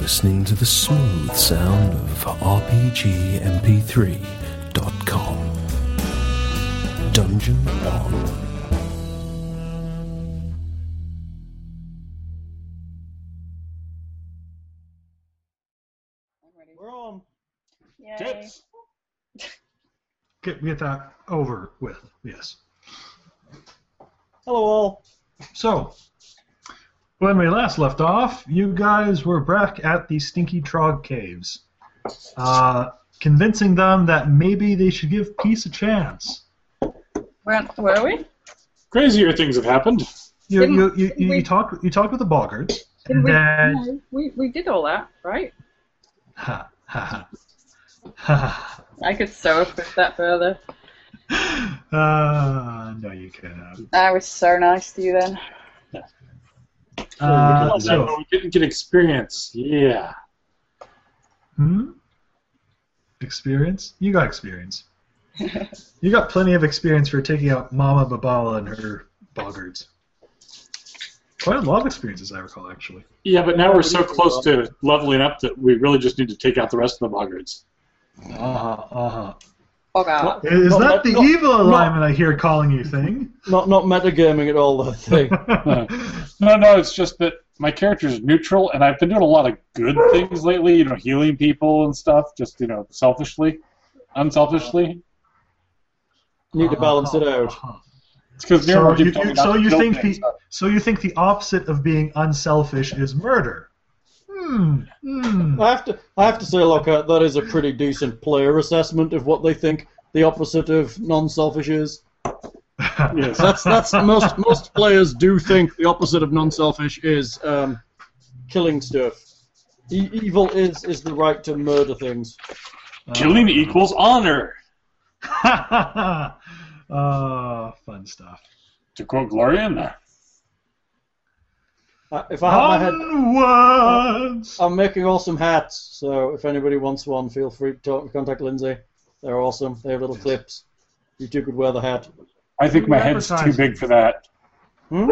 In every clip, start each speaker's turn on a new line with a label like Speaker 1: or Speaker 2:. Speaker 1: listening to the smooth sound of RPGMP3.com. Dungeon on.
Speaker 2: I'm ready.
Speaker 3: We're on
Speaker 2: Yay.
Speaker 3: tips.
Speaker 4: Get, get that over with, yes.
Speaker 3: Hello, all.
Speaker 4: So, when we last left off, you guys were back at the Stinky Trog Caves, uh, convincing them that maybe they should give peace a chance.
Speaker 2: Where, where are we?
Speaker 5: crazier things have happened.
Speaker 4: You,
Speaker 2: Didn't-
Speaker 4: you, you, you,
Speaker 2: we-
Speaker 4: you, talked, you talked with the Boggards, and
Speaker 2: Didn't we,
Speaker 4: then...
Speaker 2: no, we, we did all that, right?
Speaker 4: Ha, ha, ha. ha.
Speaker 2: I could so have pushed that further.
Speaker 4: Uh, no, you cannot.
Speaker 2: I was so nice to you then.
Speaker 4: Uh,
Speaker 5: we,
Speaker 4: so-
Speaker 5: didn't get experience. Yeah.
Speaker 4: Hmm? Experience? You got experience. you got plenty of experience for taking out Mama Babala and her boggards. Quite a lot of experience, as I recall, actually.
Speaker 5: Yeah, but now we're so close to leveling up that we really just need to take out the rest of the boggards.
Speaker 4: Uh-huh, uh-huh.
Speaker 2: Bog out.
Speaker 4: Is
Speaker 3: Not
Speaker 4: that
Speaker 3: that-
Speaker 4: the
Speaker 3: not-
Speaker 4: evil alignment I hear calling you thing?
Speaker 3: Not not metagaming at all, though. Thing.
Speaker 5: No, no, it's just that my character's neutral, and I've been doing a lot of good things lately, you know, healing people and stuff, just, you know, selfishly, unselfishly.
Speaker 3: Need to balance it out.
Speaker 4: Uh-huh.
Speaker 5: It's because
Speaker 4: So you,
Speaker 5: told me
Speaker 4: you-
Speaker 5: not
Speaker 4: so
Speaker 5: to
Speaker 4: you
Speaker 5: kill
Speaker 4: think
Speaker 5: things.
Speaker 4: the so you think the opposite of being unselfish is murder? Hmm. Hmm.
Speaker 3: I have to I have to say, Lockhart, that is a pretty decent player assessment of what they think the opposite of non-selfish is.
Speaker 5: Yes.
Speaker 3: That's that's most most players do think the opposite of non-selfish is um, killing stuff. E- evil is is the right to murder things.
Speaker 5: Killing equals honor,
Speaker 4: uh, fun stuff.
Speaker 5: to quote Gloria in there.
Speaker 3: Uh, if I had my Oh. head,
Speaker 4: Onwards.
Speaker 3: I'm making awesome hats. So if anybody wants one, feel free to talk, contact Lindsay. They're awesome. They have little clips. You two could wear the hat.
Speaker 5: I think my head's too big for that.
Speaker 3: Hmm?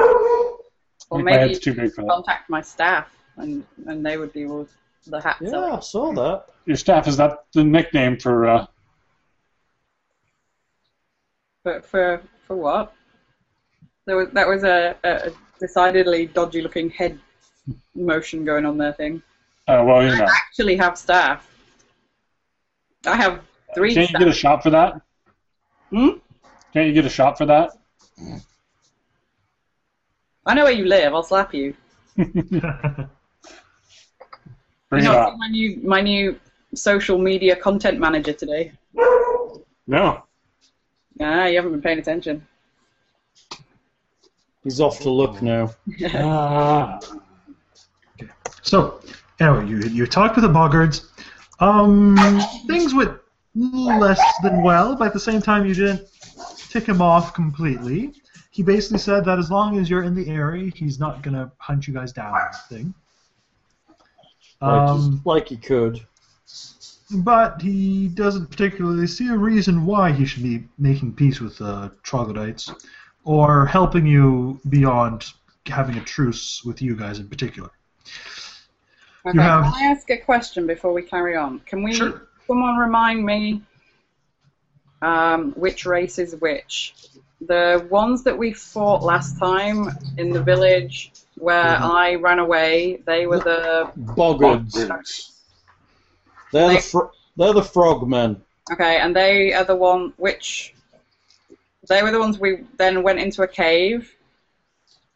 Speaker 2: Or
Speaker 5: My
Speaker 2: maybe
Speaker 5: head's too big for that.
Speaker 2: contact my staff and, and they would be all the hat
Speaker 3: Yeah,
Speaker 2: selling.
Speaker 3: I saw that.
Speaker 5: Your staff is that the nickname for uh,
Speaker 2: But for, for what? There was, that was a, a decidedly dodgy looking head motion going on there thing.
Speaker 5: Uh, well, you
Speaker 2: I
Speaker 5: know.
Speaker 2: actually have staff. I have three
Speaker 5: Can't you
Speaker 2: staff.
Speaker 5: get a shop for that?
Speaker 2: Hmm?
Speaker 5: Can't you get a shop for that?
Speaker 2: I know where you live, I'll slap you.
Speaker 5: Bring
Speaker 2: you not
Speaker 5: it
Speaker 2: see
Speaker 5: up.
Speaker 2: my new my new social media content manager today.
Speaker 5: No.
Speaker 2: Ah, you haven't been paying attention.
Speaker 3: He's off to look now.
Speaker 5: Ah.
Speaker 4: so, anyway, you you talked with the Boggards. Um, things went less than well, but at the same time, you didn't tick him off completely. He basically said that as long as you're in the area, he's not gonna hunt you guys down. Or anything.
Speaker 3: Like,
Speaker 4: Um,
Speaker 3: he, like he could.
Speaker 4: but he doesn't particularly see a reason why he should be making peace with the troglodytes or helping you beyond having a truce with you guys in particular.
Speaker 2: Okay,
Speaker 4: You have-
Speaker 2: can I ask a question before we carry on? Can we
Speaker 4: Sure.
Speaker 2: someone remind me um, which race is which? The ones that we fought last time in the village where
Speaker 5: Mm-hmm.
Speaker 2: I ran away, they were the
Speaker 3: Boggards.
Speaker 5: Boggards.
Speaker 3: They're the, fro- they're the frogmen.
Speaker 2: okay, and they are the one which they were the ones we then went into a cave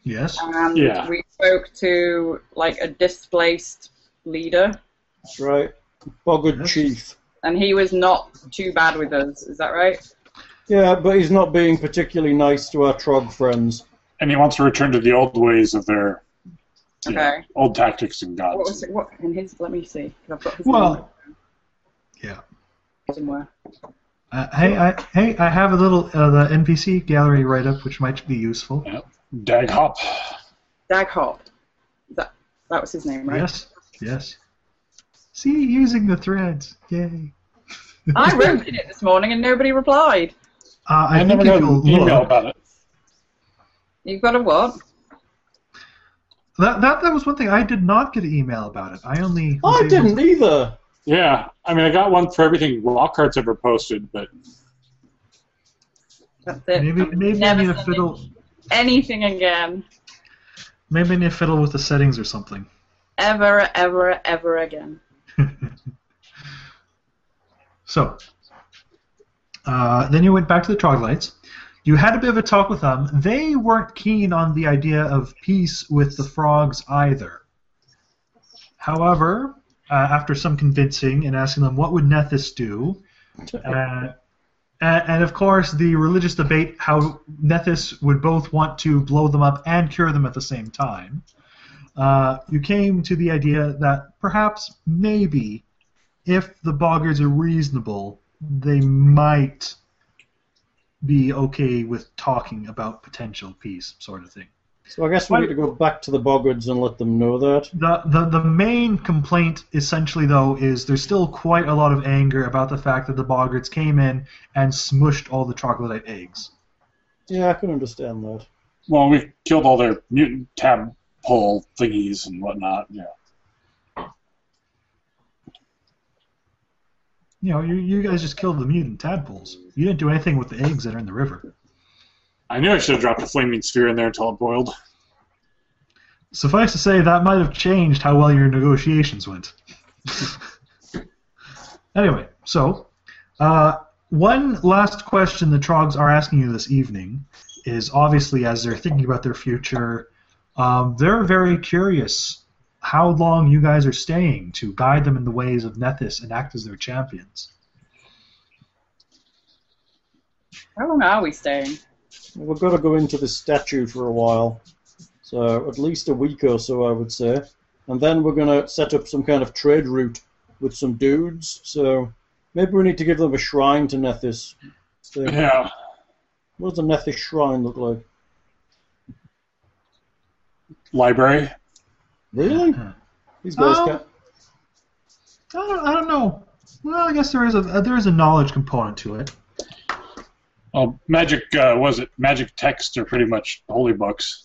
Speaker 4: Yes?
Speaker 2: and
Speaker 5: Yeah.
Speaker 2: we spoke to like a displaced leader,
Speaker 3: That's right. Boggard chief.
Speaker 2: and he was not too bad with us. Is that right?
Speaker 3: Yeah, but he's not being particularly nice to our trog friends.
Speaker 5: And he wants to return to the old ways of their you know,
Speaker 2: Okay.
Speaker 5: old tactics and
Speaker 2: What was
Speaker 5: gods.
Speaker 2: it? What in his? Let me see. 'cause I've got his number
Speaker 4: Well, yeah.
Speaker 2: somewhere.
Speaker 4: Uh, hey, I, hey, I have a little uh, the NPC gallery write up which might be useful.
Speaker 5: Dag hop.
Speaker 2: Daghop. That that was his name, right?
Speaker 4: Yes? Yes. See, using the threads. Yay.
Speaker 2: I wrote in it this morning and nobody replied.
Speaker 4: Uh, I,
Speaker 5: I,
Speaker 4: think
Speaker 5: never
Speaker 4: if
Speaker 5: got
Speaker 4: you'll
Speaker 5: an email
Speaker 4: look,
Speaker 5: about it.
Speaker 2: You've got a what?
Speaker 4: That, that that was one thing I did not get an email about it. I only was
Speaker 3: I
Speaker 4: able-
Speaker 3: didn't either.
Speaker 5: Yeah, I mean, I got one for everything Lockhart's ever posted, but
Speaker 2: That's it.
Speaker 4: Maybe
Speaker 2: I'm
Speaker 4: maybe I
Speaker 2: never
Speaker 4: need to
Speaker 2: sending
Speaker 4: fiddle.
Speaker 2: anything again,
Speaker 4: Maybe I need to fiddle with the settings or something.
Speaker 2: ever, ever, ever again.
Speaker 4: So, uh, then you went back to the Troglodytes. You had a bit of a talk with them. They weren't keen on the idea of peace with the frogs either. However, uh, after some convincing and asking them what would Nethys do, uh, and, and of course the religious debate how Nethys would both want to blow them up and cure them at the same time, uh, you came to the idea that perhaps, maybe, if the boggards are reasonable, they might be okay with talking about potential peace, sort of thing.
Speaker 3: So I guess we need to go back to the Boggards and let them know that.
Speaker 4: The, the the main complaint essentially though is there's still quite a lot of anger about the fact that the boggards came in and smushed all the troglodyte eggs.
Speaker 3: Yeah, I can understand that.
Speaker 5: well, we've killed all their mutant tadpole thingies and whatnot. Yeah,
Speaker 4: You know, you, you guys just killed the mutant tadpoles. You didn't do anything with the eggs that are in the river.
Speaker 5: I knew I should have dropped a flaming sphere in there until it boiled.
Speaker 4: Suffice to say, that might have changed how well your negotiations went. anyway, so uh, one last question the Trogs are asking you this evening is obviously as they're thinking about their future, um, they're very curious how long you guys are staying to guide them in the ways of Nethys and act as their champions.
Speaker 2: How long are we staying?
Speaker 3: We're going to go into the statue for a while, so at least a week or so, I would say, and then we're going to set up some kind of trade route with some dudes. So maybe we need to give them a shrine to Nethys. So
Speaker 5: Yeah,
Speaker 3: what does a Nethys shrine look like?
Speaker 5: library.
Speaker 3: Really?
Speaker 4: Uh,
Speaker 3: These guys
Speaker 4: Um,
Speaker 3: can't.
Speaker 4: I don't, I don't know. Well, I guess there is a there is a knowledge component to it.
Speaker 5: Oh, magic uh, was it? Magic texts are pretty much holy books.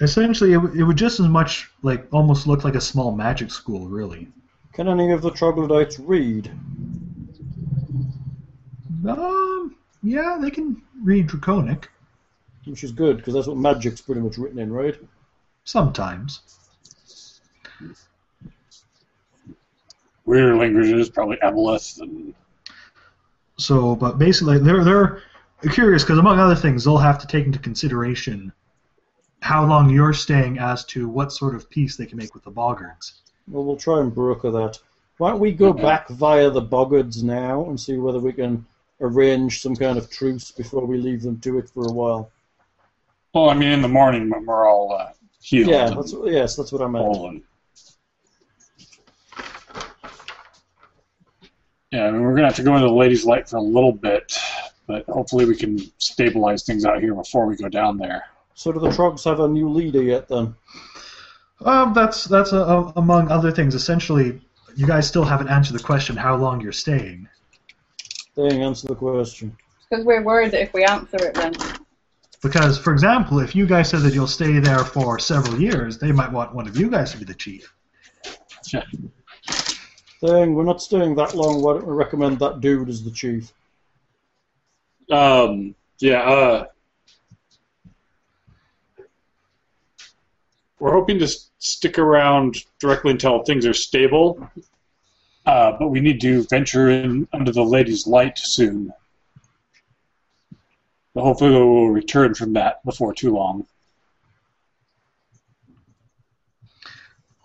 Speaker 4: Essentially, it, w- it would just as much like almost look like a small magic school, really.
Speaker 3: Can any of the troglodytes read?
Speaker 4: Um, yeah, they can read Draconic
Speaker 3: Which is good because that's what magic's pretty much written in, right?
Speaker 4: sometimes.
Speaker 5: Weirder languages, probably aboleth and
Speaker 4: So, but basically, they're they're curious because among other things, they'll have to take into consideration how long you're staying as to what sort of peace they can make with the Boggards.
Speaker 3: Well, we'll try and broker that. Why don't we go
Speaker 5: Mhm.
Speaker 3: back via the Boggards now and see whether we can arrange some kind of truce before we leave them to it for a while?
Speaker 5: well, I mean, in the morning when we're all uh, healed
Speaker 3: Yeah,
Speaker 5: and
Speaker 3: that's, yes, that's what I meant.
Speaker 5: whole and yeah, I mean, we're gonna have to go into the ladies' light for a little bit, but hopefully we can stabilize things out here before we go down there.
Speaker 3: So do the Trogs have a new leader yet then?
Speaker 4: Um, that's that's a, a, among other things. Essentially, you guys still haven't answered the question how long you're staying.
Speaker 3: They ain't answer the question.
Speaker 2: Because we're worried that if we answer it, then
Speaker 4: Because, for example, if you guys said that you'll stay there for several years, they might want one of you guys to be the chief.
Speaker 3: Thing, we're not staying that long. Why don't we recommend that dude as the chief?
Speaker 5: Um, yeah, uh, we're hoping to s- stick around directly until things are stable. Uh, but we need to venture in under the ladies' light soon. But hopefully, we will return from that before too long.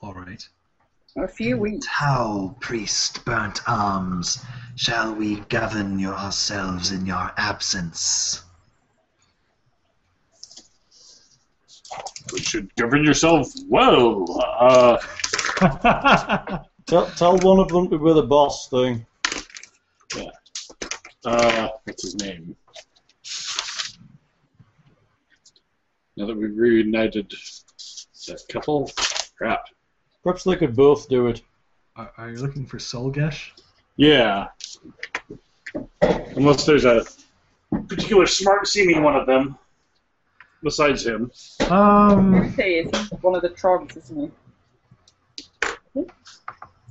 Speaker 4: All right.
Speaker 2: a few weeks.
Speaker 6: How, priest burnt arms, shall we govern yourselves in your absence?
Speaker 5: We should govern yourself well. Uh,
Speaker 3: Tell, tell one of them to be the boss, thing.
Speaker 5: uh, what's his name? Now that we've reunited that couple, crap.
Speaker 3: Perhaps they could both do it.
Speaker 4: Are, are you looking for Solgesh?
Speaker 5: Yeah. Unless there's a particular smart seeming one of them.
Speaker 7: besides him?
Speaker 4: Um,
Speaker 2: Lucy is one of the trogs, isn't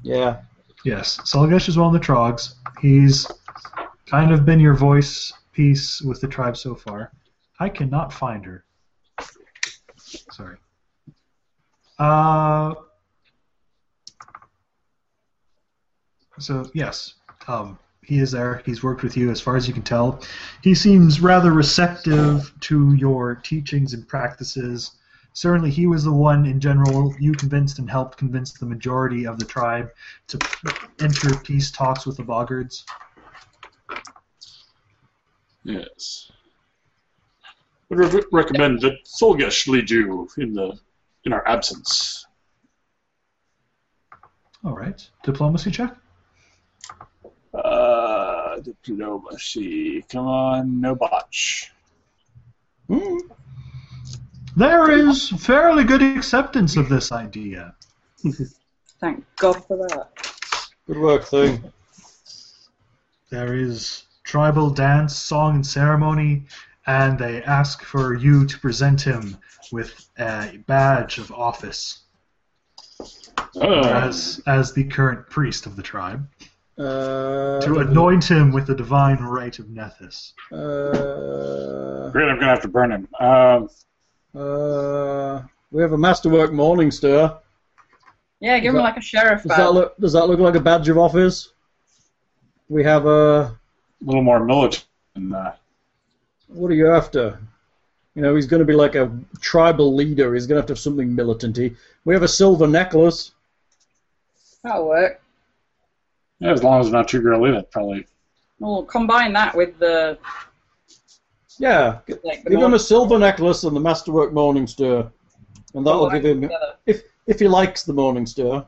Speaker 3: Yeah.
Speaker 4: yes, Salgesh is one of the Trogs. He's kind of been your voice piece with the tribe so far. I cannot find her. Sorry. Uh, so, yes, um, he is there. He's worked with you as far as you can tell. He seems rather receptive to your teachings and practices. Certainly, he was the one in general you convinced and helped convince the majority of the tribe to enter peace talks with the Boggards.
Speaker 7: Yes. Would re- recommend that Solgesh lead you in the in our absence.
Speaker 4: All right. Diplomacy check?
Speaker 7: Uh, diplomacy. Come on, no botch.
Speaker 3: Hmm.
Speaker 4: There is fairly good acceptance of this idea.
Speaker 2: he? Thank God for that.
Speaker 3: Good work, thing.
Speaker 4: There is tribal dance, song, and ceremony, and they ask for you to present him with a badge of office
Speaker 7: Uh,
Speaker 4: as, as the current priest of the tribe,
Speaker 3: Uh,
Speaker 4: to anoint him with the divine right of Nethys.
Speaker 3: Uh,
Speaker 5: Great, I'm gonna have to burn him. Um,
Speaker 3: uh, we have a masterwork morning star.
Speaker 2: Yeah, give
Speaker 3: Does
Speaker 2: him
Speaker 3: that-
Speaker 2: like a sheriff
Speaker 3: Does that
Speaker 2: badge.
Speaker 3: look? Does that look like a badge of office? We have a.
Speaker 5: a little more militant. Than, uh,
Speaker 3: What are you after? You know, he's going to be like a tribal leader. He's going to have to have something militanty. We have a silver necklace.
Speaker 2: That'll work.
Speaker 5: yeah, as long as it's not too girly, that probably.
Speaker 2: We'll combine that with the
Speaker 3: Yeah, g-
Speaker 2: like the
Speaker 3: give him
Speaker 2: morning
Speaker 3: a silver necklace and the masterwork morning star, and that'll give him
Speaker 2: together.
Speaker 3: if if he likes the morning star.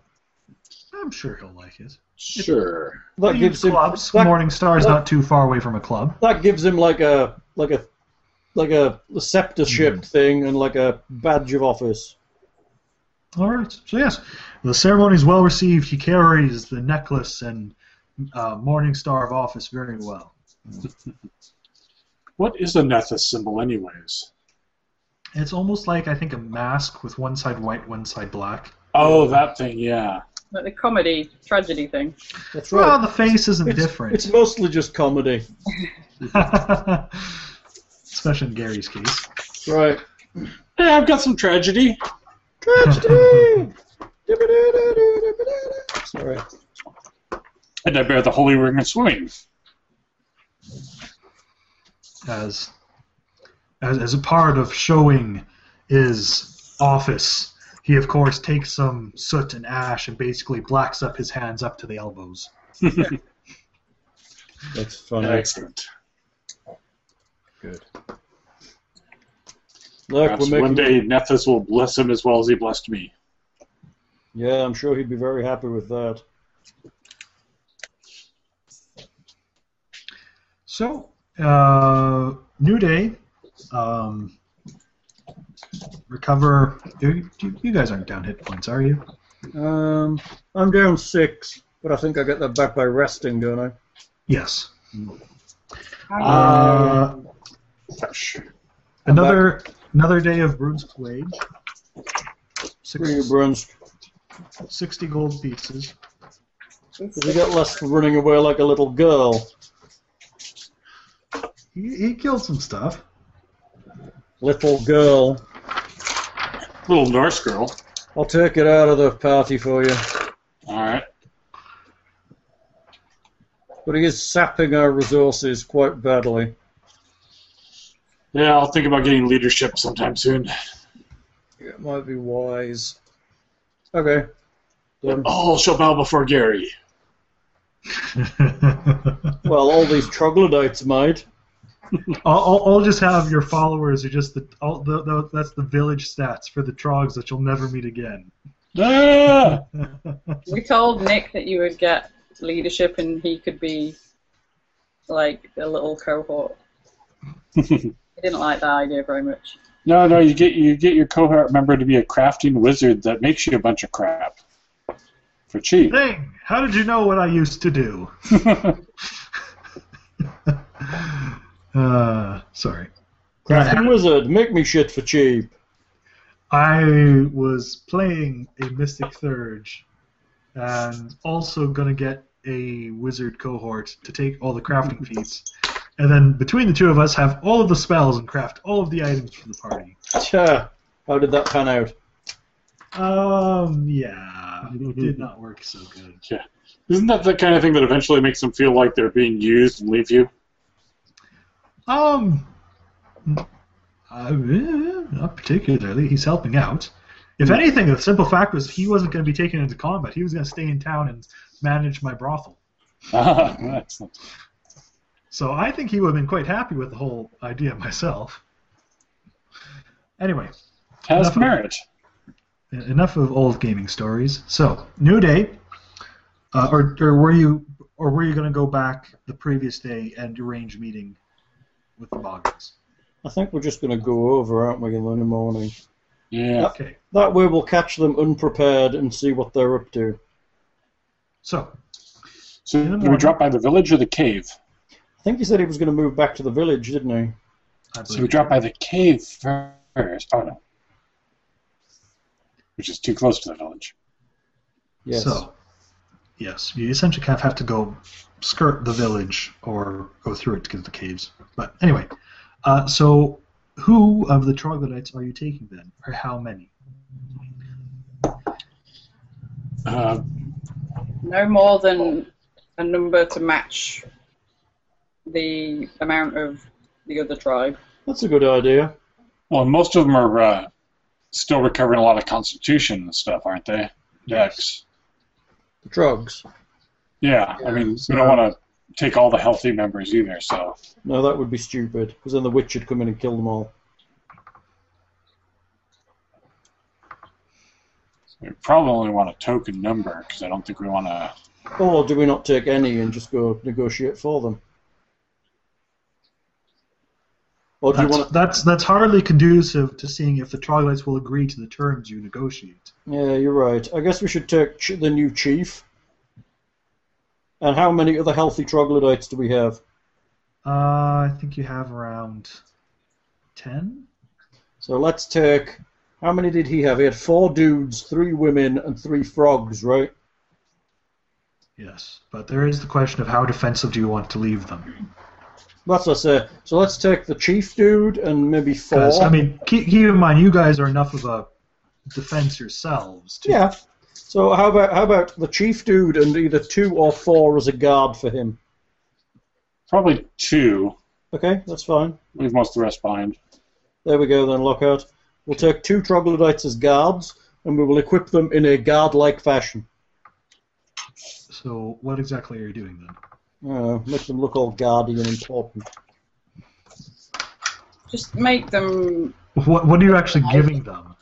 Speaker 4: I'm sure he'll like it.
Speaker 7: sure.
Speaker 3: That
Speaker 4: He
Speaker 3: gives him
Speaker 4: clubs.
Speaker 3: that,
Speaker 4: Morning Star is
Speaker 3: that-
Speaker 4: not too far away from a club.
Speaker 3: that gives him like a like a like a sceptership thing and like a badge of office.
Speaker 4: All right. So yes, the ceremony is well received. He carries the necklace and uh, morning star of office very well.
Speaker 5: What is the Nethus symbol, anyways?
Speaker 4: It's almost like I think a mask with one side white, one side black.
Speaker 5: Oh, that thing, yeah.
Speaker 2: Like the comedy tragedy thing.
Speaker 3: That's
Speaker 4: Well,
Speaker 3: right.
Speaker 4: the face isn't
Speaker 3: it's,
Speaker 4: different,
Speaker 3: it's mostly just comedy.
Speaker 4: especially in Gary's case.
Speaker 3: Right.
Speaker 5: Yeah, I've got some tragedy.
Speaker 3: Tragedy. Sorry.
Speaker 5: And I bear the holy ring of swimming.
Speaker 4: as as, as a part of showing his office, he of course takes some soot and ash and basically blacks up his hands up to the elbows.
Speaker 3: That's funny.
Speaker 5: Excellent.
Speaker 3: Look,
Speaker 5: Perhaps
Speaker 3: we're making.
Speaker 5: one day Nethus will bless him as well as he blessed me.
Speaker 3: Yeah, I'm sure he'd be very happy with that.
Speaker 4: So, uh, New Day, um, recover. You, you you guys aren't down hit points, are you?
Speaker 3: Um, I'm down six, but I think I get that back by resting, don't I?
Speaker 4: Yes.
Speaker 2: Ah,
Speaker 3: Ah,
Speaker 2: How
Speaker 4: Uh,
Speaker 5: Fresh.
Speaker 4: another another day of Brunswick Wade.
Speaker 3: Bring your
Speaker 4: Six,
Speaker 3: Brunsk.
Speaker 4: 60 gold pieces.
Speaker 2: does
Speaker 3: Does
Speaker 2: this
Speaker 3: he get less for running away like a little girl?
Speaker 4: He, he killed some stuff.
Speaker 3: Little girl.
Speaker 5: Little Norse girl.
Speaker 3: I'll take it out of the party for you.
Speaker 5: All right.
Speaker 3: But he is sapping our resources quite badly.
Speaker 5: Yeah, I'll think about getting leadership sometime soon.
Speaker 3: It might be wise. Okay. Done.
Speaker 5: All shall bow before Gary.
Speaker 3: Well, all these troglodytes might.
Speaker 4: I'll, I'll, I'll just have your followers are just the, all the, the that's the village stats for the trogs that you'll never meet again.
Speaker 5: Ah!
Speaker 2: We told Nick that you would get leadership and he could be like a little cohort. He didn't like that idea very much.
Speaker 5: no, no, you get you get your cohort member to be a crafting wizard that makes you a bunch of crap for cheap.
Speaker 4: Thing, how did you know what I used to do? uh, sorry.
Speaker 3: Crafting wizard, make me shit for cheap.
Speaker 4: I was playing a Mystic Thurge and also going to get a wizard cohort to take all the crafting feats. And then between the two of us, have all of the spells and craft all of the items for the party.
Speaker 3: Tja, how did that pan out?
Speaker 4: Um, yeah. It did not work so good.
Speaker 8: Isn't that the kind of thing that eventually makes them feel like they're being used and leave you?
Speaker 4: Um, I, eh, not particularly. He's helping out.
Speaker 5: Hmm.
Speaker 4: If anything, the simple fact was he wasn't going to be taken into combat. He was going to stay in town and manage my brothel.
Speaker 5: Ah, Excellent.
Speaker 4: So I think he would have been quite happy with the whole idea myself. Anyway,
Speaker 5: Has
Speaker 4: Enough.
Speaker 5: merit.
Speaker 4: en- enough of old gaming stories. So, new day, uh, or, or were you, or were you going to go back the previous day and arrange meeting with the Boggins?
Speaker 3: I think we're just going to go over, aren't we, in the morning?
Speaker 5: Yeah.
Speaker 4: Okay.
Speaker 3: That way we'll catch them unprepared and see what they're up to.
Speaker 4: So,
Speaker 5: So
Speaker 4: Yeah,
Speaker 5: do we
Speaker 4: no.
Speaker 5: drop by the village or the cave?
Speaker 3: I think he said he was going to move back to the village, didn't he?
Speaker 4: I
Speaker 5: So
Speaker 4: believe-
Speaker 5: we drop by the cave first. Oh no. Which is too close to the village.
Speaker 3: Yes.
Speaker 4: So, yes, you essentially kind of have to go skirt the village or go through it to get to the caves. But anyway, uh, so who of the troglodytes are you taking then, or how many?
Speaker 5: Uh,
Speaker 2: No more than a number to match the amount of the other tribe.
Speaker 3: That's a good idea.
Speaker 5: well, most of them are uh, still recovering a lot of constitution and stuff, aren't they? Dex.
Speaker 3: The drugs.
Speaker 5: Yeah. I mean, we don't want to take all the healthy members either. So
Speaker 3: No, that would be stupid, because then the witch would come in and kill them all.
Speaker 5: we probably only want a token number because I don't think we want to.
Speaker 3: Or Oh, do we not take any and just go negotiate for them? Or do you
Speaker 4: That's,
Speaker 3: want to...
Speaker 4: that's that's hardly conducive to seeing if the troglodytes will agree to the terms you negotiate.
Speaker 3: Yeah, you're right. I guess we should take ch- the new chief. And how many other healthy troglodytes do we have?
Speaker 4: Uh, I think you have around ten.
Speaker 3: So let's take. How many did he have? He had four dudes, three women, and three frogs, right?
Speaker 4: Yes, but there is the question of how defensive do you want to leave them?
Speaker 3: That's what I say. So let's take the chief dude and maybe four.
Speaker 4: Because I mean, keep, keep in mind, you guys are enough of a defense yourselves. Too.
Speaker 3: yeah. So how about how about the chief dude and either two or four as a guard for him?
Speaker 5: Probably two.
Speaker 3: Okay, that's fine.
Speaker 5: Leave most of the rest behind.
Speaker 3: There we go then, Lockhart. We'll take two troglodytes as guards, and we will equip them in a guard-like fashion.
Speaker 4: So what exactly are you doing then?
Speaker 3: Uh, make them look all guardy and important.
Speaker 2: Just make them,
Speaker 4: What what are you actually giving them?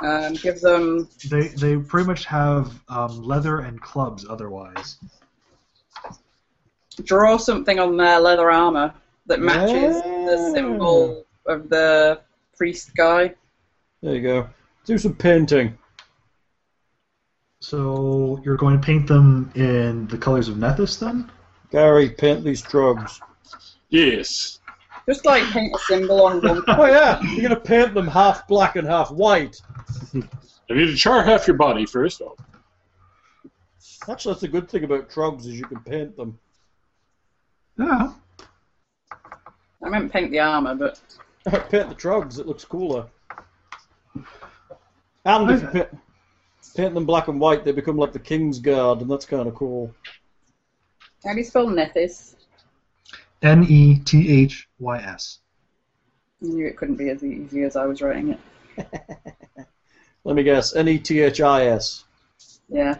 Speaker 2: um, give them.
Speaker 4: They they pretty much have um, leather and clubs otherwise.
Speaker 2: draw something on their leather armor that matches
Speaker 3: Yeah.
Speaker 2: the symbol of the priest guy.
Speaker 3: There you go. Do some painting.
Speaker 4: So you're going to paint them in the colors of Nethys then?
Speaker 3: Gary, paint these drugs.
Speaker 8: Yes.
Speaker 2: Just like paint a symbol on one.
Speaker 3: Oh yeah, you're gonna paint them half black and half white.
Speaker 8: I need to char half your body first. Oh,
Speaker 3: Actually, that's a good thing about trogs is you can paint them.
Speaker 4: Yeah.
Speaker 2: I meant paint the armor, but
Speaker 3: paint the trogs, it looks cooler. And if you paint, paint them black and white, they become like the King's Guard, and that's kind of cool.
Speaker 2: how do you spell Nethys?
Speaker 4: N e t h y s.
Speaker 2: I knew it couldn't be as easy as I was writing it.
Speaker 3: Let me guess, N E T H I S.
Speaker 2: Yeah.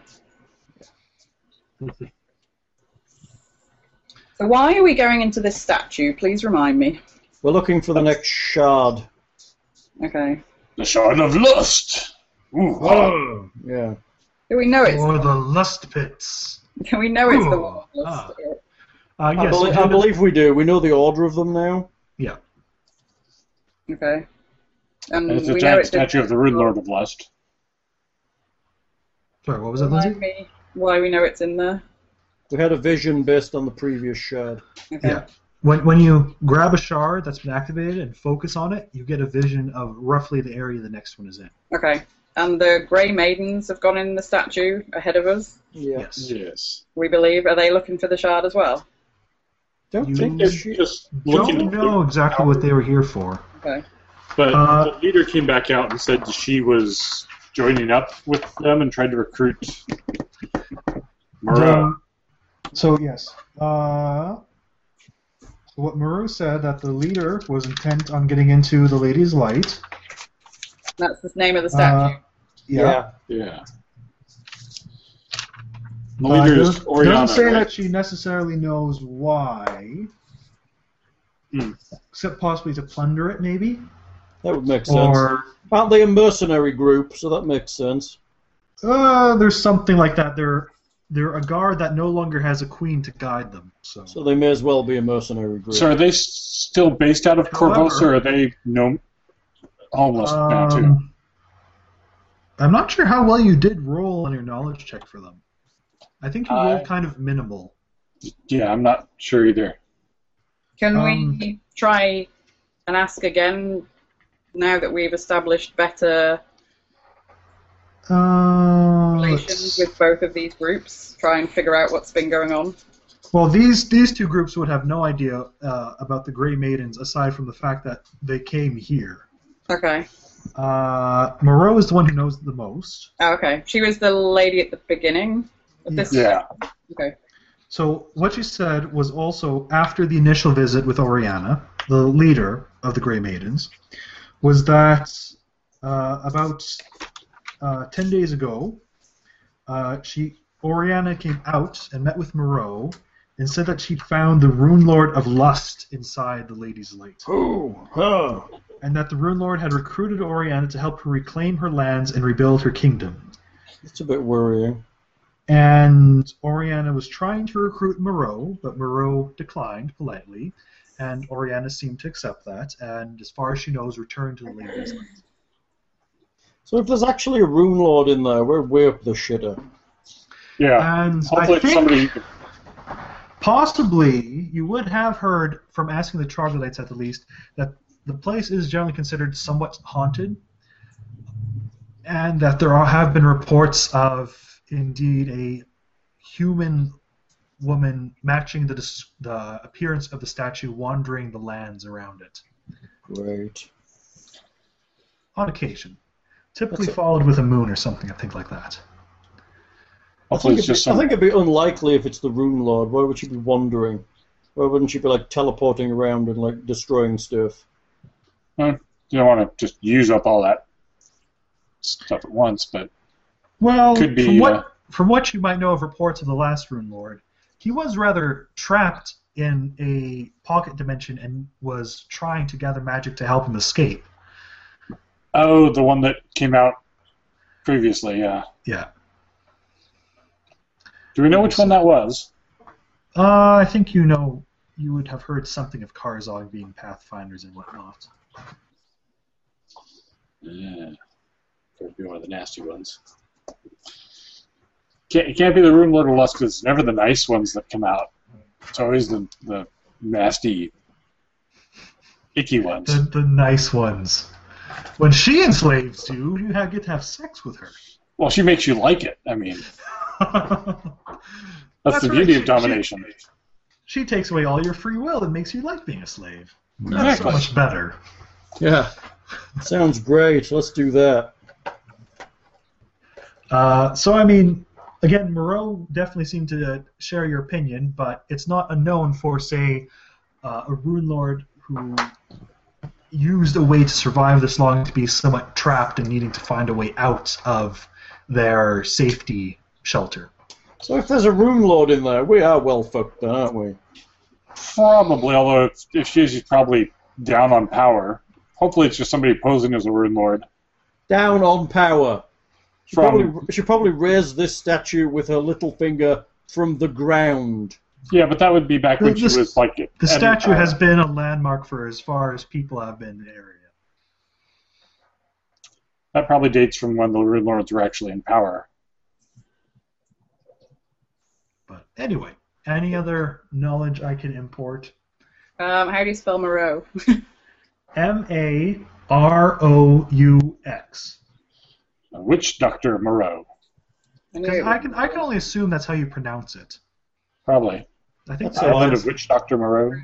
Speaker 2: so why are we going into this statue? Please remind me.
Speaker 3: We're looking for the next shard.
Speaker 2: Okay.
Speaker 5: The shard of lust. Ooh,
Speaker 3: Yeah.
Speaker 2: Do we know it's?
Speaker 4: Or the lust pits.
Speaker 2: Do we know it's the
Speaker 4: Ooh,
Speaker 2: one?
Speaker 4: ah. Uh,
Speaker 3: I,
Speaker 4: yes.
Speaker 3: belie- I believe we do. We know the order of them now.
Speaker 4: Yeah.
Speaker 2: Okay. And,
Speaker 5: it's a
Speaker 2: we know
Speaker 5: giant
Speaker 2: it's a-
Speaker 5: statue of the rude lord of lust.
Speaker 4: Sorry, what was that,
Speaker 2: Remind
Speaker 4: Lindsay?
Speaker 2: me why we know it's in there.
Speaker 3: We had a vision based on the previous shard.
Speaker 2: Okay.
Speaker 4: Yeah.
Speaker 6: when when you grab a shard that's been activated and focus on it, you get a vision of roughly the area the next one is in.
Speaker 2: Okay. And the Grey Maidens have gone in the statue ahead of us,
Speaker 3: Yeah.
Speaker 6: Yes.
Speaker 9: Yes.
Speaker 2: we believe. Are they looking for the shard as well?
Speaker 3: Don't
Speaker 6: You-
Speaker 3: think
Speaker 9: It's
Speaker 3: she-
Speaker 9: just looking
Speaker 6: Don't
Speaker 9: at
Speaker 6: know
Speaker 9: the-
Speaker 6: exactly what they were here for.
Speaker 2: Okay.
Speaker 9: But
Speaker 6: Uh,
Speaker 9: the leader came back out and said she was joining up with them and tried to recruit Mara.
Speaker 4: Um, so yes, uh, what Maru said that the leader was intent on getting into the lady's light.
Speaker 2: That's the name of the statue.
Speaker 4: Uh, yeah.
Speaker 9: yeah. The
Speaker 4: Uh,
Speaker 9: leader is
Speaker 4: doesn't, doesn't say
Speaker 9: Oriana.
Speaker 4: that
Speaker 9: Right?
Speaker 4: she necessarily knows why,
Speaker 9: Hmm.
Speaker 4: except possibly to plunder it, maybe.
Speaker 3: that would make sense.
Speaker 4: Or
Speaker 3: Aren't they a mercenary group? So that makes sense.
Speaker 4: uh, there's something like that. They're they're a guard that no longer has a queen to guide them. So,
Speaker 3: So they may as well be a mercenary group.
Speaker 5: So are they s- still based out of Corvus, or are they no homeless now too?
Speaker 4: um, I'm not sure how well you did roll on your knowledge check for them. I think you rolled
Speaker 5: I-
Speaker 4: kind of minimal.
Speaker 5: Yeah, I'm not sure either.
Speaker 2: Can we
Speaker 4: um,
Speaker 2: try and ask again now that we've established better
Speaker 4: Uh,
Speaker 2: relations
Speaker 4: let's-
Speaker 2: with both of these groups? Try and figure out what's been going on.
Speaker 4: well, these these two groups would have no idea uh, about the Grey Maidens aside from the fact that they came here.
Speaker 2: Okay.
Speaker 4: Uh, Moreau is the one who knows the most.
Speaker 2: Oh, okay. She was the lady at the beginning. of This
Speaker 5: Yeah,
Speaker 2: Okay.
Speaker 4: So what she said was also after the initial visit with Oriana, the leader of the Grey Maidens, was that uh, about uh, ten days ago, uh, she Oriana came out and met with Moreau and said that she'd found the Rune Lord of Lust inside the Lady's Light,
Speaker 3: Oh, huh.
Speaker 4: and that the Rune Lord had recruited Oriana to help her reclaim her lands and rebuild her kingdom.
Speaker 3: That's a bit worrying.
Speaker 4: And Oriana was trying to recruit Moreau, but Moreau declined politely, and Oriana seemed to accept that, and as far as she knows, returned to the ladies.
Speaker 3: So if there's actually a rune lord in there, we're way up the shitter.
Speaker 5: yeah.
Speaker 4: And
Speaker 5: Hopefully,
Speaker 4: Uh, I think
Speaker 5: somebody.
Speaker 4: possibly you would have heard from asking the troglodytes at the least that the place is generally considered somewhat haunted, and that there are, have been reports of indeed a human woman matching the, dis- the appearance of the statue wandering the lands around it
Speaker 3: Great.
Speaker 4: on occasion, typically
Speaker 3: That's it.
Speaker 4: followed with a moon or something, I think like that.
Speaker 3: I
Speaker 5: Hopefully, it's
Speaker 3: think, it'd
Speaker 5: just
Speaker 3: be, I
Speaker 5: some.
Speaker 3: think it'd be unlikely if it's the rune lord. Why would she be wandering? Why wouldn't she be like teleporting around and like destroying stuff?
Speaker 5: You don't want to just use up all that stuff at once, but
Speaker 4: Well,
Speaker 5: Could be,
Speaker 4: from, what,
Speaker 5: uh,
Speaker 4: from what you might know of reports of the last Rune Lord, he was rather trapped in a pocket dimension and was trying to gather magic to help him escape.
Speaker 5: oh, the one that came out previously. Yeah.
Speaker 4: Yeah.
Speaker 5: Do we know which one that was?
Speaker 4: Uh, I think you know you would have heard something of Karzog being pathfinders and whatnot.
Speaker 5: Yeah. Could be one of the nasty ones. Can't, it can't be the room Lord of Lust because it's never the nice ones that come out. It's always the, the nasty, icky ones.
Speaker 4: The, the nice ones. When she enslaves you, you have, get to have sex with her.
Speaker 5: Well, she makes you like it. I mean, that's,
Speaker 4: That's
Speaker 5: the
Speaker 4: right,
Speaker 5: beauty
Speaker 4: she-
Speaker 5: of domination.
Speaker 4: she takes away all your free will and makes you like being a slave. That's so
Speaker 5: Exactly.
Speaker 4: much better.
Speaker 3: Yeah. Sounds great. Let's do that.
Speaker 4: Uh, so I mean, again, Moreau definitely seemed to share your opinion, but it's not unknown for, say, uh, a rune lord who used a way to survive this long to be somewhat trapped and needing to find a way out of their safety shelter.
Speaker 3: So if there's a rune lord in there, we are well fucked then, aren't we?
Speaker 5: Probably, although if, if she is, she's probably down on power. Hopefully, it's just somebody posing as a rune lord.
Speaker 3: Down on power. She
Speaker 5: From
Speaker 3: probably, she probably raised this statue with her little finger from the ground.
Speaker 5: yeah, but that would be back when
Speaker 4: The-
Speaker 5: she
Speaker 4: this-
Speaker 5: was like
Speaker 4: The
Speaker 5: at-
Speaker 4: statue has been a landmark for as far as people have been in the area.
Speaker 5: That probably dates from when the rune lords were actually in power.
Speaker 4: But anyway, any other knowledge I can import?
Speaker 2: Um, how do you spell Moreau?
Speaker 4: M A R O U X.
Speaker 5: Which Dr. Uh, Moreau?
Speaker 2: I knew it
Speaker 4: 'Cause
Speaker 2: was-
Speaker 4: I can I can only assume that's how you pronounce it.
Speaker 5: Probably.
Speaker 4: I think
Speaker 3: That's
Speaker 4: so.
Speaker 3: all I
Speaker 5: Island
Speaker 3: that's-
Speaker 5: of Witch Dr. Moreau?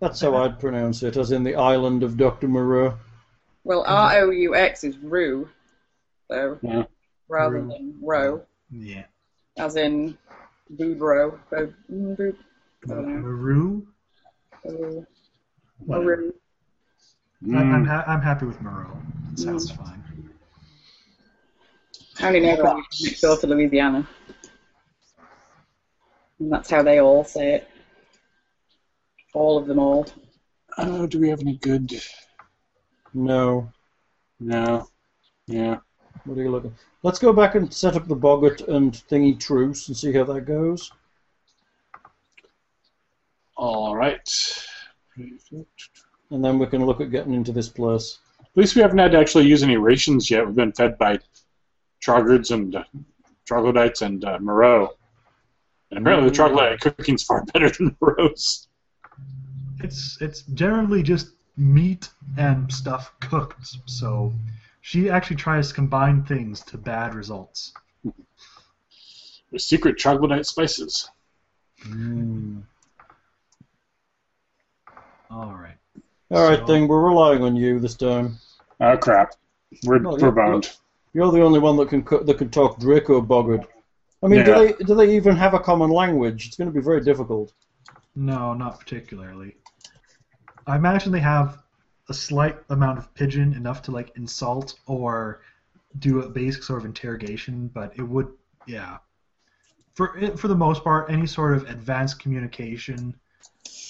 Speaker 3: That's how I'd pronounce it, as in the island of Dr. Moreau.
Speaker 2: Well, R O U X is Rue, so
Speaker 5: Yeah.
Speaker 2: rather
Speaker 4: Rue.
Speaker 2: than row,
Speaker 4: Yeah.
Speaker 2: as in boob row. Bo- mm, boob. I don't know.
Speaker 4: Maru.
Speaker 2: Oh,
Speaker 4: whatever.
Speaker 2: Rue.
Speaker 4: I- I'm,
Speaker 5: Mm.
Speaker 4: ha- I'm happy with Moreau. It sounds fine.
Speaker 2: I only know that it's next door to Louisiana. And that's how they all say it. All of them all.
Speaker 5: Uh, do we have any good?
Speaker 3: No.
Speaker 5: No. Yeah.
Speaker 3: What are you looking? Let's go back and set up the Boggart and Thingy truce and see how that goes.
Speaker 5: All right.
Speaker 3: And then we can look at getting into this place.
Speaker 5: At least we haven't had to actually use any rations yet. We've been fed by troggards and uh, troglodytes and uh, Moreau. And apparently the troglodyte cooking's far better than Moreau's.
Speaker 4: It's it's generally just meat and stuff cooked. So she actually tries to combine things to bad results.
Speaker 5: The secret troglodyte spices.
Speaker 4: All right.
Speaker 3: All right,
Speaker 4: So-
Speaker 3: thing, we're relying on you this time.
Speaker 5: Oh, crap. We're,
Speaker 3: Well,
Speaker 5: we're
Speaker 3: yeah,
Speaker 5: boned.
Speaker 3: You're the only one that can co- that can talk Draco Boggart. I mean, do
Speaker 5: Yeah.
Speaker 3: they do they even have a common language? It's going to be very difficult.
Speaker 4: No, not particularly. I imagine they have a slight amount of pigeon, enough to like insult or do a basic sort of interrogation, but it would, yeah. For it- for the most part, any sort of advanced communication,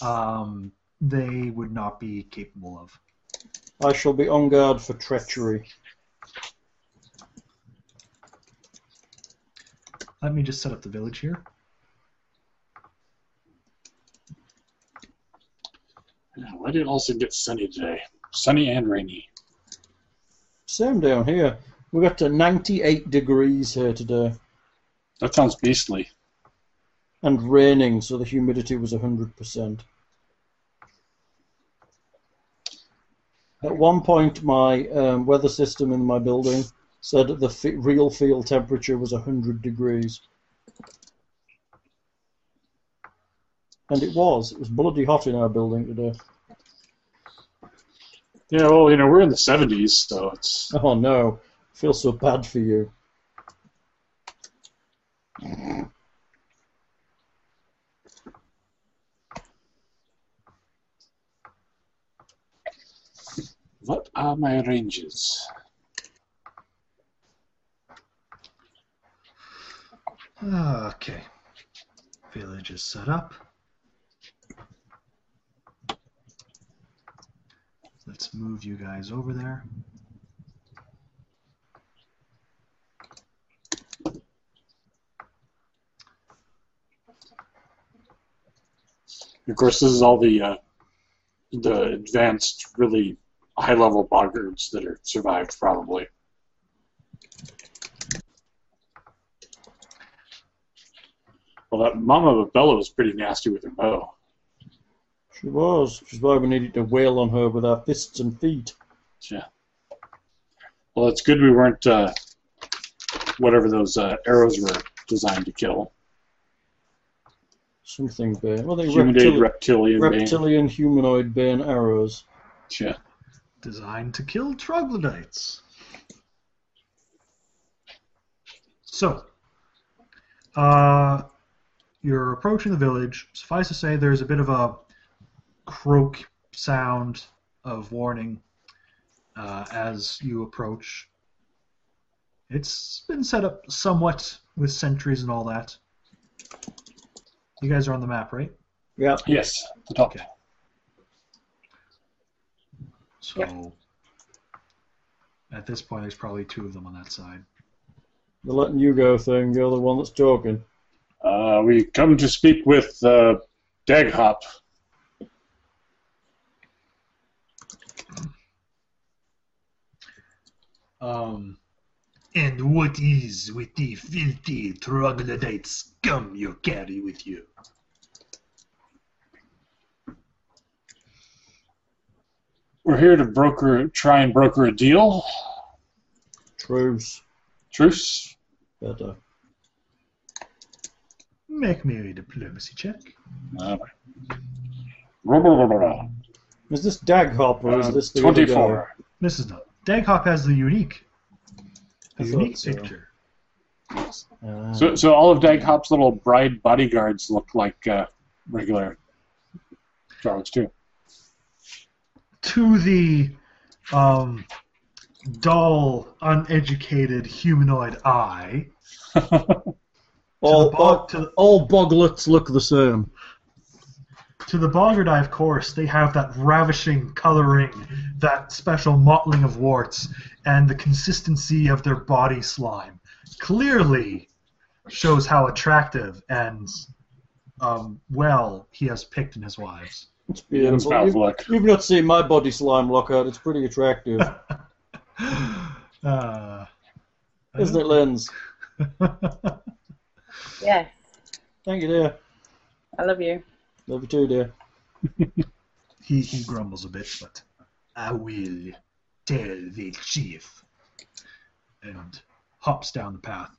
Speaker 4: um, they would not be capable of.
Speaker 3: I shall be on guard for treachery.
Speaker 4: Let me just set up the village here.
Speaker 5: Yeah, why did it also get sunny today? Sunny and rainy.
Speaker 3: Same down here. We got to 98 degrees here today,
Speaker 5: That sounds beastly.
Speaker 3: and raining, so the humidity was 100%. At one point, my um, weather system in my building said that the f- real field temperature was 100 degrees. And it was. It was bloody hot in our building today.
Speaker 5: Yeah, well, you know, we're in the 70s, so it's.
Speaker 3: Oh no, I feel so bad for you.
Speaker 5: What are my ranges?
Speaker 4: Okay. Village is set up. Let's move you guys over there.
Speaker 5: Of course, this is all the uh, the advanced, really high level boggards that are survived, probably. Well, that Mama Bella was pretty nasty with her bow.
Speaker 3: She was, which is why we needed to wail on her with our fists and feet.
Speaker 5: Yeah. Well, it's good we weren't uh, whatever those uh, arrows were designed to kill.
Speaker 3: Something bane. Well, they
Speaker 5: Human
Speaker 3: reptil-
Speaker 5: reptilian, reptilian.
Speaker 3: reptilian humanoid bane arrows.
Speaker 5: Yeah.
Speaker 4: designed to kill troglodytes. So, uh, you're approaching the village. Suffice to say, there's a bit of a croak sound of warning uh, as you approach. It's been set up somewhat with sentries and all that. You guys are on the map, right?
Speaker 3: Yeah.
Speaker 5: Yes, the top.
Speaker 4: Okay. So
Speaker 2: Yep.
Speaker 4: at this point, there's probably two of them on that side.
Speaker 3: They're letting you go thing. You're the one that's talking.
Speaker 5: Uh, we come to speak with uh, Daghop.
Speaker 4: Um,
Speaker 10: And what is with the filthy troglodyte scum you carry with you?
Speaker 5: We're here to broker, try and broker a deal.
Speaker 3: Truce.
Speaker 5: Truce.
Speaker 3: Better.
Speaker 4: Make me a diplomacy check.
Speaker 5: Uh, blah, blah, blah, blah, blah.
Speaker 3: Is this Daghop or is
Speaker 5: Uh,
Speaker 3: this the other guy?
Speaker 5: Twenty-four.
Speaker 4: This is not. Daghop has the unique, the
Speaker 3: I thought
Speaker 4: unique
Speaker 3: so.
Speaker 4: picture.
Speaker 3: Ah.
Speaker 5: So, so all of Dag Hop's little bride bodyguards look like uh, regular dogs too.
Speaker 4: to the um, dull, uneducated humanoid eye. to
Speaker 3: all,
Speaker 4: the
Speaker 3: all,
Speaker 4: bog, to, the-
Speaker 3: all boglets look the same.
Speaker 4: to the boggart eye, of course, they have that ravishing coloring, that special mottling of warts, and the consistency of their body slime. Clearly shows how attractive and um, well he has picked in his wives.
Speaker 3: It's
Speaker 5: His
Speaker 3: beautiful.
Speaker 5: mouth
Speaker 3: You've,
Speaker 5: look.
Speaker 3: you've not seen my body slime, Lockhart. It's pretty attractive.
Speaker 4: Uh,
Speaker 3: Isn't it, Lens?
Speaker 2: Yes.
Speaker 3: Thank you, dear.
Speaker 2: I love you.
Speaker 3: Love you too, dear.
Speaker 4: he, he grumbles a bit, but
Speaker 10: I will
Speaker 4: tell the chief. And hops down the path.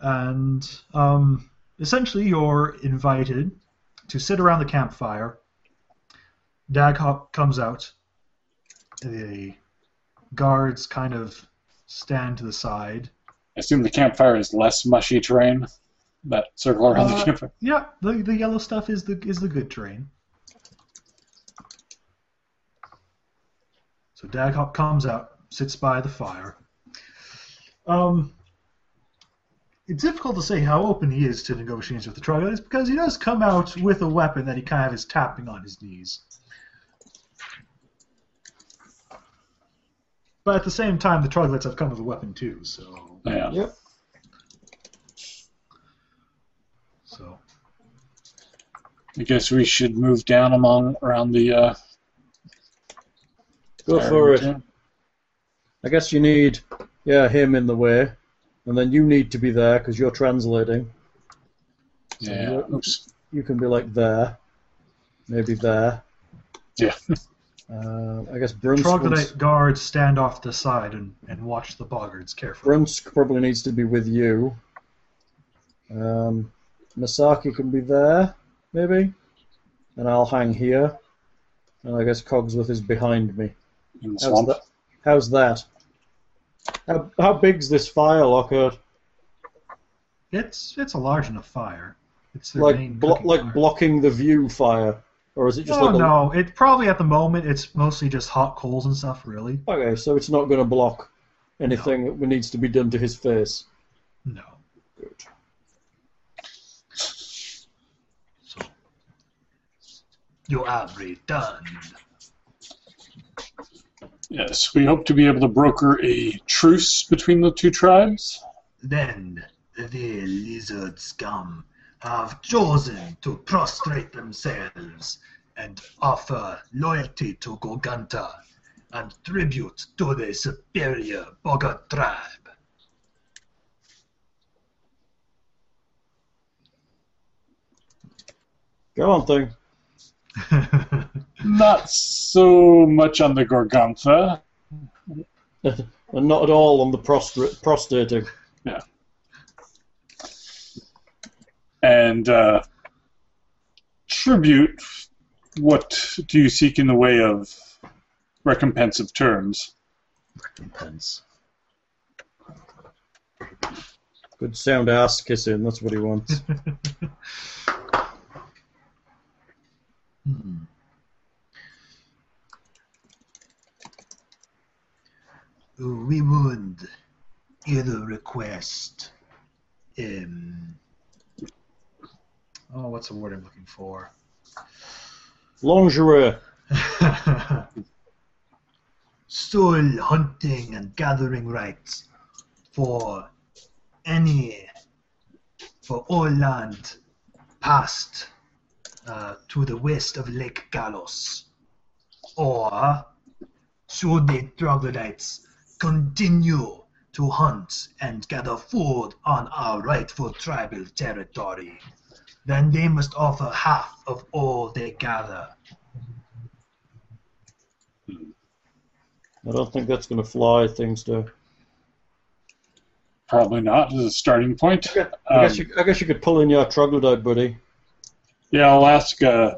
Speaker 4: And um, essentially, you're invited to sit around the campfire. Dag hop comes out. The guards kind of stand to the side.
Speaker 5: I assume the campfire is less mushy terrain. That circle around
Speaker 4: Uh,
Speaker 5: the campfire.
Speaker 4: Yeah, the, the yellow stuff is the is the good terrain. So Daghop comes out, sits by the fire. Um, it's difficult to say how open he is to negotiations with the Troglodytes because he does come out with a weapon that he kind of is tapping on his knees. But at the same time, the Troglodytes have come with a weapon too, so
Speaker 5: Yeah.
Speaker 3: Yep.
Speaker 4: so.
Speaker 5: I guess we should move down among around the. Uh,
Speaker 3: Go
Speaker 5: fire
Speaker 3: for it.
Speaker 5: route.
Speaker 3: I guess you need, yeah, him in the way, and then you need to be there because you're translating.
Speaker 5: Yeah. Oops.
Speaker 3: You can be like there, maybe there.
Speaker 5: Yeah.
Speaker 3: Uh, I guess Brunsk,
Speaker 4: Troglodyte guards stand off the side and, and watch the boggards carefully.
Speaker 3: Brunsk probably needs to be with you. Um, Masaki can be there, maybe, and I'll hang here. And I guess Cogsworth is behind me.
Speaker 5: In the
Speaker 3: How's
Speaker 5: swamp.
Speaker 3: that? How's that? How, how big's this fire, Lockhart?
Speaker 4: It's it's a large enough fire. It's their main
Speaker 3: Like blo-
Speaker 4: cooking
Speaker 3: like
Speaker 4: fire.
Speaker 3: blocking the view fire, or is it just
Speaker 4: No,
Speaker 3: like a,
Speaker 4: no. It probably at the moment it's mostly just hot coals and stuff. Really,
Speaker 3: Okay, so it's not going to block anything that needs to be done to his face.
Speaker 4: no. So
Speaker 10: you have returned.
Speaker 5: Yes. We hope to be able to broker a truce between the two tribes.
Speaker 10: Then the lizard scum have chosen to prostrate themselves and offer loyalty to Goganta and tribute to the superior Boga tribe.
Speaker 3: Go on, thing.
Speaker 5: Not so much on the Gorgontha.
Speaker 3: And not at all on the prostra- prostrating.
Speaker 5: And uh, tribute. What do you seek in the way of recompense of terms?
Speaker 10: Pence.
Speaker 3: Good sound ass kissing, that's what he wants.
Speaker 4: hmm.
Speaker 10: We would either request um,
Speaker 4: oh, what's the word I'm looking for?
Speaker 3: Lingerie.
Speaker 10: soul hunting and gathering rights for any for all land past uh, to the west of Lake Galos, or should the troglodytes continue to hunt and gather food on our rightful tribal territory, then they must offer half of all they gather
Speaker 3: I don't think that's going to fly. Things do.
Speaker 5: Probably not as a starting point.
Speaker 3: I
Speaker 5: Um,
Speaker 3: guess you, I guess you could pull in your troglodyte buddy.
Speaker 5: Yeah, I'll ask uh,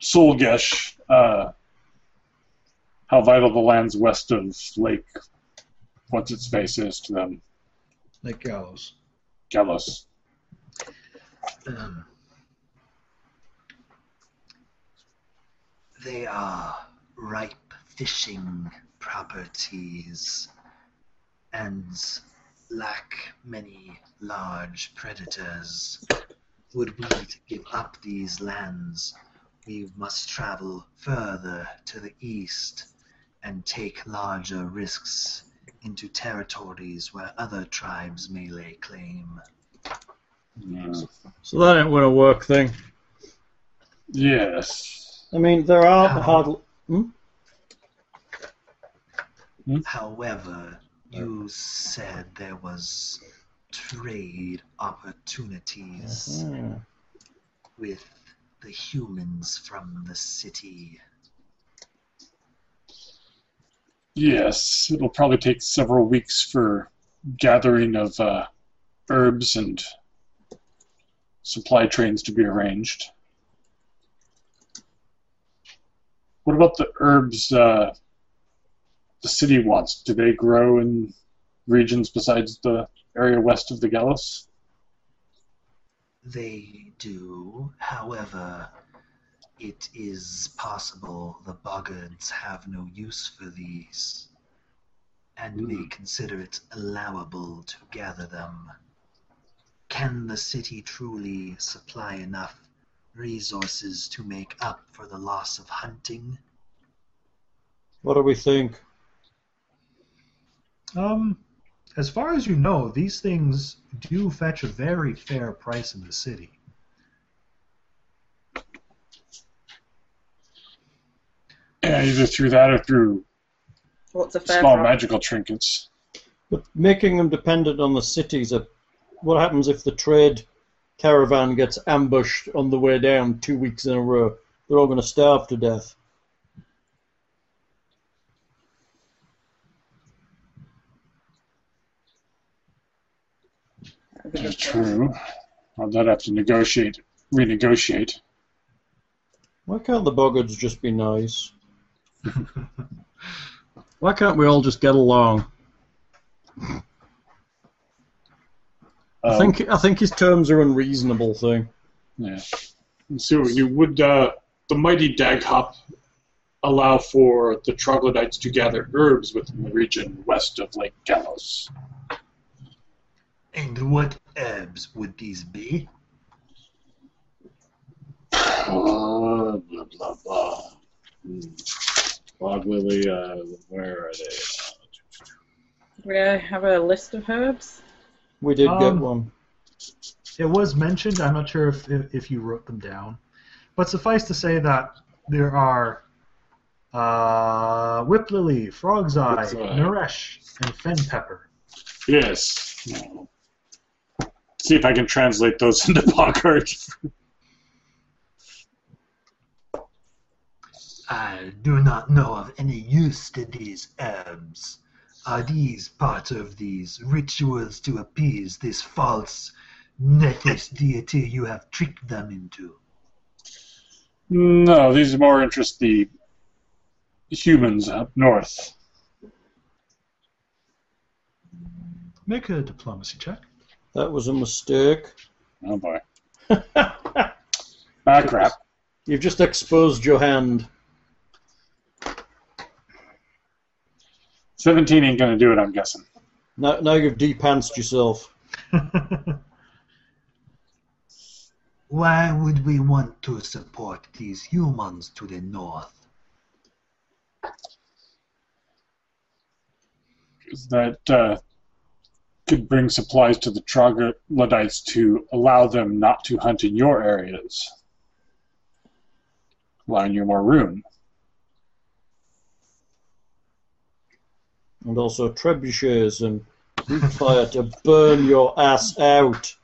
Speaker 5: Solgesh uh, how vital the lands west of Lake, what's its face is to them.
Speaker 4: Like Gallows.
Speaker 5: Jealous.
Speaker 4: Um, they are ripe fishing properties and lack many large predators. Would we to give up these lands, we must travel further to the east and take larger risks into territories where other tribes may lay claim.
Speaker 5: Mm.
Speaker 3: So that ain't going to work, thing.
Speaker 5: Yes.
Speaker 3: I mean, there are hard.
Speaker 4: However, you said there was trade opportunities
Speaker 3: Yeah.
Speaker 4: with the humans from the city.
Speaker 5: Yes. It'll probably take several weeks for gathering of uh, herbs and supply trains to be arranged. What about the herbs uh, the city wants? Do they grow in regions besides the area west of the Gallus?
Speaker 4: They do, however, it is possible the boggards have no use for these and
Speaker 11: Hmm.
Speaker 4: may consider it allowable to gather them. Can the city truly supply enough resources to make up for the loss of hunting?
Speaker 3: What do we think?
Speaker 11: Um, as far as you know, these things do fetch a very fair price in the city.
Speaker 5: Yeah, either through that or through
Speaker 2: What's a fair
Speaker 5: small
Speaker 2: price?
Speaker 5: magical trinkets.
Speaker 3: But making them dependent on the cities. Are, what happens if the trade caravan gets ambushed on the way down two weeks in a row? They're all going to starve to death.
Speaker 5: Yeah, True. I'll not have to negotiate, renegotiate.
Speaker 3: Why can't the boggards just be nice?
Speaker 12: Why can't we all just get along?
Speaker 5: Um,
Speaker 3: I think I think his terms are unreasonable. Thing.
Speaker 5: Yeah. Let's see what we do. Would uh, the mighty Daghop allow for the troglodytes to gather herbs within the region west of Lake Gallows?
Speaker 4: And what herbs would these be?
Speaker 13: Blah, blah, blah, blah. Hmm. Bog lily, uh, where are they?
Speaker 2: Do we uh, have a list of herbs?
Speaker 3: We did get
Speaker 11: Um,
Speaker 3: one.
Speaker 11: It was mentioned. I'm not sure if, if, if you wrote them down, but suffice to say that there are uh, whip lily, frog's eye,
Speaker 13: Frog's eye.
Speaker 11: naresh, and fen pepper.
Speaker 5: Yes. See if I can translate those into Bogart.
Speaker 4: I do not know of any use to these herbs. Are these part of these rituals to appease this false Nethys deity you have tricked them into?
Speaker 5: No, these more interest the humans up north.
Speaker 11: Make a diplomacy check.
Speaker 3: That was a mistake.
Speaker 5: Oh boy. ah crap.
Speaker 3: You've just exposed your hand.
Speaker 5: Seventeen ain't gonna do it, I'm guessing.
Speaker 3: Now, now you've depanced yourself.
Speaker 4: Why would we want to support these humans to the north?
Speaker 5: that uh, could bring supplies to the troglodytes to allow them not to hunt in your areas, allowing you more room.
Speaker 3: And also trebuchets and brute fire to burn your ass out.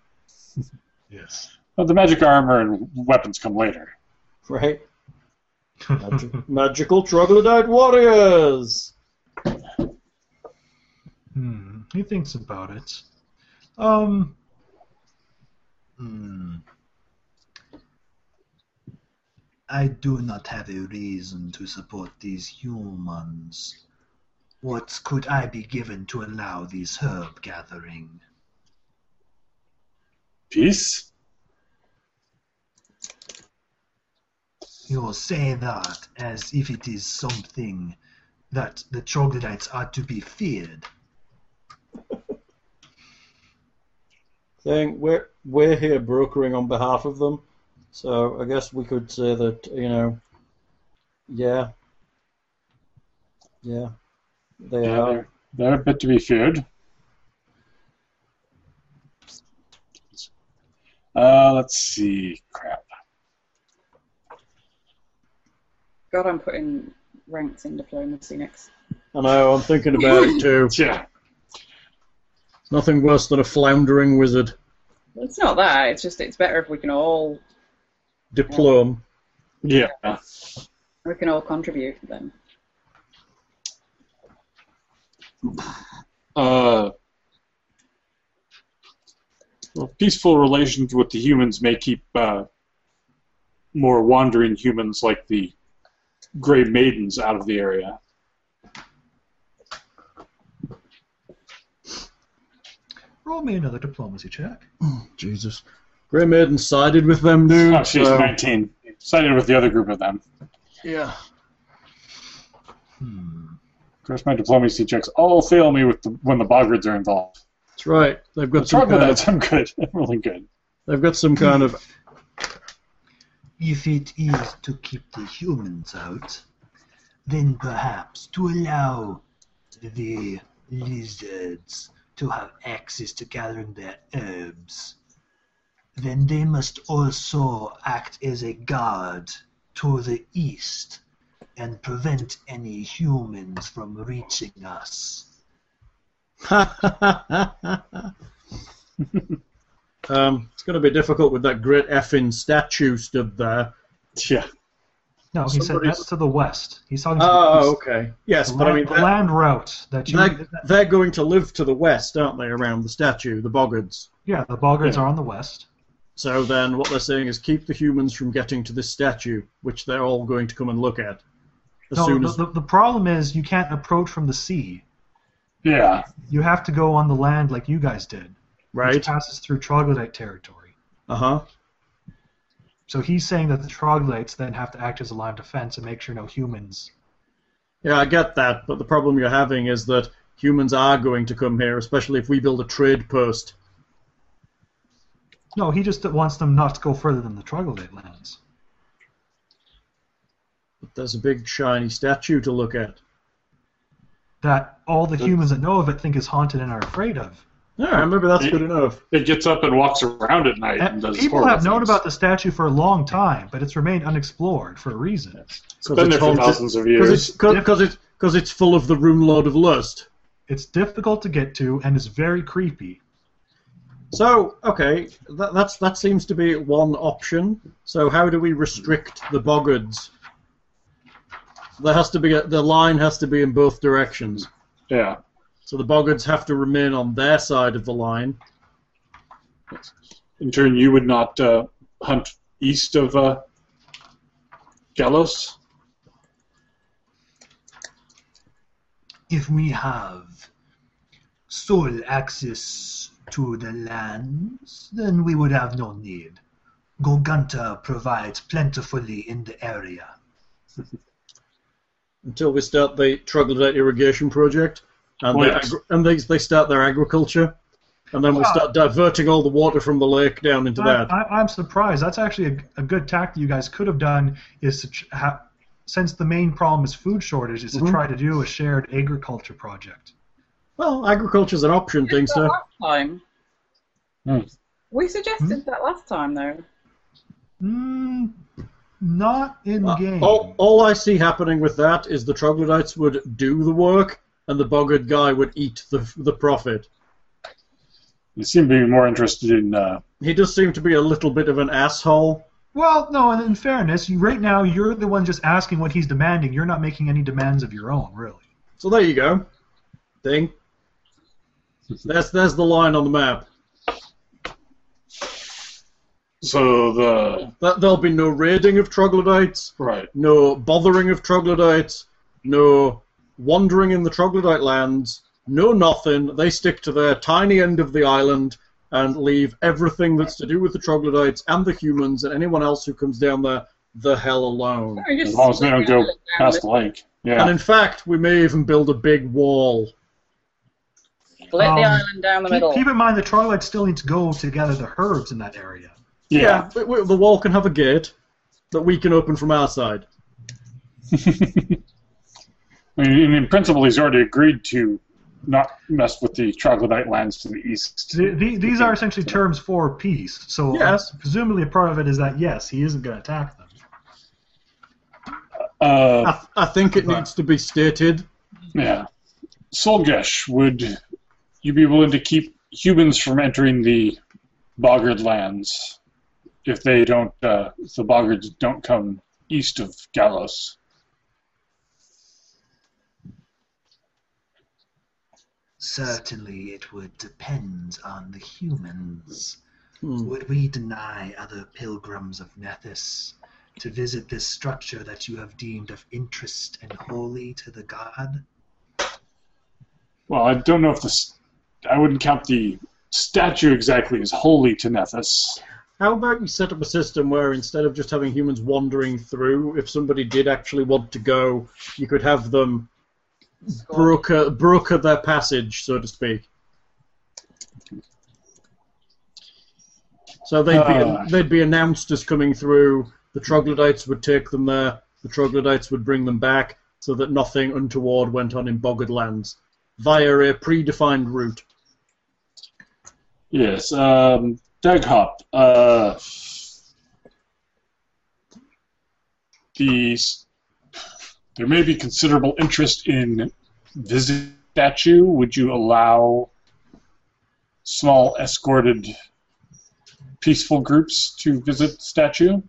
Speaker 11: Yes.
Speaker 5: But the magic armor and weapons come later.
Speaker 3: Right? Magi- magical troglodyte warriors.
Speaker 6: Hmm. He thinks about it. Um.
Speaker 4: Hmm. I do not have a reason to support these humans. What could I be given to allow this herb gathering?
Speaker 5: Peace?
Speaker 4: You say that as if it is something that the troglodytes are to be feared.
Speaker 3: Saying we're we're here brokering on behalf of them, so I guess we could say that you know, yeah, yeah, they
Speaker 5: Yeah,
Speaker 3: are.
Speaker 5: they're, they're a bit to be feared. Uh, let's see. Crap.
Speaker 2: God, I'm putting ranks in diplomacy next.
Speaker 3: I know. I'm thinking about it too.
Speaker 5: Yeah.
Speaker 14: Nothing worse than a floundering wizard.
Speaker 2: It's not that. It's just it's better if we can all
Speaker 14: Diplom.
Speaker 5: Yeah.
Speaker 2: we can all contribute then.
Speaker 5: Uh, well, peaceful relations with the humans may keep uh, more wandering humans like the Grey Maidens out of the area.
Speaker 6: Roll me another diplomacy check.
Speaker 14: Jesus. Grey Maiden sided with them, dude.
Speaker 5: Oh, she's
Speaker 3: uh,
Speaker 14: so-
Speaker 5: 19. Sided with the other group of them.
Speaker 14: Yeah.
Speaker 4: Hmm.
Speaker 5: Of course, my diplomacy checks all fail me with the, when the Boggards are involved.
Speaker 14: That's right. They've
Speaker 5: The
Speaker 14: got some kind of,
Speaker 5: Troglodytes, I'm good. I'm really good.
Speaker 14: they've got some kind of
Speaker 4: If it is to keep the humans out, then perhaps to allow the lizards to have access to gathering their herbs, then they must also act as a guard to the east and prevent any humans from reaching us.
Speaker 14: um,
Speaker 3: It's going to be difficult with that great effing statue stood there.
Speaker 5: Yeah.
Speaker 6: No, he said
Speaker 3: Somebody's-
Speaker 6: that's to the west. He's talking to
Speaker 4: Ah,
Speaker 3: Oh,
Speaker 6: the, east.
Speaker 3: okay. Yes,
Speaker 6: the
Speaker 3: but I mean
Speaker 6: land, the land route that you.
Speaker 3: they're, they're going to live to the west, aren't they? Around the statue, the boggards.
Speaker 6: yeah, the Boggards
Speaker 5: Yeah.
Speaker 6: are on the west.
Speaker 3: So then, what they're saying is keep the humans from getting to this statue, which they're all going to come and look at. As
Speaker 6: No,
Speaker 3: soon
Speaker 6: the,
Speaker 3: as
Speaker 6: the, the problem is you can't approach from the sea.
Speaker 5: Yeah.
Speaker 6: You have to go on the land like you guys did, which
Speaker 3: right,
Speaker 6: passes through troglodyte territory.
Speaker 3: uh huh.
Speaker 6: So he's saying that the troglodytes then have to act as a line of defense and make sure no humans.
Speaker 3: Yeah, I get that, but the problem you're having is that humans are going to come here, especially if we build a trade post.
Speaker 6: No, he just wants them not to go further than the troglodyte lands.
Speaker 3: But there's a big shiny statue to look at.
Speaker 6: That all the humans that know of it think is haunted and are afraid of.
Speaker 3: Yeah, maybe that's
Speaker 5: It-
Speaker 3: good enough.
Speaker 5: It gets up and walks around at night and
Speaker 6: And
Speaker 5: does
Speaker 6: people
Speaker 5: horrible
Speaker 6: have known
Speaker 5: things.
Speaker 6: about the statue for a long time, but it's remained unexplored for a reason.
Speaker 5: It's been there for thousands of years.
Speaker 3: Because it's, because it's full of the rune lord of lust.
Speaker 6: It's difficult to get to, and it's very creepy.
Speaker 3: So okay, that, that's that seems to be one option. So how do we restrict the boggards? There has to be a, the line has to be in both directions.
Speaker 5: Yeah.
Speaker 3: So the boggards have to remain on their side of the line.
Speaker 5: In turn, you would not uh, hunt east of uh, Galos?
Speaker 4: if we have sole access to the lands, then we would have no need. Goganta provides plentifully in the area.
Speaker 3: until we start the troglodyte irrigation project, and,
Speaker 5: Oh,
Speaker 3: their
Speaker 5: yes.
Speaker 3: agri- and they, they start their agriculture, and then we
Speaker 6: Wow.
Speaker 3: start diverting all the water from the lake down into
Speaker 6: I,
Speaker 3: that.
Speaker 6: I, I'm surprised. That's actually a, a good tactic you guys could have done. Is to ch- ha- since the main problem is food shortage, is
Speaker 3: Mhm.
Speaker 6: to try to do a shared agriculture project.
Speaker 3: Well, agriculture's an option thing,
Speaker 2: That
Speaker 3: so
Speaker 2: last time.
Speaker 5: Hmm.
Speaker 2: We suggested that last time though.
Speaker 6: Mm, not in game.
Speaker 3: Uh, all, all I see happening with that is the troglodytes would do the work, and the boggart guy would eat the the profit.
Speaker 5: You seem to be more interested in. Uh,
Speaker 3: He does seem to be a little bit of an asshole,
Speaker 6: Well, no, and in fairness, you, right now you're the one just asking what he's demanding. You're not making any demands of your own, really.
Speaker 3: So there you go. Thing. That's that's the line on the map.
Speaker 5: So the
Speaker 3: That there'll be no raiding of troglodytes,
Speaker 5: right.
Speaker 3: no bothering of troglodytes, no wandering in the troglodyte lands, no nothing. They stick to their tiny end of the island and leave everything that's to do with the troglodytes and the humans and anyone else who comes down there the hell alone.
Speaker 2: I just-
Speaker 5: As long as they don't go past the lake.
Speaker 3: And
Speaker 5: Yeah.
Speaker 3: in fact, we may even build a big wall.
Speaker 2: Split the
Speaker 6: Um,
Speaker 2: island down the
Speaker 6: Keep,
Speaker 2: middle.
Speaker 6: keep in mind the Troglodyte still needs to go to gather the herbs in that area.
Speaker 5: Yeah.
Speaker 3: but we- the wall can have a gate that we can open from our side.
Speaker 5: I mean, and in principle, he's already agreed to not mess with the troglodyte lands to the east.
Speaker 6: The, the, these are essentially terms for peace. So uh,
Speaker 3: Yes.
Speaker 6: presumably a part of it is that yes, he isn't going to attack them.
Speaker 5: Uh,
Speaker 3: I, th- I think it needs to be stated.
Speaker 5: yeah. Solgesh, would you be willing to keep humans from entering the Boggard lands if they don't, uh, if the Boggards don't come east of Galos?
Speaker 4: Certainly, it would depend on the humans.
Speaker 3: Hmm.
Speaker 4: Would we deny other pilgrims of Nethys to visit this structure that you have deemed of interest and holy to the god?
Speaker 5: Well, I don't know if this. I wouldn't count the statue exactly as holy to Nethys.
Speaker 3: How about you set up a system where instead of just having humans wandering through, if somebody did actually want to go, you could have them broker, broker their passage, so to speak. So they'd be,
Speaker 5: Ah.
Speaker 3: they'd be announced as coming through, the troglodytes would take them there, the troglodytes would bring them back, so that nothing untoward went on in bogged lands, via a predefined route.
Speaker 5: Yes, um, Daghop. Uh, these, there may be considerable interest in visit statue. Would you allow small escorted peaceful groups to visit statue?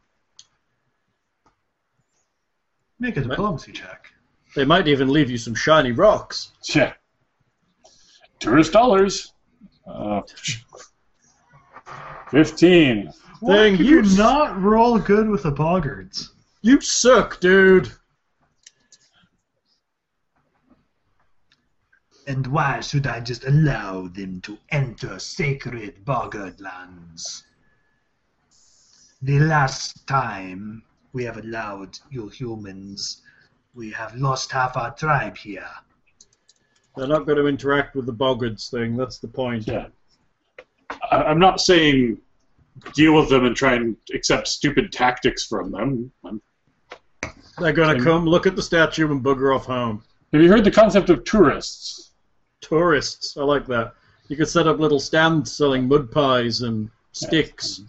Speaker 6: Make a diplomacy check.
Speaker 3: They might even leave you some shiny rocks.
Speaker 5: Yeah. Tourist dollars. Uh, 15.
Speaker 6: Why
Speaker 3: Dang,
Speaker 6: could
Speaker 3: you
Speaker 6: you
Speaker 3: s-
Speaker 6: not roll good with the Boggards?
Speaker 3: You suck, dude.
Speaker 4: And why should I just allow them to enter sacred Bogard lands? The last time we have allowed you humans, we have lost half our tribe here.
Speaker 3: They're not going to interact with the boggards thing. That's the point.
Speaker 5: Yeah. I, I'm not saying deal with them and try and accept stupid tactics from them. Um,
Speaker 3: They're going
Speaker 5: Same.
Speaker 3: to come, look at the statue, and bugger off home.
Speaker 5: Have you heard the concept of tourists?
Speaker 3: Tourists. I like that. You could set up little stands selling mud pies and sticks.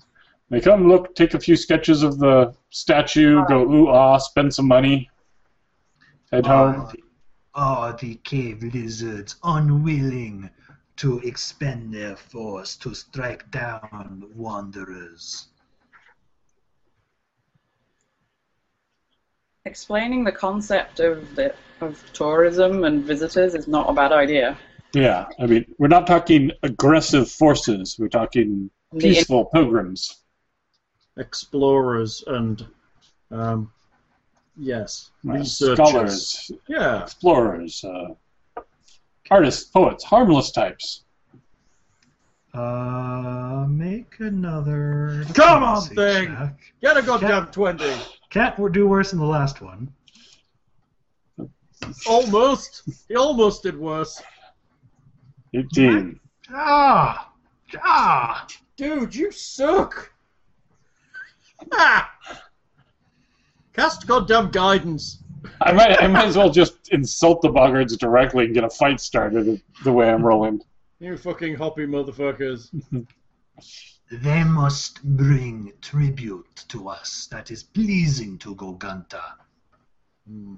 Speaker 5: They come, look, take a few sketches of the statue, go ooh ah, spend some money, head home.
Speaker 4: Are the, Uh, are the cave lizards unwilling to expend their force to strike down wanderers?
Speaker 2: Explaining the concept of the, of tourism and visitors is not a bad idea.
Speaker 5: Yeah, I mean, we're not talking aggressive forces. We're talking
Speaker 2: The-
Speaker 5: peaceful pilgrims.
Speaker 3: Explorers and, um, yes,
Speaker 5: Uh,
Speaker 3: researchers.
Speaker 5: scholars,
Speaker 3: Yeah.
Speaker 5: explorers, uh, artists, poets, harmless types.
Speaker 6: Uh, make another.
Speaker 3: Come on,
Speaker 6: diplomacy
Speaker 3: thing!
Speaker 6: check.
Speaker 3: Get a goddamn 20.
Speaker 6: Can't do worse than the last one.
Speaker 3: Almost. He almost did worse.
Speaker 5: 18.
Speaker 6: Ah, ah.
Speaker 3: Dude, you suck. Ah. Cast goddamn guidance.
Speaker 5: I might, I might as well just insult the boggards directly and get a fight started the way I'm rolling.
Speaker 3: You fucking hoppy motherfuckers.
Speaker 4: They must bring tribute to us that is pleasing to Goganta.
Speaker 3: Hmm.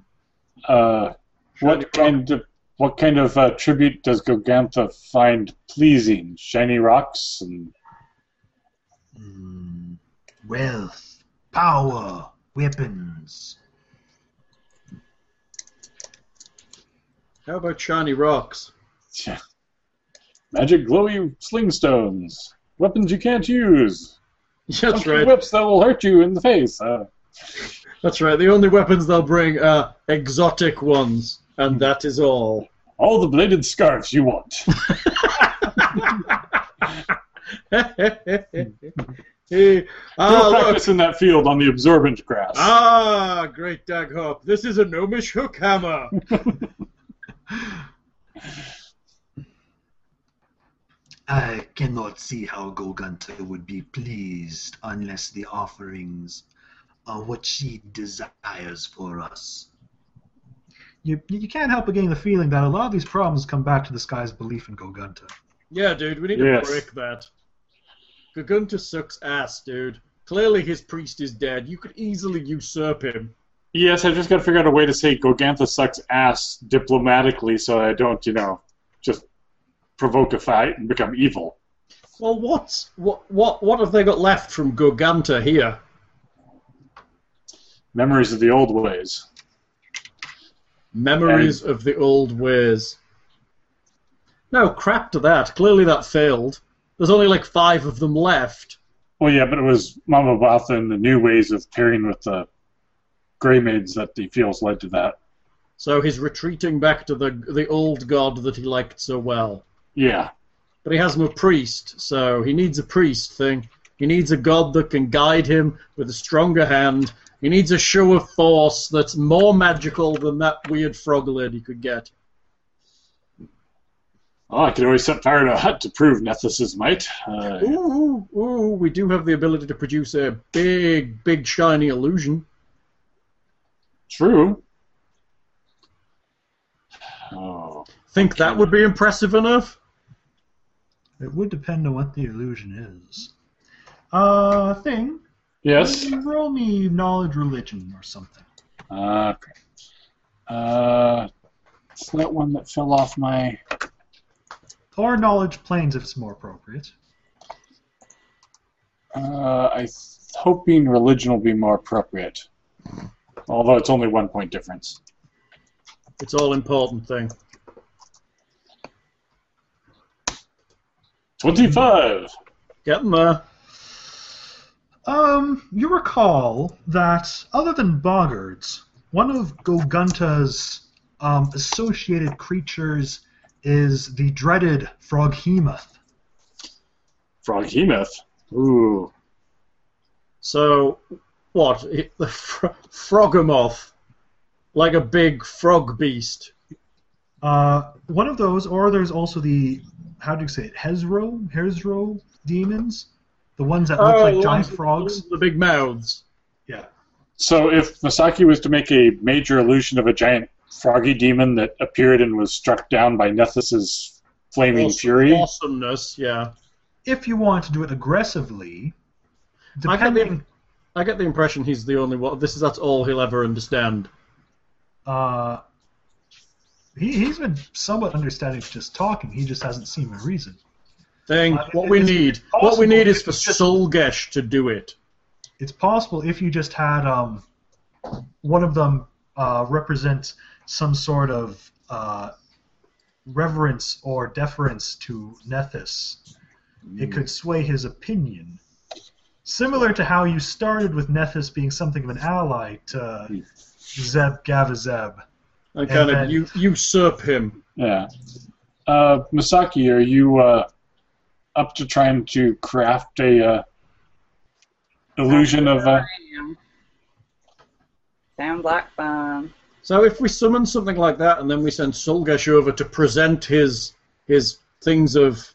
Speaker 5: Uh, what kind of what kind of uh, tribute does Gogantha find pleasing? Shiny rocks and
Speaker 4: Mm, Hmm. wealth
Speaker 10: Power, weapons.
Speaker 3: How about shiny rocks?
Speaker 5: Yeah. Magic glowy sling stones. Weapons you can't use.
Speaker 3: That's
Speaker 5: Pumpkin
Speaker 3: right.
Speaker 5: Whips that will hurt you in the face. Uh,
Speaker 3: That's right. The only weapons they'll bring are exotic ones, and that is all.
Speaker 5: all the bladed scarves you want.
Speaker 3: Hey,
Speaker 5: Go
Speaker 3: ah, look.
Speaker 5: practice in that field on the absorbent grass.
Speaker 3: Ah, great dag hop. This is a gnomish hook hammer.
Speaker 10: I cannot see how Golgunta would be pleased unless the offerings are what she desires for us.
Speaker 4: You, you can't help but getting the feeling that a lot of these problems come back to this guy's belief in Gogunta.
Speaker 3: yeah, dude, we need
Speaker 5: Yes.
Speaker 3: to break that. Gagunta sucks ass, dude. Clearly his priest is dead. You could easily usurp him.
Speaker 5: Yes, I've just got to figure out a way to say Gogantha sucks ass diplomatically so I don't, you know, just provoke a fight and become evil.
Speaker 3: Well, what's what what what have they got left from Goganta here?
Speaker 5: Memories of the old ways.
Speaker 3: Memories of the old ways. No crap to that. Clearly that failed. There's only like five of them left.
Speaker 5: Well, yeah, but it was Mama Botha and the new ways of pairing with the Grey Maids that he feels led to that.
Speaker 3: So he's retreating back to the the old god that he liked so well.
Speaker 5: Yeah.
Speaker 3: But he has no priest, so he needs a priest thing. He needs a god that can guide him with a stronger hand. He needs a show of force that's more magical than that weird frog lid he could get.
Speaker 5: Oh, I could always set fire to a hut to prove Nethus's might. Uh,
Speaker 3: Ooh, ooh, ooh, we do have the ability to produce a big, big shiny illusion.
Speaker 5: true. Oh.
Speaker 3: Think that would be impressive enough?
Speaker 4: It would depend on what the illusion is. Uh, thing.
Speaker 5: Yes.
Speaker 4: Roll me knowledge religion or something.
Speaker 5: Uh, okay. Uh, it's that one that fell off my.
Speaker 4: Or knowledge planes if it's more appropriate.
Speaker 5: Uh, I'm hoping religion will be more appropriate. Although it's only one point difference.
Speaker 3: It's all important thing.
Speaker 5: 25!
Speaker 3: Get them there.
Speaker 4: Um, you recall that other than boggards, one of Gogunta's um, associated creatures is the dreaded Froghemoth.
Speaker 5: Frog Hemoth. Ooh.
Speaker 3: So, what? It, the fr- frogomoth, like a big frog beast.
Speaker 4: Uh, one of those, or there's also the how do you say it? Hezro, Hezro demons, Oh, the ones that look like giant frogs.
Speaker 3: Oh, The big mouths.
Speaker 4: Yeah.
Speaker 5: So if Masaki was to make a major illusion of a giant froggy demon that appeared and was struck down by Nethus's flaming
Speaker 3: Awesome-
Speaker 5: fury.
Speaker 3: Awesomeness, yeah.
Speaker 4: If you want to do it aggressively,
Speaker 3: I can't
Speaker 4: depending.
Speaker 3: even- I get the impression he's the only one. This is that's all he'll ever understand.
Speaker 4: Uh, he, he's been somewhat understanding to just talking. He just hasn't seen the reason.
Speaker 3: Thing.
Speaker 4: Uh,
Speaker 3: What we
Speaker 4: it's
Speaker 3: need. What we
Speaker 4: possible
Speaker 3: need is
Speaker 4: if
Speaker 3: for
Speaker 4: it's just-
Speaker 3: Solgesh to do it.
Speaker 4: It's possible if you just had um, one of them uh, represent some sort of uh, reverence or deference to Nethys, it could sway his opinion. Similar to how you started with Nethys being something of an ally to Zeb Gavazeb.
Speaker 3: And kind
Speaker 4: And
Speaker 3: of
Speaker 4: then-
Speaker 3: u- usurp him.
Speaker 5: Yeah. Uh, Masaki, are you uh, up to trying to craft a uh, illusion of uh,
Speaker 2: Down Black um, Barn.
Speaker 3: So if we summon something like that, and then we send Solgesh over to present his his things of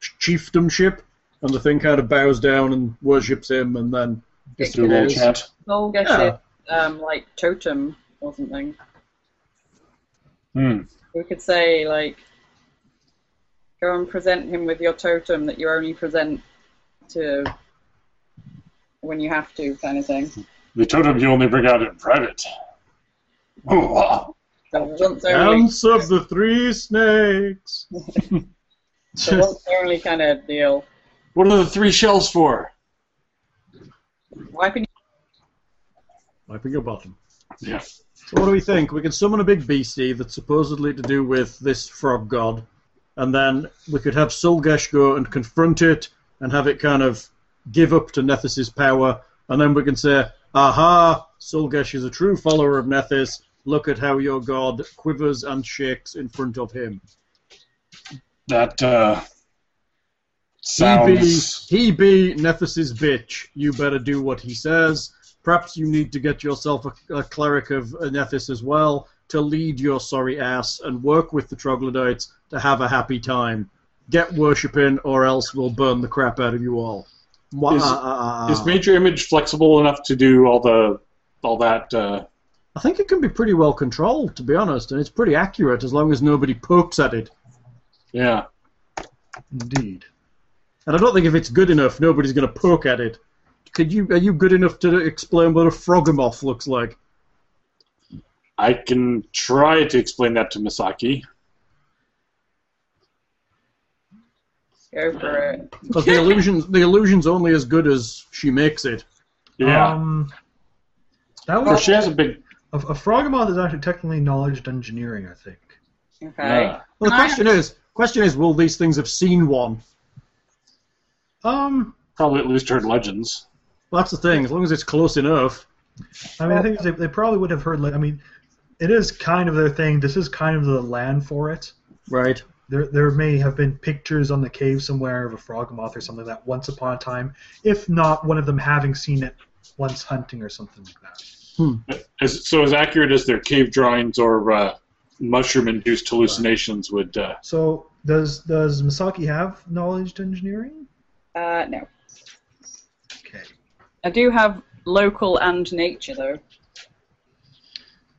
Speaker 3: chiefdomship, and the thing kind of bows down and worships him, and then
Speaker 2: Just
Speaker 5: do a little chant?
Speaker 2: Soul gets
Speaker 3: Yeah.
Speaker 2: it, um, like totem or something.
Speaker 5: Hmm.
Speaker 2: We could say like, go and present him with your totem that you only present to when you have to, kind of thing.
Speaker 5: The totem you only bring out in private. Oh, wow.
Speaker 2: So once only,
Speaker 3: dance of the three snakes.
Speaker 2: so once only kind of deal.
Speaker 5: What are the three shells for?
Speaker 2: Why can you
Speaker 15: Wiping your bottom.
Speaker 5: Yeah.
Speaker 3: So what do we think? We can summon a big beastie that's supposedly to do with this frog god, and then we could have Sulgesh go and confront it and have it kind of give up to Nethys's power, and then we can say, aha, Sulgesh is a true follower of Nethys. Look at how your god quivers and shakes in front of him.
Speaker 5: That uh,
Speaker 3: He be,
Speaker 5: sounds.
Speaker 3: he be Nethys's bitch. You better do what he says. Perhaps you need to get yourself a, a cleric of Nethys as well to lead your sorry ass and work with the troglodytes to have a happy time. Get worshipping, or else we'll burn the crap out of you all. Mwah,
Speaker 5: Is-
Speaker 3: ah, ah, ah,
Speaker 5: Is
Speaker 3: ah.
Speaker 5: Major Image flexible enough to do all the all that? Uh,
Speaker 3: I think it can be pretty well controlled, to be honest, and it's pretty accurate as long as nobody pokes at it.
Speaker 5: yeah.
Speaker 4: Indeed.
Speaker 3: And I don't think if it's good enough, nobody's going to poke at it. Could you? Are you good enough to explain what a frogamoth looks like?
Speaker 5: I can try to explain that to Misaki.
Speaker 2: Go for it.
Speaker 3: But the illusion's the illusion's only as good as she makes it.
Speaker 5: Yeah.
Speaker 4: Um, that
Speaker 5: Or
Speaker 4: was
Speaker 5: she has a big.
Speaker 4: a, a frogamoth is actually technically knowledge engineering, I think.
Speaker 2: Okay.
Speaker 5: Yeah.
Speaker 3: Well, the
Speaker 2: Can I-
Speaker 3: question is, question is, will these things have seen one?
Speaker 4: Um,
Speaker 5: Probably at least heard legends.
Speaker 3: Well, that's the thing. As long as it's close enough,
Speaker 4: I mean, I think they, they probably would have heard. Like, I mean, it is kind of their thing. This is kind of the land for it.
Speaker 3: right?
Speaker 4: There, there may have been pictures on the cave somewhere of a frogamoth or something like that once upon a time, if not one of them having seen it once hunting or something like that.
Speaker 5: As, so as accurate as their cave drawings or uh, mushroom-induced hallucinations would. Uh,
Speaker 4: So does does Misaki have knowledge to engineering?
Speaker 2: Uh, no.
Speaker 4: Okay.
Speaker 2: I do have local and nature though.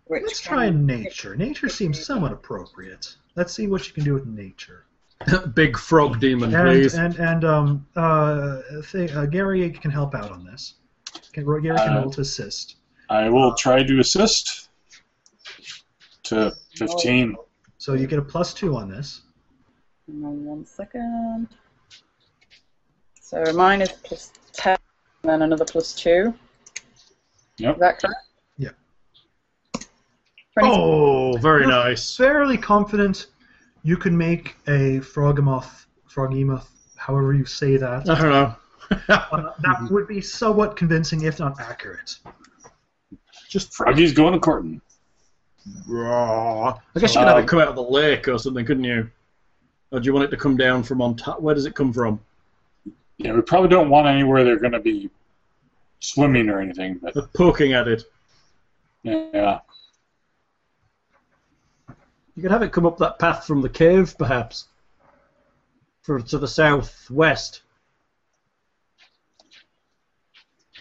Speaker 2: Which
Speaker 4: Let's
Speaker 2: can-
Speaker 4: try nature. Nature seems somewhat appropriate. Let's see what you can do with nature.
Speaker 3: Big frog demon,
Speaker 4: And
Speaker 3: please.
Speaker 4: and and um uh, th- uh Gary can help out on this. Can, Gary can
Speaker 5: Uh,
Speaker 4: roll to assist.
Speaker 5: I will try to assist. To 15.
Speaker 4: So you get a plus two on this.
Speaker 2: Hang on one second. So mine is plus 10 and then another plus 2.
Speaker 5: Yep.
Speaker 2: Is that correct?
Speaker 4: Yeah.
Speaker 2: 20,
Speaker 3: Oh, very
Speaker 4: You're
Speaker 3: nice.
Speaker 4: Fairly confident you can make a frogamoth, frogimoth, however you say that.
Speaker 3: I don't know.
Speaker 4: Uh, that would be somewhat convincing, if not accurate.
Speaker 5: Just Froggy's going to Corton.
Speaker 3: Raw. I guess you could have
Speaker 5: Um,
Speaker 3: it come out of the lake or something, couldn't you? Or do you want it to come down from on top? Where does it come from?
Speaker 5: Yeah, we probably don't want anywhere they're going to be swimming or anything, but
Speaker 3: Uh, Poking at it.
Speaker 5: yeah.
Speaker 3: You could have it come up that path from the cave, perhaps, for to the southwest.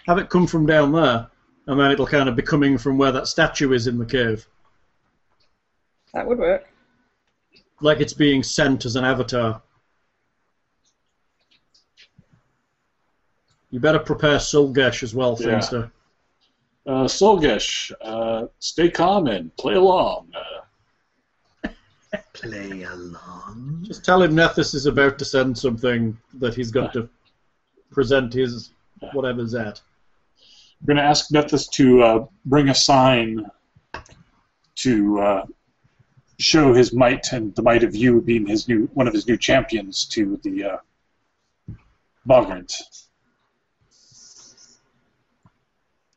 Speaker 3: Have it come from down there, and then it'll kind of be coming from where that statue is in the cave,
Speaker 2: that would work.
Speaker 3: like it's being sent as an avatar. You better prepare Sulgesh as well,
Speaker 5: Yeah.
Speaker 3: Finster.
Speaker 5: Uh, Solgesh, uh, stay calm and play along. Uh,
Speaker 16: Play along.
Speaker 3: Just tell him Nethys is about to send something that he's got to present his whatever's at.
Speaker 5: we're going to ask Nethys to uh, bring a sign to uh, show his might and the might of you being his new one of his new champions to the uh, Bogrant.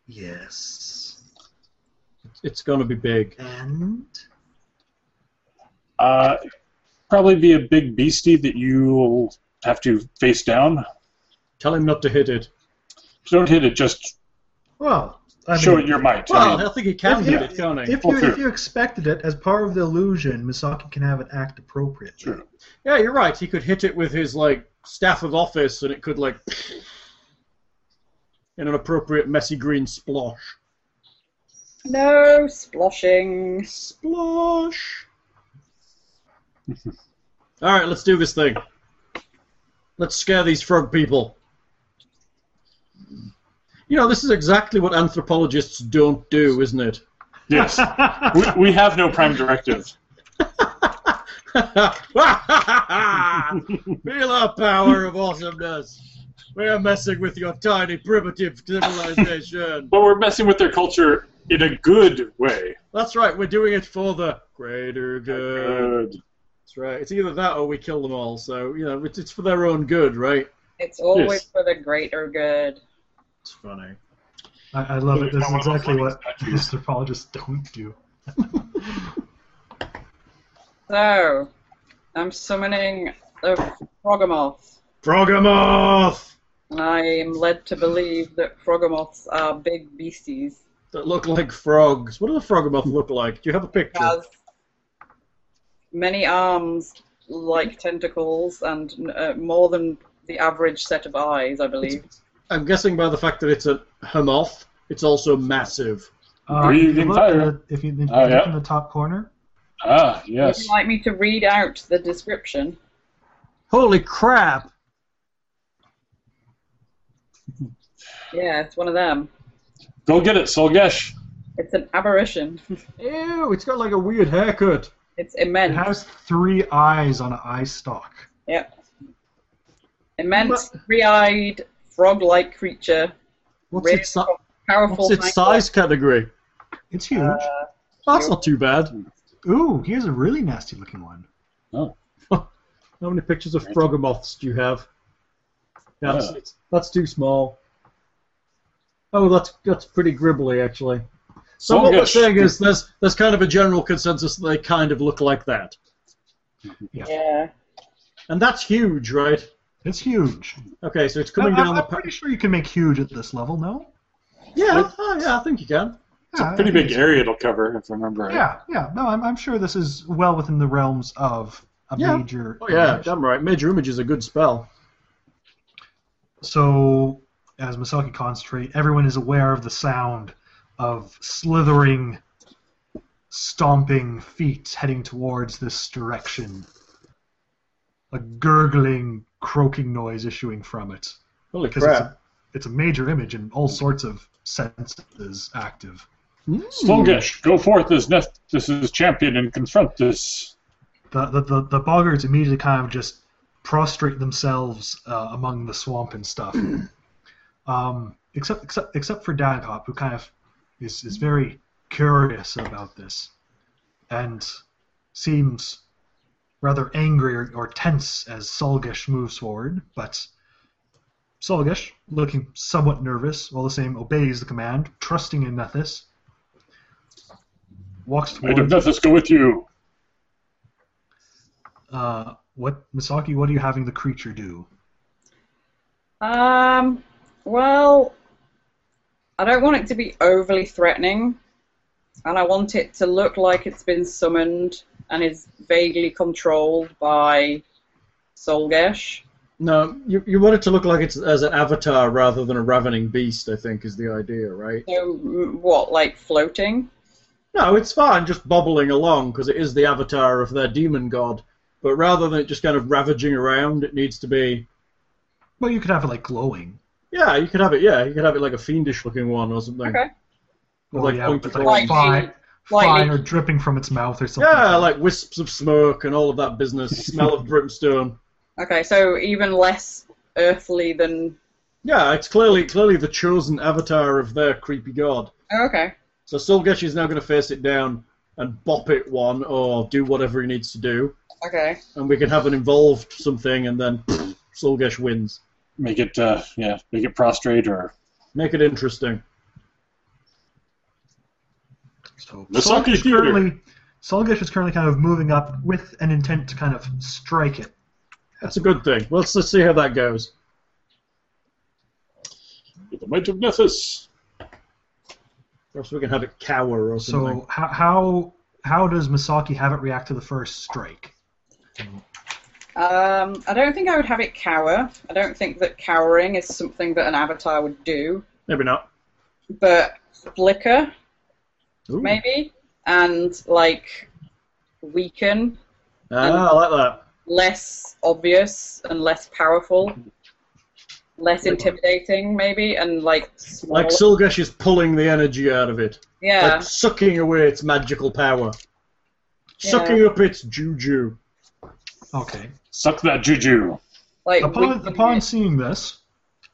Speaker 16: Yes.
Speaker 3: It's going to be big.
Speaker 16: And
Speaker 5: Uh, probably be a big beastie that you'll have to face down.
Speaker 3: Tell him not to hit it.
Speaker 5: Don't hit it, just
Speaker 4: Well, I mean,
Speaker 5: show it your might. I mean-
Speaker 3: Well, I think he can
Speaker 4: if,
Speaker 3: hit
Speaker 4: if-
Speaker 3: it, can't he?
Speaker 4: if you if you expected it as part of the illusion, Misaki can have it act appropriately.
Speaker 5: Sure.
Speaker 3: yeah, you're right. He could hit it with his like staff of office, and it could like in an appropriate messy green splosh.
Speaker 2: No sploshing.
Speaker 3: Splosh. All right, let's do this thing. Let's scare these frog people. You know, this is exactly what anthropologists don't do, isn't it?
Speaker 5: Yes. we, we have no prime directive.
Speaker 3: Feel our power of awesomeness. We are messing with your tiny primitive civilization.
Speaker 5: But we're messing with their culture in a good way.
Speaker 3: That's right. We're doing it for the greater good.
Speaker 5: Good.
Speaker 3: That's right. It's either that or we kill them all. So you know, it's, it's for their own good, right?
Speaker 2: It's always
Speaker 5: Yes.
Speaker 2: for the greater good.
Speaker 4: It's funny. I, I love it. This is
Speaker 5: Not one of those
Speaker 4: exactly
Speaker 5: living
Speaker 4: what
Speaker 5: statues.
Speaker 4: anthropologists don't do.
Speaker 2: So, I'm summoning a Frogamoth.
Speaker 3: Progamoth
Speaker 2: And I am led to believe that Frogamoths are big beasties.
Speaker 3: that look like frogs. What do the frogamoth look like? Do you have a picture?
Speaker 2: Has many arms like tentacles and uh, more than the average set of eyes, I believe.
Speaker 3: I'm guessing by the fact that it's a hemoth, it's also massive.
Speaker 4: Uh, if
Speaker 5: Breathing
Speaker 4: you look
Speaker 5: fire.
Speaker 4: at the- if you, if you
Speaker 5: Oh,
Speaker 4: look
Speaker 5: yeah.
Speaker 4: in the top corner,
Speaker 5: Ah,
Speaker 2: Would
Speaker 5: yes.
Speaker 2: you like me to read out the description?
Speaker 3: Holy crap!
Speaker 2: Yeah, it's one of them.
Speaker 5: Go get it, Solgesh.
Speaker 2: It's an aberration.
Speaker 3: Ew, Oh, it's got like a weird haircut.
Speaker 2: It's
Speaker 4: it
Speaker 2: immense.
Speaker 4: has three eyes on an eye stalk.
Speaker 2: immense, three-eyed, frog-like creature.
Speaker 3: What's
Speaker 2: Red
Speaker 3: its, si-
Speaker 2: Powerful.
Speaker 3: what's its
Speaker 2: tentacle-
Speaker 3: size category?
Speaker 4: It's huge.
Speaker 3: That's not too bad.
Speaker 4: Ooh, here's a really nasty looking one.
Speaker 3: How many pictures of frogamoths do you have? Yeah, that's,
Speaker 5: Yeah.
Speaker 3: it's- that's too small. Oh, that's that's pretty gribbly actually. So what we're
Speaker 5: Solgesh.
Speaker 3: saying is there's there's kind of a general consensus that they kind of look like that,
Speaker 2: Yeah.
Speaker 3: and that's huge, right?
Speaker 4: It's huge.
Speaker 3: Okay, so it's coming
Speaker 4: I,
Speaker 3: down
Speaker 4: am
Speaker 3: the. Pa-
Speaker 4: pretty sure you can make huge at this level, no?
Speaker 3: yeah, oh, yeah, I think you can.
Speaker 4: It's yeah,
Speaker 5: Pretty
Speaker 4: I think
Speaker 5: big area it'll cover, if I remember right.
Speaker 4: Yeah, yeah. No, I'm, I'm sure this is well within the realms of a
Speaker 3: Yeah.
Speaker 4: major.
Speaker 3: Oh yeah,
Speaker 4: aberration.
Speaker 3: damn right. Major image is a good spell.
Speaker 4: So, as Masaki concentrate, everyone is aware of the sound of slithering, stomping feet heading towards this direction. A gurgling, croaking noise issuing from it.
Speaker 3: Holy
Speaker 4: Because it's,
Speaker 3: crap!
Speaker 4: a- it's a major image and all sorts of senses active.
Speaker 5: Solgesh, go forth as Nestus's champion and confront this.
Speaker 4: The, the, the, the boggards immediately kind of just prostrate themselves uh, among the swamp and stuff. um, except, except, except for Daghop, who kind of is, is very curious about this and seems rather angry or, or tense as Solgish moves forward. But Solgish, looking somewhat nervous, all the same, obeys the command, trusting in Nethys. Walks
Speaker 5: Might of
Speaker 4: towards
Speaker 5: Nethus go with you.
Speaker 4: Uh, what Misaki? What are you having the creature do?
Speaker 2: Um, well, I don't want it to be overly threatening, and I want it to look like it's been summoned and is vaguely controlled by Solgesh.
Speaker 3: Hmm. No, you, you want it to look like it's as an avatar rather than a ravening beast. I think is the idea, right?
Speaker 2: So, mm, what, like floating?
Speaker 3: No, it's fine, just bobbling along because it is the avatar of their demon god. But rather than it just kind of ravaging around, it needs to be.
Speaker 4: Well, you could have it like glowing.
Speaker 3: Yeah, you could have it. Yeah, you could have it like a fiendish-looking one or something.
Speaker 2: Okay.
Speaker 4: Or,
Speaker 3: With, like,
Speaker 4: yeah,
Speaker 3: pointy
Speaker 4: with, like,
Speaker 2: claws.
Speaker 4: fire,
Speaker 2: Lightning.
Speaker 4: fire dripping from its mouth or something.
Speaker 3: Yeah, like wisps of smoke and all of that business, smell of brimstone.
Speaker 2: Okay, so even less earthly than.
Speaker 3: Yeah, it's clearly clearly the chosen avatar of their creepy god.
Speaker 2: Oh, okay.
Speaker 3: So Solgesh is now going to face it down and bop it one or do whatever he needs to do,
Speaker 2: Okay.
Speaker 3: and we can have an involved something, and then pfft, Solgesh wins.
Speaker 5: Make it, uh, yeah, make it prostrate or.
Speaker 3: Make it interesting.
Speaker 4: So
Speaker 5: Misaki
Speaker 4: Solgish
Speaker 5: theater.
Speaker 4: currently, Solgish is currently kind of moving up with an intent to kind of strike it.
Speaker 3: That's a good thing. Well, Let's, let's see how that goes.
Speaker 5: The might of Nethus.
Speaker 3: Perhaps we can have it cower or something.
Speaker 4: So how, how how does Misaki have it react to the first strike?
Speaker 2: Um, I don't think I would have it cower. I don't think that cowering is something that an avatar would do.
Speaker 3: Maybe not.
Speaker 2: But flicker
Speaker 3: Ooh.
Speaker 2: maybe, and like weaken,
Speaker 3: Ah, I like that.
Speaker 2: less obvious and less powerful, less intimidating, maybe, and like smaller.
Speaker 3: Like Solgesh is pulling the energy out of it,
Speaker 2: yeah,
Speaker 3: like sucking away its magical power, sucking up its juju.
Speaker 4: Okay.
Speaker 5: Suck that juju.
Speaker 2: like
Speaker 4: Upon
Speaker 2: weakening
Speaker 4: upon
Speaker 2: it.
Speaker 4: seeing this,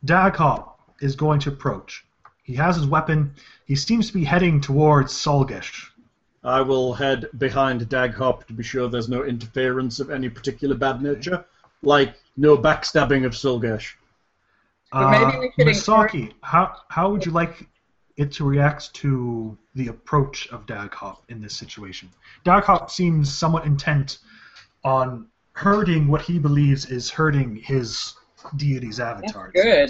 Speaker 4: Daghop is going to approach. He has his weapon. He seems to be heading towards Solgish.
Speaker 3: I will head behind Daghop to be sure there's no interference of any particular bad nature, like no backstabbing of Sulgesh.
Speaker 2: But maybe we should
Speaker 4: Masaki, Uh, how, how would you like it to react to the approach of Daghop in this situation? Daghop seems somewhat intent on hurting what he believes is hurting his deity's
Speaker 2: That's
Speaker 4: avatar.
Speaker 2: good.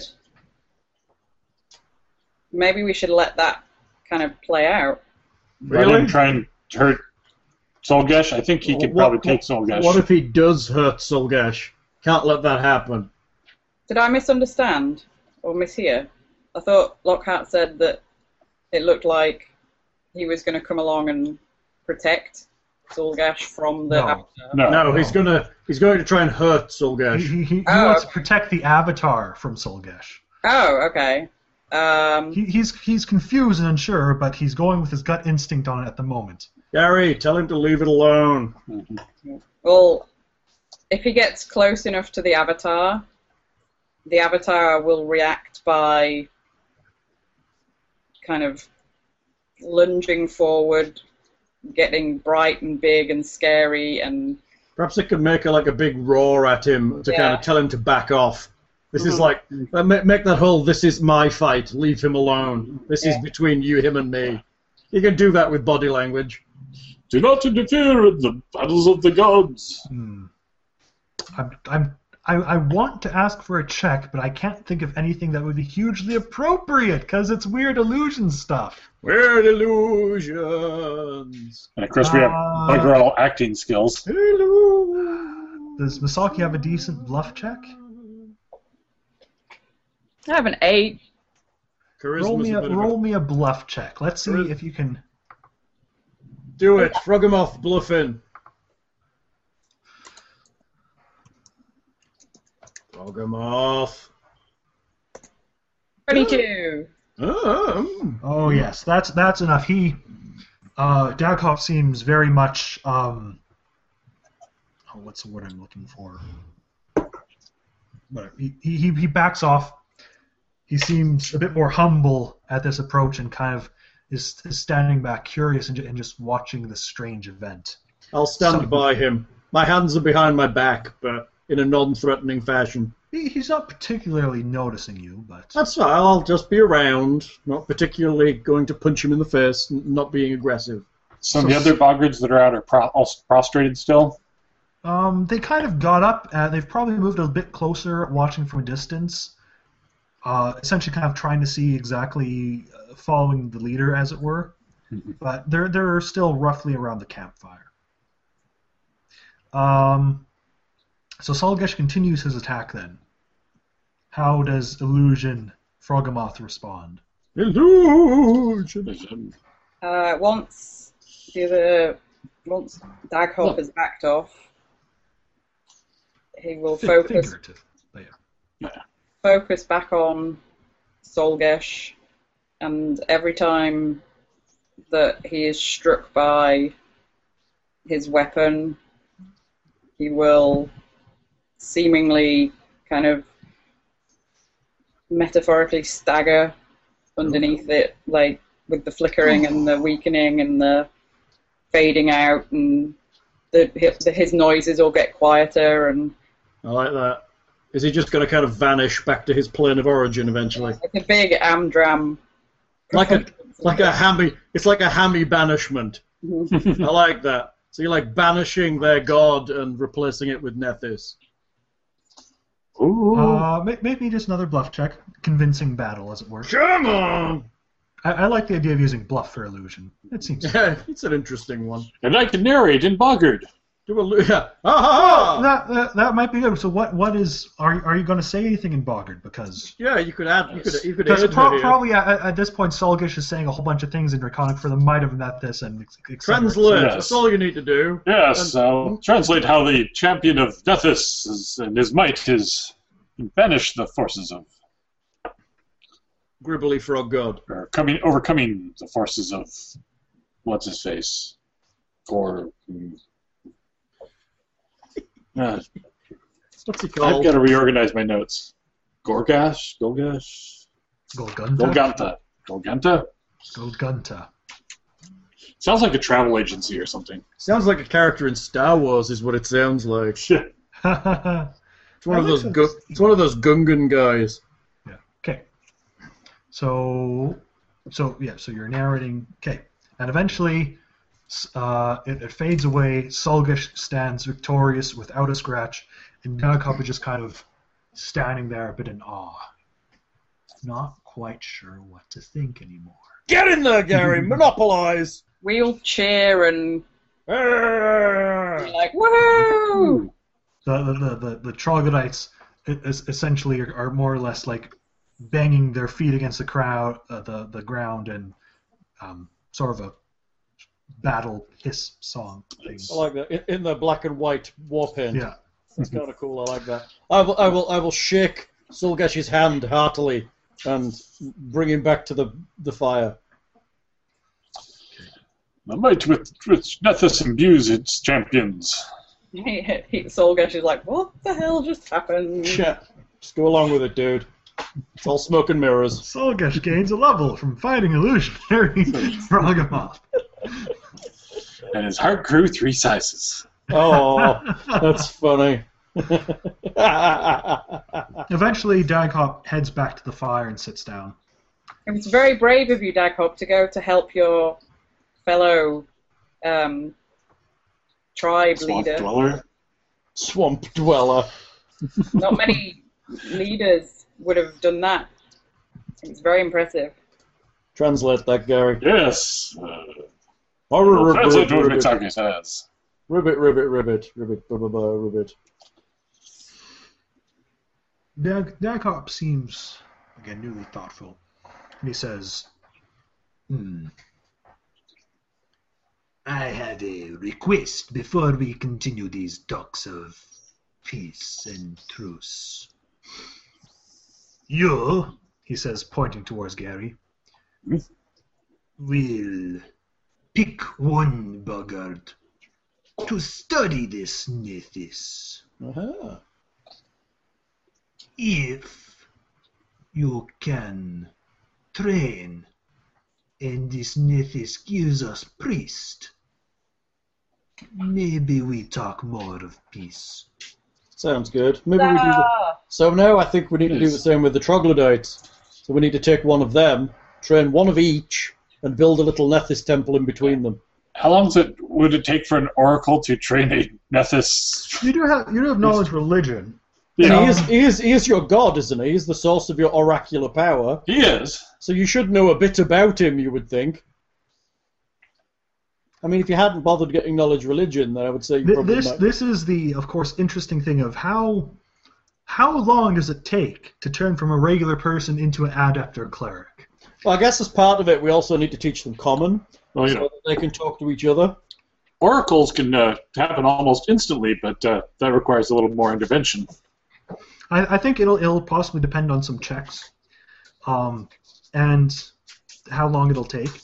Speaker 2: Maybe we should let that kind of play out.
Speaker 5: Rather than
Speaker 3: Really?
Speaker 5: try and hurt Solgesh, I think he could
Speaker 3: What-
Speaker 5: probably take Solgesh.
Speaker 3: What if he does hurt Sulgesh? Can't let that happen.
Speaker 2: Did I misunderstand or mishear? I thought Lockhart said that it looked like he was going to come along and protect Solgash from the
Speaker 4: No.
Speaker 2: Avatar.
Speaker 5: no.
Speaker 3: No, he's gonna he's going to try and hurt
Speaker 4: He,
Speaker 3: Sulgesh.
Speaker 4: he, he, he
Speaker 2: Oh,
Speaker 4: wants to
Speaker 2: okay.
Speaker 4: protect the avatar from Solgesh.
Speaker 2: Oh, okay. Um,
Speaker 4: He, he's he's confused and unsure, but he's going with his gut instinct on it at the moment.
Speaker 3: Gary, tell him to leave it alone.
Speaker 5: Mhm.
Speaker 2: Well, if he gets close enough to the avatar, the avatar will react by kind of lunging forward, getting bright and big and scary, and
Speaker 3: Perhaps it could make a, like a big roar at him to kind
Speaker 2: Yeah.
Speaker 3: of tell him to back off. This is
Speaker 2: Mhm.
Speaker 3: like uh, ma- make that whole "this is my fight, leave him alone. This is
Speaker 2: Yeah.
Speaker 3: between you, him, and me." You can do that with body language.
Speaker 5: Do not interfere in the battles of the gods.
Speaker 4: Hmm. I'm, I'm, I, I want to ask for a check, but I can't think of anything that would be hugely appropriate because it's weird illusion stuff.
Speaker 3: Weird illusions.
Speaker 5: And of course, we have
Speaker 4: Uh,
Speaker 3: Ah.
Speaker 5: bugger all acting skills.
Speaker 4: Does Masaki have a decent bluff check?
Speaker 2: I have an eight.
Speaker 4: Roll
Speaker 3: Charisma's
Speaker 4: me
Speaker 3: a
Speaker 4: a,
Speaker 3: bit of a-
Speaker 4: roll me a bluff check. Let's see if you can.
Speaker 3: Do it, Frogamoth bluffing. Frogamoth.
Speaker 2: Twenty-two.
Speaker 3: Um,
Speaker 4: Oh yes, that's that's enough. He, uh, Dalkov seems very much. Um, oh, what's the word I'm looking for? But he, he he- he backs off. He seems a bit more humble at this approach and kind of is, is standing back, curious and, ju- and just watching this strange event.
Speaker 3: I'll stand
Speaker 4: Some-
Speaker 3: by him. My hands are behind my back, but in a non-threatening fashion.
Speaker 4: He, he's not particularly noticing you, but
Speaker 3: That's fine. I'll just be around, not particularly going to punch him in the face, n- not being aggressive.
Speaker 5: Some of the other boggards that are out are pro- also prostrated still.
Speaker 4: Um, they kind of got up. Uh, they've probably moved a bit closer, watching from a distance. Uh, essentially, kind of trying to see exactly, uh, following the leader, as it were. But they're they're still roughly around the campfire. Um, so Solgesh continues his attack. Then, how does Illusion Frogamoth respond?
Speaker 3: Illusion.
Speaker 2: Uh, once the other, once Daghop has backed off, he will
Speaker 4: Fi-
Speaker 2: focus
Speaker 4: Figurative. But yeah.
Speaker 2: focus back on Solgesh, and every time that he is struck by his weapon, he will seemingly kind of metaphorically stagger underneath it, like with the flickering and the weakening and the fading out, and the, hi- his noises all get quieter and
Speaker 3: I like that. Is he just going to kind of vanish back to his plane of origin eventually?
Speaker 2: it's a big amdram.
Speaker 3: Like a like a hammy. It's like a hammy banishment. I like that. So you're like banishing their god and replacing it with Nethys.
Speaker 5: Ooh.
Speaker 4: Uh, ma- make me just another bluff check, convincing battle, as it were.
Speaker 3: Come on.
Speaker 4: I, I like the idea of using bluff for illusion. It seems.
Speaker 3: Yeah, it's an interesting one.
Speaker 5: and I can narrate in boggard.
Speaker 3: Do a lo- yeah. Ah, ha, ha.
Speaker 4: that, that that might be good. So what what is are are you going to say anything in Boggart because
Speaker 3: Yeah, you could add. You could. You could
Speaker 4: because
Speaker 3: add
Speaker 4: pro-
Speaker 3: her here.
Speaker 4: probably at, at this point Solgish is saying a whole bunch of things in Draconic for the might of not this and ex- et cetera.
Speaker 3: Translate.
Speaker 5: Yes.
Speaker 3: That's all you need to do.
Speaker 5: Yes, I'll translate how the champion of Nethys is, and his might is banish the forces of,
Speaker 3: Gribbly frog god.
Speaker 5: or coming, overcoming the forces of, what's his face, or. mm, uh,
Speaker 3: What's he
Speaker 5: I've
Speaker 3: called?
Speaker 5: got to reorganize my notes. Gorgash? Gorgash?
Speaker 17: Golgunta.
Speaker 5: Golgantha. Golgantha?
Speaker 17: Golgunta.
Speaker 5: Sounds like a travel agency or something.
Speaker 3: Sounds like a character in Star Wars, is what it sounds like. It's one of
Speaker 18: I
Speaker 3: those.
Speaker 18: like
Speaker 3: Gu- it's one of those Gungan guys.
Speaker 4: Okay. So, so yeah, so you're narrating. Okay, and eventually, s- uh, it, it fades away. Sulgish stands victorious without a scratch, and Nagakop is just kind of standing there, a bit in awe, not quite sure what to think anymore.
Speaker 3: Get in there, Gary. Monopolize.
Speaker 2: We'll cheer and be
Speaker 3: Arrgh.
Speaker 2: like, woohoo!
Speaker 4: The the the, the, the troglodytes e- es- essentially are, are more or less like banging their feet against the crowd, uh, the the ground, and um, sort of a battle hiss song thing.
Speaker 3: I like that. In, in their black and white war paint.
Speaker 4: Yeah.
Speaker 3: That's kind of cool. I like that. I will. I will. I will shake Solgesh's hand heartily and bring him back to the the fire.
Speaker 5: The might with which Nethus imbues its champions.
Speaker 2: He, he, Solga, she's like, what the hell just happened?
Speaker 3: Yeah. Just go along with it, dude. It's all smoke and mirrors.
Speaker 4: Solgash gains a level from fighting illusionary Frogamoth.
Speaker 5: And his heart grew three sizes.
Speaker 3: Oh, that's funny.
Speaker 4: Eventually, Daghop heads back to the fire and sits down.
Speaker 2: It was very brave of you, Daghop, to go to help your fellow um, tribe
Speaker 5: Swamp
Speaker 2: leader.
Speaker 5: dweller.
Speaker 3: Swamp dweller.
Speaker 2: Not many leaders would have done that. It's very impressive.
Speaker 3: Translate that, Gary.
Speaker 5: Yes. Uh,
Speaker 3: Horror
Speaker 5: that's what
Speaker 3: ribbit,
Speaker 5: Dormit
Speaker 3: ribbit,
Speaker 5: Target says.
Speaker 3: ribbit, ribbit, ribbit, ribbit, blah, blah, blah, ribbit.
Speaker 4: Dag- Daghop seems, again, newly thoughtful. And he says,
Speaker 17: Hmm. I have a request before we continue these talks of peace and truce. You
Speaker 4: he says, pointing towards Gary,
Speaker 17: will pick one boggart to study this Nethys.
Speaker 3: Uh-huh.
Speaker 17: if you can train and this Nethys gives us priest, maybe we talk more of peace.
Speaker 3: Sounds good. Maybe we do the...
Speaker 2: Ah,
Speaker 3: So now I think we need to do the same with the troglodytes. So we need to take one of them, train one of each, and build a little Nethys temple in between them.
Speaker 5: How long it, would it take for an oracle to train a Nethus?
Speaker 4: "You do have you do have knowledge of religion.
Speaker 3: And he
Speaker 5: Yeah,
Speaker 3: is, he, is, he is your god, isn't he? He's the source of your oracular power.
Speaker 5: he is.
Speaker 3: So you should know a bit about him, you would think. I mean, if you hadn't bothered getting knowledge religion, then I would say you
Speaker 4: Th-
Speaker 3: probably
Speaker 4: This
Speaker 3: might.
Speaker 4: this is the, of course, interesting thing of how how long does it take to turn from a regular person into an adept or cleric?
Speaker 3: Well, I guess as part of it, we also need to teach them common
Speaker 5: Well, you
Speaker 3: so
Speaker 5: know,
Speaker 3: that they can talk to each other.
Speaker 5: oracles can uh, happen almost instantly, but uh, that requires a little more intervention.
Speaker 4: I, I think it'll it'll possibly depend on some checks, um, and how long it'll take,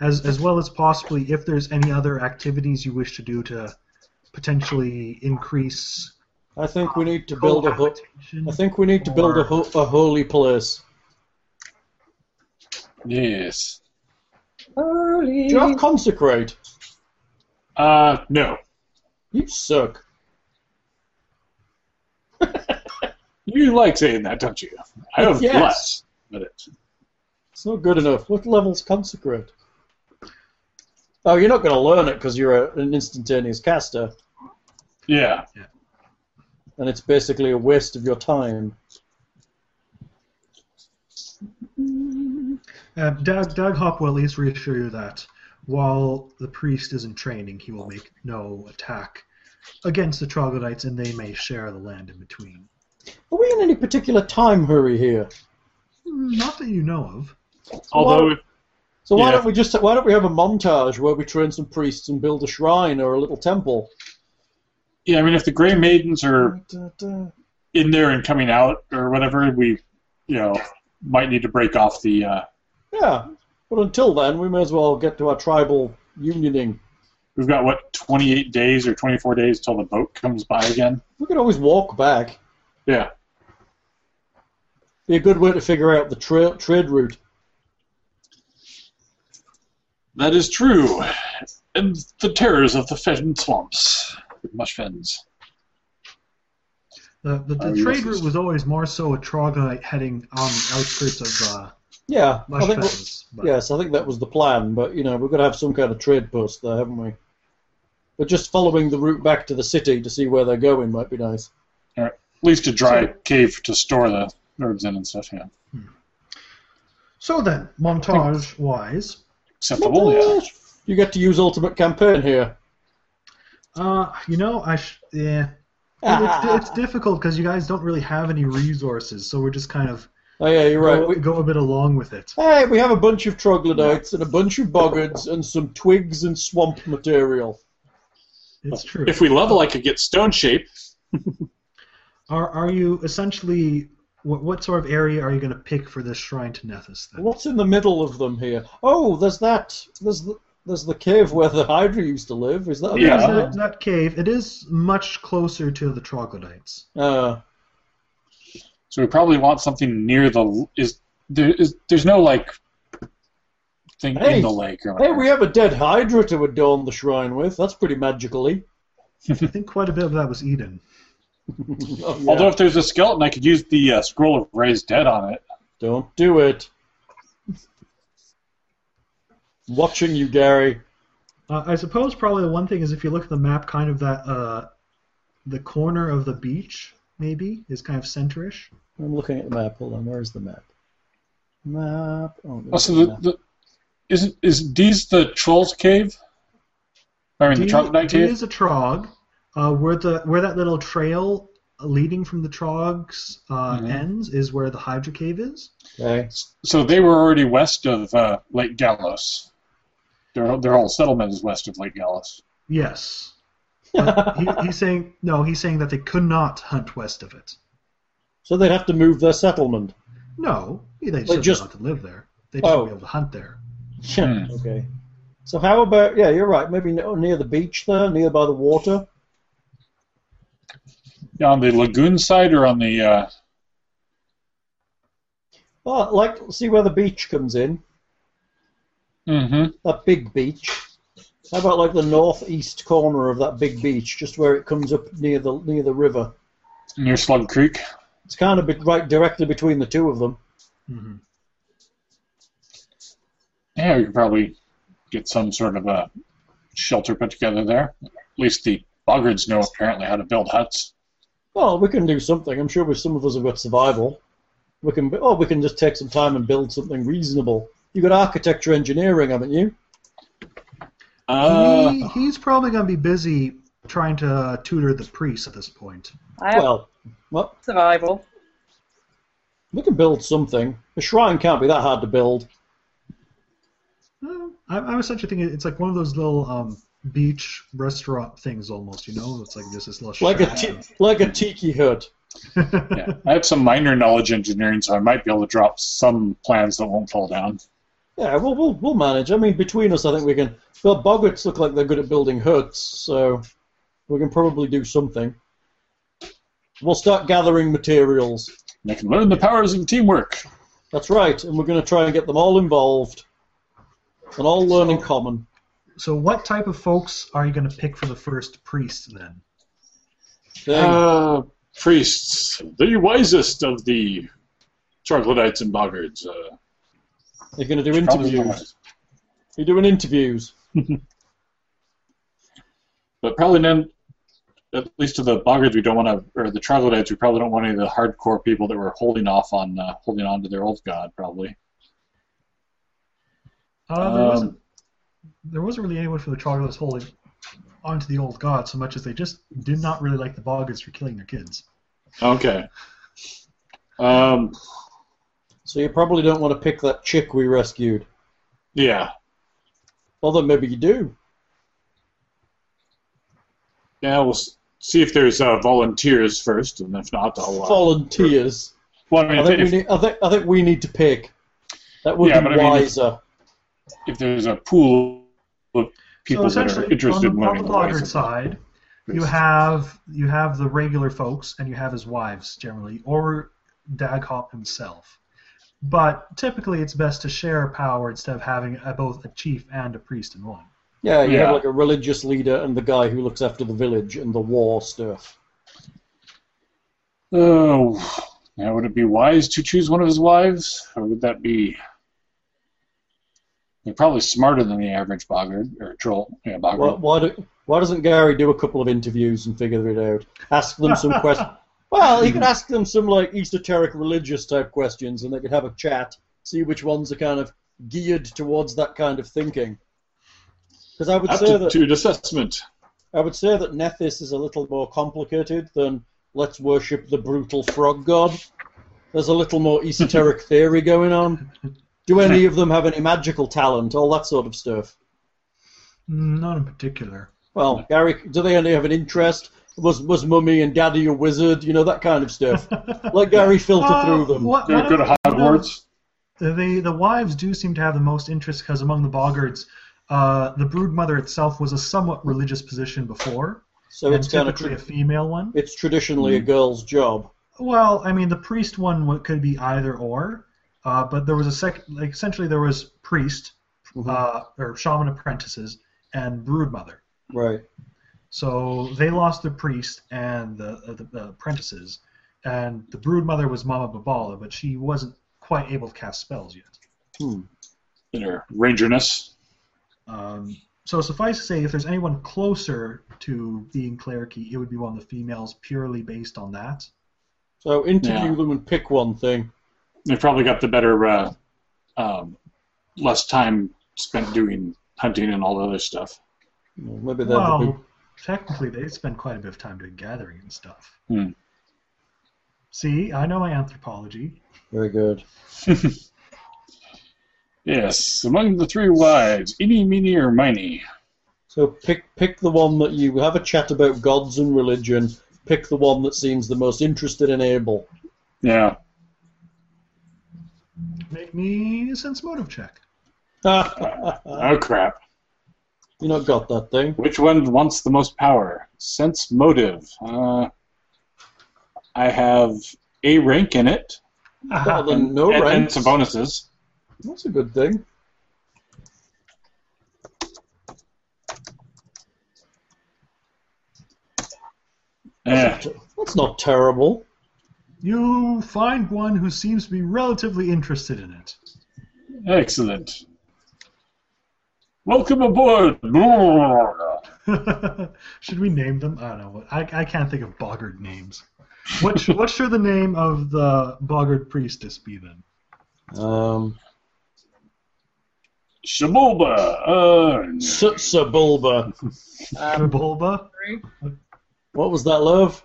Speaker 4: as as well as possibly if there's any other activities you wish to do to potentially increase
Speaker 3: I think we need to build a hut.
Speaker 4: cohabitation.
Speaker 3: I think we need to build a, ho- a holy place.
Speaker 5: Yes.
Speaker 3: Do you have consecrate?
Speaker 5: Uh, no.
Speaker 3: You suck.
Speaker 5: You like saying that, don't you? I have
Speaker 3: Yes.
Speaker 5: less, but it,
Speaker 3: It's not good enough. What level's consecrate? Oh, you're not going to learn it because you're a, an instantaneous caster,
Speaker 5: yeah.
Speaker 3: and it's basically a waste of your time.
Speaker 4: Uh, Dag, Dag Hop will at least reassure you that while the priest is in training, he will make no attack against the troglodytes, and they may share the land in between.
Speaker 3: Are we in any particular time hurry here?
Speaker 4: Not that you know of.
Speaker 5: Although, if-
Speaker 3: So why
Speaker 5: Yeah.
Speaker 3: don't we just why don't we have a montage where we train some priests and build a shrine or a little temple?
Speaker 5: yeah, I mean, if the Grey Maidens are in there and coming out or whatever, we, you know, might need to break off the. Uh,
Speaker 3: Yeah. But until then, we may as well get to our tribal unioning.
Speaker 5: we've got what 28 days or 24 days till the boat comes by again.
Speaker 3: We can always walk back.
Speaker 5: Yeah.
Speaker 3: Be a good way to figure out the tra- trade route.
Speaker 5: That is true. And the terrors of the fen swamps. Mush fens.
Speaker 4: The, the, the
Speaker 5: Oh,
Speaker 4: trade
Speaker 5: yes.
Speaker 4: route was always more so a troglodyte heading on the outskirts of uh,
Speaker 3: Yeah, I think that-
Speaker 4: Mushfens. but-
Speaker 3: yes, I think that was the plan. But you know, we've got to have some kind of trade post there, haven't we? But just following the route back to the city to see where they're going might be nice.
Speaker 5: At least a dry cave to store the herbs in and stuff, yeah.
Speaker 4: So then, montage wise,
Speaker 5: Acceptable, yeah.
Speaker 3: You get to use ultimate campaign here.
Speaker 4: uh, you know, I sh- yeah, It- it's, it's difficult because you guys don't really have any resources, so we're just kind of
Speaker 3: Oh yeah, you're right.
Speaker 4: go,
Speaker 3: We,
Speaker 4: go a bit along with it.
Speaker 3: hey, we have a bunch of troglodytes and a bunch of boggards and some twigs and swamp material.
Speaker 4: It's true.
Speaker 9: If we level, I could get stone shape.
Speaker 4: Are are you essentially what what sort of area are you going to pick for this shrine to Nethys? Then?
Speaker 3: What's in the middle of them here? Oh, there's that. There's the, there's the cave where the Hydra used to live. Is that?
Speaker 4: There's
Speaker 5: Yeah.
Speaker 4: That, that cave. It is much closer to the troglodytes.
Speaker 3: Uh,
Speaker 5: So we probably want something near the is there is there's no like thing
Speaker 3: Hey.
Speaker 5: in the lake or
Speaker 3: hey,
Speaker 5: whatever.
Speaker 3: we have a dead Hydra to adorn the shrine with. That's pretty magically.
Speaker 4: I think quite a bit of that was Eden.
Speaker 3: Oh, yeah.
Speaker 5: Although if there's a skeleton, I could use the uh, scroll of raised dead on it.
Speaker 3: Don't do it. Watching you, Gary.
Speaker 4: Uh, I suppose probably the one thing is if you look at the map, kind of that uh, the corner of the beach maybe is kind of centerish.
Speaker 3: I'm looking at the map. Hold on. Where is the map? Map. Oh, there's
Speaker 5: Also,
Speaker 3: the
Speaker 5: the,
Speaker 3: map.
Speaker 5: the is is D's the troll's cave? I mean
Speaker 4: D,
Speaker 5: the troglodyte
Speaker 4: D
Speaker 5: cave.
Speaker 4: is a trog. Uh, where the where that little trail leading from the trogs uh,
Speaker 5: Mhm.
Speaker 4: ends is where the Hydra cave is.
Speaker 3: Okay.
Speaker 5: So they were already west of uh, Lake Gallos. Their their whole settlement is west of Lake Gallos.
Speaker 4: Yes. But he, he's saying no. He's saying that they could not hunt west of it.
Speaker 3: So they'd have to move their settlement.
Speaker 4: No, they just,
Speaker 3: They just-
Speaker 4: want to live there. They just
Speaker 3: Oh.
Speaker 4: want to be able to hunt there.
Speaker 5: Hmm.
Speaker 3: Okay. So how about yeah? You're right. Maybe n- near the beach there, near by the water.
Speaker 5: On the lagoon side or on the uh,
Speaker 3: Oh, like see where the beach comes in.
Speaker 5: mhm.
Speaker 3: That big beach. How about like the northeast corner of that big beach, just where it comes up near the near the river?
Speaker 5: near Slug Creek?
Speaker 3: It's kind of be- right directly between the two of them.
Speaker 4: hmm
Speaker 5: Yeah, we could probably get some sort of a shelter put together there. At least the boggards know apparently how to build huts.
Speaker 3: Well, we can do something. I'm sure we, some of us have got survival. We can, b- or we can just take some time and build something reasonable. You got architecture engineering, haven't you?
Speaker 9: Uh,
Speaker 4: he, he's probably going to be busy trying to uh, tutor the priest at this point.
Speaker 2: I have
Speaker 3: Well, well,
Speaker 2: survival.
Speaker 3: we can build something. A shrine can't be that hard to build.
Speaker 4: Well, I, I was essentially thinking it's like one of those little um, beach restaurant things almost. You know, it's like this is little
Speaker 3: Like a
Speaker 4: shack.
Speaker 3: ti- like a tiki hut.
Speaker 5: yeah. I have some minor knowledge engineering, so I might be able to drop some plans that won't fall down.
Speaker 3: Yeah, well, we'll we'll manage. I mean, between us, I think we can. Well, Boggarts look like they're good at building huts, so we can probably do something. We'll start gathering materials.
Speaker 5: And I can learn the powers of teamwork.
Speaker 3: That's right, and we're going to try and get them all involved, and all learn in common.
Speaker 4: So, what type of folks are you going to pick for the first priest then?
Speaker 3: thing.
Speaker 9: uh, priests, the wisest of the troglodytes and boggards. Uh,
Speaker 3: You're going to do
Speaker 5: Probably
Speaker 3: interviews.
Speaker 5: not.
Speaker 3: You're doing interviews.
Speaker 5: But probably none, at least to the boggards, we don't want to, or the troglodytes, we probably don't want any of the hardcore people that were holding off on, uh, holding on to their old god, probably.
Speaker 4: Uh, there
Speaker 5: Um,
Speaker 4: wasn't there wasn't really anyone from the troglodytes holding onto the old god so much as they just did not really like the boggards for killing their kids.
Speaker 9: okay. Um,
Speaker 3: So you probably don't want to pick that chick we rescued.
Speaker 9: yeah.
Speaker 3: Although maybe you do.
Speaker 9: Yeah, we'll s- see if there's uh, volunteers first, and if not, I'll. Uh,
Speaker 3: Volunteers.
Speaker 9: well, I mean,
Speaker 3: I
Speaker 9: if,
Speaker 3: think, we
Speaker 9: if,
Speaker 3: need, I, think, I think we need to pick. That would
Speaker 5: Yeah,
Speaker 3: be
Speaker 5: but I mean-
Speaker 3: wiser.
Speaker 5: if there's a pool of people
Speaker 4: so
Speaker 5: that are
Speaker 4: essentially,
Speaker 5: interested
Speaker 4: on
Speaker 5: in
Speaker 4: the, on the
Speaker 5: learning the ways
Speaker 4: boggart
Speaker 5: of-
Speaker 4: side, you have you have the regular folks and you have his wives generally, or Daghop himself. But typically, it's best to share power instead of having a, both a chief and a priest in one.
Speaker 3: Yeah, you have like a religious leader and the guy who looks after the village and the war stuff.
Speaker 19: Oh, now would it be wise to choose one of his wives, or would that be? They're probably smarter than the average boggard or troll. Yeah, boggard.
Speaker 3: Why, why, do, why doesn't Gary do a couple of interviews and figure it out? Ask them some questions. Well, he could ask them some like esoteric religious type questions, and they could have a chat, see which ones are kind of geared towards that kind of thinking. Because I would say that
Speaker 5: Aptitude assessment.
Speaker 3: I would say that Nethys is a little more complicated than let's worship the brutal frog god. There's a little more esoteric theory going on. Do any of them have any magical talent, all that sort of stuff?
Speaker 4: Not in particular.
Speaker 3: Well, Gary, do they only have an interest? Was was mummy and daddy a wizard? You know that kind of stuff. Let Gary filter
Speaker 4: Uh,
Speaker 3: through them.
Speaker 4: what-
Speaker 5: Go,
Speaker 4: one
Speaker 5: go
Speaker 4: of
Speaker 5: to
Speaker 4: the-
Speaker 3: Uh-huh.
Speaker 5: Hogwarts.
Speaker 4: The, the the wives do seem to have the most interest because among the boggards, uh, the brood mother itself was a somewhat religious position before,
Speaker 3: So
Speaker 4: and
Speaker 3: it's kind of
Speaker 4: typically a
Speaker 3: tra-
Speaker 4: female one.
Speaker 3: it's traditionally a girl's job.
Speaker 4: Well, I mean, the priest one wa- could be either or, uh, but there was a sec. Like essentially, there was priest,
Speaker 3: Mm-hmm.
Speaker 4: uh, or shaman apprentices, and brood mother.
Speaker 3: Right.
Speaker 4: So they lost the priest and the, uh, the uh, apprentices, and the brood mother was Mama Babala, but she wasn't quite able to cast spells yet.
Speaker 5: in her rangerness.
Speaker 4: Um, so suffice to say, if there's anyone closer to being clericy, it would be one of the females, purely based on that.
Speaker 3: So interview
Speaker 5: Yeah.
Speaker 3: them and pick one thing.
Speaker 5: They probably got the better, uh, um, less time spent doing hunting and all the other stuff.
Speaker 3: Well, Maybe they're the big
Speaker 4: Well, technically, they spend quite a bit of time doing gathering and stuff.
Speaker 5: Hmm.
Speaker 4: See, I know my anthropology.
Speaker 3: very good.
Speaker 5: Yes, among the three wives, Eeny, Meeny, or Miny.
Speaker 3: So pick pick the one that you have a chat about gods and religion. Pick the one that seems the most interested and able.
Speaker 5: Yeah,
Speaker 4: Make me a sense motive check.
Speaker 3: you
Speaker 5: oh crap.
Speaker 3: not got that thing.
Speaker 5: Which one wants the most power? Sense motive. Uh, I have a rank in it.
Speaker 3: Better than no
Speaker 5: and, and
Speaker 3: ranks.
Speaker 5: some bonuses.
Speaker 3: That's a good thing.
Speaker 5: Yeah.
Speaker 3: That's not terrible.
Speaker 4: You find one who seems to be relatively interested in it.
Speaker 5: Excellent. Welcome aboard. Boggart.
Speaker 4: Should we name them? I don't know. what- I, I can't think of boggard names. What, sh- what should the name of the boggard priestess be then?
Speaker 3: Um,
Speaker 5: Shaboba. Urn.
Speaker 3: Sutsa Bulba.
Speaker 2: Um,
Speaker 4: Bulba?
Speaker 2: Humphrey,
Speaker 3: What was that, love?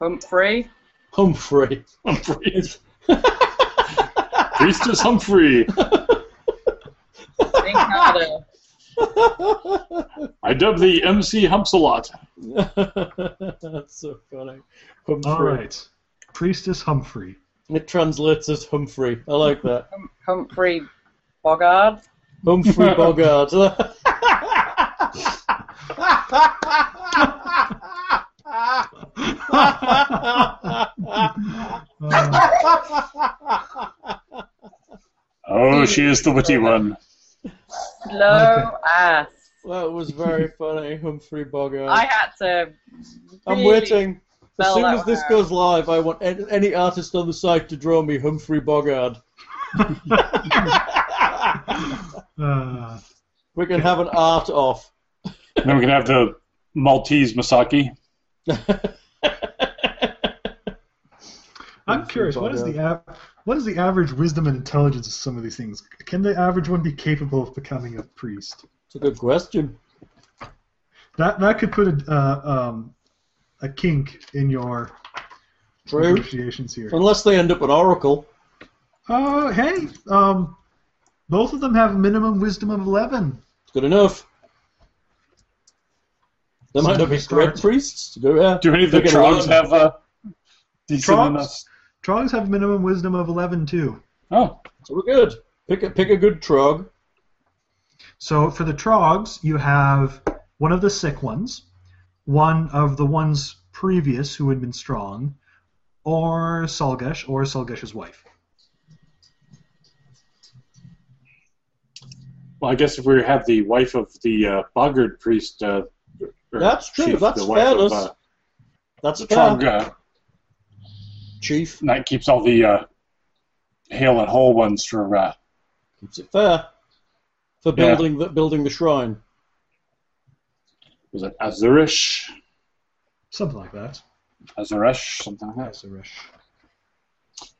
Speaker 2: Humphrey,
Speaker 3: Humphrey.
Speaker 5: Humphrey. Priestess Humphrey.
Speaker 2: Incarnate,
Speaker 5: I dub the MC Humpsalot.
Speaker 3: That's so funny. Humphrey.
Speaker 4: All right. Priestess Humphrey.
Speaker 3: It translates as Humphrey. I like that.
Speaker 2: Hum- Humphrey Bogard.
Speaker 3: Humphrey Bogart.
Speaker 4: Uh,
Speaker 5: Oh, she is the witty one.
Speaker 2: Slow ass.
Speaker 3: that was very funny, Humphrey Bogart.
Speaker 2: I had to.
Speaker 3: I'm
Speaker 2: really-
Speaker 3: waiting. As
Speaker 2: spell
Speaker 3: soon
Speaker 2: that
Speaker 3: as this
Speaker 2: one out.
Speaker 3: goes live, I want an- any artist on the site to draw me Humphrey Bogart.
Speaker 4: uh,
Speaker 3: We can have an art off.
Speaker 5: Then we can have the Maltese Masaki.
Speaker 4: I'm curious. What is the av- what is the average wisdom and intelligence of some of these things? Can the average one be capable of becoming a priest?
Speaker 3: It's a good question.
Speaker 4: That that could put a uh, um, a kink in your
Speaker 3: True.
Speaker 4: negotiations here.
Speaker 3: Unless they end up an oracle.
Speaker 4: Uh, hey, um, both of them have a minimum wisdom of eleven.
Speaker 3: It's good enough. They might not be great
Speaker 4: Start.
Speaker 3: priests. Go, yeah.
Speaker 5: Do any of the
Speaker 3: They can learn
Speaker 5: Trogs have a decent
Speaker 4: Trogs?
Speaker 5: enough?
Speaker 4: Trogs have minimum wisdom of eleven too.
Speaker 5: Oh,
Speaker 3: So we're good. Pick a, pick a good trog.
Speaker 4: So for the Trogs, you have one of the sick ones, one of the ones previous who had been strong, or Solgesh or Solgesh's wife.
Speaker 5: Well, I guess if we have the wife of the uh, Bogard priest, uh, or
Speaker 3: That's true, that's
Speaker 5: the wife
Speaker 3: fairness.
Speaker 5: of uh,
Speaker 3: That's
Speaker 5: the
Speaker 3: fair.
Speaker 5: Tromga,
Speaker 3: Chief
Speaker 5: that keeps all the uh, hail and whole ones for uh,
Speaker 3: keeps it fair for
Speaker 5: Yeah.
Speaker 3: building the building the shrine.
Speaker 5: was it Azurish,
Speaker 4: Something like that.
Speaker 5: Azuresh, something like that.
Speaker 4: That's a rush.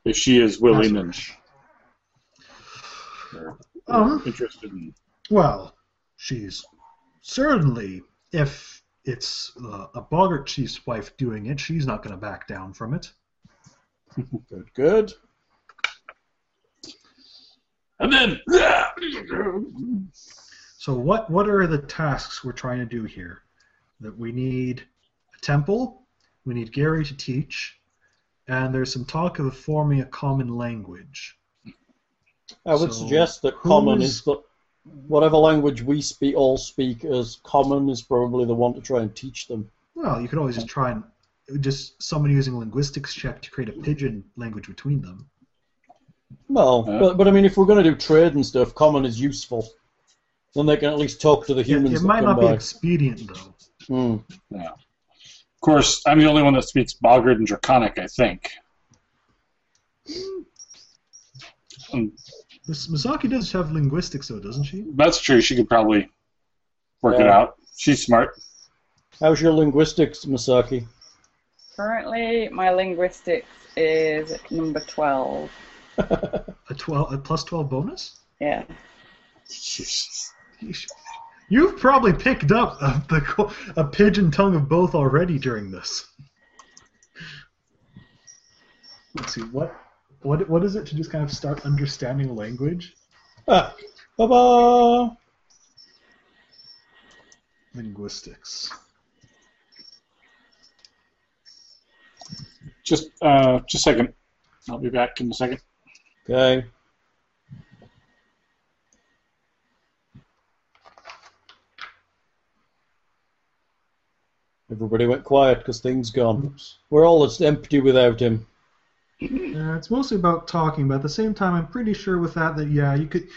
Speaker 5: If she is willing and or
Speaker 3: Uh-huh.
Speaker 4: Um,
Speaker 5: interested in
Speaker 4: Well, she's certainly, if it's uh, a Bogart chief's wife doing it, she's not going to back down from it.
Speaker 3: Good, good.
Speaker 5: And then,
Speaker 4: So, what what are the tasks we're trying to do here? That we need a temple, we need Gary to teach, and there's some talk of forming a common language.
Speaker 3: I would
Speaker 4: So,
Speaker 3: suggest that
Speaker 4: who
Speaker 3: common
Speaker 4: is-
Speaker 3: is the whatever language we speak all speak as common is probably the one to try and teach them.
Speaker 4: Well, you could always just try and just someone using a linguistics check to create a pigeon language between them.
Speaker 3: Well,
Speaker 5: Yeah.
Speaker 3: but, but I mean, if we're going to do trade and stuff, common is useful. Then they can at least talk to the
Speaker 4: It,
Speaker 3: humans
Speaker 4: it
Speaker 3: that
Speaker 4: might
Speaker 3: come
Speaker 4: not be
Speaker 3: by.
Speaker 4: expedient though.
Speaker 3: Hmm.
Speaker 5: of course, I'm the only one that speaks Bogard and Draconic, I think.
Speaker 3: Hmm.
Speaker 5: Um,
Speaker 4: This Misaki does have linguistics though, doesn't she?
Speaker 5: that's true. She could probably work it
Speaker 3: Yeah.
Speaker 5: out. She's smart.
Speaker 3: How's your linguistics, Masaki?
Speaker 2: Currently, my linguistics is number 12.
Speaker 4: A twelve, a plus twelve bonus.
Speaker 2: Yeah.
Speaker 4: Yeesh. You've probably picked up a, the, co- a pigeon tongue of both already during this. Let's see what what what is it to just kind of start understanding language?
Speaker 3: Ah, ba
Speaker 4: Linguistics.
Speaker 5: Just, uh, just a second. I'll be back in a second.
Speaker 3: Okay. Everybody went quiet because thing's gone. We're all just empty without him.
Speaker 4: Yeah, it's mostly about talking, but at the same time, I'm pretty sure with that that yeah, you could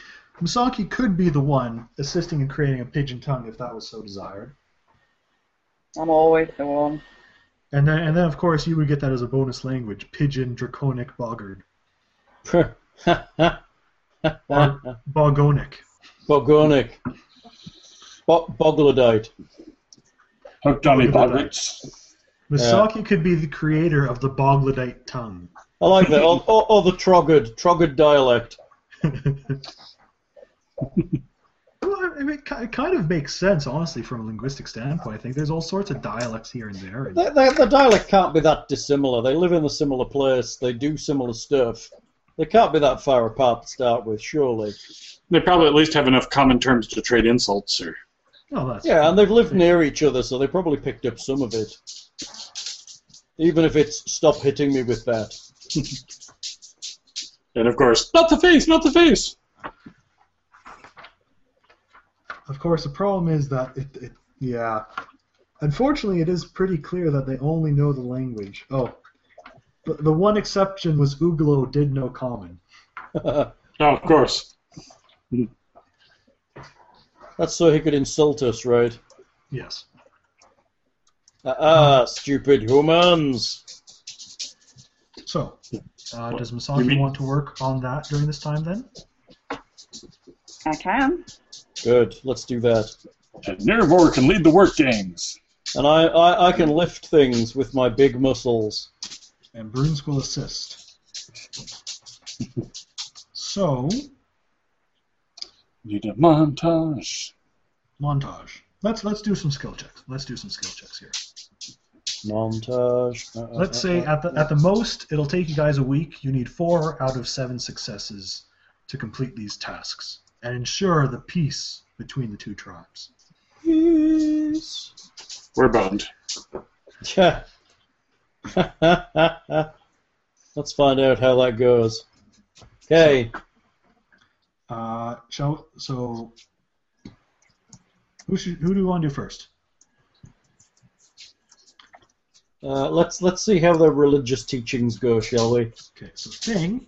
Speaker 4: Misaki could be the one assisting in creating a pigeon tongue if that was so desired.
Speaker 2: I'm always the one.
Speaker 4: And then, and then of course, you would get that as a bonus language: pigeon, draconic, boggard,
Speaker 3: Bogonic.
Speaker 4: bogonic.
Speaker 3: Bo- Boglodite.
Speaker 5: Hooked on the
Speaker 4: Look at that.
Speaker 5: Bogards.
Speaker 4: Misaki could be the creator of the Boglodite tongue.
Speaker 3: I like that. or, or, or the Trogod. Trogod dialect.
Speaker 4: well, I mean, it ki- it kind of makes sense, honestly, from a linguistic standpoint. I think there's all sorts of dialects here and there. And
Speaker 3: The, the, the dialect can't be that dissimilar. They live in a similar place. They do similar stuff. They can't be that far apart to start with, surely.
Speaker 5: They probably at least have enough common terms to trade insults or
Speaker 4: well, that's
Speaker 3: Yeah, and they've lived near each other, so they probably picked up some of it. Even if it's stop hitting me with that.
Speaker 5: and of course, not the face, not the face.
Speaker 4: Of course, the problem is that it, it. Yeah. Unfortunately, it is pretty clear that they only know the language. Oh. The, the one exception was Uglo did know common.
Speaker 5: Oh, of course.
Speaker 3: That's so he could insult us, right?
Speaker 4: Yes.
Speaker 3: Ah, ah, stupid humans!
Speaker 4: So, uh, does
Speaker 5: you
Speaker 4: Misaki
Speaker 5: mean-
Speaker 4: want to work on that during this time then?
Speaker 2: I can.
Speaker 3: Good, let's do that.
Speaker 5: And Nervor can lead the work games.
Speaker 3: And I, I, I can lift things with my big muscles.
Speaker 4: and Bruins will assist. So,
Speaker 5: Need a montage.
Speaker 4: montage. Let's let's do some skill checks. Let's do some skill checks here.
Speaker 3: Montage. Uh, uh,
Speaker 4: Let's
Speaker 3: uh,
Speaker 4: say
Speaker 3: uh,
Speaker 4: at the at the most it'll take you guys a week. You need 4 out of 7 successes to complete these tasks and ensure the peace between the two tribes.
Speaker 3: Yes.
Speaker 5: We're boned.
Speaker 3: Yeah. Let's find out how that goes. Okay.
Speaker 4: Uh, shall so who should who do you want to do first?
Speaker 3: Uh, let's let's see how their religious teachings go, shall we?
Speaker 4: Okay, so Thing.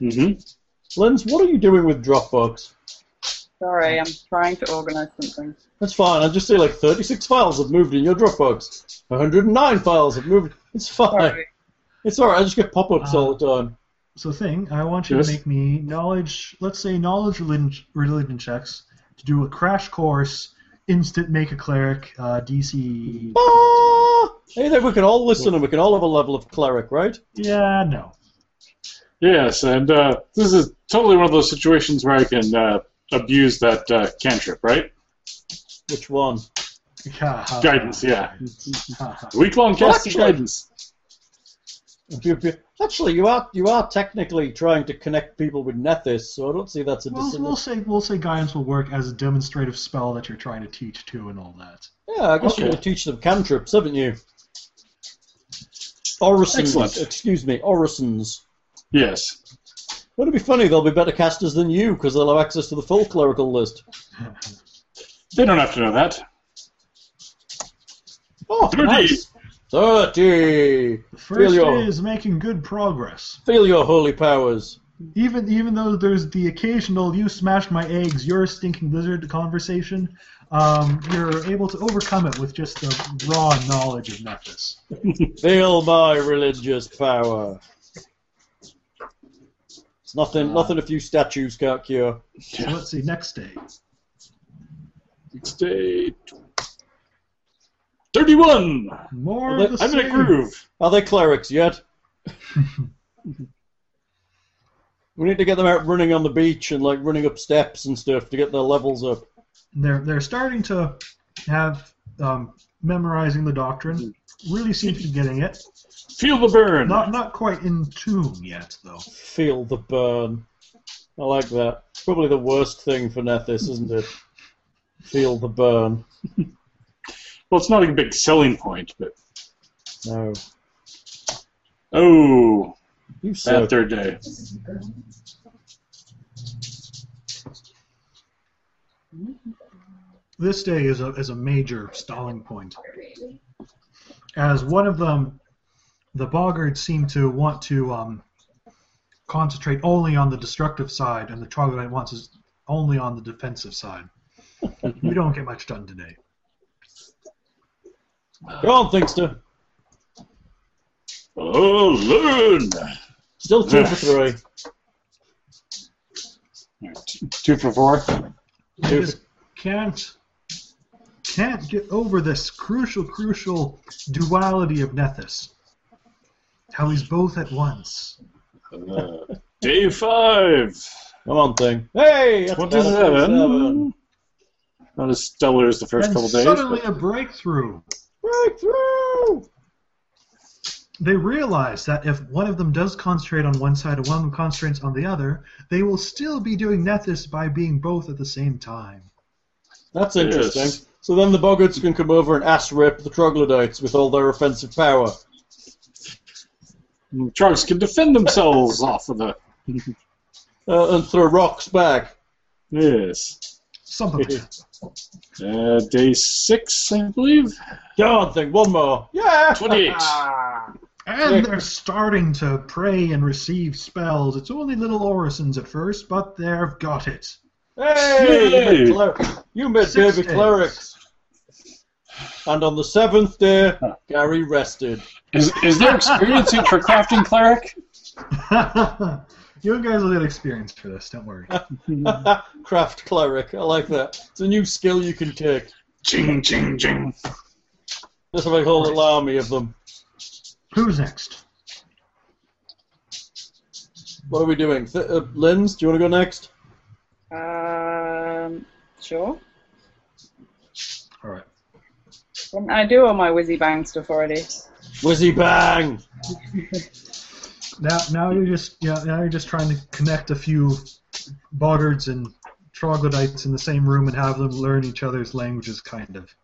Speaker 5: Mm-hmm.
Speaker 3: Lens, what are you doing with Dropbox?
Speaker 2: Sorry, I'm trying to organize something.
Speaker 3: That's fine. I just say like 36 files have moved in your Dropbox. 109 files have moved. It's fine.
Speaker 2: Sorry.
Speaker 3: It's alright. I just get pop-ups
Speaker 4: Uh,
Speaker 3: all the time.
Speaker 4: So Thing, I want you
Speaker 5: Yes?
Speaker 4: to make me knowledge. Let's say knowledge religion, religion checks to do a crash course. Instant make a cleric uh, DC.
Speaker 3: Ah! Hey there, we can all listen and we can all have a level of cleric, right?
Speaker 4: Yeah, no.
Speaker 5: Yes, and uh, this is totally one of those situations where I can uh, abuse that uh, cantrip, right?
Speaker 3: Which one?
Speaker 5: Guidance, yeah.
Speaker 4: yeah.
Speaker 5: Week long
Speaker 3: Well,
Speaker 5: casting
Speaker 3: actually-
Speaker 5: guidance.
Speaker 3: Actually, you are you are technically trying to connect people with Nethys, so I don't see that's a
Speaker 4: We'll,
Speaker 3: dissonance.
Speaker 4: we'll say we'll say guidance will work as a demonstrative spell that you're trying to teach to and all that.
Speaker 3: Yeah, I guess you
Speaker 5: Okay.
Speaker 3: could teach them cantrips, haven't you? Orisons,
Speaker 5: Excellent.
Speaker 3: excuse me, Orisons.
Speaker 5: Yes.
Speaker 3: Wouldn't it be funny? They'll be better casters than you because they'll have access to the full clerical list.
Speaker 5: They don't have to know that.
Speaker 3: Oh,
Speaker 5: Thirty.
Speaker 3: nice. Thirty.
Speaker 4: The
Speaker 3: Feel
Speaker 4: first
Speaker 3: your
Speaker 4: is making good progress.
Speaker 3: feel your holy powers.
Speaker 4: Even even though there's the occasional "you smashed my eggs, you're a stinking lizard" conversation, um, you're able to overcome it with just the raw knowledge of Nephthys.
Speaker 3: Feel my religious power. It's
Speaker 4: Ah.
Speaker 3: nothing. nothing. A few statues can't cure.
Speaker 4: So let's see. Next day,
Speaker 5: Next day. 31!
Speaker 4: more
Speaker 3: Well,
Speaker 4: of the
Speaker 5: I'm in
Speaker 4: same.
Speaker 5: a groove.
Speaker 3: Are they clerics yet? we need to get them out running on the beach and like running up steps and stuff to get their levels up.
Speaker 4: They're they're starting to have um, memorizing the doctrine.
Speaker 5: Hmm.
Speaker 4: Really seems to be getting it.
Speaker 5: Feel the burn.
Speaker 4: Not not quite in tune yet though.
Speaker 3: Feel the burn. I like that. It's probably the worst thing for Nethys, isn't it? Feel the burn.
Speaker 5: Well, it's not a big selling point, but.
Speaker 3: No.
Speaker 5: Oh,
Speaker 3: You
Speaker 5: that
Speaker 3: suck.
Speaker 5: third day.
Speaker 4: this day is a, is a major stalling point. As one of them, the Boggards seem to want to um, concentrate only on the destructive side, and the Troglodyte wants is only on the defensive side. we don't get much done today.
Speaker 3: Go on, Thingster.
Speaker 5: Oh, learn!
Speaker 3: Still two for three.
Speaker 5: T- Two for four.
Speaker 4: I just can't can't get over this crucial, crucial duality of Nethys. How he's both at once.
Speaker 5: Uh, day five.
Speaker 3: Come on, Thing. Hey! That's
Speaker 5: What
Speaker 3: better
Speaker 5: is
Speaker 3: than
Speaker 5: that?
Speaker 3: seven.
Speaker 5: Not as stellar as the first
Speaker 4: and
Speaker 5: couple days.
Speaker 4: suddenly
Speaker 5: but-
Speaker 4: a breakthrough.
Speaker 3: Breakthrough!
Speaker 4: They realize that if one of them does concentrate on one side and one of them concentrates on the other, they will still be doing Nethys by being both at the same time.
Speaker 3: That's
Speaker 5: Yes.
Speaker 3: interesting. So then the Boggards can come over and ass rip the troglodytes with all their offensive power.
Speaker 5: And Sharks can defend themselves off of the.
Speaker 3: Uh, and throw rocks back.
Speaker 5: Yes.
Speaker 4: Something like that.
Speaker 5: Uh, day six, I believe.
Speaker 3: Go on, Thing. One more. Yeah!
Speaker 5: 28.
Speaker 4: And they're starting to pray and receive spells. It's only little orisons at first, but they've got it.
Speaker 3: Hey!
Speaker 5: Yay!
Speaker 3: You made, cler- you made
Speaker 4: Six
Speaker 3: baby
Speaker 4: days.
Speaker 3: clerics. And on the seventh day, Gary rested.
Speaker 5: Is, is there experiencing for crafting cleric?
Speaker 4: you guys will get experience for this, don't worry.
Speaker 3: Craft cleric. I like that. It's a new skill you can take.
Speaker 5: Ching, ching, ching.
Speaker 3: Just have a whole little army of them.
Speaker 4: Who's next?
Speaker 3: What are we doing? Th- uh, Linz, do you want to go next?
Speaker 2: Um, sure.
Speaker 4: All right.
Speaker 2: Didn't Um, I do all my whizzy bang stuff already?
Speaker 3: Whizzy bang!
Speaker 4: Now, now you're just yeah, now you're just trying to connect a few boggards and troglodytes in the same room and have them learn each other's languages, kind of.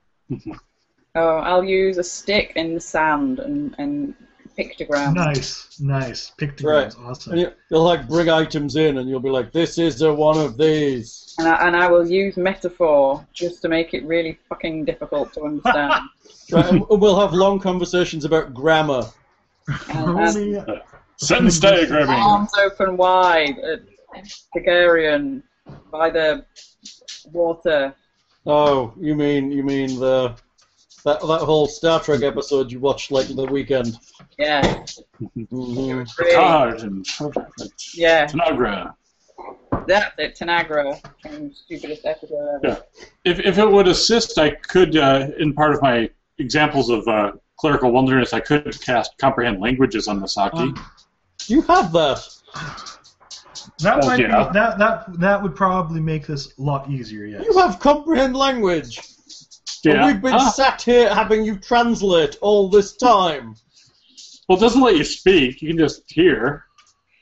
Speaker 2: Oh, I'll use a stick in the sand and, and pictograms.
Speaker 4: Nice, nice. Pictograms, awesome.
Speaker 3: And you, you'll like bring items in, and you'll be like, "This is a one of these."
Speaker 2: And I, and I will use metaphor just to make it really fucking difficult to understand.
Speaker 3: Right, and we'll have long conversations about grammar.
Speaker 2: and, and
Speaker 4: Only- uh,
Speaker 5: Sentence diagramming.
Speaker 2: arms open wide at Targaryen by the water.
Speaker 3: Oh, you mean you mean the that that whole Star Trek episode you watched like the weekend?
Speaker 2: Yeah,
Speaker 3: Mhm.
Speaker 2: really.
Speaker 5: Card and Tanagra.
Speaker 2: Yeah, that's it. Tanagra, stupidest episode ever.
Speaker 5: Yeah. If, if it would assist, I could, uh, in part of my examples of uh, clerical wilderness, I could cast comprehend languages on the Saki.
Speaker 3: You have that.
Speaker 4: That
Speaker 5: Oh,
Speaker 4: might
Speaker 5: yeah.
Speaker 4: be, that that that would probably make this a lot easier. Yes.
Speaker 3: You have comprehend language.
Speaker 5: yeah.
Speaker 3: And we've been
Speaker 5: Ah,
Speaker 3: sat here having you translate all this time.
Speaker 5: well, it doesn't let you speak. You can just hear.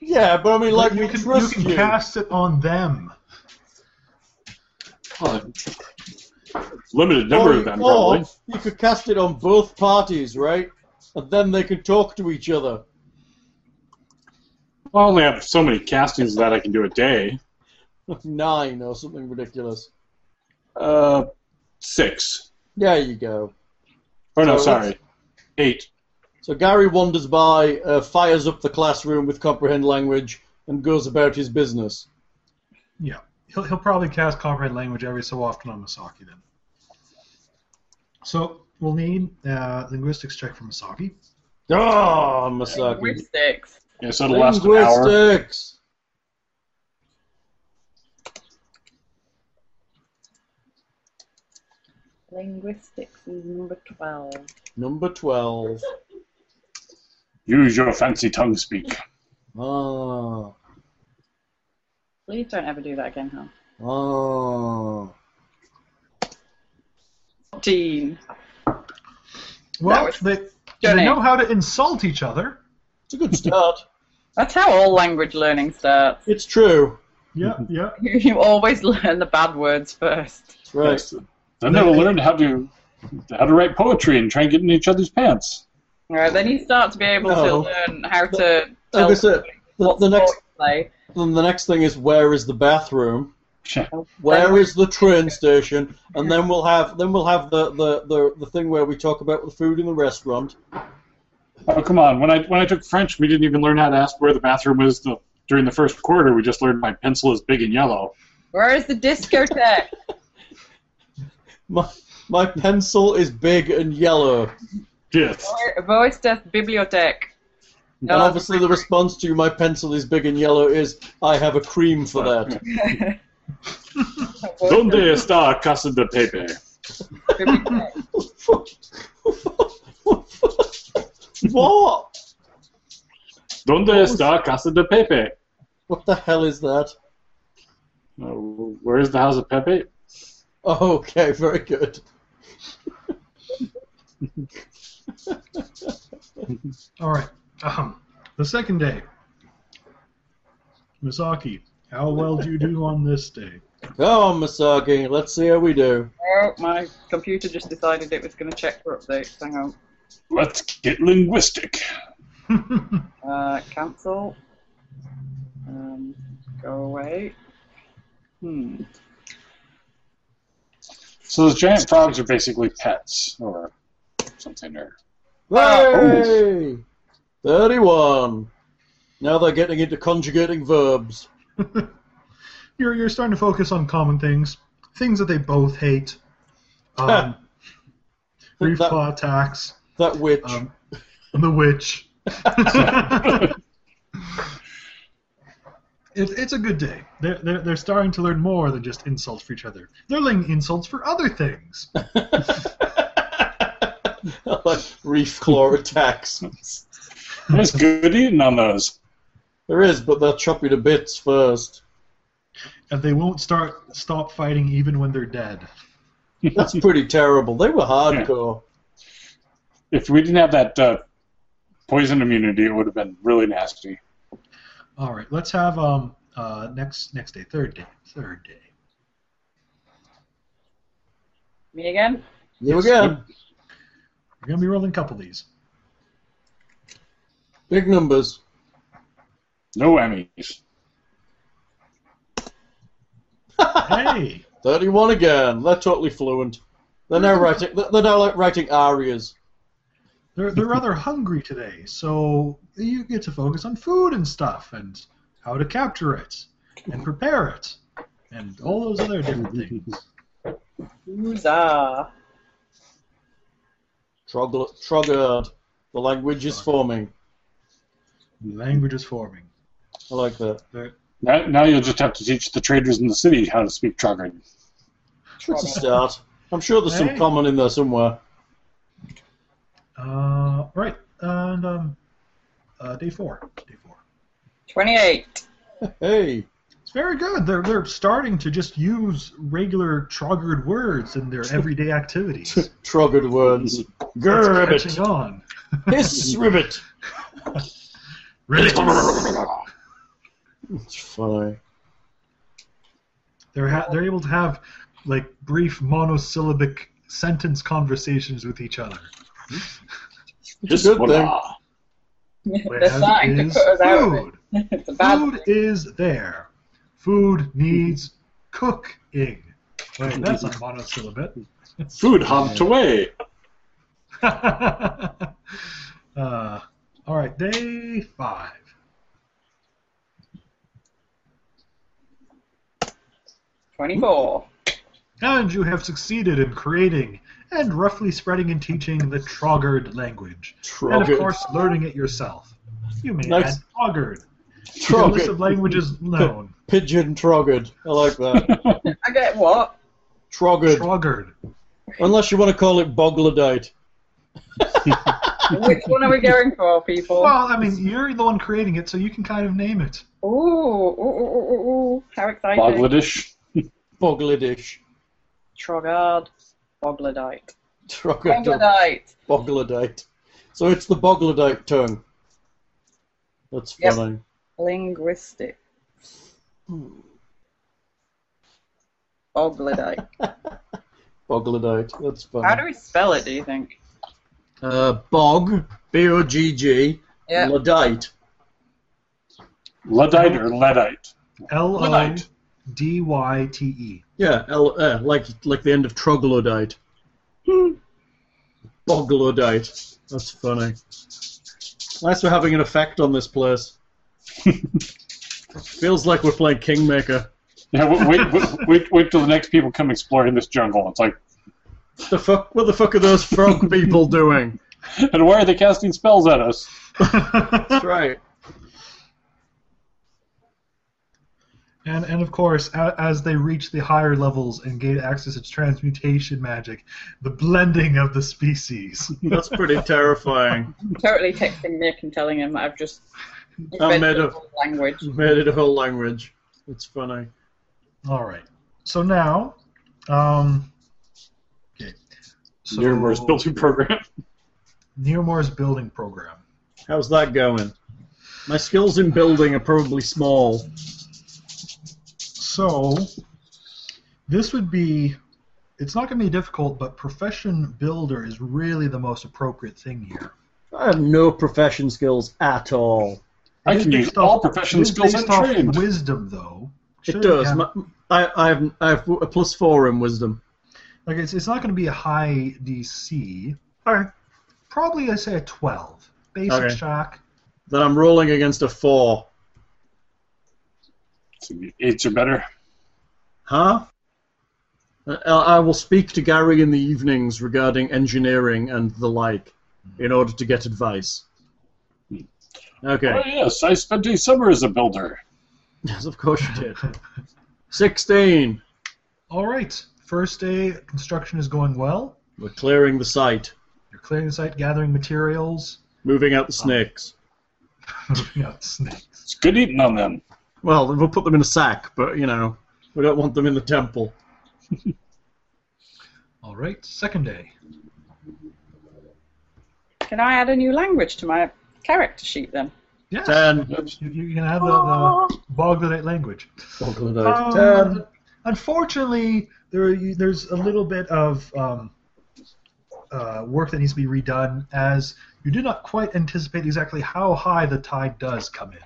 Speaker 3: Yeah, but I mean, like,
Speaker 4: you
Speaker 3: we
Speaker 4: can you
Speaker 3: trust
Speaker 4: can cast it on them.
Speaker 5: Oh, limited number
Speaker 3: or,
Speaker 5: of them,
Speaker 3: or
Speaker 5: probably.
Speaker 3: you could cast it on both parties, right? And then they can talk to each other.
Speaker 5: I only have so many castings that I can do a day.
Speaker 3: Nine or something ridiculous.
Speaker 5: Uh, six.
Speaker 3: There you go.
Speaker 5: Oh, no,
Speaker 3: So
Speaker 5: sorry. Eight.
Speaker 3: So Gary wanders by, uh, fires up the classroom with comprehend language, and goes about his business.
Speaker 4: Yeah. He'll, he'll probably cast comprehend language every so often on Masaki then. So we'll need uh, linguistics check from Masaki.
Speaker 3: Ah, Masaki.
Speaker 2: Linguistics.
Speaker 5: Yeah, so it'll last an hour.
Speaker 3: Linguistics.
Speaker 2: Linguistics is number 12.
Speaker 3: Number twelve.
Speaker 5: Use your fancy tongue speak.
Speaker 3: Ah,
Speaker 2: Please don't ever do that again, Hal.
Speaker 3: ah.
Speaker 2: 14.
Speaker 4: Well,
Speaker 2: was-
Speaker 4: they,
Speaker 2: Your
Speaker 4: they
Speaker 2: name.
Speaker 4: know how to insult each other.
Speaker 3: It's a good start.
Speaker 2: That's how all language learning starts.
Speaker 3: it's true.
Speaker 4: Yeah, yeah.
Speaker 2: You always learn the bad words first.
Speaker 3: It's right.
Speaker 5: Yes. Then they'll learn how to how to write poetry and try and get in each other's pants.
Speaker 2: All right, then you start to be able to
Speaker 3: No.
Speaker 2: learn how to tell
Speaker 3: Like I said, uh, the, the next
Speaker 2: sport to play.
Speaker 3: then the next thing is where is the bathroom?
Speaker 5: Sure.
Speaker 3: Where is the train station? And then we'll have then we'll have the, the, the, the thing where we talk about the food in the restaurant.
Speaker 5: Oh come on! When I when I took French, we didn't even learn how to ask where the bathroom is. The, during the first quarter, we just learned my pencil is big and yellow.
Speaker 2: Where is the discotheque?
Speaker 3: My my pencil is big and yellow.
Speaker 5: Yes.
Speaker 2: Where- Where is the bibliothèque? No,
Speaker 3: And obviously the response to my pencil is big and yellow is I have a cream for that.
Speaker 5: Donde está casa de Pepe?
Speaker 2: Bibliothèque.
Speaker 3: what?
Speaker 5: Donde está casa de Pepe?
Speaker 3: What the hell is that?
Speaker 5: Oh, where is the house of Pepe?
Speaker 3: Oh, okay, very good.
Speaker 4: All right. Um, the second day. Masaki, how well do you do on this day?
Speaker 3: Come on, Masaki, let's see how we do.
Speaker 2: oh, my computer just decided it was going to check for updates. Hang on.
Speaker 5: Let's get linguistic.
Speaker 2: Uh, cancel. Um, go away. Hmm.
Speaker 5: So those giant frogs are basically pets or something. Or
Speaker 3: Hey! 31. Now they're getting into conjugating verbs.
Speaker 4: you're, you're starting to focus on common things, things that they both hate. Um,
Speaker 3: That-
Speaker 4: reef claw attacks.
Speaker 3: That witch.
Speaker 4: Um, and the witch. it, it's a good day. They're, they're, they're starting to learn more than just insults for each other. They're learning insults for other things.
Speaker 3: like reef claw attacks.
Speaker 5: there's good eating on those.
Speaker 3: There is, but they'll chop you to bits first.
Speaker 4: And they won't start stop fighting even when they're dead.
Speaker 3: That's pretty terrible. They were hardcore.
Speaker 5: If we didn't have that uh, poison immunity, it would have been really nasty.
Speaker 4: All right, let's have um uh next next day, third day, third day.
Speaker 2: Me again?
Speaker 3: You again.
Speaker 4: We're gonna be rolling a couple of these.
Speaker 3: Big numbers.
Speaker 5: No Emmys.
Speaker 4: hey,
Speaker 3: 31 again. They're totally fluent. They're now writing. They're now like writing arias.
Speaker 4: they're they're rather hungry today, so you get to focus on food and stuff, and how to capture it, and prepare it, and all those other different things.
Speaker 2: Huzzah.
Speaker 3: Trogl- Trogard. The language is forming.
Speaker 4: Language is forming.
Speaker 3: I like that.
Speaker 5: Now, now you'll just have to teach the traders in the city how to speak Trogard.
Speaker 3: It's a start. I'm sure there's some
Speaker 4: Hey.
Speaker 3: common in there somewhere.
Speaker 4: Uh, right, and um, uh, day four. Day four.
Speaker 2: 28.
Speaker 3: Hey,
Speaker 4: It's very good. They're they're starting to just use regular Trogard words in their everyday activities.
Speaker 3: Trogard words.
Speaker 4: That's
Speaker 3: Gribbit.
Speaker 4: catching on.
Speaker 3: Hiss ribbit.
Speaker 4: Really?
Speaker 3: It's funny.
Speaker 4: they're ha- they're able to have like brief monosyllabic sentence conversations with each other.
Speaker 3: It's a good thing.
Speaker 4: Where
Speaker 2: They're starting to
Speaker 4: is
Speaker 2: cut us out of it.
Speaker 4: food.
Speaker 2: It's a bad
Speaker 4: Food is there. Food needs cooking. Wait, that's a monosyllabate.
Speaker 20: Food hopped away.
Speaker 4: uh, all right, day five.
Speaker 2: Twenty-four.
Speaker 4: And you have succeeded in creating and roughly spreading and teaching the Trogard language. And of
Speaker 3: Trogard.
Speaker 4: course, learning it yourself. You may
Speaker 3: Nice.
Speaker 4: add Trogard. to your list of
Speaker 3: Trogard.
Speaker 4: languages known.
Speaker 3: Pigeon Trogard. I like that.
Speaker 2: I get what?
Speaker 3: Trogard.
Speaker 4: Trogard.
Speaker 3: Unless you want to call it Bogladite.
Speaker 2: Which one are we going for, people?
Speaker 4: Well, I mean, you're the one creating it, so you can kind of name it.
Speaker 2: Ooh, ooh, ooh, ooh, ooh, ooh. How exciting.
Speaker 5: Bangladesh.
Speaker 3: Bogladish.
Speaker 2: Trogard. Bogladite.
Speaker 3: Trogard.
Speaker 2: Bogladite.
Speaker 3: Bogladite. So it's the Bogladite tongue. That's
Speaker 2: Yep.
Speaker 3: funny.
Speaker 2: Linguistic. Bogladite.
Speaker 3: Bogladite. That's funny.
Speaker 2: How do we spell it, do you think?
Speaker 3: Uh, bog, B O G G,
Speaker 2: Yeah.
Speaker 3: Luddite.
Speaker 5: Luddite or Luddite?
Speaker 4: L E. O
Speaker 5: Luddite.
Speaker 4: D Y T E.
Speaker 3: Yeah, L, uh, like like the end of troglodyte. Boglodyte. That's funny. Unless we're having an effect on this place. Feels like we're playing Kingmaker.
Speaker 5: Yeah, wa- wait, wait, wait, wait till the next people come exploring this jungle. It's like,
Speaker 3: The fuck? What the fuck are those frog people doing?
Speaker 5: and why are they casting spells at us?
Speaker 3: That's right.
Speaker 4: And, and of course, a, as they reach the higher levels and gain access to transmutation magic, the blending of the species.
Speaker 3: That's pretty terrifying.
Speaker 2: I'm totally texting Nick and telling him that I've just
Speaker 3: I
Speaker 2: invented
Speaker 3: made
Speaker 2: a
Speaker 3: a
Speaker 2: whole language.
Speaker 3: made it a whole language. It's funny.
Speaker 4: All right. So now, um, okay. So
Speaker 5: Numerous building program.
Speaker 4: Nearmore's building program.
Speaker 3: How's that going? My skills in building are probably small.
Speaker 4: So this would be. It's not going to be difficult, but profession builder is really the most appropriate thing here.
Speaker 3: I have no profession skills at all.
Speaker 5: I
Speaker 4: It is
Speaker 5: can use
Speaker 4: based off-
Speaker 5: all
Speaker 4: it
Speaker 5: profession
Speaker 4: is
Speaker 5: skills
Speaker 4: based
Speaker 5: and
Speaker 4: off
Speaker 5: trained.
Speaker 4: Wisdom, though.
Speaker 3: it
Speaker 4: Should
Speaker 3: does.
Speaker 4: have-
Speaker 3: My, I, I, have, I have a plus four in wisdom.
Speaker 4: Like it's, it's not going to be a high DC.
Speaker 3: Okay.
Speaker 4: Probably I say a twelve. Basic
Speaker 3: Okay.
Speaker 4: shock.
Speaker 3: Then I'm rolling against a four.
Speaker 5: Eights are better.
Speaker 3: Huh? I, I will speak to Gary in the evenings regarding engineering and the like in order to get advice.
Speaker 5: Oh,
Speaker 3: Okay.
Speaker 5: yes, I spent a summer as a builder.
Speaker 3: Yes, of course you did. 16.
Speaker 4: All right. First day construction is going well.
Speaker 3: We're clearing the site,
Speaker 4: You're clearing the site, gathering materials,
Speaker 3: moving out the snakes.
Speaker 4: moving out snakes.
Speaker 5: It's good eating on them.
Speaker 3: Well, we'll put them in a sack, but, you know, we don't want them in the temple.
Speaker 4: All right. Second day.
Speaker 2: Can I add a new language to my character sheet then?
Speaker 4: Yes.
Speaker 3: 10.
Speaker 5: That's-
Speaker 4: You, you can have the, the bogleite language.
Speaker 3: Troglodyte.
Speaker 4: Um,
Speaker 3: 10.
Speaker 4: Unfortunately, there you, there's a little bit of um, uh, work that needs to be redone, as you did not quite anticipate exactly how high the tide does come in.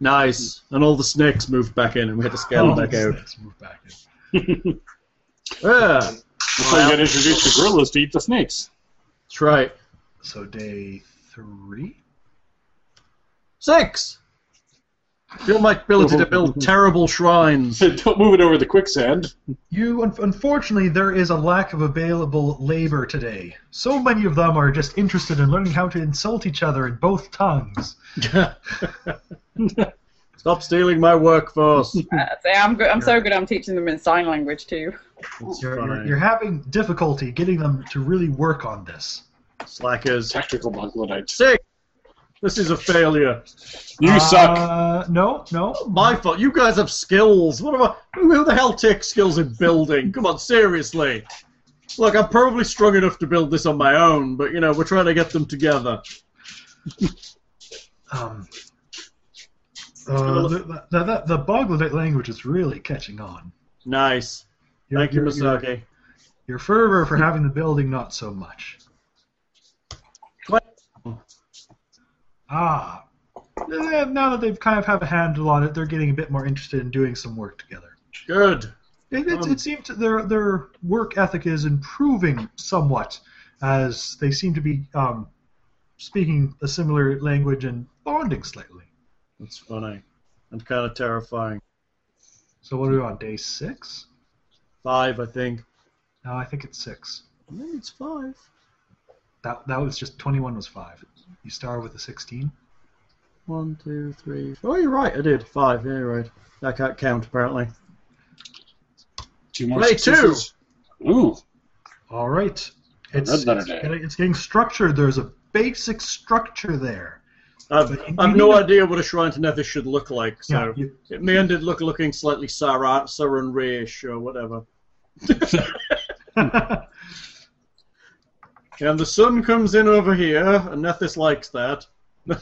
Speaker 3: Nice. And all the snakes moved back in, and we had to scale
Speaker 4: Oh,
Speaker 3: them back
Speaker 4: this-
Speaker 3: out. Ah,
Speaker 4: this move back in.
Speaker 3: Yeah,
Speaker 5: That's how you got introduced to gorillas to eat the snakes.
Speaker 3: that's right.
Speaker 4: So day three.
Speaker 3: Six. Feel my ability to build terrible shrines.
Speaker 5: Don't move it over the quicksand.
Speaker 4: You un- unfortunately there is a lack of available labor today. So many of them are just interested in learning how to insult each other in both tongues.
Speaker 3: Stop stealing my workforce.
Speaker 4: Hmm.
Speaker 2: Uh, say I'm good. I'm so good. I'm teaching them in sign language too.
Speaker 4: You're, you're, you're having difficulty getting them to really work on this.
Speaker 3: Slackers.
Speaker 5: Tactical Moglodites.
Speaker 3: Six. This is a failure.
Speaker 5: You suck.
Speaker 4: Uh, no, no.
Speaker 3: My fault. You guys have skills. What am I? Who the hell takes skills in building? Come on, seriously. Look, I'm probably strong enough to build this on my own, but you know we're trying to get them together.
Speaker 4: Um, uh, the, the, the, the Bogladite language is really catching on.
Speaker 3: Nice.
Speaker 4: Your-
Speaker 3: Thank you,
Speaker 4: your- your-
Speaker 3: Masaki.
Speaker 4: Your fervor for having the building, not so much.
Speaker 3: What?
Speaker 4: Ah. Eh, Now that they've kind of have a handle on it, they're getting a bit more interested in doing some work together.
Speaker 3: Good.
Speaker 4: It, it,
Speaker 3: Um,
Speaker 4: it seems that their their work ethic is improving somewhat, as they seem to be um, speaking a similar language and bonding slightly.
Speaker 3: That's funny and kind of terrifying.
Speaker 4: So what are we on day six?
Speaker 3: Five, I think.
Speaker 4: No, I think it's six.
Speaker 3: Maybe it's five.
Speaker 4: That that was just twenty one was five. You start with a sixteen.
Speaker 3: One, two, three. four. Oh, you're right. I did five. Yeah, you're right. I can't count apparently.
Speaker 5: Two more
Speaker 3: Play
Speaker 5: successes. Ooh.
Speaker 4: All right. It's,
Speaker 5: Red letter
Speaker 4: it's,
Speaker 5: day.
Speaker 4: getting, it's getting structured. There's a basic structure there.
Speaker 3: I've,
Speaker 4: But you
Speaker 3: I've
Speaker 4: need
Speaker 3: no
Speaker 4: to-
Speaker 3: idea what a shrine to Nethys should look like, so
Speaker 4: yeah, you,
Speaker 3: it may end up look, looking slightly Sara- Saran-ish or whatever. And the sun comes in over here, and Nethys likes that.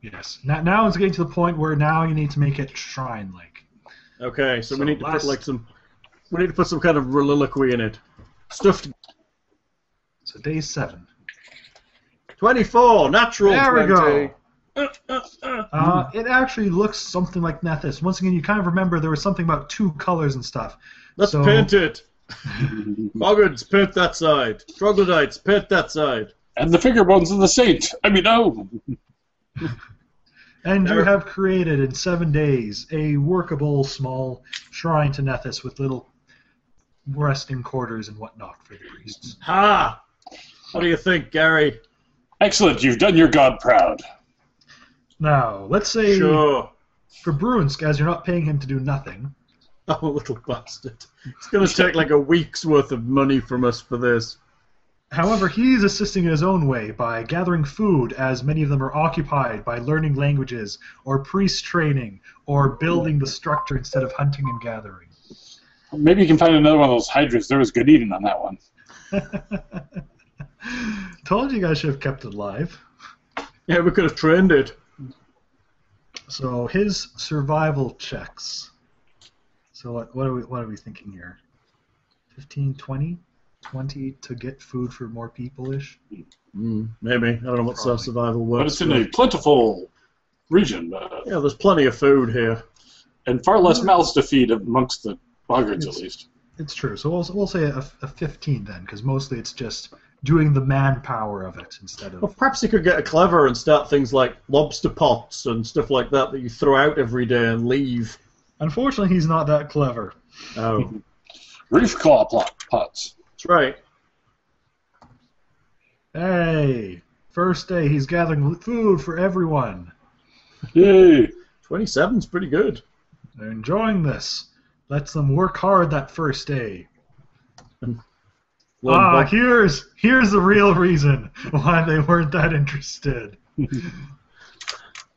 Speaker 4: yes. Now, now it's getting to the point where now you need to make it shrine like.
Speaker 3: Okay, so,
Speaker 4: So
Speaker 3: we need to
Speaker 4: last-
Speaker 3: put like some, we need to put some kind of reliloquy in it. Stuffed
Speaker 4: So day seven.
Speaker 3: twenty-four, natural
Speaker 4: There we
Speaker 3: 20.
Speaker 4: go. Uh, it actually looks something like Nethys. Once again, you kind of remember there was something about two colors and stuff.
Speaker 3: Let's
Speaker 4: So-
Speaker 3: paint it. Boggards, paint that side. Troglodytes, paint that side.
Speaker 5: And the finger bones of the saint. I mean, oh.
Speaker 4: And you
Speaker 3: There.
Speaker 4: have created in seven days a workable small shrine to Nethys with little resting quarters and whatnot for the priests.
Speaker 3: Ha! What do you think, Gary?
Speaker 5: Excellent. You've done your god proud.
Speaker 4: Now, let's say
Speaker 3: Sure.
Speaker 4: for Bruinsk, as you're not paying him to do nothing,
Speaker 3: Oh, little bastard. It's going to take like a week's worth of money from us for this.
Speaker 4: However, he's assisting in his own way by gathering food, as many of them are occupied by learning languages or priest training or building the structure instead of hunting and gathering.
Speaker 5: Maybe you can find another one of those hydras. There was good eating on that one.
Speaker 4: Told you guys should have kept it alive.
Speaker 3: Yeah, we could have trained it.
Speaker 4: So his survival checks. So what, what are we what are we thinking here? 15, 20? 20 to get food for more people ish.
Speaker 3: Mm, maybe. I don't know what self survival
Speaker 5: But
Speaker 3: works.
Speaker 5: it's in a
Speaker 3: for.
Speaker 5: plentiful region uh,
Speaker 3: Yeah, there's plenty of food here.
Speaker 5: and far less mouths to feed amongst the boggards, at least.
Speaker 4: It's true. So we'll, we'll say a, a 15 then, because mostly it's just doing the manpower of it instead
Speaker 3: Well,
Speaker 4: of.
Speaker 3: perhaps you could get clever and start things like lobster pots and stuff like that that you throw out every day and leave.
Speaker 4: Unfortunately, he's not that clever.
Speaker 3: Oh,
Speaker 5: Reef claw plot, pots.
Speaker 3: that's right.
Speaker 4: Hey, first day he's gathering food for everyone.
Speaker 5: Yay!
Speaker 3: 27's pretty good.
Speaker 4: They're enjoying this. Lets them work hard that first day.
Speaker 3: Lone
Speaker 4: ah,
Speaker 3: Bob-
Speaker 4: here's here's the real reason why they weren't that interested.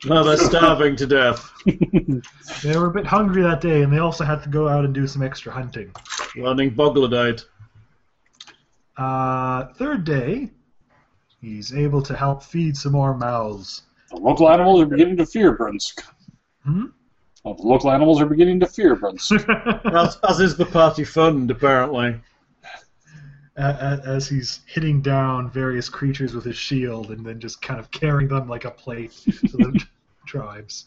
Speaker 3: No, they're starving to death.
Speaker 4: They were a bit hungry that day, and they also had to go out and do some extra hunting.
Speaker 3: Learning boglodite.
Speaker 4: Uh, third day, he's able to help feed some more mouths.
Speaker 5: The local animals are beginning to fear Brunsk.
Speaker 4: Hmm?
Speaker 5: Well, the local animals are beginning to fear Brunsk.
Speaker 3: As, as is the party fund, apparently.
Speaker 4: uh, as he's hitting down various creatures with his shield and then just kind of carrying them like a plate to the tribes.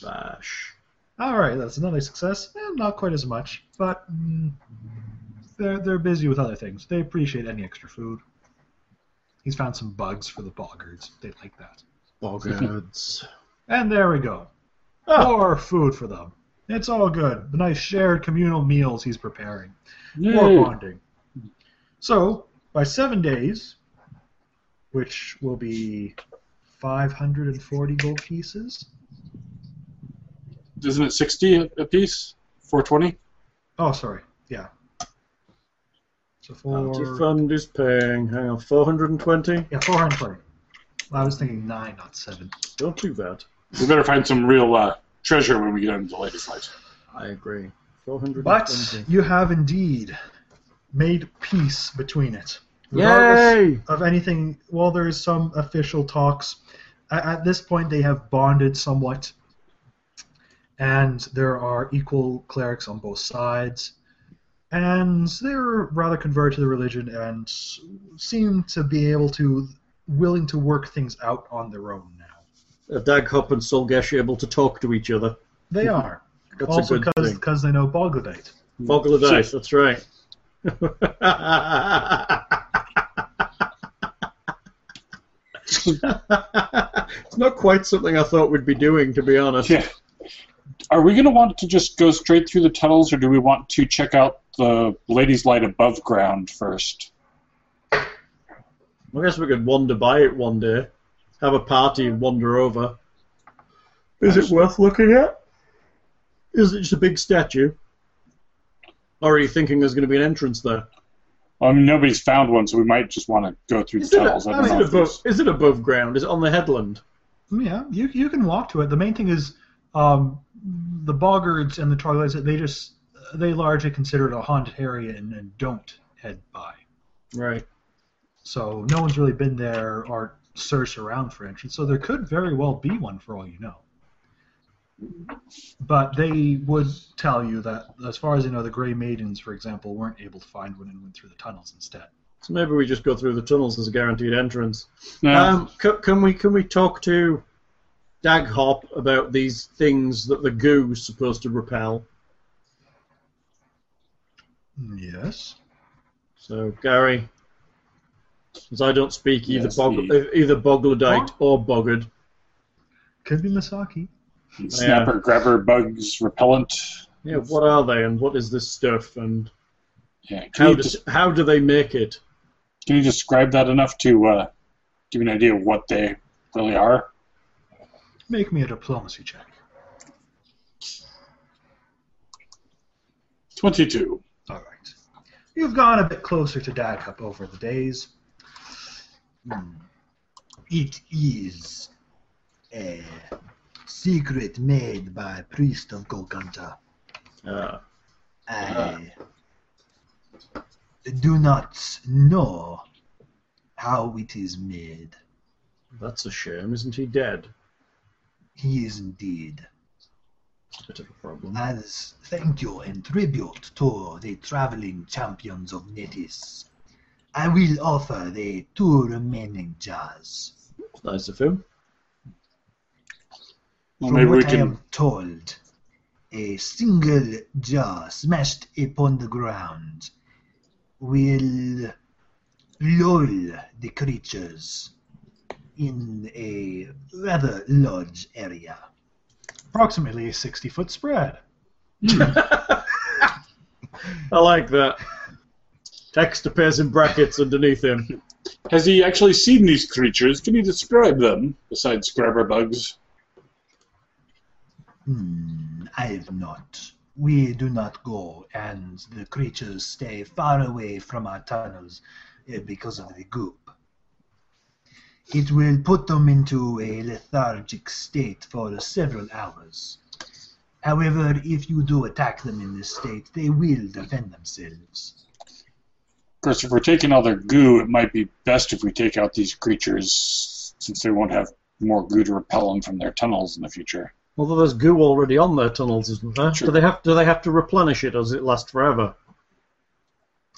Speaker 3: Bash.
Speaker 4: All right, that's another success. Eh, not quite as much, but mm, they're they're busy with other things. They appreciate any extra food. He's found some bugs for the boggards. They like that.
Speaker 3: Boggards.
Speaker 4: And there we go.
Speaker 3: Ah.
Speaker 4: More food for them. It's all good. The nice shared communal meals he's preparing.
Speaker 5: Yay.
Speaker 4: More bonding. So, by seven days, which will be 540 gold pieces.
Speaker 5: Isn't it 60 a- a piece? 420?
Speaker 4: Oh, sorry. Yeah. So,
Speaker 3: Bounty
Speaker 4: four.
Speaker 3: fund is paying. Hang on, 420?
Speaker 4: Yeah, 420. Well, I was thinking nine, not seven.
Speaker 3: Don't do that.
Speaker 5: We better find some real uh, treasure when we get into the ladies' lives.
Speaker 3: I agree. 420.
Speaker 4: But you have indeed made peace between it. Regardless
Speaker 3: Yay!
Speaker 4: of anything, while there is some official talks, at, at this point they have bonded somewhat, and there are equal clerics on both sides, and they're rather converted to the religion and seem to be able to, willing to work things out on their own now.
Speaker 3: Are Daghop and Solgesh able to talk to each other?
Speaker 4: They are.
Speaker 3: That's
Speaker 4: also
Speaker 3: a good thing.
Speaker 4: because they know Bogladate.
Speaker 3: Foggle of
Speaker 5: So-
Speaker 3: Ice, that's right. it's not quite something I thought we'd be doing, to be honest.
Speaker 5: Yeah. Are we going to want to just go straight through the tunnels, or do we want to check out the ladies' light above ground first?
Speaker 3: I guess we could wander by it one day, have a party and wander over. Is it worth looking at? Is it just a big statue? Or are you thinking there's going to be an entrance there?
Speaker 5: Well, I mean, nobody's found one, so we might just want to go through
Speaker 3: Is
Speaker 5: the
Speaker 3: it,
Speaker 5: tunnels. I
Speaker 3: I
Speaker 5: don't
Speaker 3: mean,
Speaker 5: know
Speaker 3: is it
Speaker 5: if
Speaker 3: above,
Speaker 5: there's-
Speaker 3: is it above ground? Is it on the headland?
Speaker 4: Yeah, you you can walk to it. The main thing is um, the boggards and the troglodytes. They just they largely consider it a haunted area and, and don't head by.
Speaker 3: Right.
Speaker 4: So no one's really been there or searched around for entrance. So there could very well be one for all you know. But they would tell you that, as far as you know, the Grey Maidens, for example, weren't able to find one and went through the tunnels instead.
Speaker 3: So maybe we just go through the tunnels as a guaranteed entrance.
Speaker 5: No.
Speaker 3: Um, c- can we can we talk to Daghop about these things that the goo's supposed to repel?
Speaker 4: Yes.
Speaker 3: So Gary, since I don't speak either
Speaker 5: Yes,
Speaker 3: bog- e-,
Speaker 5: the-
Speaker 3: either Boglodite
Speaker 4: Huh?
Speaker 3: or Boggard,
Speaker 4: Could be Masaki.
Speaker 3: Um,
Speaker 5: snapper, grabber, bugs, repellent.
Speaker 3: yeah, what are they and what is this stuff and
Speaker 5: Yeah. Can,
Speaker 3: how
Speaker 5: you,
Speaker 3: does,
Speaker 5: des-
Speaker 3: how do they make it?
Speaker 5: can you describe that enough to uh, give me an idea of what they really are?
Speaker 4: Make me a diplomacy check.
Speaker 5: 22.
Speaker 4: All right. You've gone a bit closer to Dagup over the days.
Speaker 21: Hmm. It is a secret made by priest of Golganta.
Speaker 3: Uh,
Speaker 21: I Uh, do not know how it is made.
Speaker 3: that's a shame, isn't he dead?
Speaker 21: He is indeed.
Speaker 3: Bit of a problem.
Speaker 21: As thank you and tribute to the traveling champions of Netis, I will offer the two remaining jars.
Speaker 3: Nice of him.
Speaker 5: Well,
Speaker 21: From
Speaker 5: maybe
Speaker 21: what
Speaker 5: we
Speaker 21: I
Speaker 5: can.
Speaker 21: am told, a single jar smashed upon the ground will lull the creatures in a rather large area.
Speaker 4: Approximately a 60 foot spread.
Speaker 3: I like that. Text appears in brackets underneath him.
Speaker 5: Has he actually seen these creatures? Can you describe them besides grabber bugs?
Speaker 21: Hmm, I have not. We do not go, and the creatures stay far away from our tunnels eh, because of the goop. It will put them into a lethargic state for several hours. However, if you do attack them in this state, they will defend themselves.
Speaker 5: Of course, if we're taking all their goo, it might be best if we take out these creatures, since they won't have more goo to repel them from their tunnels in the future.
Speaker 3: Although there's goo already on their tunnels, isn't there?
Speaker 5: True.
Speaker 3: Do they have do they have to replenish it, or does it last forever?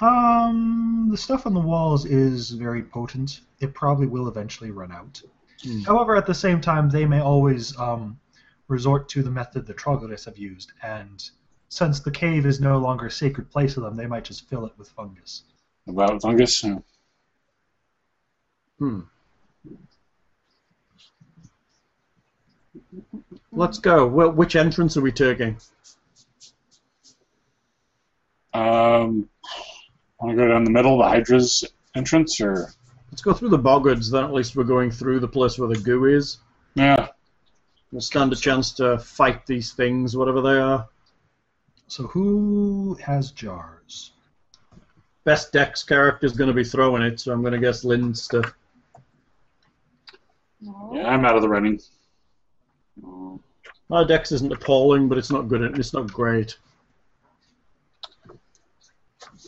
Speaker 4: Um, the stuff on the walls is very potent. It probably will eventually run out.
Speaker 3: Hmm.
Speaker 4: However, at the same time, they may always um, resort to the method the troglodytes have used, and since the cave is no longer a sacred place to them, they might just fill it with fungus.
Speaker 5: About fungus? Hmm.
Speaker 3: Let's go. Well, which entrance are we taking?
Speaker 5: Um, want to go down the middle, the Hydra's entrance, or
Speaker 3: Let's go through the boggards, then at least we're going through the place where the goo is.
Speaker 5: yeah,
Speaker 3: We'll stand a chance to fight these things, whatever they are.
Speaker 4: So who has jars?
Speaker 3: Best Dex character's going to be throwing it, so I'm going to guess Lynn's stuff.
Speaker 5: yeah, I'm out of the running.
Speaker 3: My Dex isn't appalling, but it's not good. It's not great.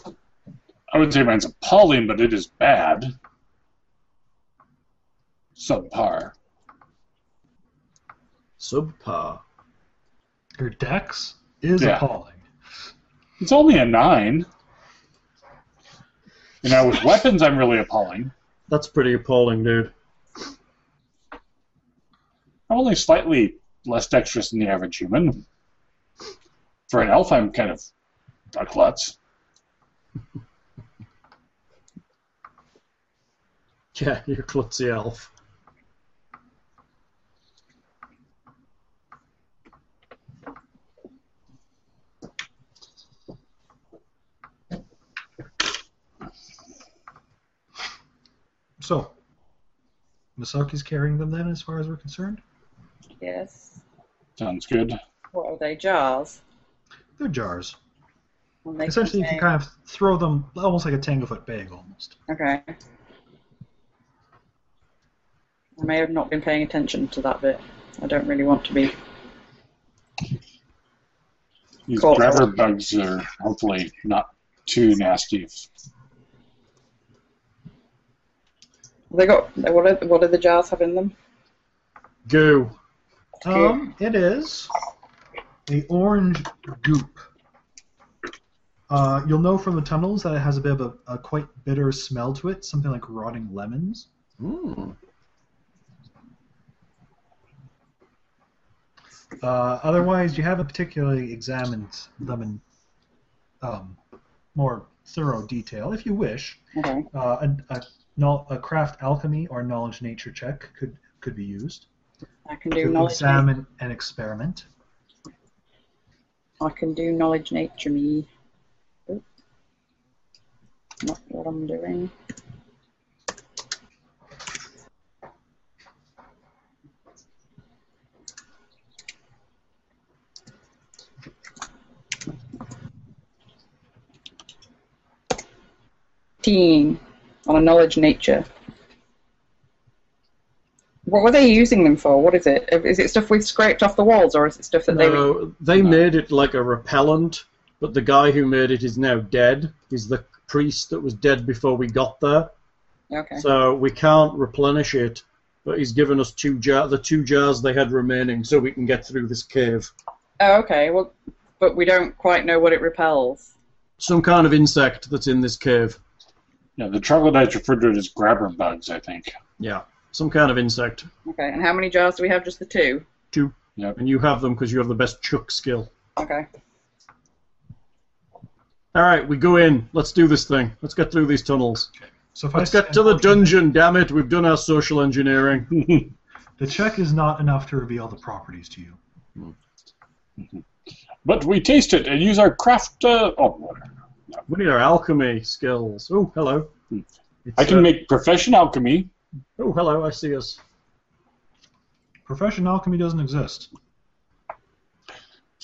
Speaker 5: I wouldn't say mine's appalling, but it is bad. Subpar.
Speaker 3: Subpar.
Speaker 4: Your dex is
Speaker 5: Yeah.
Speaker 4: appalling.
Speaker 5: It's only a nine. You know, with weapons, I'm really appalling.
Speaker 3: That's pretty appalling, dude.
Speaker 5: I'm only slightly less dexterous than the average human. For an elf, I'm kind of a klutz.
Speaker 3: Yeah, you're a klutzy elf.
Speaker 4: So, Misaki's carrying them then, as far as we're concerned?
Speaker 2: Yes.
Speaker 5: Sounds good.
Speaker 2: What are they? Jars.
Speaker 4: They're jars.
Speaker 2: And they
Speaker 4: Essentially, you can
Speaker 2: contain-
Speaker 4: kind of throw them almost like a tanglefoot bag, almost.
Speaker 2: Okay. I may have not been paying attention to that bit. I don't really want to be.
Speaker 5: These
Speaker 2: Cool.
Speaker 5: grabber bugs are hopefully not too nasty.
Speaker 2: They got. What are, what do the jars have in them?
Speaker 3: Goo.
Speaker 4: Um, it is a orange goop. Uh, you'll know from the tunnels that it has a bit of a, a quite bitter smell to it, something like rotting lemons.
Speaker 3: Mm.
Speaker 4: Uh, otherwise, you haven't particularly examined them in um, more thorough detail. If you wish,
Speaker 2: Okay.
Speaker 4: uh, a, a, no- a craft alchemy or knowledge nature check could could be used
Speaker 2: I can do
Speaker 4: to
Speaker 2: knowledge.
Speaker 4: examine and experiment.
Speaker 2: I can do knowledge nature me. Oop. Not what I'm doing. Team on a knowledge nature. What were they using them for? What is it? Is it stuff we've scraped off the walls, or is it stuff that they were
Speaker 3: No, they made it like a repellent, but the guy who made it is now dead. He's the priest that was dead before we got there,
Speaker 2: Okay.
Speaker 3: so we can't replenish it. But he's given us two jar, the two jars they had remaining, so we can get through this cave.
Speaker 2: Oh, okay. Well, but we don't quite know what it repels.
Speaker 3: Some kind of insect that's in this cave.
Speaker 5: Yeah, the troglodytes referred to it as grabber bugs, I think.
Speaker 3: Yeah, some kind of insect.
Speaker 2: Okay. And how many jars do we have? Just the two.
Speaker 3: Two,
Speaker 5: Yep.
Speaker 3: and you have them because you have the best chuck skill.
Speaker 2: Okay.
Speaker 3: All right, we go in. Let's do this thing. Let's get through these tunnels.
Speaker 4: So if I
Speaker 3: Let's get
Speaker 4: stand
Speaker 3: to the
Speaker 4: forward-
Speaker 3: dungeon. Damn it, we've done our social engineering.
Speaker 4: The check is not enough to reveal the properties to you.
Speaker 5: But we taste it and use our craft. Uh, oh, whatever.
Speaker 3: We need our alchemy skills. Oh, hello.
Speaker 5: Hmm.
Speaker 3: It's,
Speaker 5: I
Speaker 3: uh,
Speaker 5: can make profession alchemy.
Speaker 3: Oh, hello. I see us.
Speaker 4: Profession alchemy doesn't exist.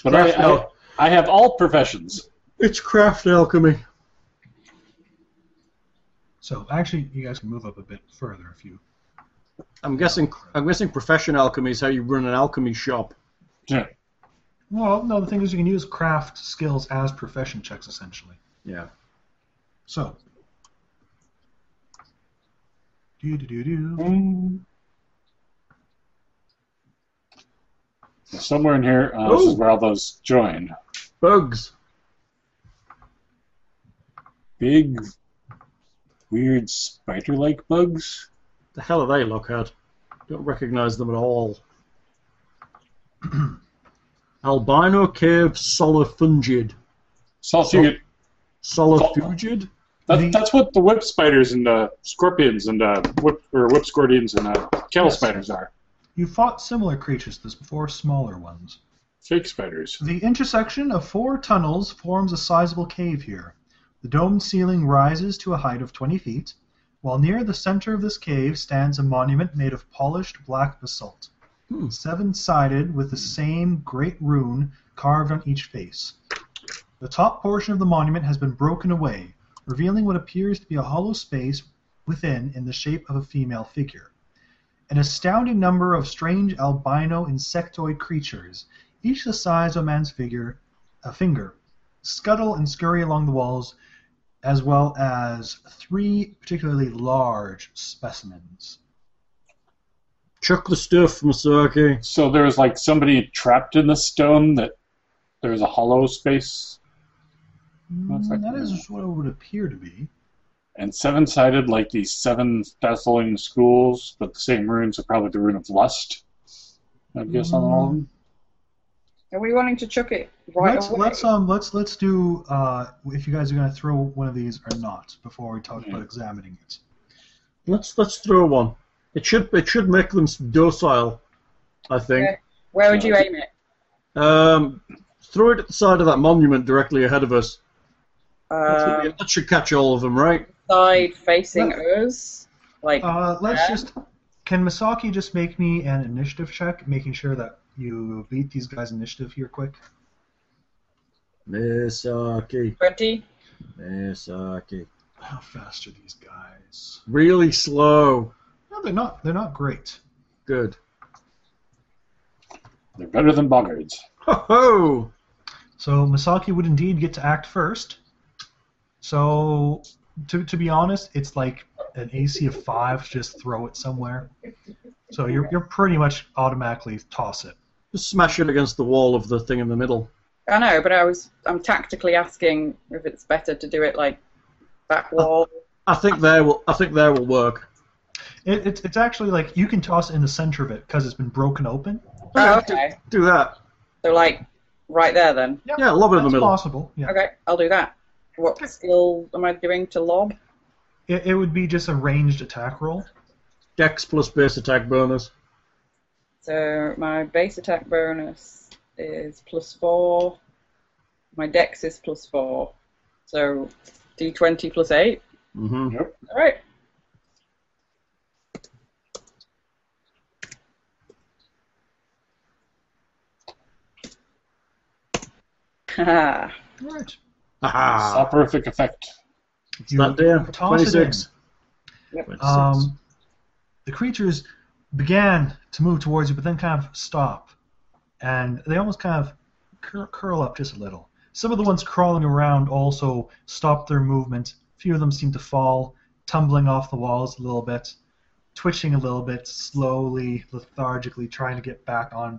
Speaker 5: But I,
Speaker 3: Craft al-
Speaker 5: I, I have all professions.
Speaker 3: It's craft alchemy.
Speaker 4: So actually, you guys can move up a bit further if you.
Speaker 3: I'm guessing. I'm guessing profession alchemy is how you run an alchemy shop.
Speaker 5: Yeah.
Speaker 4: Well, no. The thing is, you can use craft skills as profession checks essentially.
Speaker 3: Yeah.
Speaker 4: So. Do do do do.
Speaker 5: Mm. Somewhere in here, uh, this
Speaker 3: Ooh.
Speaker 5: is where all those join.
Speaker 3: Bugs.
Speaker 5: big, weird spider-like bugs.
Speaker 3: The hell are they, Lockhart? Don't recognise them at all. Albino cave solifungid.
Speaker 5: Salsugid.
Speaker 3: Solifugid?
Speaker 5: That, that's what the whip spiders and uh, scorpions and uh, whip or whip scorpions and uh, cattle
Speaker 4: Yes.
Speaker 5: spiders are
Speaker 4: You fought similar creatures to this before, smaller ones.
Speaker 5: fake spiders.
Speaker 4: The intersection of four tunnels forms a sizable cave here. The domed ceiling rises to a height of 20 feet, while near the center of this cave stands a monument made of polished black basalt,
Speaker 3: Hmm.
Speaker 4: seven sided with the same great rune carved on each face. The top portion of the monument has been broken away, revealing what appears to be a hollow space within in the shape of a female figure. An astounding number of strange albino insectoid creatures each the size of a man's figure, a finger, scuttle and scurry along the walls, as well as three particularly large specimens.
Speaker 3: Chuck the stuff, Masaki.
Speaker 5: So there was like somebody trapped in the stone that there was a hollow space Looks like
Speaker 4: Mm, That
Speaker 5: a-
Speaker 4: is what it would appear to be.
Speaker 5: and seven-sided like these seven Thessalian schools, but the same runes are probably the rune of lust. I guess on all of
Speaker 3: Mm.
Speaker 5: them.
Speaker 2: Are we wanting to chuck it right
Speaker 4: let's
Speaker 2: away?
Speaker 4: let's um let's let's do uh, if you guys are going to throw one of these or not before we talk about
Speaker 5: Yeah.
Speaker 4: examining it.
Speaker 3: Let's let's throw one. It should it should make them docile, I think.
Speaker 2: Okay. Where would you
Speaker 5: No.
Speaker 2: aim it?
Speaker 3: Um, throw it at the side of that monument directly ahead of us. That should be-
Speaker 2: Um,
Speaker 3: that should catch all of them, right?
Speaker 2: side facing us, like
Speaker 4: Uh, let's
Speaker 2: Yeah.
Speaker 4: just. Can Masaki just make me an initiative check, making sure that you beat these guys' initiative here quick?
Speaker 3: Misaki,
Speaker 2: twenty.
Speaker 3: Misaki.
Speaker 4: How fast are these guys?
Speaker 3: Really slow.
Speaker 4: No, they're not. They're not great.
Speaker 3: Good.
Speaker 5: They're better than boggards.
Speaker 3: Ho ho!
Speaker 4: So Masaki would indeed get to act first. So to, to be honest, it's like an AC of five to just throw it somewhere. So you're, you're pretty much automatically toss it.
Speaker 3: Just smash it against the wall of the thing in the middle.
Speaker 2: I know, but I was I'm tactically asking if it's better to do it like back
Speaker 4: Uh,
Speaker 2: wall.
Speaker 3: I think there will. I think there will work.
Speaker 4: it it's, it's actually like you can toss it in the center of it because it's been broken open.
Speaker 2: Oh, okay,
Speaker 3: Do that.
Speaker 2: so like right there then.
Speaker 3: Yeah, lob it in the
Speaker 4: That's
Speaker 3: middle.
Speaker 4: possible. Yeah.
Speaker 2: Okay, I'll do that. What skill am I doing to lob?
Speaker 4: It, it would be just a ranged attack roll.
Speaker 3: Dex plus base attack bonus.
Speaker 2: So my base attack bonus is plus four. My dex is plus four. So d20 plus eight.
Speaker 3: Mm-hmm.
Speaker 2: All right. Haha.
Speaker 4: Right.
Speaker 3: Haha.
Speaker 5: Soporific effect.
Speaker 3: It's that there.
Speaker 4: toss it in.
Speaker 3: Twenty-six.
Speaker 2: Yep.
Speaker 3: 26.
Speaker 4: Um, the creatures began to move towards you, but then kind of stop, and they almost kind of cur- curl up just a little. Some of the ones crawling around also stopped their movement. A few of them seemed to fall, tumbling off the walls a little bit, twitching a little bit, slowly, lethargically, trying to get back on,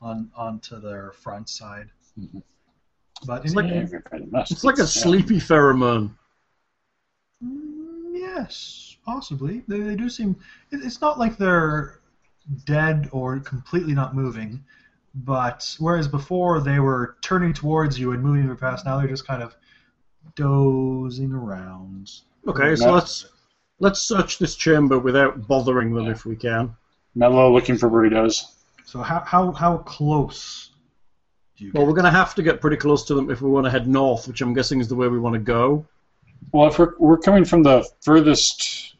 Speaker 4: on onto their front side.
Speaker 5: Mhm.
Speaker 4: But
Speaker 3: It's
Speaker 4: in-
Speaker 3: like-
Speaker 5: Yeah, everybody must.
Speaker 3: it's like a
Speaker 5: Yeah.
Speaker 3: sleepy pheromone.
Speaker 4: Mm, Yes, possibly. They, they do seem. It, it's not like they're dead or completely not moving, but whereas before they were turning towards you and moving very fast, now they're just kind of dozing around.
Speaker 3: Okay, so
Speaker 5: No.
Speaker 3: let's let's search this chamber without bothering them if we can.
Speaker 5: Mellow looking for burritos.
Speaker 4: So how how how close? Do you
Speaker 3: Well,
Speaker 4: get?
Speaker 3: we're going to have to get pretty close to them if we want to head north, which I'm guessing is the way we want to go.
Speaker 5: Well, if we're, we're coming from the furthest,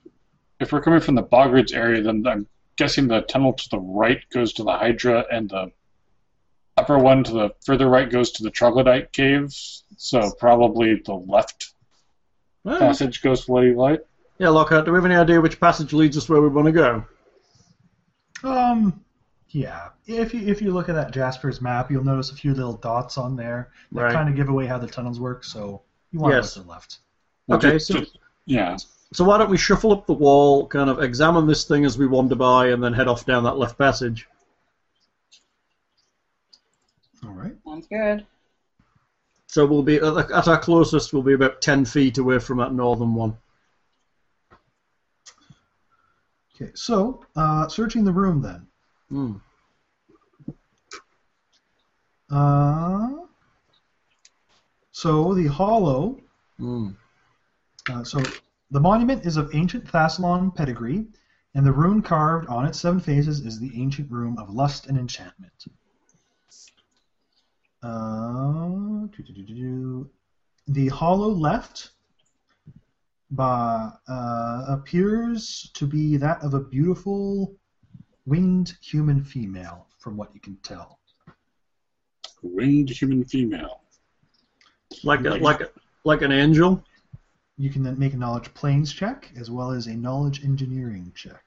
Speaker 5: if we're coming from the Boggards area, then I'm guessing the tunnel to the right goes to the Hydra, and the upper one to the further right goes to the Troglodyte caves. So probably the left
Speaker 3: Eh,
Speaker 5: passage goes to Lady Light.
Speaker 3: Yeah, Lockhart, do we have any idea which passage leads us where we want to go?
Speaker 4: Um, yeah. If you if you look at that Jasper's map, you'll notice a few little dots on there that
Speaker 3: Right.
Speaker 4: kind of give away how the tunnels work. So you want
Speaker 3: Yes.
Speaker 4: to go to the left.
Speaker 3: Okay,
Speaker 5: Just-
Speaker 3: so,
Speaker 5: just- yeah.
Speaker 3: so why don't we shuffle up the wall, kind of examine this thing as we wander by, and then head off down that left passage?
Speaker 4: All right.
Speaker 2: Sounds good.
Speaker 3: So we'll be at, the, at our closest. We'll be about ten feet away from that northern one.
Speaker 4: Okay, so uh, searching the room then.
Speaker 3: Mm.
Speaker 4: Uh, so the hollow.
Speaker 3: Mm.
Speaker 4: Uh, so the monument is of ancient Thassalon pedigree, and the rune carved on its seven faces is the ancient room of lust and enchantment. Uh, doo-doo-doo-doo. the hollow left by, uh, appears to be that of a beautiful winged human female, from what you can tell.
Speaker 5: Winged human female.
Speaker 3: Like a, like a, like an angel.
Speaker 4: You can then make a knowledge planes check as well as a knowledge engineering check.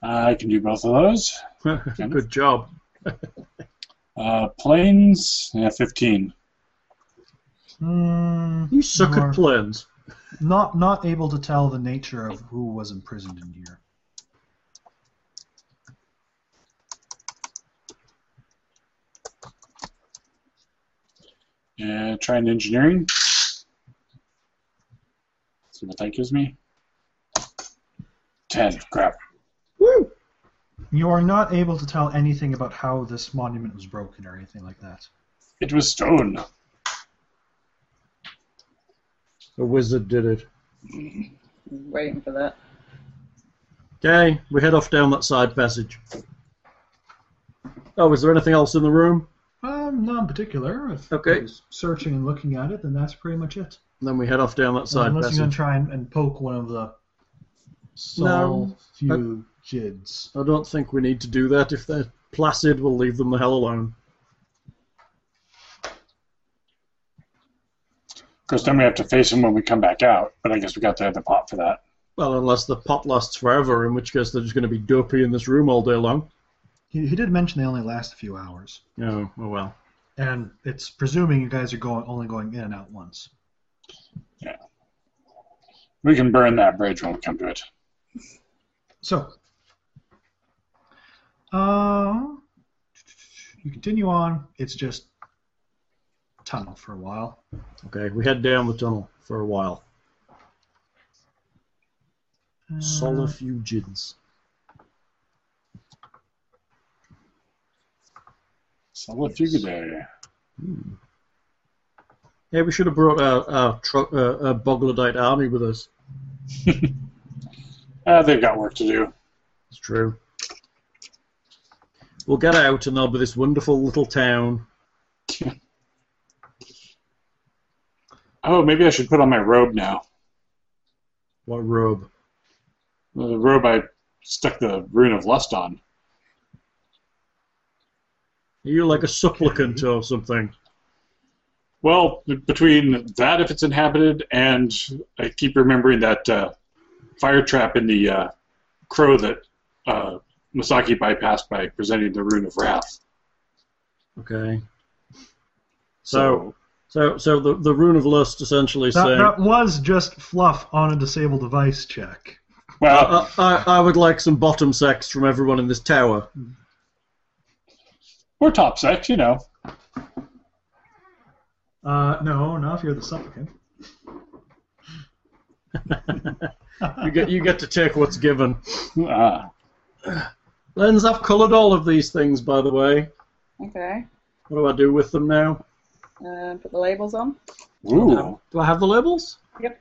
Speaker 5: I can do both of those.
Speaker 3: Good job.
Speaker 5: Uh, planes, yeah, 15.
Speaker 4: Mm,
Speaker 3: You suck
Speaker 4: are
Speaker 3: at planes.
Speaker 4: Not not able to tell the nature of who was imprisoned in here.
Speaker 5: Yeah, try an engineering. See what that gives me. 10. Crap.
Speaker 3: Woo!
Speaker 4: You are not able to tell anything about how this monument was broken or anything like that.
Speaker 5: It was stone.
Speaker 3: A wizard did it.
Speaker 2: Waiting for that.
Speaker 3: Okay, we head off down that side passage. Oh, is there anything else in the room?
Speaker 4: Um, not in particular. If
Speaker 3: Okay.
Speaker 4: I was Searching and looking at it, then that's pretty much it.
Speaker 3: And then we head off down that side
Speaker 4: Unless you're gonna
Speaker 3: passage.
Speaker 4: try and, and poke one of the
Speaker 3: No,
Speaker 4: sulfugids.
Speaker 3: I don't think we need to do that. If they're placid, we'll leave them the hell alone.
Speaker 5: Because then we have to face him when we come back out, but I guess we got to have the pot for that.
Speaker 3: Well, unless the pot lasts forever, in which case they're just going to be dopey in this room all day long.
Speaker 4: He, he did mention they only last a few hours,
Speaker 3: Oh, oh well.
Speaker 4: and it's presuming you guys are going only going in and out once.
Speaker 5: We can burn that bridge when we come to it.
Speaker 4: So, uh, you continue on. It's just tunnel for a while.
Speaker 3: Okay, we head down the tunnel for a while.
Speaker 4: Uh,
Speaker 3: Solifugids.
Speaker 5: So let's do there.
Speaker 3: Yeah, we should have brought our, our, tro- uh, our Boglodite army with us.
Speaker 5: Uh, they've got work to do.
Speaker 3: It's true. We'll get out, and there'll be this wonderful little town.
Speaker 5: Oh, maybe I should put on my robe now.
Speaker 3: What robe?
Speaker 5: The robe I stuck the rune of lust on.
Speaker 3: Are you like a supplicant or something?
Speaker 5: Well, b- between that, if it's inhabited, and I keep remembering that uh, fire trap in the uh, crow that uh, Masaki bypassed by presenting the rune of wrath.
Speaker 3: Okay. So, so, so the the rune of lust essentially
Speaker 4: that,
Speaker 3: saying,
Speaker 4: that was just fluff on a disabled device check.
Speaker 5: Well,
Speaker 3: I, I, I would like some bottom sex from everyone in this tower.
Speaker 5: we're top sex, you know.
Speaker 4: Uh, no, not if you're the supplicant.
Speaker 3: You get you get to take what's given.
Speaker 5: Uh,
Speaker 3: Lens, I've coloured all of these things, by the way.
Speaker 2: Okay.
Speaker 3: What do I do with them now?
Speaker 2: Uh, put the labels on.
Speaker 5: ooh.
Speaker 3: Do I have the labels?
Speaker 2: Yep.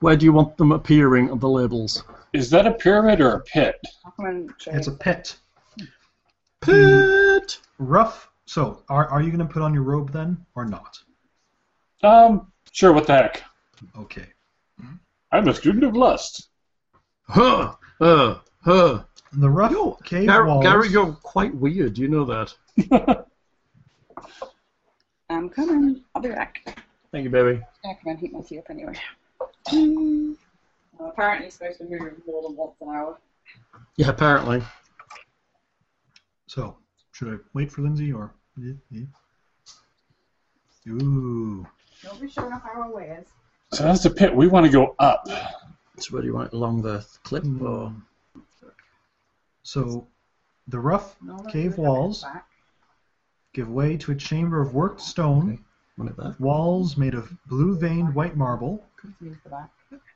Speaker 3: Where do you want them appearing of the labels?
Speaker 5: Is that a pyramid or a pit?
Speaker 2: I'll come and check.
Speaker 4: It's a pit.
Speaker 3: Pit.
Speaker 4: Rough. So, are, are you going to put on your robe then, or not?
Speaker 5: Um, sure, what the heck?
Speaker 4: Okay.
Speaker 5: I'm a student of lust.
Speaker 3: Huh. Uh. Huh.
Speaker 4: The rough cave
Speaker 3: Gar-
Speaker 4: walls.
Speaker 3: Gary, you're quite weird. You know that.
Speaker 2: I'm coming. I'll be back.
Speaker 3: Thank you, baby.
Speaker 2: Yeah, come and heat my tea up anyway. Well, apparently, it's supposed to move more than once an hour.
Speaker 3: Yeah, apparently.
Speaker 4: So, should I wait for Lindsay or? yeah, yeah. Ooh.
Speaker 22: Don't be showing off our wares.
Speaker 5: So that's the pit. We want to go up.
Speaker 3: So where do you want it along the clip?
Speaker 4: Hmm.
Speaker 3: Or...
Speaker 4: So, the rough
Speaker 2: No, that's
Speaker 4: cave
Speaker 2: really not
Speaker 4: walls
Speaker 2: back.
Speaker 4: give way to a chamber of worked stone
Speaker 23: One at that.
Speaker 4: Walls made of blue veined white marble.
Speaker 24: Confused the back.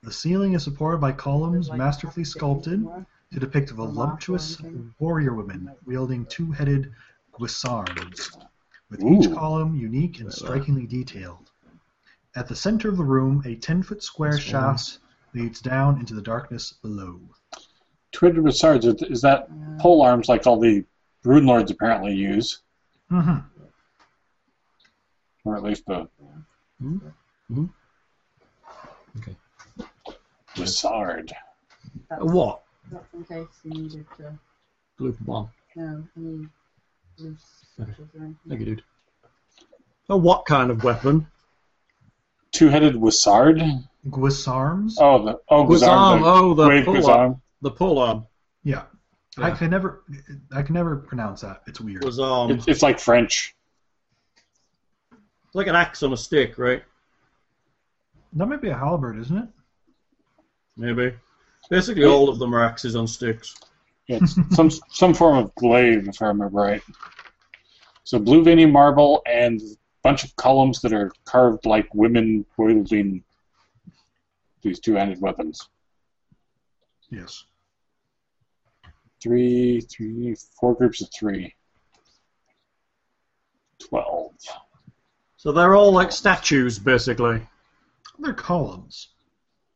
Speaker 4: The ceiling is supported by columns masterfully sculpted to depict voluptuous warrior women wielding two headed guisards, with each
Speaker 5: Ooh.
Speaker 4: column unique and strikingly detailed. At the center of the room, a 10 foot square shaft leads down into the darkness below.
Speaker 5: Twitter Bassards, is that
Speaker 2: Uh,
Speaker 5: pole arms like all the Rune Lords apparently use?
Speaker 4: hmm
Speaker 5: Or at least the
Speaker 23: Okay.
Speaker 5: Bassard.
Speaker 23: A what?
Speaker 2: That's in case you needed to
Speaker 23: Blue one.
Speaker 2: know any loose switches or anything.
Speaker 23: Thank you, dude.
Speaker 3: Oh, what kind of weapon?
Speaker 5: Two headed Wissard?
Speaker 4: Guisarms?
Speaker 5: Oh, the. Oh,
Speaker 3: Guisarm.
Speaker 5: Guisarm.
Speaker 3: Oh, the
Speaker 5: Wave
Speaker 3: pull arm.
Speaker 5: Guisarm.
Speaker 3: The pull arm.
Speaker 4: Yeah. I
Speaker 23: Yeah.
Speaker 4: can never, I can never pronounce that. It's weird.
Speaker 3: Was um,
Speaker 5: It's, it's like French.
Speaker 3: it's like an axe on a stick, right?
Speaker 4: That might be a halberd, isn't it?
Speaker 3: Maybe. Basically, all of them are axes on sticks.
Speaker 5: It's some some form of glaive, if I remember right. So blue veiny marble and a bunch of columns that are carved like women wielding these two-handed weapons.
Speaker 4: Yes.
Speaker 5: Three, three, four groups of three. Twelve.
Speaker 3: So they're all like statues, basically.
Speaker 4: They're columns.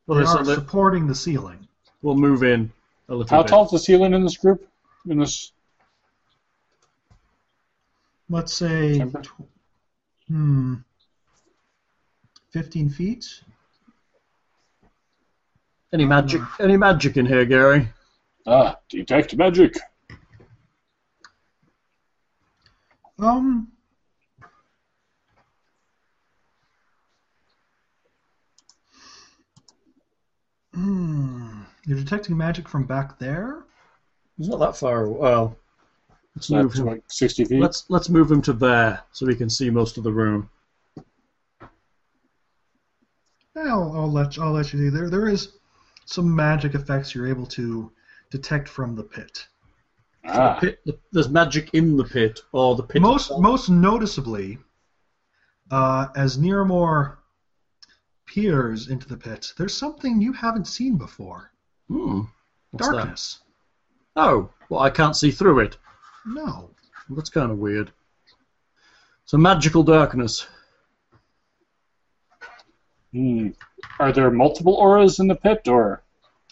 Speaker 3: Well,
Speaker 4: they
Speaker 3: there's
Speaker 4: are
Speaker 3: some that
Speaker 4: supporting the ceiling.
Speaker 3: will move in a little
Speaker 5: How
Speaker 3: bit.
Speaker 5: tall is the ceiling in this group? In this,
Speaker 4: Let's say,
Speaker 5: Temper?
Speaker 4: tw- hmm, 15 feet.
Speaker 3: Any magic? Any magic in here, Gary?
Speaker 5: ah, detect magic.
Speaker 4: Um, hmm, you're detecting magic from back there.
Speaker 3: He's not that far. aw- Well, let's move
Speaker 5: That's
Speaker 3: him.
Speaker 5: like sixty feet.
Speaker 3: Let's let's move him to there so he can see most of the room.
Speaker 4: Yeah, I'll, I'll let I'll let you do there. There is some magic effects you're able to detect from the pit.
Speaker 5: ah,
Speaker 3: Pit, there's magic in the pit, or the pit.
Speaker 4: most
Speaker 3: itself.
Speaker 4: most noticeably, uh, as Nearmore peers into the pit, there's something you haven't seen before.
Speaker 3: Hmm. What's that?
Speaker 4: Darkness.
Speaker 3: Oh, well, I can't see through it.
Speaker 4: No.
Speaker 3: Well, That's kind of weird. So magical darkness.
Speaker 5: hmm. Are there multiple auras in the pit, or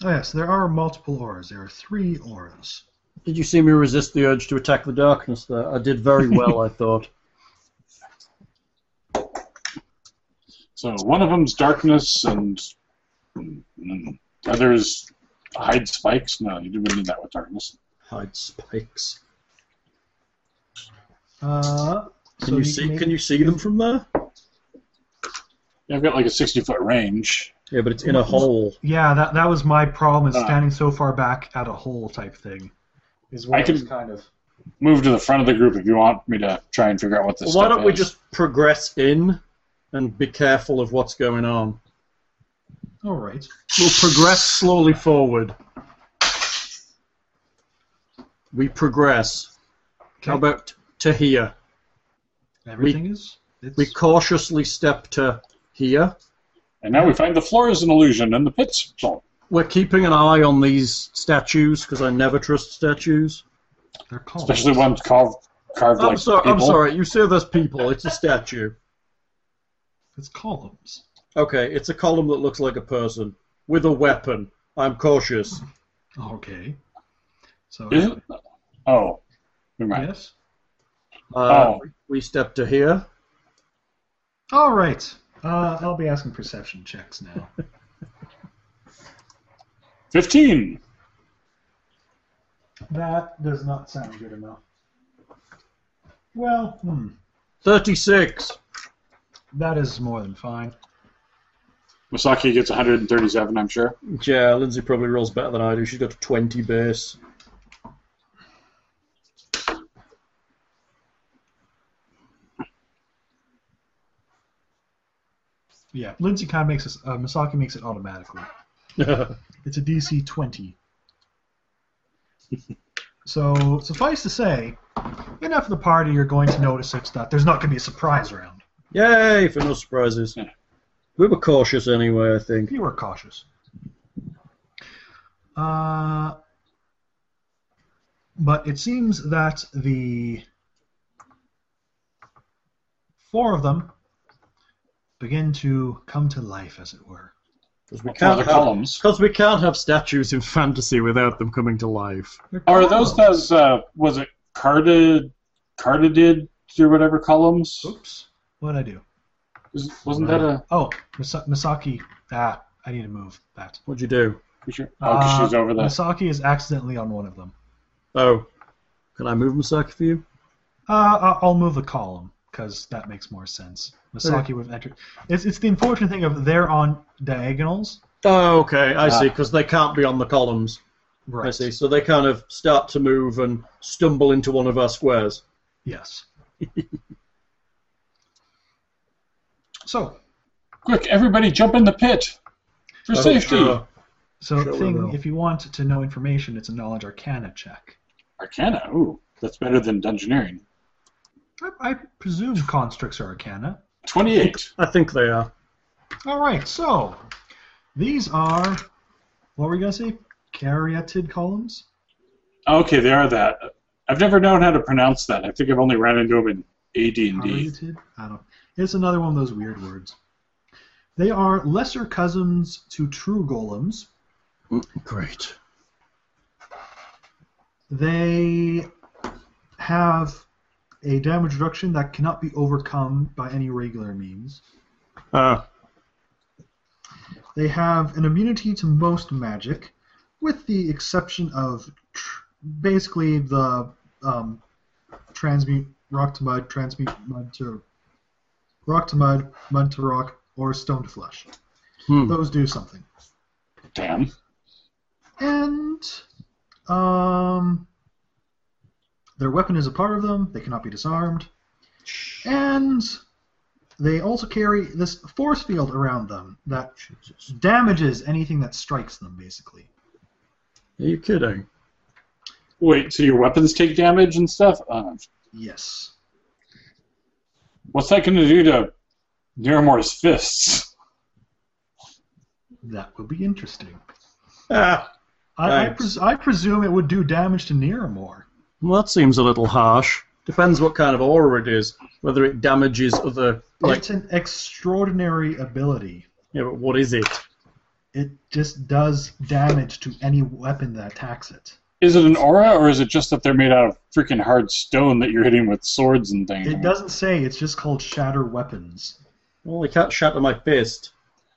Speaker 4: Oh, yes, there are multiple auras. There are three auras.
Speaker 3: Did you see me resist the urge to attack the darkness there? I did very well, I thought.
Speaker 5: So one of them's darkness, and mm, others hide spikes. No, you didn't need that with darkness.
Speaker 3: Hide spikes.
Speaker 4: Uh, so
Speaker 3: Can you
Speaker 4: can
Speaker 3: see?
Speaker 4: make-
Speaker 3: Can you see them from there?
Speaker 5: Yeah, I've got like a sixty-foot range.
Speaker 3: Yeah, but it's in a hole.
Speaker 4: Yeah, that that was my problem. Is
Speaker 5: Ah.
Speaker 4: standing so far back at a hole type thing. Is what
Speaker 5: I
Speaker 4: I was
Speaker 5: can-
Speaker 4: kind of.
Speaker 5: Move to the front of the group if you want me to try and figure out what this.
Speaker 3: Well, why
Speaker 5: stuff
Speaker 3: don't we
Speaker 5: is.
Speaker 3: just progress in and be careful of what's going on?
Speaker 4: All right.
Speaker 3: We'll progress slowly forward. We progress.
Speaker 4: Okay.
Speaker 3: How about to here?
Speaker 4: Everything is. It's,
Speaker 3: We cautiously step to here.
Speaker 5: And now we find the floor is an illusion, and the pit's well,
Speaker 3: We're keeping an eye on these statues because I never trust statues.
Speaker 4: they're called.
Speaker 5: especially ones carved, carved
Speaker 3: I'm
Speaker 5: like
Speaker 3: sorry. I'm
Speaker 5: people.
Speaker 3: sorry. You say there's people. It's a statue.
Speaker 4: It's columns.
Speaker 3: Okay, it's a column that looks like a person with a weapon. I'm cautious.
Speaker 4: Okay. So.
Speaker 5: Is it? Oh, never mind.
Speaker 4: Yes.
Speaker 3: Uh,
Speaker 5: Oh.
Speaker 3: We step to here.
Speaker 4: All right. Uh, I'll be asking perception checks now.
Speaker 5: Fifteen.
Speaker 4: that does not sound good enough. Well, hmm,
Speaker 3: Thirty-six.
Speaker 4: that is more than fine.
Speaker 5: Masaki gets 137, I'm sure.
Speaker 3: Yeah, Lindsay probably rolls better than I do. She's got a 20 base.
Speaker 4: Yeah, Lindsay kind of makes this. Uh, Masaki makes it automatically. It's a DC 20. so suffice to say, enough of the party are going to notice it's that there's not going to be a surprise round.
Speaker 3: Yay for no surprises.
Speaker 5: Yeah.
Speaker 3: We were cautious anyway, I think.
Speaker 4: You were cautious. Uh, but it seems that the four of them begin to come to life, as it were.
Speaker 3: Because we
Speaker 5: What are
Speaker 3: can't
Speaker 5: the
Speaker 3: have
Speaker 5: columns?
Speaker 3: because we can't have statues in fantasy without them coming to life.
Speaker 5: Are those those? Uh, was it carded, carded or whatever columns?
Speaker 4: Oops. What did I do?
Speaker 5: Is- Wasn't that a?
Speaker 4: Oh, Misa- Misaki. Ah, I need to move that.
Speaker 3: What'd you do?
Speaker 5: Oh, 'cause she's
Speaker 4: Uh,
Speaker 5: over there.
Speaker 4: Misaki is accidentally on one of them.
Speaker 3: Oh, can I move Masaki for you?
Speaker 4: Uh, I- I'll move the column because that makes more sense. Misaki with entered. It's, it's the unfortunate thing of they're on diagonals.
Speaker 3: Oh, okay, I
Speaker 5: Ah.
Speaker 3: see. Because they can't be on the columns.
Speaker 4: Right.
Speaker 3: I see. So they kind of start to move and stumble into one of our squares.
Speaker 4: Yes. so,
Speaker 5: Quick, everybody, jump in the pit for
Speaker 3: Oh,
Speaker 5: safety.
Speaker 3: sure.
Speaker 4: so
Speaker 3: Sure we
Speaker 4: thing.
Speaker 3: will.
Speaker 4: If you want to know information, it's a knowledge arcana check.
Speaker 5: Arcana. Ooh, that's better than Dungeoneering.
Speaker 4: I, I presume constricts are arcana.
Speaker 5: Twenty-eight.
Speaker 3: I think they are.
Speaker 4: All right, so these are what were we gonna say? Caryatid columns.
Speaker 5: Okay, they are that. I've never known how to pronounce that. I think I've only ran into them in AD&D.
Speaker 4: Caryatid. I don't. It's another one of those weird words. They are lesser cousins to true golems.
Speaker 3: Great.
Speaker 4: They have a damage reduction that cannot be overcome by any regular means.
Speaker 5: Ah.
Speaker 3: Uh,
Speaker 4: They have an immunity to most magic, with the exception of tr- basically the um, transmute rock to mud, transmute mud to rock to mud, mud to rock, or stone to flesh.
Speaker 3: Hmm.
Speaker 4: Those do something.
Speaker 5: Damn.
Speaker 4: And um, their weapon is a part of them. They cannot be disarmed. And they also carry this force field around them that damages anything that strikes them, basically.
Speaker 3: are you kidding?
Speaker 5: Wait, so your weapons take damage and stuff? Uh,
Speaker 4: Yes.
Speaker 5: what's that going to do to Neramor's fists?
Speaker 4: That would be interesting.
Speaker 3: Ah,
Speaker 4: I, I,
Speaker 3: Right.
Speaker 4: pres- I presume it would do damage to Neramore.
Speaker 3: well, that seems a little harsh. Depends what kind of aura it is. Whether it damages other like
Speaker 4: It's an extraordinary ability.
Speaker 3: yeah, but what is it?
Speaker 4: It just does damage to any weapon that attacks it.
Speaker 5: Is it an aura, or is it just that they're made out of freaking hard stone that you're hitting with swords and things?
Speaker 4: It doesn't say. It's just called Shatter Weapons.
Speaker 3: Well, I can't shatter my fist.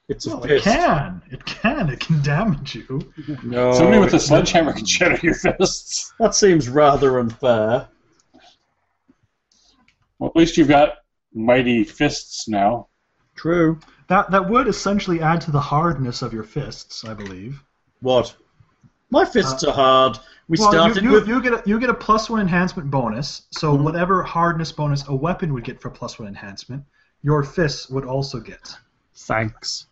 Speaker 3: It's
Speaker 4: Well,
Speaker 3: a
Speaker 4: it
Speaker 3: fist.
Speaker 4: can. It can. It can damage you.
Speaker 3: No,
Speaker 5: Somebody with a
Speaker 3: Oh, it-
Speaker 5: sledgehammer can shatter your fists.
Speaker 3: that seems rather unfair.
Speaker 5: Well, at least you've got mighty fists now.
Speaker 3: True.
Speaker 4: That that would essentially add to the hardness of your fists, I believe.
Speaker 3: What? My fists are hard. We
Speaker 4: well,
Speaker 3: started
Speaker 4: you, you,
Speaker 3: with Mm-hmm.
Speaker 4: you get a, you get a plus one enhancement bonus. So whatever hardness bonus a weapon would get for plus one enhancement, your fists would also get.
Speaker 3: thanks.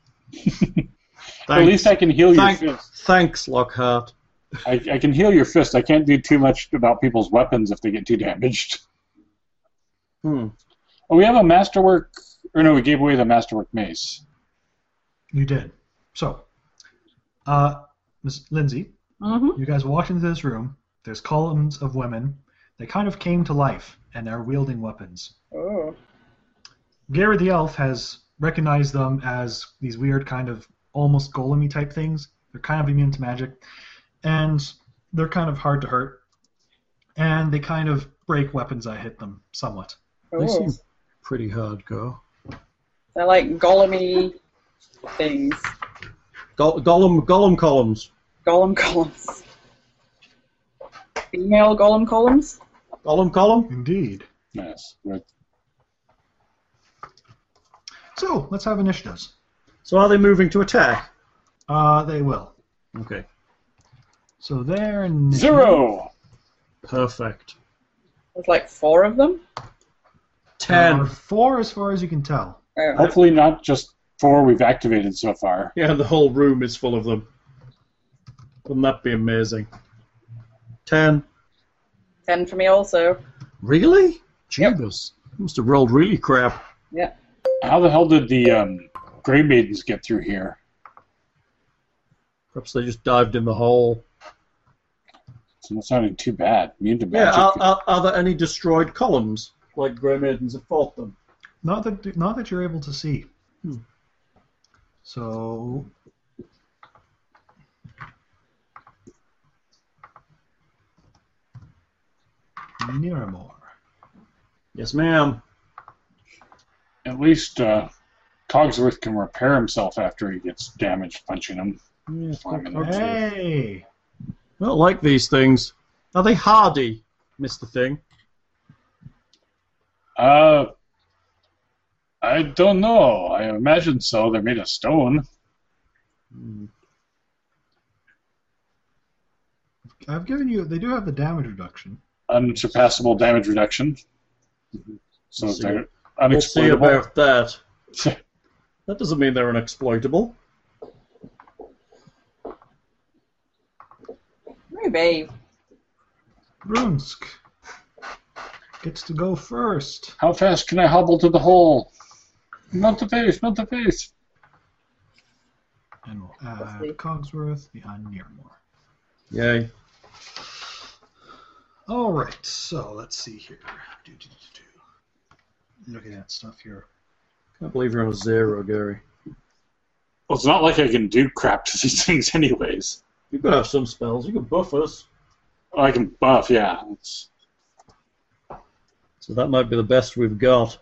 Speaker 5: At least I can heal your
Speaker 3: Thank-
Speaker 5: fist.
Speaker 3: thanks, Lockhart.
Speaker 5: I, I can heal your fist. I can't do too much about people's weapons if they get too damaged.
Speaker 3: Hmm.
Speaker 5: Oh, we have a masterwork. Or no, we gave away the masterwork mace.
Speaker 4: You did. So, uh, Ms. Lindsay,
Speaker 2: Mm-hmm.
Speaker 4: you guys walked into this room. There's columns of women. They kind of came to life and are wielding weapons.
Speaker 2: Oh.
Speaker 4: Gary the Elf has recognized them as these weird kind of almost golemy type things. They're kind of immune to magic, and they're kind of hard to hurt, and they kind of break weapons that hit them somewhat.
Speaker 25: They
Speaker 2: Oh.
Speaker 25: seem pretty hardcore.
Speaker 2: They're like golemy things.
Speaker 3: Go- Gollum, Gollum columns.
Speaker 2: Golem columns. Female golem columns?
Speaker 3: Gollum column.
Speaker 4: Indeed.
Speaker 5: Yes. Right.
Speaker 4: So let's have initiatives.
Speaker 3: So are they moving to attack?
Speaker 4: Uh, they will.
Speaker 3: Okay.
Speaker 4: So they're initiative-
Speaker 5: Zero.
Speaker 3: Perfect.
Speaker 2: There's like four of them.
Speaker 3: Ten.
Speaker 4: Uh, four, as far as you can tell.
Speaker 2: Oh.
Speaker 5: Hopefully not just four we've activated so far.
Speaker 3: Yeah, the whole room is full of them. Wouldn't that be amazing? Ten.
Speaker 2: Ten for me also.
Speaker 25: Really?
Speaker 2: Yep.
Speaker 25: Jeebus. Must have rolled really crap.
Speaker 2: Yeah.
Speaker 5: How the hell did the um, Grey Maidens get through here?
Speaker 3: Perhaps they just dived in the hole.
Speaker 5: It's not sounding too bad. Immune to
Speaker 3: Yeah,
Speaker 5: magic.
Speaker 3: are, are, are there any destroyed columns like Grey Maidens have fought them?
Speaker 4: Not that not that you're able to see.
Speaker 3: Hmm.
Speaker 4: So Miramore.
Speaker 3: Yes, ma'am.
Speaker 5: At least uh, Cogsworth can repair himself after he gets damaged punching him.
Speaker 3: Yeah.
Speaker 5: Slamming him.
Speaker 4: Hey.
Speaker 3: I don't like these things. Are they hardy, Mister Thing?
Speaker 5: Uh, I don't know. I imagine so. They're made of stone.
Speaker 4: I've given you they do have the damage reduction.
Speaker 5: Unsurpassable damage reduction. So
Speaker 3: Let's see.
Speaker 5: they're
Speaker 3: We'll see
Speaker 5: unexplainable.
Speaker 3: about that. That doesn't mean they're unexploitable.
Speaker 2: Maybe.
Speaker 4: Brunsk gets to go first.
Speaker 5: How fast can I hobble to the hole? Not the face, not the face.
Speaker 4: And we'll add
Speaker 2: see.
Speaker 4: Cogsworth behind Miramore.
Speaker 3: Yay.
Speaker 4: All right, so let's see here. Do, do, do, do. Looking at stuff here.
Speaker 3: Can't believe you're on a zero, Gary.
Speaker 5: Well, it's not like I can do crap to these things, anyways. Oh,
Speaker 3: You've got to have some spells. You can buff us.
Speaker 5: I can buff, yeah. It's,
Speaker 3: So that might be the best we've got.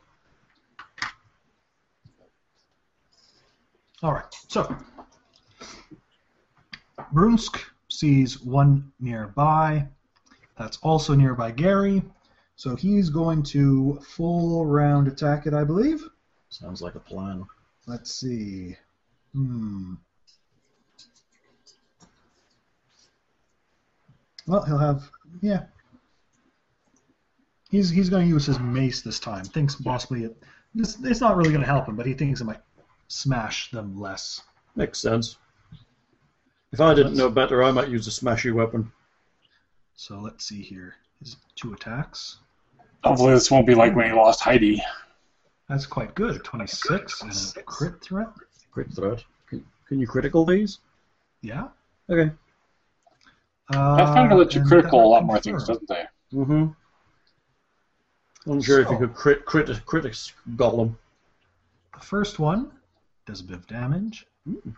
Speaker 4: All right, so Brunsk sees one nearby. That's also nearby Gary. So he's going to full round attack it, I believe.
Speaker 3: Sounds like a plan.
Speaker 4: Let's see. Hmm. Well, he'll have yeah. He's he's going to use his mace this time. Thinks possibly it. This, it's not really going to help him, but he thinks it might smash them less.
Speaker 3: Makes sense. If I didn't know better, I might use a smashy weapon.
Speaker 4: So let's see here. His two attacks.
Speaker 5: hopefully, this won't be like when he lost Heidi.
Speaker 4: That's quite good. Twenty-six and a crit threat.
Speaker 3: Crit threat. Can, can you critical these?
Speaker 4: Yeah.
Speaker 3: Okay.
Speaker 4: Uh,
Speaker 5: I found out that you
Speaker 4: and
Speaker 5: critical a lot more
Speaker 4: confirmed.
Speaker 5: things, doesn't they?
Speaker 3: Mm-hmm. I'm sure if
Speaker 4: So-
Speaker 3: you could crit, crit, crit a s- golem.
Speaker 4: The first one does a bit of damage. And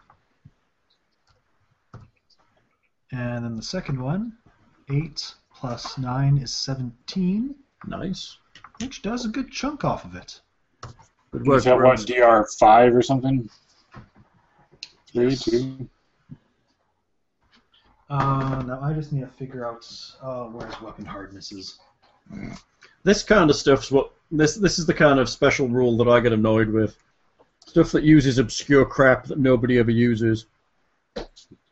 Speaker 4: then the second one, 8 plus 9 is 17,
Speaker 3: Nice.
Speaker 4: which does a good chunk off of it.
Speaker 3: Good
Speaker 5: Is
Speaker 3: work,
Speaker 5: that what,
Speaker 3: Brunsk.
Speaker 5: DR five or something? Three, two.
Speaker 4: Uh, now I just need to figure out uh, where his weapon hardness is.
Speaker 3: This kind of stuff's what this this is the kind of special rule that I get annoyed with. Stuff that uses obscure crap that nobody ever uses.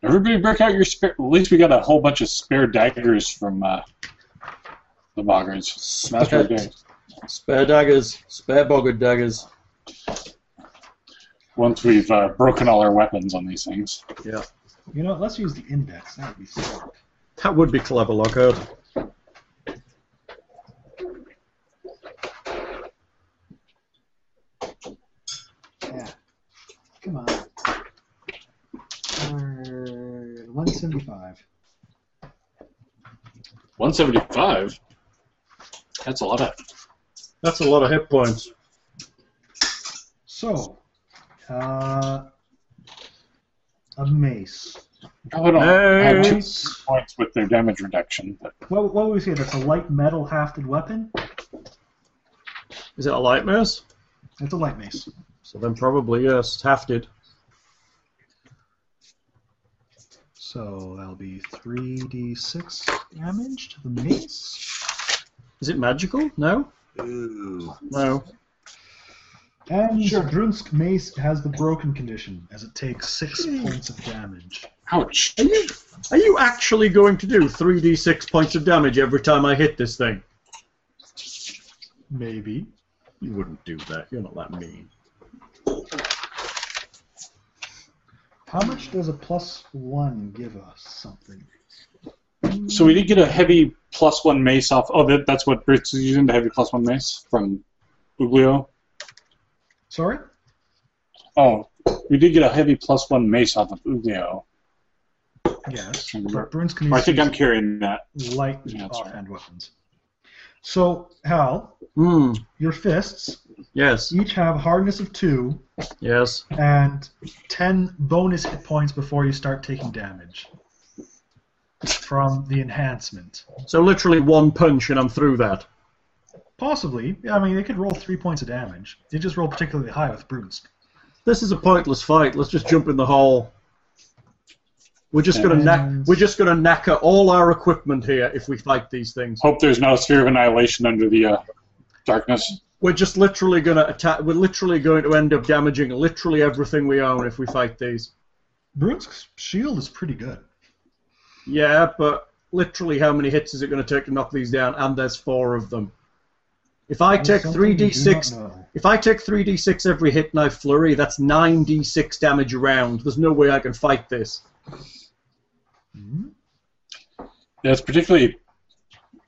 Speaker 5: Everybody break out your spare. At least we got a whole bunch of spare daggers from uh, the Boggards. Master
Speaker 3: Spare,
Speaker 5: of daggers.
Speaker 3: spare daggers, spare bogged daggers.
Speaker 5: Once we've uh, broken all our weapons on these things.
Speaker 4: You know, what, let's use the index. That would be smart.
Speaker 3: That would be clever, Lockhart.
Speaker 4: Yeah. Come on. Err, 175.
Speaker 26: 175? That's a lot of.
Speaker 3: That's a lot of hit points.
Speaker 4: So, uh, a mace.
Speaker 5: Oh, I don't have two
Speaker 3: Nice.
Speaker 5: points with their damage reduction. But
Speaker 4: What, what would we say? That's a light metal hafted weapon?
Speaker 3: Is it a light mace?
Speaker 4: It's a light mace.
Speaker 3: So then probably uh, yes, it's hafted.
Speaker 4: So that'll be 3d6 damage to the mace.
Speaker 3: Is it magical? No,
Speaker 27: Ooh.
Speaker 3: no.
Speaker 4: And sure. Brunsk mace has the broken condition, as it takes 6 points of damage.
Speaker 5: ouch!
Speaker 3: Are you are you actually going to do three d six points of damage every time I hit this thing?
Speaker 4: Maybe.
Speaker 3: You wouldn't do that. You're not that mean.
Speaker 4: How much does a plus 1 give us something?
Speaker 5: So we did get a heavy plus one mace off. Oh, that, that's what Brits is using the heavy plus one mace from Uglio.
Speaker 4: Sorry?
Speaker 5: Oh, we did get a heavy plus one mace off of Uglio.
Speaker 4: Yes. But Bruins can
Speaker 5: Or
Speaker 4: use
Speaker 5: I think I'm
Speaker 4: these
Speaker 5: carrying that.
Speaker 4: light
Speaker 5: Yeah, that's
Speaker 4: offhand weapons. So, Hal,
Speaker 3: Hmm.
Speaker 4: your fists
Speaker 3: Yes.
Speaker 4: each have hardness of two
Speaker 3: Yes.
Speaker 4: and ten bonus hit points before you start taking damage from the enhancement.
Speaker 3: So literally one punch and I'm through that.
Speaker 4: Possibly. I mean, they could roll three points of damage. They just roll particularly high with Brunsk.
Speaker 3: This is a pointless fight. Let's just jump in the hole. We're just gonna knack,
Speaker 4: And-
Speaker 3: we're just gonna knacker all our equipment here if we fight these things.
Speaker 5: Hope there's not a sphere of annihilation under the uh, darkness.
Speaker 3: We're just literally gonna attack. We're literally going to end up damaging literally everything we own if we fight these.
Speaker 4: Brunsk's shield is pretty good.
Speaker 3: Yeah, but literally, how many hits is it going to take to knock these down? And there's four of them. If I
Speaker 4: There's
Speaker 3: take
Speaker 4: something
Speaker 3: three
Speaker 4: you do not
Speaker 3: d six,
Speaker 4: know.
Speaker 3: if I take three d six every hit and I flurry, that's nine d six damage around. There's no way I can fight this.
Speaker 5: Yeah, it's particularly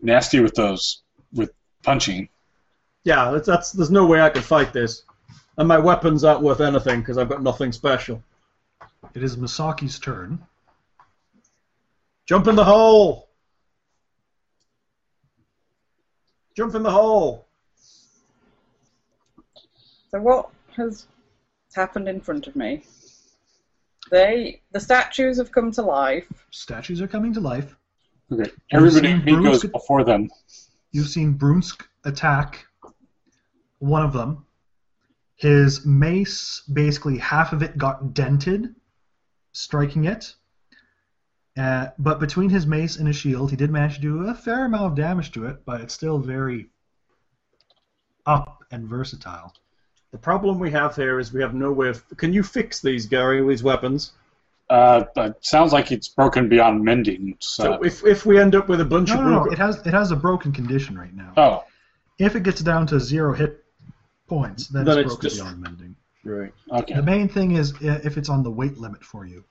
Speaker 5: nasty with those, with punching.
Speaker 3: Yeah, that's, that's there's no way I can fight this. And my weapons aren't worth anything because I've got nothing special.
Speaker 4: It is Masaki's turn.
Speaker 3: Jump in the hole. Jump in the hole.
Speaker 2: So what has happened in front of me? They the statues have come to life.
Speaker 4: Statues are coming to life.
Speaker 5: Okay. Everybody
Speaker 4: seen Bruce
Speaker 5: goes
Speaker 4: could-
Speaker 5: before them.
Speaker 4: You've seen Brunsk attack one of them. His mace, basically half of it got dented, striking it. Uh, but between his mace and his shield, he did manage to do a fair amount of damage to it, but it's still very up and versatile.
Speaker 3: The problem we have here is we have no way of. Can you fix these, Gary? These weapons.
Speaker 5: Uh, but sounds like it's broken beyond mending. So,
Speaker 3: So if, if we end up with a bunch
Speaker 4: No,
Speaker 3: of
Speaker 4: no, no.
Speaker 3: Ruger-
Speaker 4: It has it has a broken condition right now.
Speaker 5: oh,
Speaker 4: If it gets down to zero hit points, then,
Speaker 3: Then
Speaker 4: it's
Speaker 3: it's
Speaker 4: broken
Speaker 3: just-
Speaker 4: beyond mending.
Speaker 3: right.
Speaker 5: okay. Oh,
Speaker 4: The main thing is i- if it's on the weight limit for you,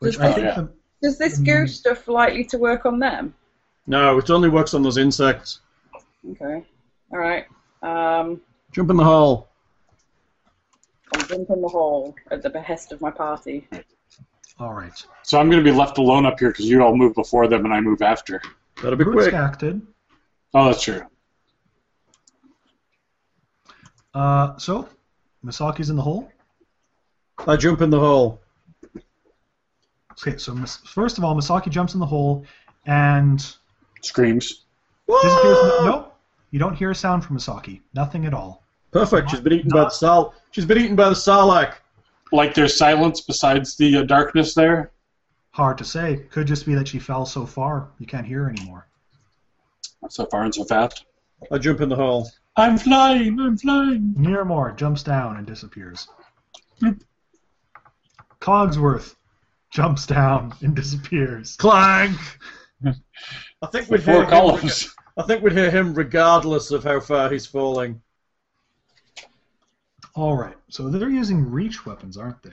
Speaker 4: which
Speaker 2: Does
Speaker 4: I
Speaker 2: this-
Speaker 4: think
Speaker 5: yeah.
Speaker 4: the-
Speaker 2: Does this
Speaker 4: Mm.
Speaker 2: goo stuff likely to work on them?
Speaker 3: No, it only works on those insects.
Speaker 2: Okay. All right. Um,
Speaker 3: Jump in the hole.
Speaker 2: I'll jump in the hole at the behest of my party.
Speaker 4: all right.
Speaker 5: So I'm going to be left alone up here because you all move before them and I move after.
Speaker 3: That'll be
Speaker 4: Brutsk
Speaker 3: quick.
Speaker 4: acted.
Speaker 5: Oh, that's true.
Speaker 4: Uh, so Misaki's in the hole.
Speaker 3: I jump in the hole.
Speaker 4: Okay, so Mis- first of all, Misaki jumps in the hole and
Speaker 5: Screams.
Speaker 4: disappears. From
Speaker 3: Whoa!
Speaker 4: the- nope, you don't hear a sound from Misaki. Nothing at all.
Speaker 3: Perfect. She's been eaten by the sal. She's been eaten by the sarlacc.
Speaker 5: Like there's silence besides the uh, darkness there.
Speaker 4: Hard to say. Could just be that she fell so far you can't hear her anymore.
Speaker 5: So far and so fast.
Speaker 3: I jump in the hole.
Speaker 5: I'm flying. I'm flying.
Speaker 4: Nearmore jumps down and disappears. Cogsworth jumps down and disappears.
Speaker 3: Clank. I think we'd
Speaker 5: Four
Speaker 3: hear him reg-
Speaker 5: columns.
Speaker 3: I think we'd hear him regardless of how far he's falling.
Speaker 4: All right, so they're using reach weapons, aren't they?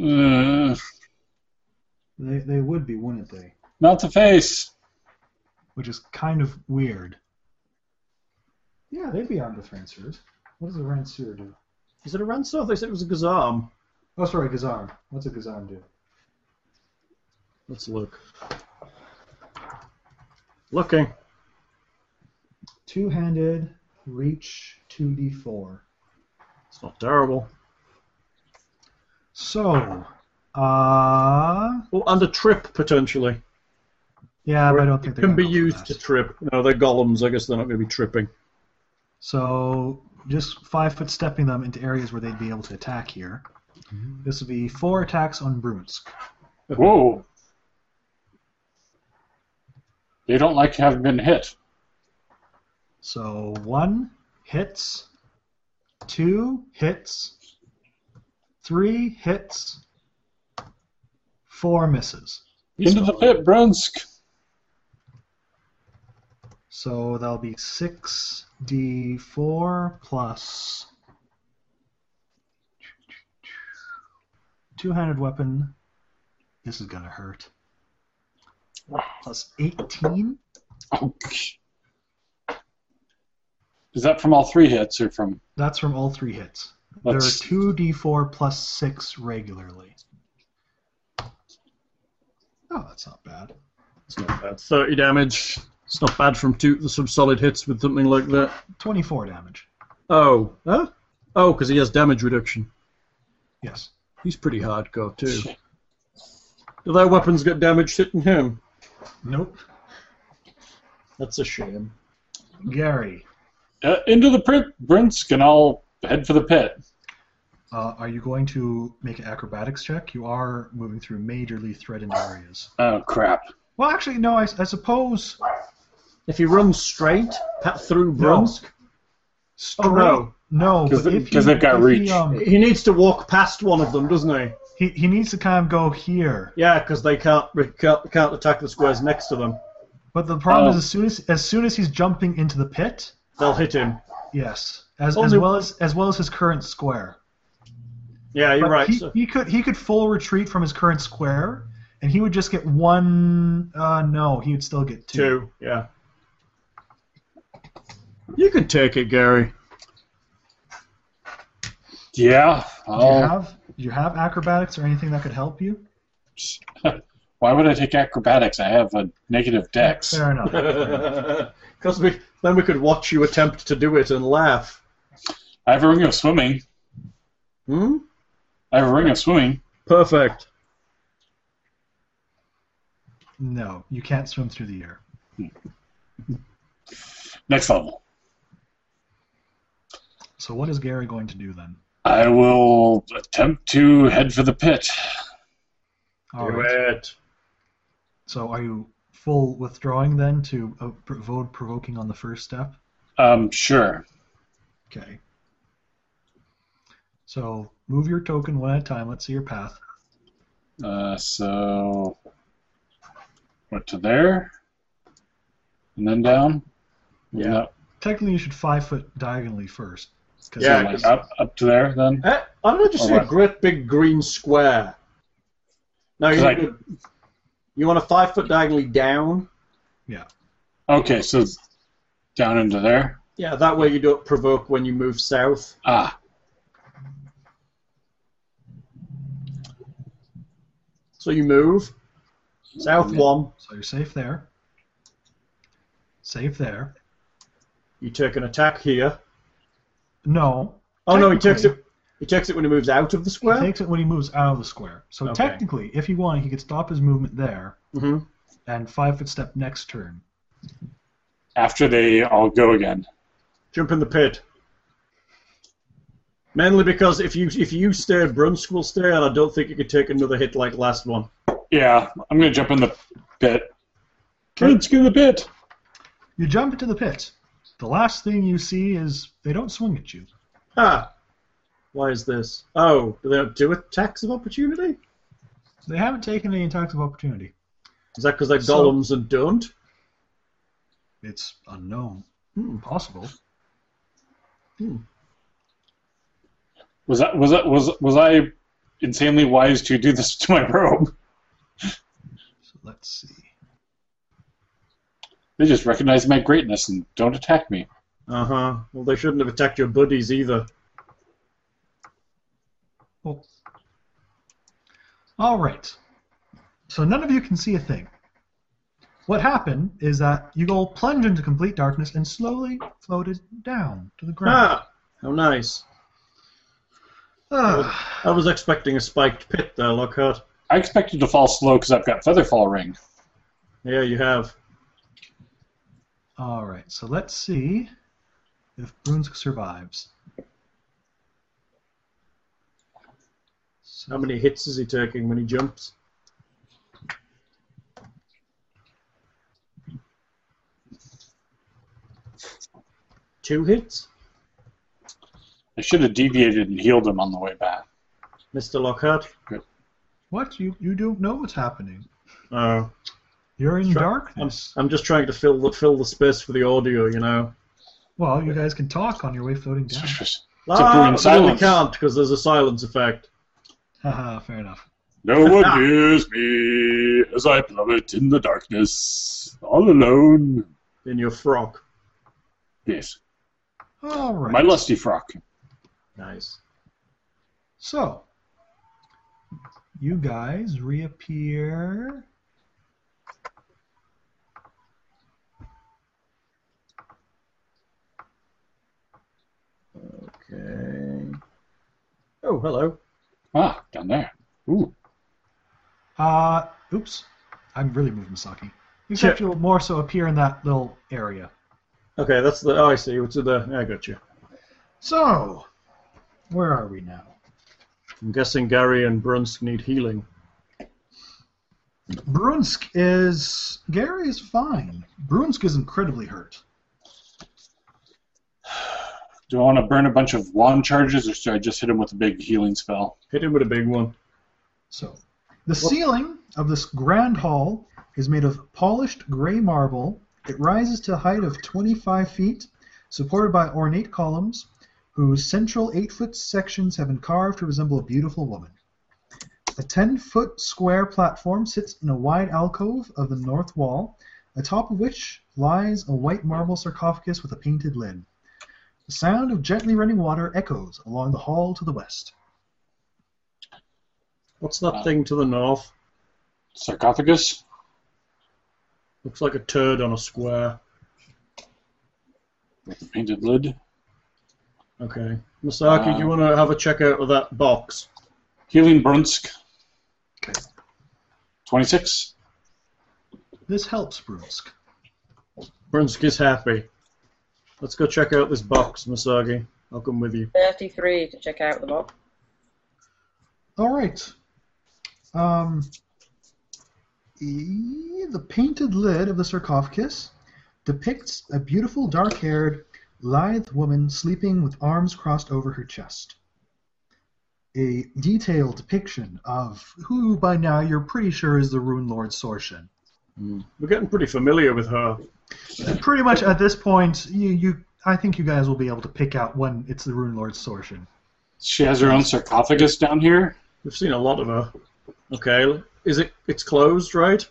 Speaker 5: Uh,
Speaker 4: They they would be, wouldn't they?
Speaker 5: not the face.
Speaker 4: Which is kind of weird. Yeah, they'd be armed with ranciers. What does a rancier do?
Speaker 3: Is it a ransom? They said it was a gazam.
Speaker 4: Oh, sorry, Gazarm. What's a Gazarm do?
Speaker 3: Let's look. Looking.
Speaker 4: Two-handed, reach, 2d4.
Speaker 3: It's not terrible.
Speaker 4: So, uh,
Speaker 3: Well, and a trip potentially.
Speaker 4: yeah, but I don't think
Speaker 3: It
Speaker 4: they
Speaker 3: can be used to trip. No, they're golems. I guess they're not going to be tripping.
Speaker 4: So just five foot stepping them into areas where they'd be able to attack here. This would be four attacks on Brunsk.
Speaker 5: Whoa. They don't like having been hit.
Speaker 4: So one hits, two hits, three hits, four misses.
Speaker 5: Into the pit, Brunsk.
Speaker 4: So that'll be six d four plus two-handed weapon. This is gonna hurt. Plus eighteen.
Speaker 5: Oh, Is that from all three hits or from?
Speaker 4: That's from all three hits.
Speaker 5: Let's-
Speaker 4: There are two d4 plus six regularly. Oh, that's not bad.
Speaker 3: It's not bad. 30 damage. It's not bad from two some solid hits with something like that.
Speaker 4: 24 damage.
Speaker 3: Oh. Huh? Oh, because he has damage reduction.
Speaker 4: Yes.
Speaker 28: He's pretty hardcore too.
Speaker 3: Do their weapons get damage hitting him?
Speaker 4: Nope.
Speaker 3: That's a shame.
Speaker 4: Gary,
Speaker 5: Uh, into the pr- brinsk and I'll head for the pit.
Speaker 4: uh, are you going to make an acrobatics check? You are moving through majorly threatened areas.
Speaker 5: Oh crap!
Speaker 4: Well, actually, no, I, I suppose.
Speaker 3: If he runs straight, pat through
Speaker 4: No.
Speaker 3: Brunsk.
Speaker 4: Straight,
Speaker 3: Oh, no.
Speaker 4: No,
Speaker 5: 'Cause
Speaker 4: but
Speaker 5: they-
Speaker 4: if
Speaker 5: 'cause
Speaker 4: you-
Speaker 5: they've got
Speaker 4: if he,
Speaker 5: reach.
Speaker 4: um,
Speaker 3: He needs to walk past one of them, doesn't he?
Speaker 4: he, he needs to kind of go here.
Speaker 3: Yeah, because they can't, re- can't can't attack the squares next to them.
Speaker 4: But the problem is,
Speaker 5: Oh.
Speaker 4: as soon as as soon as he's jumping into the pit,
Speaker 3: They'll hit him.
Speaker 4: yes, as, as
Speaker 3: Only-
Speaker 4: well as as well as his current square.
Speaker 3: Yeah, you're
Speaker 4: But
Speaker 3: right.
Speaker 4: He,
Speaker 3: so-
Speaker 4: he could he could full retreat from his current square, and he would just get one. Uh, no, he would still get two.
Speaker 3: two. Yeah. You can take it, Gary.
Speaker 5: Yeah. Oh,
Speaker 4: Do you
Speaker 3: Oh.
Speaker 5: I'll,
Speaker 4: have do you have acrobatics or anything that could help you?
Speaker 5: Why would I take acrobatics? I have a negative dex.
Speaker 4: Fair enough.
Speaker 3: Because we then we could watch you attempt to do it and laugh.
Speaker 5: I have a ring of swimming.
Speaker 3: Hmm.
Speaker 5: I have a ring of swimming.
Speaker 3: Perfect.
Speaker 4: no, you can't swim through the air.
Speaker 5: Next level.
Speaker 4: So what is Gary going to do then?
Speaker 5: I will attempt to head for the pit.
Speaker 4: All
Speaker 3: do
Speaker 4: right.
Speaker 3: it.
Speaker 4: So are you full withdrawing then to uh, provoke provoking on the first step?
Speaker 5: Um, sure.
Speaker 4: Okay. So move your token one at a time. Let's see your path.
Speaker 5: Uh, so went to there, and then down.
Speaker 3: Yeah.
Speaker 5: No,
Speaker 4: Technically, you should five foot diagonally first. 'cause
Speaker 3: Yeah,
Speaker 5: so, like,
Speaker 3: 'cause-
Speaker 5: up, up to there then.
Speaker 3: Eh, I don't know, just
Speaker 5: All
Speaker 3: see a
Speaker 5: right.
Speaker 3: great big green square. No, you,
Speaker 5: Right.
Speaker 3: you want a five foot diagonally down.
Speaker 5: Okay, so down into there.
Speaker 3: Yeah, that way you don't provoke when you move south.
Speaker 5: Ah,
Speaker 3: So you move south
Speaker 5: Yeah.
Speaker 3: one.
Speaker 4: So you're safe there. Safe there.
Speaker 3: You take an attack here.
Speaker 4: No.
Speaker 3: Oh no, he takes
Speaker 4: Technically-
Speaker 3: it. He takes it when he moves out of the
Speaker 4: He
Speaker 3: square.
Speaker 4: takes it when he moves out of the square. So
Speaker 3: Okay.
Speaker 4: technically, if he wanted, he could stop his movement there
Speaker 3: hmm
Speaker 4: and five foot step next turn.
Speaker 5: after they all go again.
Speaker 3: Jump in the pit. Mainly because if you if you stay, Brunsk will stay, and I don't think you could take another hit like last one.
Speaker 5: Yeah, I'm gonna jump in the pit. Kids, get in the pit.
Speaker 4: You jump into the pit. The last thing you see is they don't swing at you.
Speaker 3: Ah, why is this? Oh, do they not do attacks of opportunity?
Speaker 4: They haven't taken any attacks of opportunity.
Speaker 3: Is that because they're
Speaker 4: So-
Speaker 3: golems and don't?
Speaker 4: It's unknown.
Speaker 3: Hmm.
Speaker 4: Possible.
Speaker 5: Was that was that was was I insanely wise to do this to my robe?
Speaker 4: So let's see.
Speaker 5: They just recognize my greatness and don't attack me.
Speaker 3: Uh huh. Well, they shouldn't have attacked your buddies either.
Speaker 4: Well, all right. So none of you can see a thing. What happened is that you all plunge into complete darkness and slowly floated down to the ground.
Speaker 3: Ah, how nice.
Speaker 4: Ah.
Speaker 3: I was expecting a spiked pit there, Lockhart.
Speaker 5: I expected to fall slow because I've got featherfall ring.
Speaker 3: Yeah, you have.
Speaker 4: All right. So let's see if Brunsk survives.
Speaker 3: How many hits is he taking when he jumps? Two hits,
Speaker 5: I should have deviated and healed him on the way back.
Speaker 3: Mr. Lockhart.
Speaker 4: What? You you don't know what's happening.
Speaker 3: Oh,
Speaker 4: You're in
Speaker 3: Sure. I'm,
Speaker 4: darkness.
Speaker 3: I'm just trying to fill the fill the space for the audio, you know.
Speaker 4: Well, you guys can talk on your way floating down.
Speaker 5: a green
Speaker 3: but
Speaker 5: silence.
Speaker 3: We Ah, can't because there's a silence effect.
Speaker 4: Haha, fair enough.
Speaker 5: No one hears me as I plummet in the darkness, all alone.
Speaker 3: in your frock.
Speaker 5: Yes.
Speaker 4: All right.
Speaker 5: My lusty frock.
Speaker 3: Nice.
Speaker 4: So, you guys reappear.
Speaker 3: Okay. Oh, hello.
Speaker 5: Ah, down there. Ooh.
Speaker 4: Uh, oops. I'm really moving Saki. Except you'll more so appear in that little area.
Speaker 3: Okay, that's the. Oh, I see. What's in the? I got you.
Speaker 4: So, where are we now?
Speaker 3: I'm guessing Gary and Brunsk need healing.
Speaker 4: Brunsk is Gary is fine. Brunsk is incredibly hurt.
Speaker 5: Do I want to burn a bunch of wand charges, or should I just hit him with a big healing spell?
Speaker 3: Hit him with a big one.
Speaker 4: So, the ceiling of this grand hall is made of polished gray marble. It rises to a height of 25 feet, supported by ornate columns whose central eight foot sections have been carved to resemble a beautiful woman. A 10 foot square platform sits in a wide alcove of the north wall, atop of which lies a white marble sarcophagus with a painted lid. The sound of gently running water echoes along the hall to the west.
Speaker 3: What's that thing to the north?
Speaker 5: Sarcophagus?
Speaker 3: Looks like a turd on a square.
Speaker 5: With a painted lid?
Speaker 3: Okay. Masaki, do you want to have a check out of that box?
Speaker 5: Healing Brunsk. Okay. 26.
Speaker 4: This helps Brunsk.
Speaker 3: Brunsk is happy. Let's go check out this box, Masagi. I'll come with you.
Speaker 2: 33 to check out the box.
Speaker 4: All right. Um, e- the painted lid of the sarcophagus depicts a beautiful dark haired lithe woman sleeping with arms crossed over her chest. A detailed depiction of who by now you're pretty sure is the Rune Lord Sorshin.
Speaker 3: Mm. We're getting pretty familiar with her.
Speaker 4: Pretty much at this point, you, you I think you guys will be able to pick out when it's the Rune Lord Sorshin.
Speaker 5: She has her own sarcophagus down here.
Speaker 3: We've seen a lot of her. Okay, is it? It's closed, right?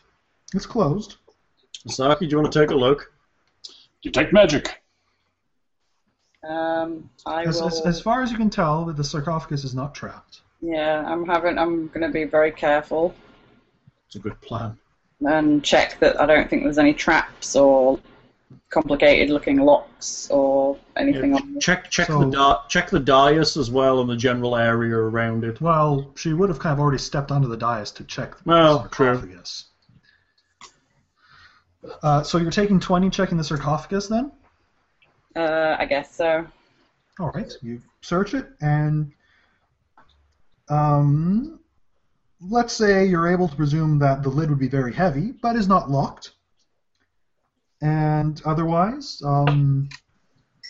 Speaker 4: It's closed.
Speaker 3: Masaki, do you want to take a look?
Speaker 5: Detect magic.
Speaker 2: Um, I
Speaker 4: As,
Speaker 2: will.
Speaker 4: as, as far as you can tell, the sarcophagus is not trapped.
Speaker 2: Yeah, I'm having. I'm going to be very careful
Speaker 3: It's a good plan.
Speaker 2: and check that I don't think there's any traps or complicated-looking locks or anything
Speaker 3: Yeah,
Speaker 2: on.
Speaker 3: check check
Speaker 4: So-
Speaker 3: the di- check the dais as well and the general area around it.
Speaker 4: Well, she would have kind of already stepped onto the dais to check the
Speaker 3: Well, true.
Speaker 4: sarcophagus. Uh, so you're taking 20 checking the sarcophagus then?
Speaker 2: Uh, I guess so.
Speaker 4: All right, you search it, and um, let's say you're able to presume that the lid would be very heavy, but is not locked. And otherwise, um,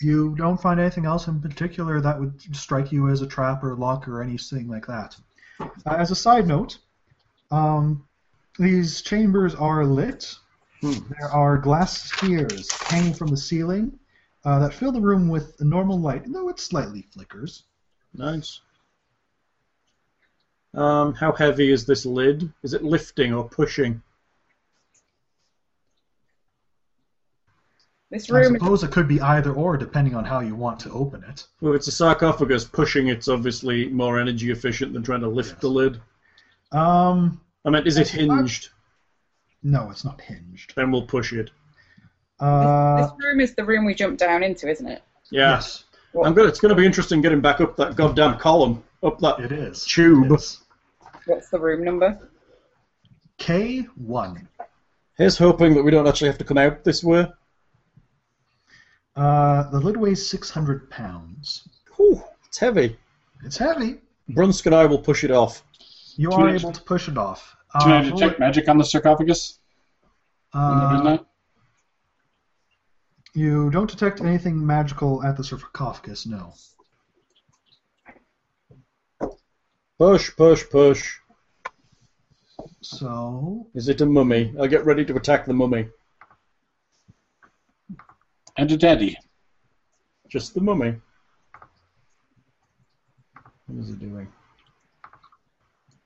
Speaker 4: you don't find anything else in particular that would strike you as a trap or lock or anything like that. Uh, as a side note, um, these chambers are lit. There are glass spheres hanging from the ceiling uh, that fill the room with a normal light, though it slightly flickers.
Speaker 3: Nice. Um, how heavy is this lid? Is it lifting or pushing?
Speaker 2: This
Speaker 4: I
Speaker 2: room.
Speaker 4: suppose it could be either or, depending on how you want to open it.
Speaker 3: Well, if it's a sarcophagus, pushing it's obviously more energy efficient than trying to lift
Speaker 4: Yes.
Speaker 3: the lid.
Speaker 4: Um,
Speaker 3: I mean, is it
Speaker 4: It's not-
Speaker 3: hinged?
Speaker 4: no, it's not hinged.
Speaker 3: Then we'll push it.
Speaker 4: Uh,
Speaker 2: This room is the room we jumped down into, isn't it?
Speaker 3: Yeah.
Speaker 4: Yes,
Speaker 3: I'm good. It's going to be interesting getting back up that goddamn column, up that
Speaker 4: it is.
Speaker 3: tube.
Speaker 4: It's
Speaker 2: What's the room number?
Speaker 4: K1.
Speaker 29: Here's hoping that we don't actually have to come out this way.
Speaker 4: Uh, the lid weighs 600 pounds.
Speaker 29: Whew, it's heavy.
Speaker 4: It's heavy.
Speaker 29: Brunsk and I will push it off.
Speaker 4: You
Speaker 5: Can
Speaker 4: are
Speaker 5: I-
Speaker 4: able to push it off.
Speaker 5: Can
Speaker 4: Uh,
Speaker 5: I detect magic on the sarcophagus? When I'm doing
Speaker 4: uh,
Speaker 5: that?
Speaker 4: you don't detect anything magical at the sarcophagus, no.
Speaker 29: Push, push, push.
Speaker 4: So,
Speaker 29: Is it a mummy? I get ready to attack the mummy.
Speaker 5: And a daddy.
Speaker 29: Just the mummy. What is it doing?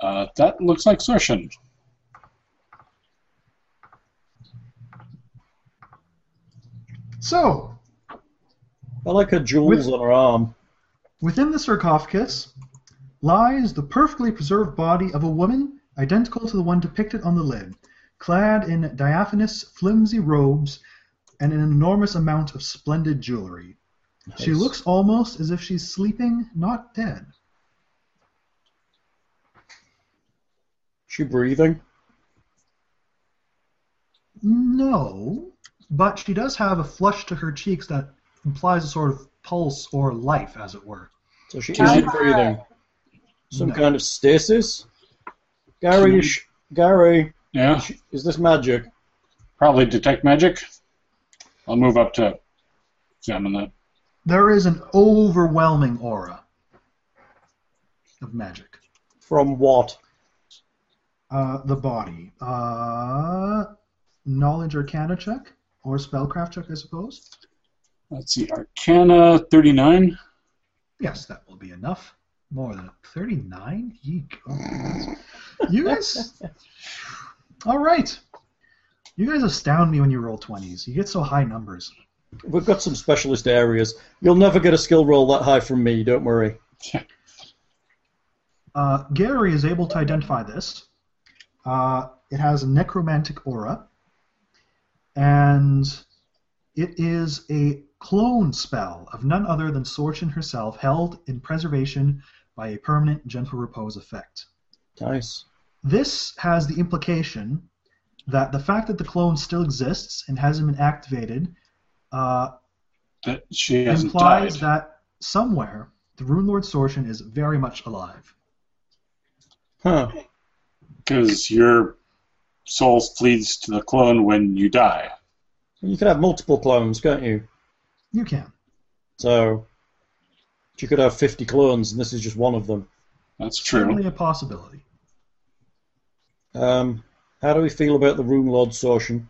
Speaker 5: Uh, that looks like Sorshin.
Speaker 4: so
Speaker 3: I like her jewels
Speaker 4: With-
Speaker 3: on her arm.
Speaker 4: Within the sarcophagus lies the perfectly preserved body of a woman identical to the one depicted on the lid, clad in diaphanous, flimsy robes and an enormous amount of splendid jewelry. She
Speaker 3: Nice.
Speaker 4: looks almost as if she's sleeping, not dead.
Speaker 3: She breathing.
Speaker 4: No, but she does have a flush to her cheeks that implies a sort of pulse or life, as it were.
Speaker 3: So she
Speaker 5: Can
Speaker 3: isn't
Speaker 5: you-
Speaker 3: breathing. Some
Speaker 4: No.
Speaker 3: kind of stasis. Gary,
Speaker 5: Can
Speaker 3: you sh- Gary,
Speaker 5: Yeah,
Speaker 3: sh- is this magic?
Speaker 5: probably detect magic. I'll move up to examine that.
Speaker 4: There is an overwhelming aura of magic.
Speaker 3: From what?
Speaker 4: Uh, the body. Uh, knowledge Arcana check or spellcraft check, I suppose.
Speaker 5: Let's see, Arcana 39.
Speaker 4: Yes, that will be enough. More than thirty-nine. Ye gods. you guys. All right. You guys astound me when you roll twenties. You get so high numbers.
Speaker 3: We've got some specialist areas. You'll never get a skill roll that high from me, don't worry.
Speaker 4: Uh, Gary is able to identify this. Uh, it has a necromantic aura, and it is a clone spell of none other than Sorchin herself, held in preservation by a permanent gentle repose effect.
Speaker 3: Nice.
Speaker 4: This has the implication that the fact that the clone still exists and hasn't been activated uh,
Speaker 5: That she hasn't died.
Speaker 4: implies that somewhere the Rune Lord Sorchin is very much alive.
Speaker 3: Huh.
Speaker 5: Because your soul flees to the clone when you die.
Speaker 3: You can have multiple clones, can't you?
Speaker 4: You can.
Speaker 3: So you could have 50 clones, and this is just one of them.
Speaker 5: That's true.
Speaker 4: Certainly a possibility.
Speaker 3: Um, how do we feel about the Rune Lord Sortion?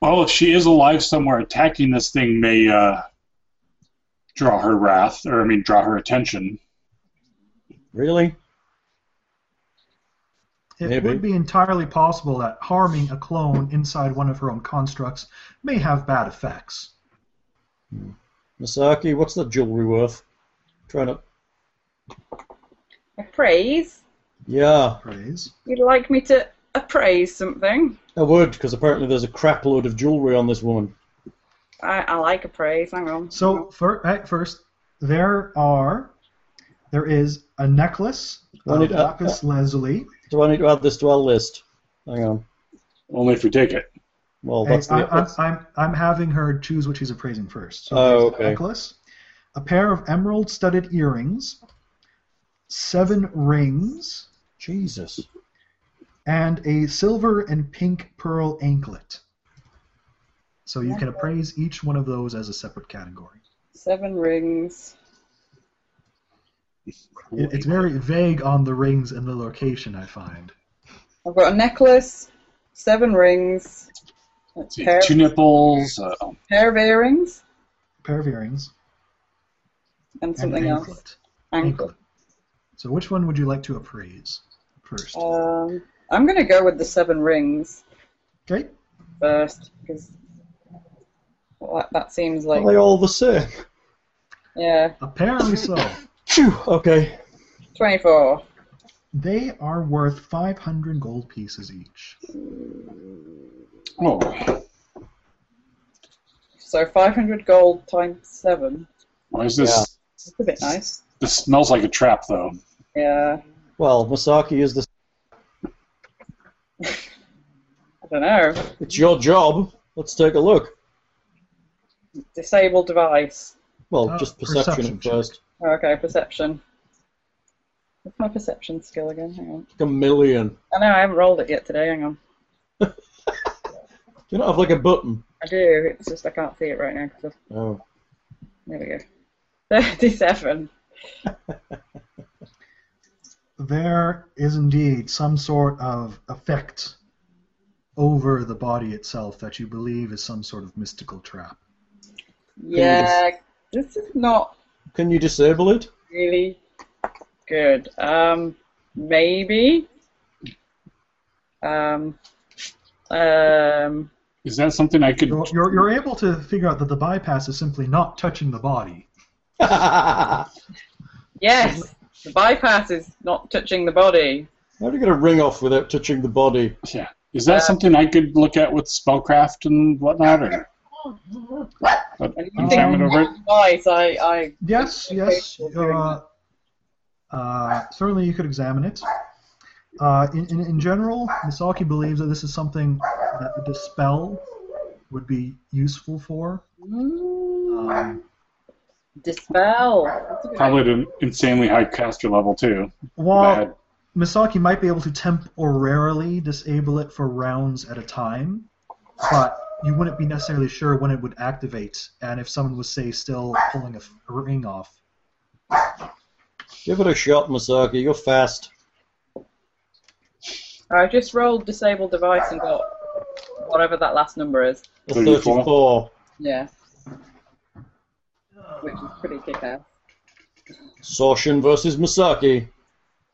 Speaker 5: Well, if she is alive somewhere, attacking this thing may uh, draw her wrath, or I mean, draw her attention.
Speaker 3: Really?
Speaker 4: It
Speaker 3: Maybe.
Speaker 4: would be entirely possible that harming a clone inside one of her own constructs may have bad effects.
Speaker 3: Masaki, what's that jewelry worth? Trying to.
Speaker 2: Appraise?
Speaker 3: Yeah,
Speaker 4: Praise.
Speaker 2: You'd like me to appraise something?
Speaker 3: I would, because apparently there's a crap load of jewelry on this woman.
Speaker 2: I, I like appraise. Hang on.
Speaker 4: So fir- at first, there are, there is a necklace
Speaker 3: I
Speaker 4: of
Speaker 3: need- uh,
Speaker 4: lapis lazuli.
Speaker 3: Do I need to add this to our list? Hang on.
Speaker 5: Only if we take it.
Speaker 3: Well,
Speaker 4: Hey,
Speaker 3: Oh, that's the.
Speaker 4: I, I'm, I'm, I'm having her choose what she's appraising first. So
Speaker 3: Oh,
Speaker 4: there's the
Speaker 3: okay.
Speaker 4: necklace, a pair of emerald-studded earrings, seven rings,
Speaker 3: Jesus.
Speaker 4: and a silver and pink pearl anklet. So you can appraise each one of those as a separate category.
Speaker 2: Seven rings.
Speaker 4: It, it's very vague on the rings and the location, I find.
Speaker 2: I've got a necklace, seven rings, a
Speaker 5: Let's see,
Speaker 2: pair,
Speaker 5: two nipples. Uh,
Speaker 2: pair of earrings,
Speaker 4: pair of earrings
Speaker 2: and
Speaker 4: and
Speaker 2: something
Speaker 4: an
Speaker 2: else.
Speaker 4: anklet.
Speaker 2: Ankle.
Speaker 4: So which one would you like to appraise first?
Speaker 2: Um, I'm going to go with the seven rings
Speaker 4: okay.
Speaker 2: first because that, that seems like
Speaker 3: Are they all the same?
Speaker 2: yeah.
Speaker 4: Apparently so.
Speaker 3: Phew, okay.
Speaker 2: Twenty-four.
Speaker 4: They are worth 500 gold pieces each.
Speaker 5: oh,
Speaker 2: So 500 gold times seven.
Speaker 5: why is this?
Speaker 3: Yeah.
Speaker 2: That's a bit nice.
Speaker 5: This smells like a trap, though.
Speaker 2: Yeah.
Speaker 3: Well, Masaki is the.
Speaker 2: I don't know.
Speaker 3: It's your job. Let's take a look.
Speaker 2: Disable device. Oh,
Speaker 3: Well,
Speaker 4: Uh,
Speaker 3: just perception,
Speaker 4: perception
Speaker 3: at
Speaker 4: check.
Speaker 3: first.
Speaker 2: Okay, perception. What's my perception skill again? Hang on.
Speaker 3: Like a million.
Speaker 2: I know I haven't rolled it yet today. Hang on.
Speaker 3: You don't have like a button.
Speaker 2: I do. It's just I can't see it right now. 'cause I've-
Speaker 3: Oh.
Speaker 2: there we go. 37.
Speaker 4: There is indeed some sort of effect over the body itself that you believe is some sort of mystical trap.
Speaker 2: Yeah. This is not
Speaker 3: Can you disable it?
Speaker 2: really good. Um, maybe. Um, um,
Speaker 5: Is that something I could?
Speaker 4: You're, you're, you're able to figure out that the bypass is simply not touching the body.
Speaker 2: yes, the bypass is not touching the body.
Speaker 3: How are you going to ring off without touching the body?
Speaker 5: Yeah. Is that
Speaker 2: Uh,
Speaker 5: something I could look at with spellcraft and whatnot? Or, but
Speaker 2: And you think
Speaker 5: containment over it?
Speaker 2: twice, I, I
Speaker 4: Yes, yes. Uh, uh, certainly, you could examine it. Uh, in, in, in general, Misaki believes that this is something that the spell would be useful for. Um,
Speaker 2: mm, dispel. That's a good
Speaker 5: Probably at an insanely high caster level too.
Speaker 4: while
Speaker 5: Bad.
Speaker 4: Misaki might be able to temporarily disable it for rounds at a time, but you wouldn't be necessarily sure when it would activate, and if someone was, say, still pulling a, f- a ring off.
Speaker 3: Give it a shot, Masaki. You're fast.
Speaker 2: I just rolled disable device and got whatever that last number is.
Speaker 3: A
Speaker 5: 34.
Speaker 3: 34.
Speaker 2: Yeah. Which is pretty kick ass.
Speaker 3: Sorshin versus Masaki.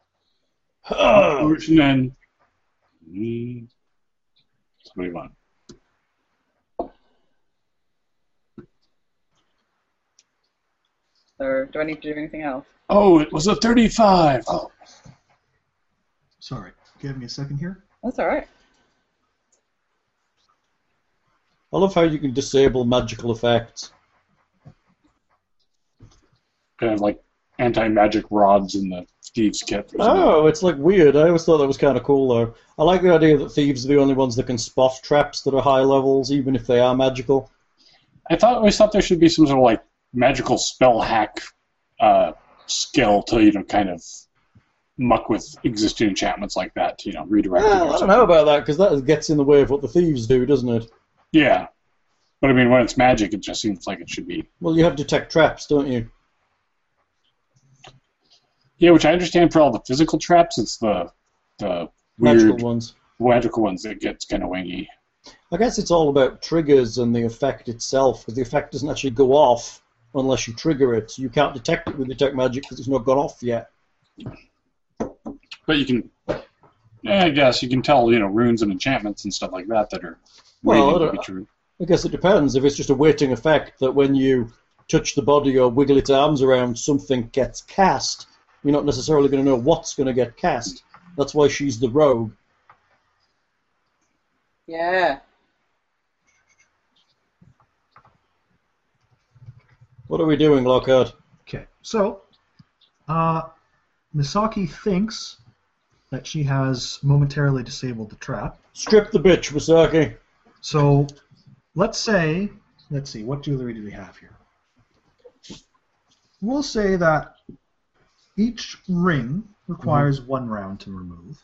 Speaker 3: uh,
Speaker 5: Oh. Ocean and Mm. somebody won.
Speaker 2: So do I need to do anything else?
Speaker 5: Oh, it was a thirty-five. Oh,
Speaker 4: Sorry, give me a second here.
Speaker 2: That's alright.
Speaker 3: I love how you can disable magical effects.
Speaker 5: kind of like anti-magic rods in the thieves kit. or something.
Speaker 3: Oh, it's like weird. I always thought that was kind of cool, though. I like the idea that thieves are the only ones that can spot traps that are high levels, even if they are magical.
Speaker 5: I thought I always thought there should be some sort of like magical spell hack uh, skill to you know kind of muck with existing enchantments like that. To, you know, redirect. them or
Speaker 3: Well, I don't
Speaker 5: something.
Speaker 3: know about that, because that gets in the way of what the thieves do, doesn't it?
Speaker 5: Yeah, but I mean, when it's magic, it just seems like it should be.
Speaker 3: Well, you have detect traps, don't you?
Speaker 5: Yeah, which I understand for all the physical traps, it's the the weird
Speaker 3: Magical
Speaker 5: magical, ones
Speaker 3: ones.
Speaker 5: that gets kind of wingy.
Speaker 3: I guess it's all about triggers and the effect itself, because the effect doesn't actually go off unless you trigger it. You can't detect it with detect magic because it's not gone off yet.
Speaker 5: But you can, yeah, I guess you can tell you know runes and enchantments and stuff like that that are
Speaker 3: Well,
Speaker 5: waiting
Speaker 3: I
Speaker 5: to
Speaker 3: don't-
Speaker 5: be true.
Speaker 3: I guess it depends. If it's just a waiting effect that when you touch the body or wiggle its arms around, something gets cast, you're not necessarily going to know what's going to get cast. That's why she's the rogue.
Speaker 2: Yeah.
Speaker 3: What are we doing, Lockhart?
Speaker 4: Okay, so uh, Misaki thinks that she has momentarily disabled the trap.
Speaker 3: Strip the bitch, Masaki.
Speaker 4: So let's say, let's see, what jewelry do we have here? We'll say that each ring requires one round to remove.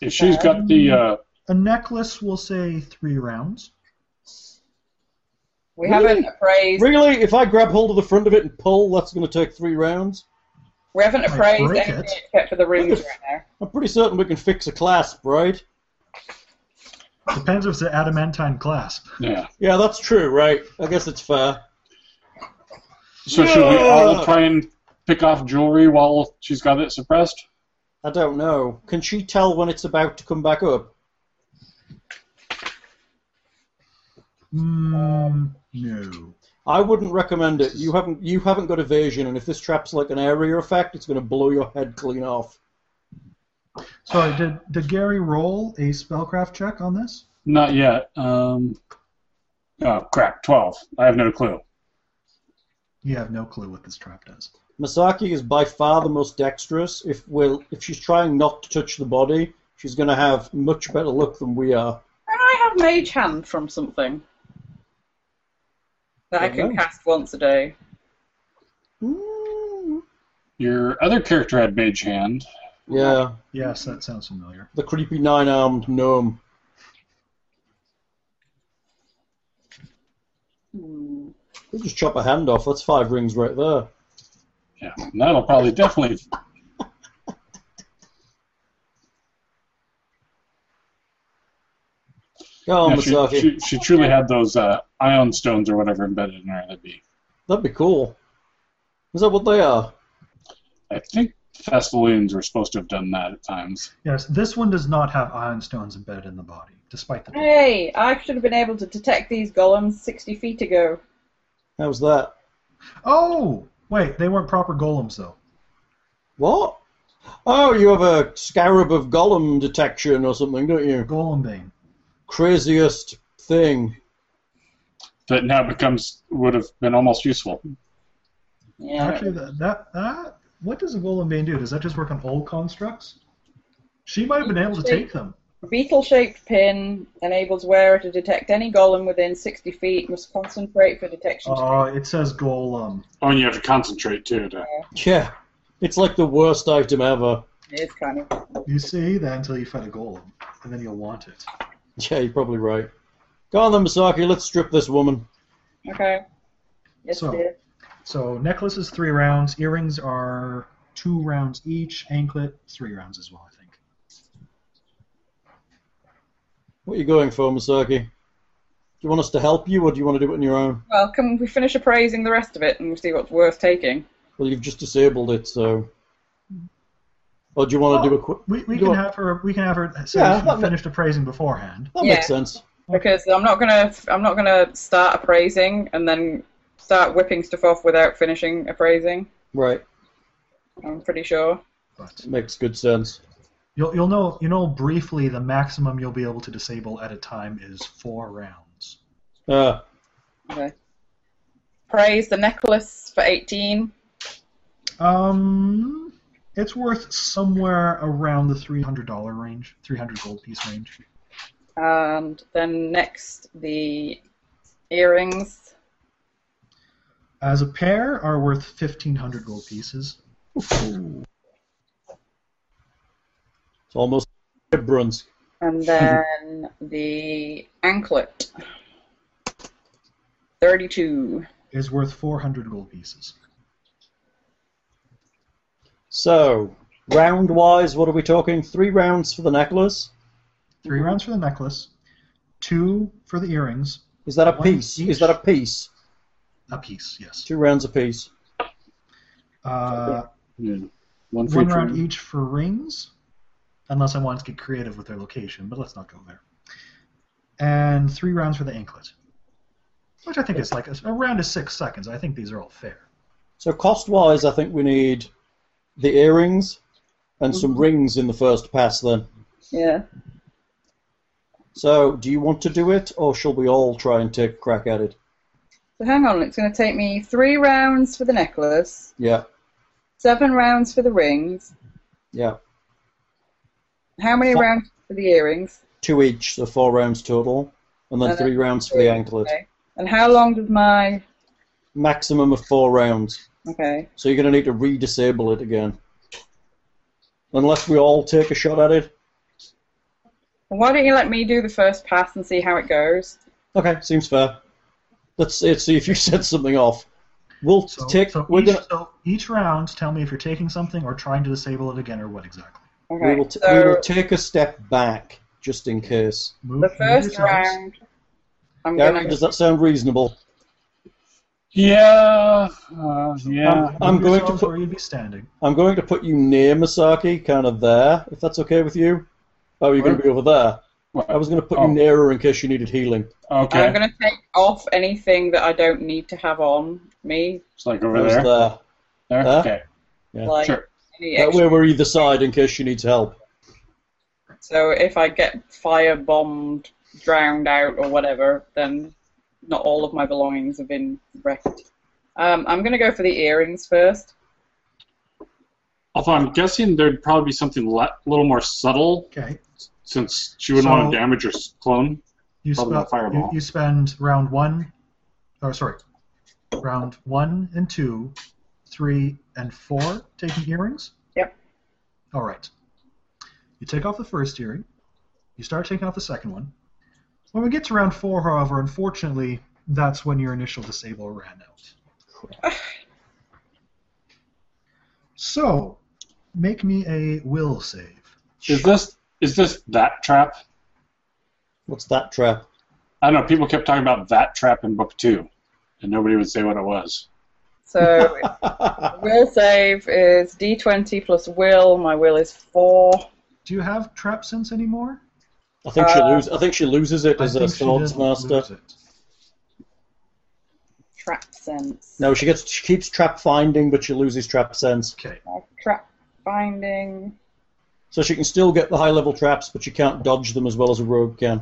Speaker 5: If she's got the
Speaker 3: Um,
Speaker 5: uh,
Speaker 4: A necklace will say three rounds.
Speaker 2: We
Speaker 3: Really?
Speaker 2: haven't appraised
Speaker 3: Really? If I grab hold of the front of it and pull, that's going to take three rounds?
Speaker 2: we haven't
Speaker 4: Like,
Speaker 2: appraised
Speaker 4: break
Speaker 2: anything
Speaker 4: it.
Speaker 2: except for the rooms right now.
Speaker 3: I'm pretty certain we can fix a clasp, right?
Speaker 4: Depends if it's an adamantine clasp.
Speaker 5: yeah,
Speaker 3: Yeah, that's true, right? I guess it's fair.
Speaker 5: so should we all
Speaker 3: Yeah.
Speaker 5: try and pick off jewelry while she's got it suppressed?
Speaker 3: I don't know. Can she tell when it's about to come back up?
Speaker 4: Mm, no.
Speaker 3: I wouldn't recommend it. You haven't you haven't got evasion, and if this trap's like an area effect, it's going to blow your head clean off.
Speaker 4: Sorry, did, did Gary roll a spellcraft check on this?
Speaker 5: Not yet. Um, oh crap! Twelve. I have no clue.
Speaker 4: You have no clue what this trap does.
Speaker 3: Masaki is by far the most dexterous. If will if she's trying not to touch the body, she's going to have much better luck than we are.
Speaker 2: Can I have mage hand from something? That I
Speaker 4: Oh,
Speaker 3: Don't
Speaker 2: can
Speaker 3: know.
Speaker 2: cast once a day.
Speaker 5: Hmm.
Speaker 3: Mm.
Speaker 5: Your other character had mage hand.
Speaker 3: Yeah,
Speaker 4: Yes, that sounds familiar.
Speaker 3: the creepy nine-armed gnome.
Speaker 2: Hmm.
Speaker 3: You just chop a hand off. That's five rings right there.
Speaker 5: Yeah, and that'll probably definitely.
Speaker 3: Go on,
Speaker 5: yeah,
Speaker 3: Masaki.
Speaker 5: she, she, she truly had those uh, ion stones or whatever embedded in her. That'd be.
Speaker 3: That'd be cool. Is that what they are?
Speaker 5: I think Thessalians were supposed to have done that at times.
Speaker 4: Yes, this one does not have iron stones embedded in the body. despite the.
Speaker 2: Hey, I should have been able to detect these golems 60 feet ago.
Speaker 3: How's that?
Speaker 4: Oh wait, they weren't proper golems though.
Speaker 3: What? Oh, you have a scarab of golem detection or something, don't you?
Speaker 4: Golem bane.
Speaker 3: Craziest thing.
Speaker 5: That now becomes would have been almost useful.
Speaker 3: Uh,
Speaker 2: Yeah.
Speaker 4: Actually, that, that that what does a golem bane do? Does that just work on all constructs? She might have been able to take them.
Speaker 2: Beetle shaped pin enables wearer to detect any golem within 60 feet, must concentrate for detection.
Speaker 3: uh,
Speaker 4: Oh, it says golem.
Speaker 5: Oh, and you have to concentrate too. To,
Speaker 3: Yeah. It's like the worst item ever.
Speaker 2: It's kind of.
Speaker 4: You see that until you fight a golem, and then you'll want it.
Speaker 3: Yeah, you're probably right. Go on then, Masaki, let's strip this woman.
Speaker 2: Okay. Yes,
Speaker 4: So-
Speaker 2: it is.
Speaker 4: So necklace is three rounds, earrings are two rounds each, anklet three rounds as well, I think.
Speaker 3: What are you going for, Masaki? Do you want us to help you, or do you want to do it on your own?
Speaker 2: Well, can we finish appraising the rest of it and we'll see what's worth taking?
Speaker 3: Well, you've just disabled it, so. Or do you want to do a quick.
Speaker 4: We, we
Speaker 3: Do
Speaker 4: can
Speaker 3: I-
Speaker 4: have her. We can have her. So
Speaker 3: Yeah,
Speaker 4: yeah,
Speaker 3: that-
Speaker 4: finished appraising beforehand.
Speaker 3: That
Speaker 2: Yeah.
Speaker 3: makes sense.
Speaker 2: Because I'm not gonna, I'm not gonna start appraising and then start whipping stuff off without finishing appraising.
Speaker 3: Right.
Speaker 2: I'm pretty sure.
Speaker 4: But
Speaker 3: Makes good sense.
Speaker 4: you'll you'll know you know briefly the maximum you'll be able to disable at a time is four rounds.
Speaker 3: Uh,
Speaker 2: Okay. Praise the necklace for 18.
Speaker 4: Um, it's worth somewhere around the three hundred dollar range, three hundred gold piece range.
Speaker 2: And then next, the earrings.
Speaker 4: As a pair, are worth fifteen hundred gold pieces.
Speaker 3: it's almost. Bruns.
Speaker 2: And then the anklet. 32.
Speaker 4: Is worth four hundred gold pieces.
Speaker 3: So, round wise, what are we talking? Three rounds for the necklace?
Speaker 4: 3 rounds for the necklace, two for the earrings,
Speaker 3: Is that a
Speaker 4: One
Speaker 3: piece?
Speaker 4: each.
Speaker 3: Is that a piece?
Speaker 4: a piece. Yes.
Speaker 3: Two rounds a piece.
Speaker 4: Uh,
Speaker 5: yeah. One for
Speaker 4: one
Speaker 5: each
Speaker 4: round
Speaker 5: room.
Speaker 4: each for rings, unless I want to get creative with their location, but let's not go there. And three rounds for the anklet, which I think is like a, a round is six seconds. I think these are all fair.
Speaker 3: So cost wise, I think we need the earrings and
Speaker 2: Mm-hmm.
Speaker 3: some rings in the first pass. Then.
Speaker 2: Yeah.
Speaker 3: So, do you want to do it, or shall we all try and take a crack at it?
Speaker 2: So hang on, it's going to take me three rounds for the necklace,
Speaker 3: Yeah,
Speaker 2: seven rounds for the rings.
Speaker 3: yeah.
Speaker 2: How many
Speaker 3: Four.
Speaker 2: rounds for the earrings?
Speaker 3: Two each, so four rounds total, and then
Speaker 2: And then
Speaker 3: three rounds for the anklet.
Speaker 2: Okay. And how long does my.
Speaker 3: Maximum of four rounds.
Speaker 2: Okay.
Speaker 3: So you're going to need to re-disable it again, unless we all take a shot at it.
Speaker 2: Well, why don't you let me do the first pass and see how it goes?
Speaker 3: Okay, seems fair. Let's see, see if you set something off. We'll
Speaker 4: So,
Speaker 3: take.
Speaker 4: so
Speaker 3: we're
Speaker 4: each,
Speaker 3: gonna.
Speaker 4: so each round, tell me if you're taking something or trying to disable it again or what exactly.
Speaker 2: Okay.
Speaker 3: We will, t- we
Speaker 2: so
Speaker 3: will take a step back just in case.
Speaker 4: Move,
Speaker 2: the
Speaker 4: move
Speaker 2: first
Speaker 4: yourselves.
Speaker 2: round. I'm
Speaker 3: Gary,
Speaker 2: going
Speaker 3: does
Speaker 2: to.
Speaker 3: that sound reasonable?
Speaker 5: Yeah, uh, yeah.
Speaker 3: I'm, I'm
Speaker 4: Move
Speaker 3: going to
Speaker 4: yourselves
Speaker 3: put
Speaker 4: where you'd be standing.
Speaker 3: I'm going to put you near Masaki, kind of there, if that's okay with you. Oh, you're going to be over there. I was going to put
Speaker 5: Oh.
Speaker 3: you near her in case she needed healing.
Speaker 5: okay,
Speaker 2: I'm going to take off anything that I don't need to have on me.
Speaker 5: it's like
Speaker 3: I
Speaker 5: over
Speaker 3: was
Speaker 5: there.
Speaker 3: there.
Speaker 5: There?
Speaker 3: Huh?
Speaker 5: Okay,
Speaker 3: Yeah,
Speaker 2: like
Speaker 5: sure.
Speaker 2: any
Speaker 3: That
Speaker 2: extra.
Speaker 3: way we're either side in case she needs help.
Speaker 2: So if I get fire bombed, drowned out, or whatever, then not all of my belongings have been wrecked. Um, I'm going to go for the earrings first.
Speaker 5: Although I'm guessing there'd probably be something a little more subtle
Speaker 4: Okay.
Speaker 5: since she wouldn't
Speaker 4: So-
Speaker 5: want to damage her s- clone.
Speaker 4: You,
Speaker 5: Probably
Speaker 4: spe-
Speaker 5: not fireball.
Speaker 4: you, you spend round one, or sorry, round one and two, three and four taking earrings?
Speaker 2: Yep.
Speaker 4: All right. You take off the first earring. You start taking off the second one. When we get to round four, however, unfortunately, that's when your initial disable ran out. So, make me a will save.
Speaker 5: Is this is this that trap?
Speaker 3: What's that trap?
Speaker 5: I don't know. People kept talking about that trap in book two, and nobody would say what it was.
Speaker 2: So will save is d20 plus will. My will is four.
Speaker 4: Do you have trap sense anymore?
Speaker 3: I think she
Speaker 2: Uh,
Speaker 3: lose. I think she loses it as a swordsmaster.
Speaker 2: Trap sense.
Speaker 3: No, she gets. She keeps trap finding, but she loses trap sense.
Speaker 4: Okay.
Speaker 2: Uh, trap finding.
Speaker 3: So she can still get the high level traps, but she can't dodge them as well as a rogue can.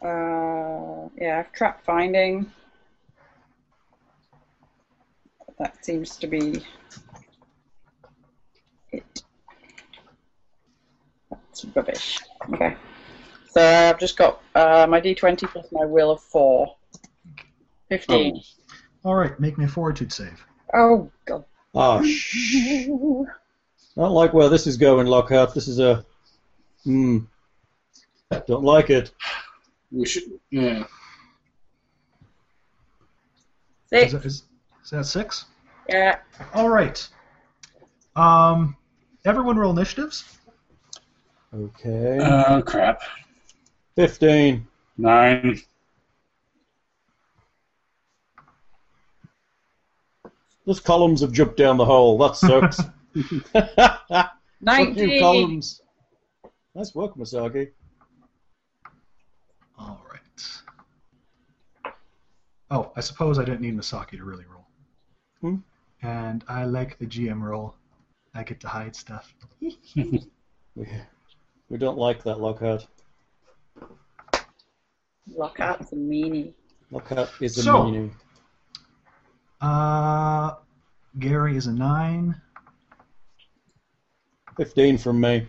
Speaker 2: Uh, yeah, trap finding. That seems to be it. That's rubbish. Okay. So I've just got uh, my d20 plus my will of 4.
Speaker 5: Oh,
Speaker 2: 15.
Speaker 4: Oh. All right, make me a fortitude save.
Speaker 2: Oh, God.
Speaker 3: Oh, shh. Not like where this is going, Lockhart. This is a. Hmm. Don't like it.
Speaker 5: We should. Yeah.
Speaker 4: Is,
Speaker 2: Six.
Speaker 4: that- is- is that six?
Speaker 2: Yeah.
Speaker 4: All right. Um, everyone roll initiatives.
Speaker 3: Okay.
Speaker 5: Oh crap.
Speaker 3: Fifteen.
Speaker 5: Nine.
Speaker 3: Those columns have jumped down the hole. That sucks. Fuck you,
Speaker 2: 19.
Speaker 3: columns. Nice work, Masagi.
Speaker 4: All right. Oh, I suppose I don't need Masaki to really roll.
Speaker 3: Hmm?
Speaker 4: And I like the GM roll. I get to hide stuff.
Speaker 3: We, we don't like that, Lockhart.
Speaker 2: Lock out the meanie.
Speaker 3: Lockhart is a
Speaker 4: So-
Speaker 3: meanie.
Speaker 4: Uh, Gary is a nine.
Speaker 3: Fifteen from me.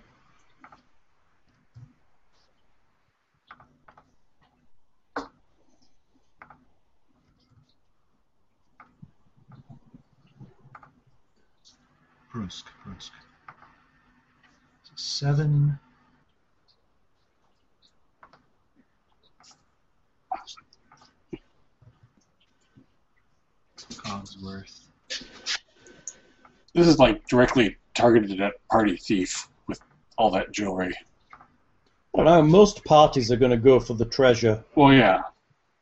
Speaker 4: Brunsk, Brunsk. Seven. Cogsworth.
Speaker 5: This is like directly targeted at party thief with all that jewelry.
Speaker 3: I don't know. Most parties are going to go for the treasure.
Speaker 5: Well, yeah.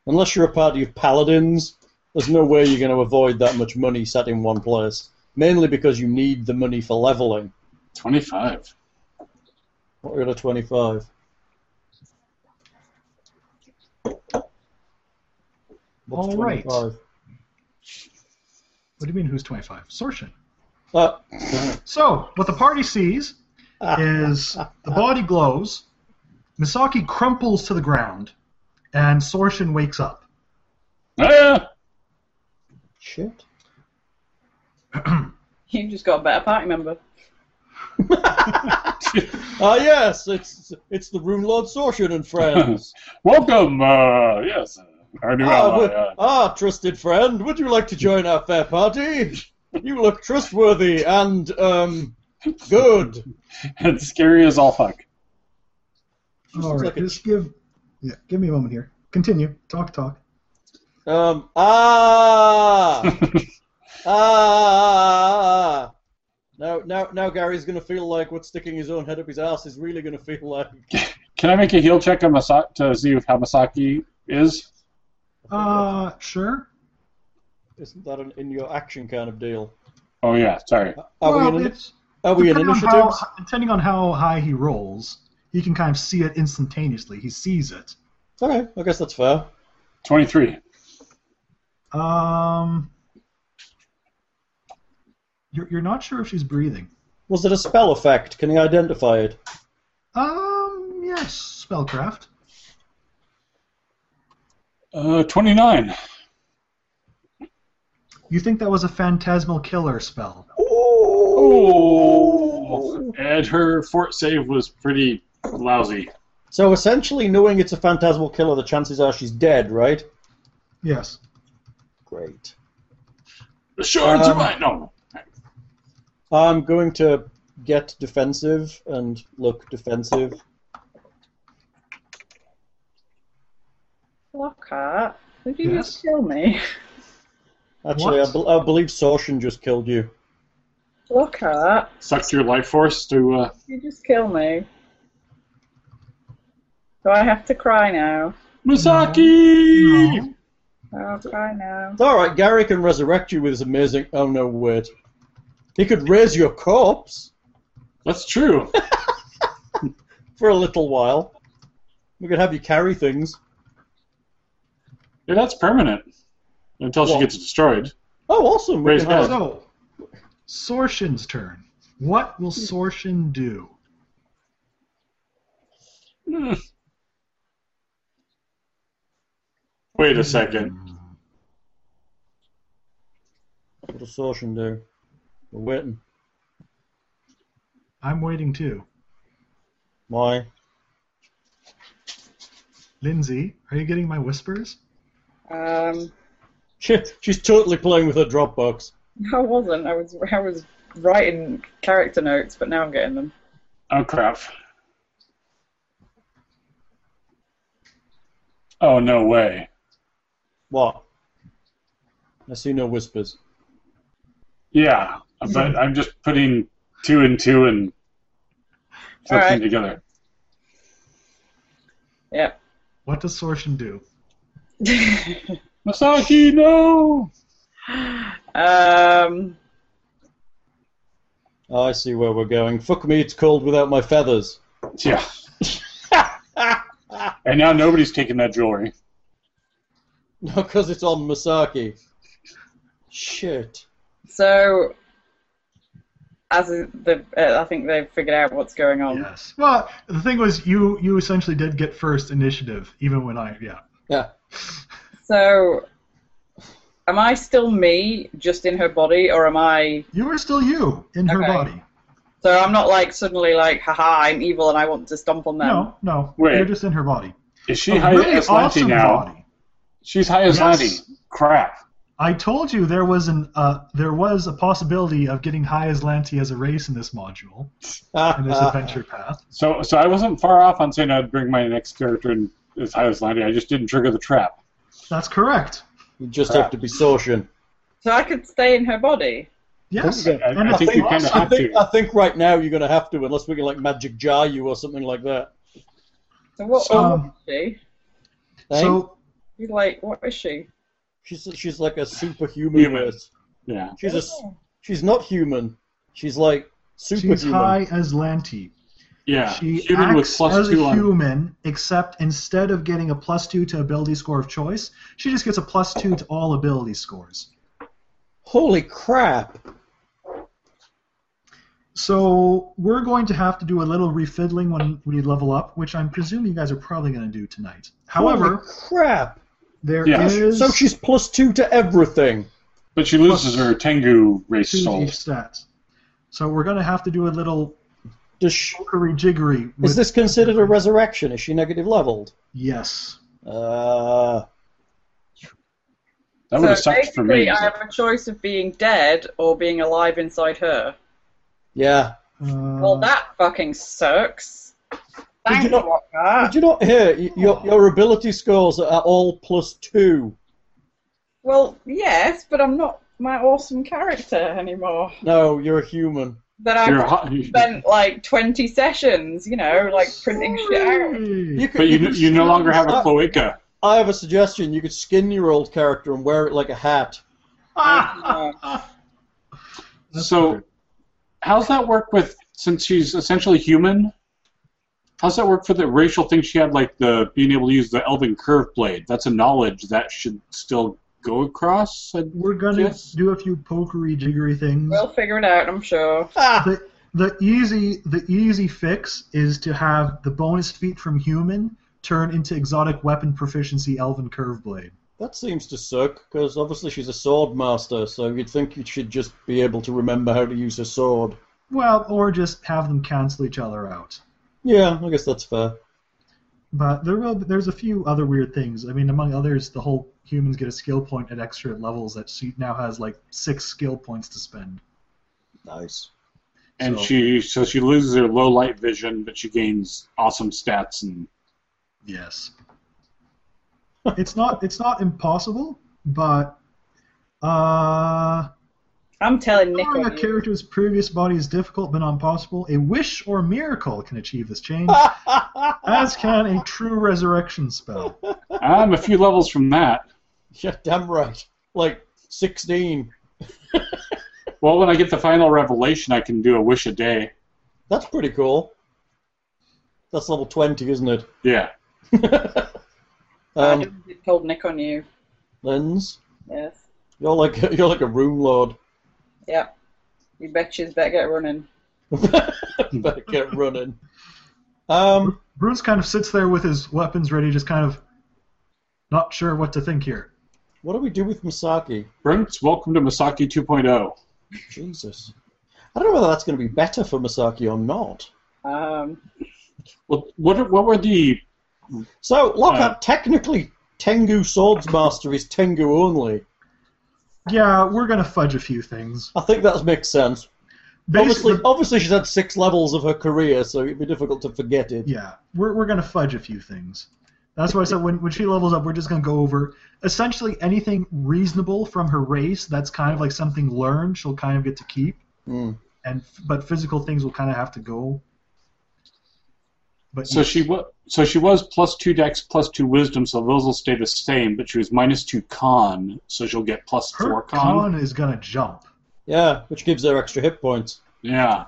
Speaker 3: Unless you're a party of paladins, there's no way you're going to avoid that much money sat in one place. Mainly because you need the money for leveling.
Speaker 5: Twenty-five.
Speaker 3: What are you at a 25? What's
Speaker 4: All right.
Speaker 3: 25?
Speaker 4: What do you mean, who's 25? Sortion.
Speaker 3: Uh,
Speaker 4: So, what the party sees is the body glows, Misaki crumples to the ground, and Sortion wakes up.
Speaker 5: Ah!
Speaker 3: shit.
Speaker 2: You've just got a better party member.
Speaker 3: Ah, yes, it's it's the Rune Lord Sortion and friends.
Speaker 5: Welcome. Uh, yes, uh, our new
Speaker 3: ah,
Speaker 5: ally.
Speaker 3: would-
Speaker 5: Uh,
Speaker 3: ah, trusted friend, would you like to join our fair party? You look trustworthy and, um, good.
Speaker 5: and scary as all fuck.
Speaker 4: All
Speaker 3: looks
Speaker 4: right,
Speaker 3: like a-
Speaker 4: just give, yeah, give me a moment here. Continue. Talk, talk.
Speaker 3: Um, ah, ah. Now, now, now, Gary's gonna feel like what sticking his own head up his ass is really gonna feel like.
Speaker 5: Can I make a heal check on Masaki to see if how Masaki is?
Speaker 4: Uh, sure.
Speaker 3: Isn't that an in your action kind of deal?
Speaker 5: Oh yeah, sorry.
Speaker 3: Are
Speaker 4: well,
Speaker 3: we in?
Speaker 4: it's,
Speaker 3: Are we in
Speaker 4: depending on
Speaker 3: initiatives?
Speaker 4: how, depending on how high he rolls, he can kind of see it instantaneously. He sees it.
Speaker 3: Okay, I guess that's fair.
Speaker 5: Twenty-three.
Speaker 4: Um, you're, you're not sure if she's breathing.
Speaker 3: Was it a spell effect? Can you identify it?
Speaker 4: Um, yes, spellcraft.
Speaker 5: Uh, twenty-nine.
Speaker 4: You think that was a phantasmal killer spell?
Speaker 5: Oh. And her fort save was pretty lousy.
Speaker 3: So essentially, knowing it's a phantasmal killer, the chances are she's dead, right?
Speaker 4: Yes.
Speaker 3: Great.
Speaker 5: The shards
Speaker 3: Um,
Speaker 5: are mine. No.
Speaker 3: I'm going to get defensive and look defensive.
Speaker 2: Lockhart, did you
Speaker 4: Yes.
Speaker 2: just kill me?
Speaker 3: Actually, I,
Speaker 4: What?
Speaker 3: bel I believe Sortion just killed you.
Speaker 2: Lockhart,
Speaker 5: Sucked your life force to. Uh,
Speaker 2: did you just kill me? Do I have to cry now?
Speaker 5: Masaki.
Speaker 4: No.
Speaker 2: I'll cry now.
Speaker 3: It's all right. Gary can resurrect you with his amazing. Oh no, wait. He could raise your corpse.
Speaker 5: That's true.
Speaker 3: for a little while. We could have you carry things.
Speaker 5: Yeah, that's permanent until she
Speaker 3: Well-
Speaker 5: gets destroyed.
Speaker 3: Oh, awesome! We
Speaker 5: Raise
Speaker 3: can have-
Speaker 5: hell.
Speaker 4: So, Sorshin's turn. What will Sorshin do?
Speaker 5: Hmm. Wait a second.
Speaker 3: What does Sortion do? We're waiting.
Speaker 4: I'm waiting too.
Speaker 3: Why?
Speaker 4: Lindsay, are you getting my whispers?
Speaker 2: Um,
Speaker 3: She, she's totally playing with her Dropbox.
Speaker 2: I wasn't. I was. I was writing character notes, but now I'm getting them.
Speaker 5: Oh crap. Oh no way.
Speaker 3: What? I see no whispers.
Speaker 5: Yeah, but I'm just putting two and two and
Speaker 2: All
Speaker 5: something
Speaker 2: right.
Speaker 5: together.
Speaker 2: Yep.
Speaker 4: What does Sorshin do?
Speaker 5: Masaki, no.
Speaker 2: um,
Speaker 3: Oh, I see where we're going. Fuck me, it's cold without my feathers.
Speaker 5: Yeah. and now nobody's taking that jewelry.
Speaker 3: No, because it's on Masaki. Shit.
Speaker 2: so, as a- the, uh, I think they've figured out what's going
Speaker 5: Um,
Speaker 2: on.
Speaker 4: Yes. Well, the thing was, you you essentially did get first initiative, even when I yeah.
Speaker 3: Yeah.
Speaker 2: So, am I still me, just in her body, or am I?
Speaker 4: You are still you in her
Speaker 2: Okay.
Speaker 4: body.
Speaker 2: So I'm not like suddenly like, haha, I'm evil and I want to stomp on them.
Speaker 4: No, no.
Speaker 5: Wait.
Speaker 4: You're just in her body.
Speaker 5: Is she
Speaker 4: A
Speaker 5: high
Speaker 4: really
Speaker 5: as Lanty
Speaker 4: awesome
Speaker 5: now?
Speaker 4: body.
Speaker 5: She's high as
Speaker 4: Yes.
Speaker 5: Lanty. Crap.
Speaker 4: I told you there was an uh, there was a possibility of getting high as Lanty as a race in this module in
Speaker 3: Ah.
Speaker 4: this adventure path.
Speaker 5: So, so I wasn't far off on saying I'd bring my next character in as high as Lanty. I just didn't trigger the trap.
Speaker 4: That's correct.
Speaker 3: you just have to be Sortion.
Speaker 2: So I could stay in her body.
Speaker 4: Yes.
Speaker 5: I, I
Speaker 4: And a
Speaker 5: think you kind of
Speaker 4: philosophy.
Speaker 3: I
Speaker 5: have
Speaker 3: think,
Speaker 5: to.
Speaker 3: I think right now you're going to have to, unless we can, like, magic jar you or something like that.
Speaker 2: So what?
Speaker 3: Um,
Speaker 4: So-
Speaker 2: what is she?
Speaker 3: Eh?
Speaker 4: So
Speaker 2: He's like, what is she?
Speaker 3: she's, she's like a superhuman.
Speaker 5: Human.
Speaker 3: race.
Speaker 5: Yeah.
Speaker 3: She's, a, s- she's not human. She's, like,
Speaker 4: she's
Speaker 3: superhuman.
Speaker 4: high as Lanty.
Speaker 5: Yeah.
Speaker 4: She
Speaker 5: Human
Speaker 4: acts
Speaker 5: with plus
Speaker 4: as
Speaker 5: two
Speaker 4: a
Speaker 5: on.
Speaker 4: human, except instead of getting a plus two to ability score of choice, she just gets a plus two to all ability scores.
Speaker 3: Holy crap.
Speaker 4: So we're going to have to do a little refiddling when we level up, which I'm presuming you guys are probably going to do tonight.
Speaker 3: Holy
Speaker 4: However,
Speaker 3: crap.
Speaker 4: there is
Speaker 5: Yeah.
Speaker 3: So she's plus two to everything.
Speaker 5: But she loses her Tengu race
Speaker 4: two
Speaker 5: soul.
Speaker 4: each stat. So we're going to have to do a little
Speaker 3: Does she,
Speaker 4: pokery jiggery. With,
Speaker 3: is this considered a resurrection? Is she negative leveled?
Speaker 4: Yes.
Speaker 3: Uh,
Speaker 5: That would
Speaker 2: so
Speaker 5: have sucked for
Speaker 2: basically,
Speaker 5: me.
Speaker 2: I have a choice of being dead or being alive inside her.
Speaker 3: yeah.
Speaker 4: Uh,
Speaker 2: well, that fucking sucks.
Speaker 3: Did
Speaker 2: Thanks,
Speaker 3: you not-
Speaker 2: Waka.
Speaker 3: Did you not hear? Y- Your, your ability scores are all plus two.
Speaker 2: Well, yes, but I'm not my awesome character anymore.
Speaker 3: No, you're a human.
Speaker 2: That I
Speaker 5: You're
Speaker 2: have
Speaker 5: hot.
Speaker 2: spent like 20 sessions, you know, like printing shit
Speaker 4: Hmm.
Speaker 2: out.
Speaker 3: You could,
Speaker 5: But you,
Speaker 3: could
Speaker 5: you no longer have a
Speaker 3: I-
Speaker 5: cloaca.
Speaker 3: I have a suggestion. You could skin your old character and wear it like a hat.
Speaker 4: Ah!
Speaker 2: Ah.
Speaker 5: So, how's that work with since she's essentially human? How's that work for the racial thing she had, like the being able to use the elven curve blade? That's a knowledge that should still go across. I-
Speaker 4: We're going to
Speaker 5: Yes.
Speaker 4: do a few pokery jiggery things.
Speaker 2: We'll figure it out, I'm sure.
Speaker 4: the, the easy the easy fix is to have the bonus feat from human turn into exotic weapon proficiency elven curve blade.
Speaker 3: That seems to suck, because obviously she's a sword master, so you'd think you should just be able to remember how to use a sword.
Speaker 4: Well, or just have them cancel each other out.
Speaker 3: Yeah, I guess that's fair.
Speaker 4: But there will there's a few other weird things. I mean, among others, the whole humans get a skill point at extra levels that she now has like six skill points to spend.
Speaker 3: Nice.
Speaker 5: And
Speaker 4: So-
Speaker 5: she so she loses her low light vision, but she gains awesome stats and
Speaker 4: Yes. it's not it's not impossible, but uh
Speaker 2: I'm telling Nick.
Speaker 4: Knowing a
Speaker 2: on you.
Speaker 4: character's previous body is difficult but not possible. A wish or miracle can achieve this change, as can a true resurrection spell.
Speaker 5: I'm a few levels from that.
Speaker 3: Yeah, damn right. Like 16.
Speaker 5: Well, when I get the final revelation, I can do a wish a day.
Speaker 3: That's pretty cool. That's level 20, isn't it?
Speaker 5: Yeah.
Speaker 2: I
Speaker 3: um,
Speaker 2: told Nick on you.
Speaker 3: Lens,
Speaker 2: Yes.
Speaker 3: you're like you're like a room lord.
Speaker 2: Yep. You bitches better get running.
Speaker 3: Better get running. Um,
Speaker 4: Bruce kind of sits there with his weapons ready, just kind of not sure what to think here.
Speaker 3: what do we do with Misaki?
Speaker 5: Brents, welcome to Masaki oh. 2.0.
Speaker 3: Jesus, I don't know whether that's going to be better for Misaki or not.
Speaker 2: Um,
Speaker 5: What, what, what were the.
Speaker 3: So, Lockhart, technically, Tengu Swords Master is Tengu only.
Speaker 4: Yeah, we're gonna fudge a few things.
Speaker 3: I think that makes sense.
Speaker 4: Basically,
Speaker 3: obviously, obviously, she's had six levels of her career, so it'd be difficult to forget it.
Speaker 4: yeah, we're we're gonna fudge a few things. That's why I said when when she levels up, we're just gonna go over essentially anything reasonable from her race. That's kind of like something learned. She'll kind of get to keep,
Speaker 3: Mm.
Speaker 4: and but physical things will kind of have to go. But
Speaker 5: So she, wa- so she was plus 2 dex, plus 2 wisdom, so those will stay the same, but she was minus 2 con, so she'll get plus
Speaker 4: her
Speaker 5: 4 con.
Speaker 4: con is gonna jump.
Speaker 3: Yeah, which gives her extra hit points.
Speaker 5: Yeah.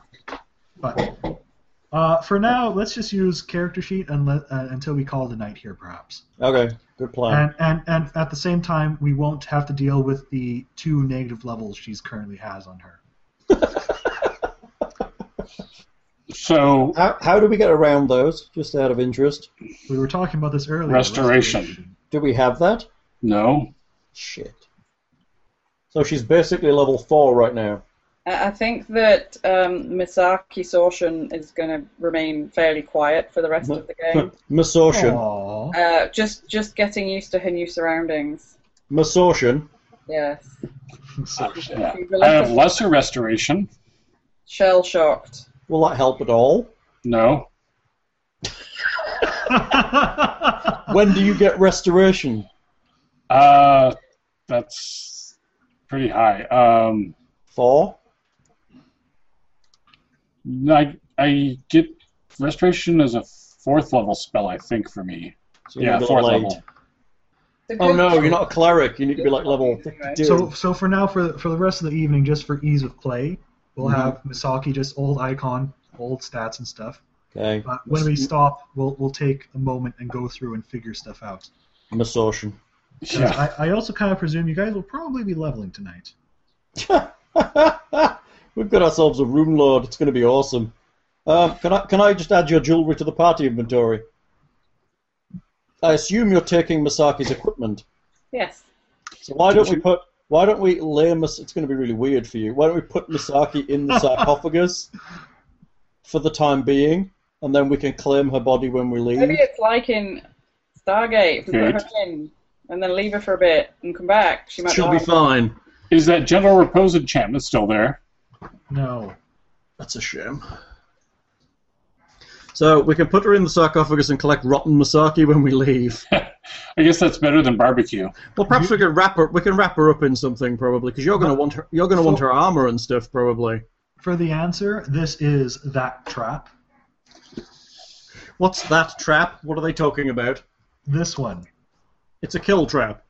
Speaker 4: But uh, for now, let's just use character sheet and let, uh, until we call the night here, perhaps.
Speaker 3: Okay, good
Speaker 5: Um,
Speaker 3: plan.
Speaker 4: And, and and at the same time, we won't have to deal with the two negative levels she's currently has on her.
Speaker 5: So,
Speaker 3: How, how do we get around those? Just out of interest,
Speaker 4: We were talking about this earlier.
Speaker 5: Restoration.
Speaker 3: do we have that?
Speaker 5: no.
Speaker 3: Shit. So she's basically level four right now.
Speaker 2: I I think that um, Misaki Sortion is going to remain fairly quiet for the rest of the game.
Speaker 4: Oh.
Speaker 3: Masortian.
Speaker 4: Aw.
Speaker 2: Uh, just just getting used to her new surroundings.
Speaker 3: Masortian.
Speaker 2: Yes.
Speaker 5: Yeah. I have lesser restoration.
Speaker 2: Shell shocked.
Speaker 3: Will that help at all?
Speaker 5: No.
Speaker 3: When do you get restoration?
Speaker 5: Uh, that's pretty high. Um,
Speaker 3: Four.
Speaker 5: I, I get restoration as a fourth level spell, I think, for me.
Speaker 3: So
Speaker 5: yeah,
Speaker 3: you're
Speaker 5: fourth
Speaker 3: late.
Speaker 5: level.
Speaker 3: Oh no, you're not a cleric. You need to be like level fifty-two.
Speaker 4: so so for now, for for the rest of the evening, just for ease of play, we'll
Speaker 3: Mhm.
Speaker 4: have Misaki just old icon, old stats and stuff.
Speaker 3: okay,
Speaker 4: But uh, when we stop, we'll we'll take a moment and go through and figure stuff out.
Speaker 3: Masortian.
Speaker 5: Yeah.
Speaker 4: I, I also kind of presume you guys will probably be leveling tonight.
Speaker 3: We've got ourselves a room lord. It's going to be awesome. Um, can I can I just add your jewelry to the party inventory? I assume you're taking Masaki's equipment.
Speaker 2: Yes.
Speaker 3: So why don't we put why don't we lay Mas- It's going to be really weird for you. Why don't we put Masaki in the sarcophagus for the time being, and then we can claim her body when we
Speaker 2: Maybe
Speaker 3: leave.
Speaker 2: it's like in Stargate. If we put
Speaker 5: Good.
Speaker 2: her in and then leave her for a bit and come back, she might
Speaker 3: She'll
Speaker 2: die.
Speaker 3: be fine.
Speaker 5: Is that general repose enchantment still there?
Speaker 4: No.
Speaker 3: That's a shame. So we can put her in the sarcophagus and collect rotten Masaki when we leave.
Speaker 5: I guess that's better than barbecue.
Speaker 3: Well, perhaps we can wrap her. We can wrap her up in something probably, because you're going to want her. You're going to want her armor and stuff probably.
Speaker 4: For the answer, this is that trap.
Speaker 3: What's that trap? What are they talking about?
Speaker 4: This one.
Speaker 3: It's a kill trap.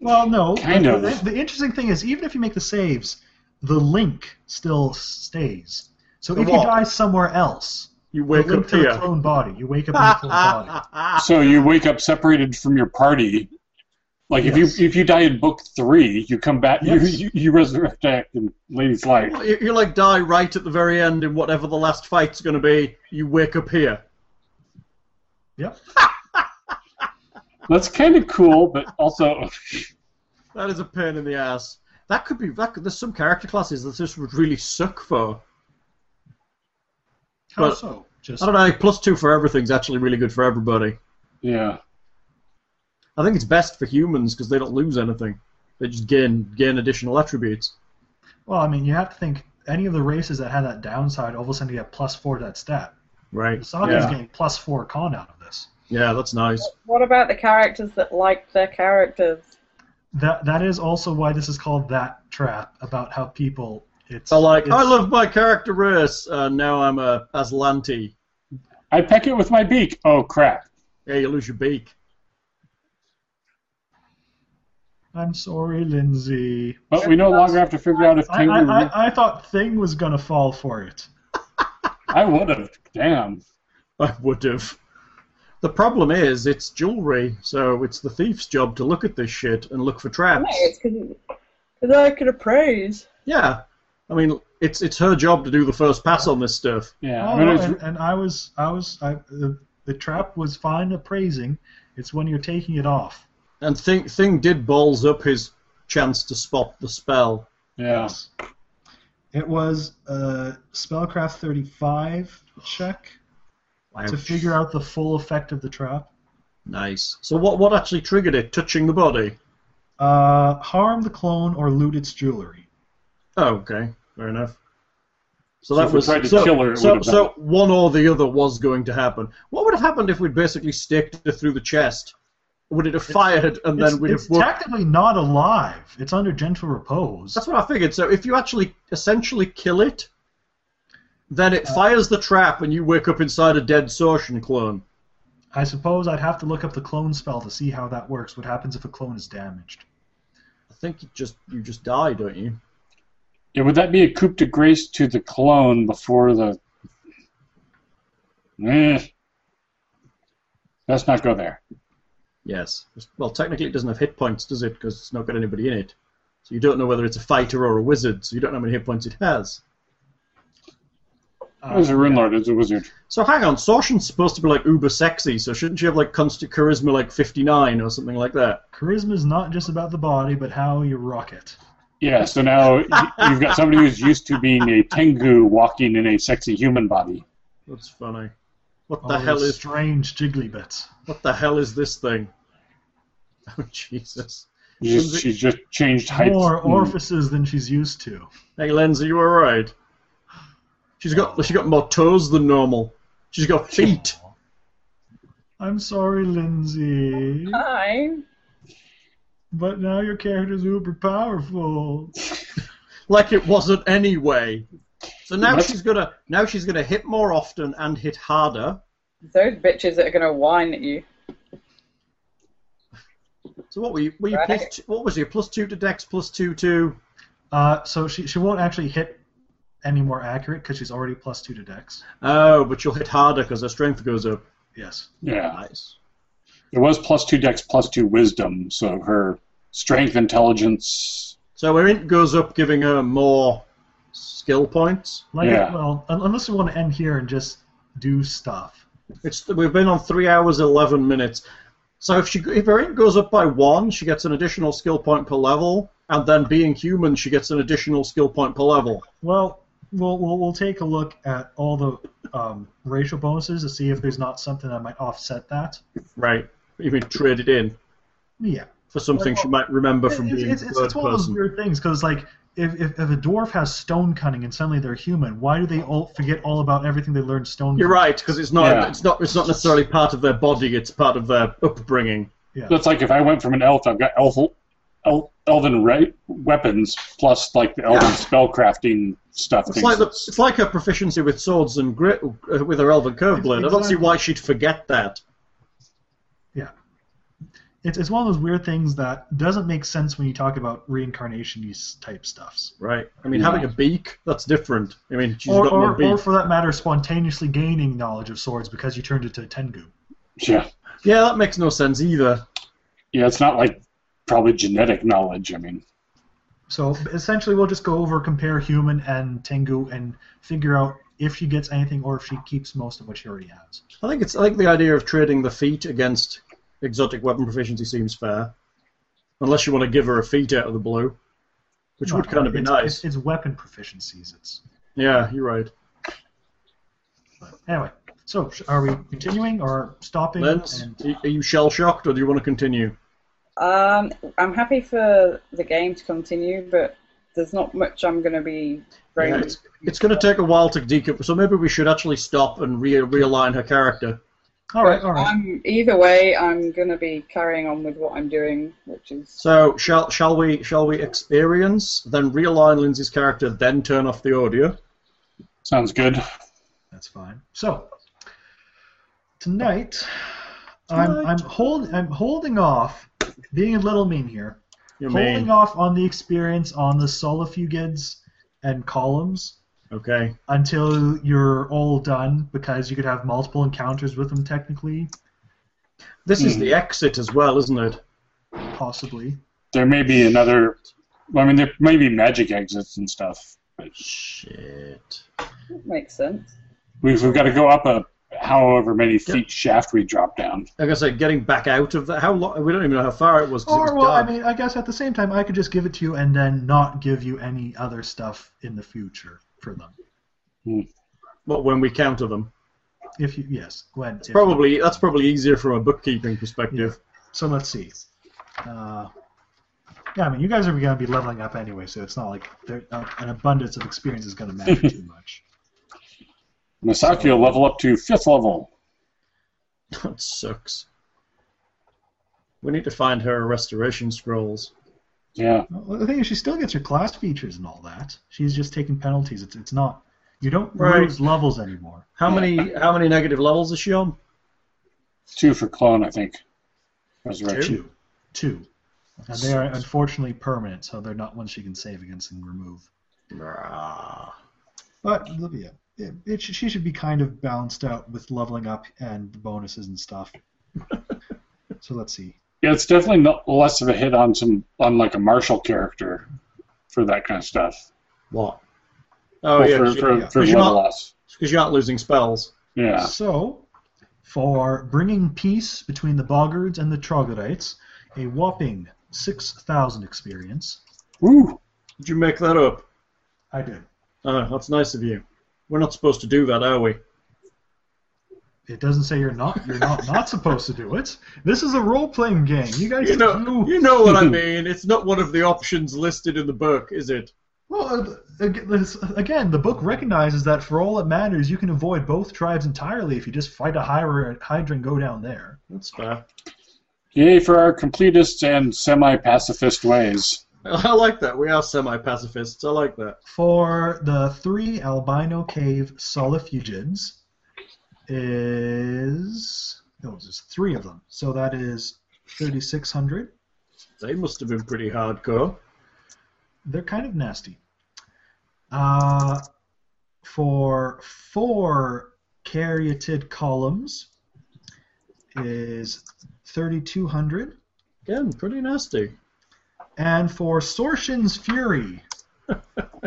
Speaker 4: Well, no.
Speaker 5: Kind
Speaker 4: the,
Speaker 5: of.
Speaker 4: The, the interesting thing is, even if you make the saves, the link still stays. So
Speaker 3: The
Speaker 4: if
Speaker 3: what?
Speaker 4: you die somewhere else,
Speaker 3: You wake
Speaker 4: the link
Speaker 3: up
Speaker 4: to the
Speaker 3: here.
Speaker 4: clone body, you wake up in the clone body.
Speaker 5: So you wake up separated from your party. Like if
Speaker 4: Yes.
Speaker 5: you if you die in book three, you come back.
Speaker 4: Yes.
Speaker 5: You, you you resurrect in Lady's Light.
Speaker 3: You, you like die right at the very end in whatever the last fight's going to be. You wake up here.
Speaker 4: Yep.
Speaker 5: That's kind of cool, but also
Speaker 3: That is a pain in the ass. That could be. That could, there's some character classes that this would really suck for.
Speaker 4: How
Speaker 3: But-
Speaker 4: so? Just
Speaker 3: I don't know. Plus two for everything's actually really good for everybody.
Speaker 5: yeah.
Speaker 3: I think it's best for humans because they don't lose anything. They just gain gain additional attributes.
Speaker 4: well, I mean, you have to think any of the races that had that downside all of a sudden you get plus four to that stat.
Speaker 3: Right.
Speaker 4: Saki's
Speaker 5: Yeah.
Speaker 4: getting plus four con out of this.
Speaker 3: Yeah, that's nice.
Speaker 2: What about the characters that like their characters?
Speaker 4: That that is also why this is called that trap about how people it's
Speaker 3: So like, I
Speaker 4: it's-
Speaker 3: love my character race, and now I'm a Aslanti.
Speaker 5: I peck it with my beak. Oh crap!
Speaker 3: Yeah, you lose your beak.
Speaker 4: I'm sorry, Lindsay.
Speaker 5: But we no longer have to figure out if
Speaker 4: I,
Speaker 5: Tengu.
Speaker 4: I, I, I thought Thing was gonna fall for it.
Speaker 5: I would have. Damn.
Speaker 3: I would have. The problem is, it's jewelry, so it's the thief's job to look at this shit and look for traps.
Speaker 2: No, it's because I can appraise.
Speaker 3: Yeah, I mean, it's it's her job to do the first pass on this stuff.
Speaker 5: Yeah,
Speaker 6: Oh,
Speaker 5: I mean,
Speaker 6: no,
Speaker 5: it's-
Speaker 6: and, and I was, I was, I, the, the trap was fine appraising. It's when you're taking it off.
Speaker 3: And thing thing did balls up his chance to spot the spell.
Speaker 5: yeah.
Speaker 6: It was a spellcraft 35 check to figure out the full effect of the trap.
Speaker 3: Nice. So what what actually triggered it? Touching the body.
Speaker 6: Uh, harm the clone or loot its jewelry.
Speaker 3: Oh, okay, fair enough.
Speaker 5: So
Speaker 3: So that
Speaker 5: if we
Speaker 3: was
Speaker 5: tried to
Speaker 3: so,
Speaker 5: kill her, it
Speaker 3: so,
Speaker 5: would've
Speaker 3: so one or the other was going to happen. What would have happened if we'd basically staked her through the chest? Would it have fired and
Speaker 6: It's,
Speaker 3: then we'd
Speaker 6: it's
Speaker 3: have worked?
Speaker 6: technically not alive. It's under gentle repose.
Speaker 3: That's what I figured. So if you actually essentially kill it, then it fires the trap and you wake up inside a dead Sorcian clone.
Speaker 6: I suppose I'd have to look up the clone spell to see how that works. What happens if a clone is damaged?
Speaker 3: I think you just you just die, don't you?
Speaker 5: Yeah, would that be a coup de grace to the clone before the? Eh. Let's not go there.
Speaker 3: Yes. Well, technically it doesn't have hit points, does it? Because it's not got anybody in it. So you don't know whether it's a fighter or a wizard. So you don't know how many hit points it has.
Speaker 6: Uh,
Speaker 5: It
Speaker 6: Oh,
Speaker 5: was a rune lord. It was a wizard.
Speaker 3: So hang on, Sorcian's supposed to be like uber sexy, so shouldn't she have like constant charisma like 59 or something like that?
Speaker 6: Charisma is not just about the body, but how you rock it.
Speaker 5: Yeah. So now y- you've got somebody who's used to being a tengu walking in a sexy human body.
Speaker 3: That's funny. What
Speaker 6: All
Speaker 3: the
Speaker 6: those
Speaker 3: hell is
Speaker 6: strange jiggly bits?
Speaker 3: what the hell is this thing? Oh Jesus!
Speaker 5: She's just, she's just changed Hmm. height.
Speaker 6: More
Speaker 5: and-
Speaker 6: orifices than she's used to.
Speaker 3: Hey Lenz, are you alright? She's got she got more toes than normal. She's got feet.
Speaker 6: I'm sorry, Lindsay,
Speaker 2: Hi.
Speaker 6: but now your character's uber powerful.
Speaker 3: like it wasn't anyway. So now
Speaker 5: That's-
Speaker 3: she's gonna now she's gonna hit more often and hit harder.
Speaker 2: Those bitches that are gonna whine at you.
Speaker 3: So what were you? Were you
Speaker 2: Right.
Speaker 3: plus two, what was your plus two to Dex plus two to?
Speaker 6: Uh, so she, she won't actually hit any more accurate because she's already plus two to dex.
Speaker 3: Oh, but you'll hit harder because her strength goes up.
Speaker 6: Yes.
Speaker 5: Yeah.
Speaker 3: Nice.
Speaker 5: It was plus two dex, plus two wisdom. So her strength, intelligence.
Speaker 3: So her int goes up, giving her more skill points.
Speaker 6: Like,
Speaker 5: Yeah.
Speaker 6: well, un- unless we want to end here and just do stuff.
Speaker 3: It's we've been on three hours eleven minutes. So if she if her int goes up by one, she gets an additional skill point per level, and then being human, she gets an additional skill point per level.
Speaker 6: Well, we'll we'll, we'll take a look at all the um, racial bonuses to see if there's not something that might offset that.
Speaker 3: Right. You mean trade it in
Speaker 6: Yeah.
Speaker 3: for something she might remember from
Speaker 6: It's-
Speaker 3: being
Speaker 6: it's, it's,
Speaker 3: third
Speaker 6: it's one of those
Speaker 3: person.
Speaker 6: weird things because like if, if, if a dwarf has stone cunning and suddenly they're human, why do they all forget all about everything they learned stone?
Speaker 3: You're
Speaker 6: cunning?
Speaker 3: right, because it's not
Speaker 5: Yeah.
Speaker 3: it's not it's not necessarily part of their body; it's part of their upbringing.
Speaker 6: Yeah.
Speaker 5: That's like if I went from an elf, I've got elf, el, elven re- weapons plus like the elven spellcrafting stuff.
Speaker 3: It's
Speaker 5: things.
Speaker 3: like the, it's like her proficiency with swords and grit uh, with her elven curve blade. I don't see
Speaker 6: Exactly.
Speaker 3: why she'd forget that.
Speaker 6: It's, it's one of those weird things that doesn't make sense when you talk about reincarnation type stuffs.
Speaker 3: Right. I mean,
Speaker 5: Yeah.
Speaker 3: having a beak that's different. I mean, she's
Speaker 6: Or,
Speaker 3: got no
Speaker 6: or,
Speaker 3: beak.
Speaker 6: or for that matter, spontaneously gaining knowledge of swords because you turned into a tengu.
Speaker 5: yeah,
Speaker 3: Yeah, that makes no sense either.
Speaker 5: yeah. It's not like probably genetic knowledge. I mean,
Speaker 6: So essentially, we'll just go over, compare human and Tengu, and figure out if she gets anything or if she keeps most of what she already has.
Speaker 3: I think it's I think the idea of trading the feet against exotic weapon proficiency seems fair, unless you want to give her a feet out of the blue, which would kind of be
Speaker 6: it's,
Speaker 3: nice.
Speaker 6: It's, it's weapon proficiencies. It's
Speaker 3: yeah, you're right.
Speaker 6: but anyway. So sh- are we continuing or stopping?
Speaker 3: Lens,
Speaker 6: And-
Speaker 3: y- are you shell shocked, or do you want to continue?
Speaker 2: Um, I'm happy for the game to continue, but there's not much I'm going to be very
Speaker 3: Yeah, it's it's going to take a while to decouple, so maybe we should actually stop and re- realign her character.
Speaker 6: all right, all right.
Speaker 2: I'm, Um, either way, I'm going to be carrying on with what I'm doing, which is
Speaker 3: So shall shall we shall we experience, then realign Lindsay's character, then turn off the audio?
Speaker 5: sounds good.
Speaker 6: That's fine. So tonight, I'm I'm hold I'm holding off, being a little mean here,
Speaker 3: You
Speaker 6: holding
Speaker 3: mean?
Speaker 6: off on the experience on the solifugids and columns.
Speaker 3: Okay.
Speaker 6: until you're all done because you could have multiple encounters with them technically,
Speaker 3: This is the exit as well, isn't it?
Speaker 6: possibly.
Speaker 5: There may be another. Well, I mean, there may be magic exits and stuff. But
Speaker 3: Shit.
Speaker 2: Makes sense.
Speaker 5: we've, we've got to go up a however many feet shaft we drop down.
Speaker 3: Like I say, getting back out of that. How long? We don't even know how far it was. 'cause it
Speaker 6: Or
Speaker 3: was
Speaker 6: well, I
Speaker 3: dark.
Speaker 6: mean, I guess at the same time I could just give it to you and then not give you any other stuff in the future for them.
Speaker 3: But when we counter them,
Speaker 6: If you yes, when if-
Speaker 3: probably that's probably easier from a bookkeeping perspective.
Speaker 6: So let's see. Uh, yeah, I mean, you guys are going to be leveling up anyway, so it's not like there- uh, an abundance of experience is going to matter too much.
Speaker 5: Masaki will level up to fifth level.
Speaker 3: that sucks. We need to find her restoration scrolls.
Speaker 5: Yeah.
Speaker 6: Well, the thing is, she still gets her class features and all that. She's just taking penalties. It's it's not. You don't
Speaker 3: Right.
Speaker 6: lose levels anymore.
Speaker 3: How many? How many negative levels is she on?
Speaker 5: Two for clone, I think. Resurrection.
Speaker 6: Two, two, and they are unfortunately permanent, so they're not ones she can save against and remove.
Speaker 3: Ah.
Speaker 6: But Olivia, it, it should, she should be kind of balanced out with leveling up and the bonuses and stuff. so let's see.
Speaker 5: Yeah, it's definitely not less of a hit on some on like a martial character for that kind of stuff.
Speaker 3: What? Oh
Speaker 5: Well,
Speaker 3: yeah,
Speaker 5: for,
Speaker 3: because
Speaker 5: for,
Speaker 3: yeah.
Speaker 5: for
Speaker 3: 'Cause you're
Speaker 5: level
Speaker 3: not-
Speaker 5: up.
Speaker 3: 'cause you're not losing spells.
Speaker 5: Yeah.
Speaker 6: So, for bringing peace between the Boggards and the Troglodytes, a whopping 6,000 experience.
Speaker 5: Woo.
Speaker 3: Did you make that up?
Speaker 6: I did.
Speaker 3: Oh, that's nice of you. We're not supposed to do that, are we?
Speaker 6: It doesn't say you're not you're not not supposed to do it. This is a role playing game. You guys
Speaker 3: You know,
Speaker 6: do-
Speaker 3: you know what I mean. It's not one of the options listed in the book, is it?
Speaker 6: Well, uh, ag- this- again, the book recognizes that for all it matters, you can avoid both tribes entirely if you just fight a Hydra, Hydra and go down there.
Speaker 3: That's fair.
Speaker 5: Yay for our completists and semi-pacifist ways.
Speaker 3: I like that. We are semi-pacifists. I like that.
Speaker 6: For the three albino cave solifugids is no, there's three of them. So that is 3,600.
Speaker 3: They must have been pretty hardcore.
Speaker 6: They're kind of nasty. Uh, for four caryatid columns is 3,200.
Speaker 3: Again, pretty nasty.
Speaker 6: And for Sorshin's Fury, the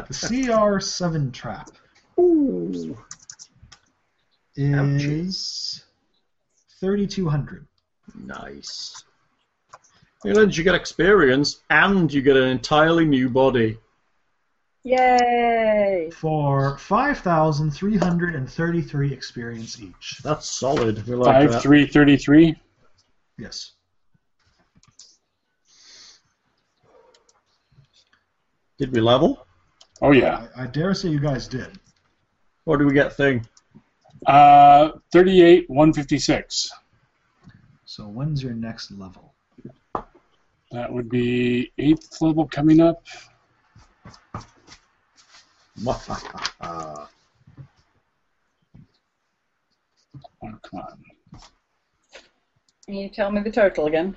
Speaker 6: CR7 trap.
Speaker 3: Ooh.
Speaker 6: is 3,200.
Speaker 3: Nice. And then you get experience, and you get an entirely new body.
Speaker 2: Yay!
Speaker 6: For 5,333 experience each.
Speaker 3: That's solid. We like
Speaker 5: Five
Speaker 3: that.
Speaker 5: three thirty-three.
Speaker 6: Yes.
Speaker 3: Did we level?
Speaker 5: Oh yeah.
Speaker 6: I, I dare say you guys did.
Speaker 3: What do we get thing?
Speaker 5: Uh, thirty-eight one fifty-six.
Speaker 6: So when's your next level?
Speaker 5: That would be eighth level coming up.
Speaker 3: Mwahaha.
Speaker 5: Oh, come on.
Speaker 2: Can you tell me the total again?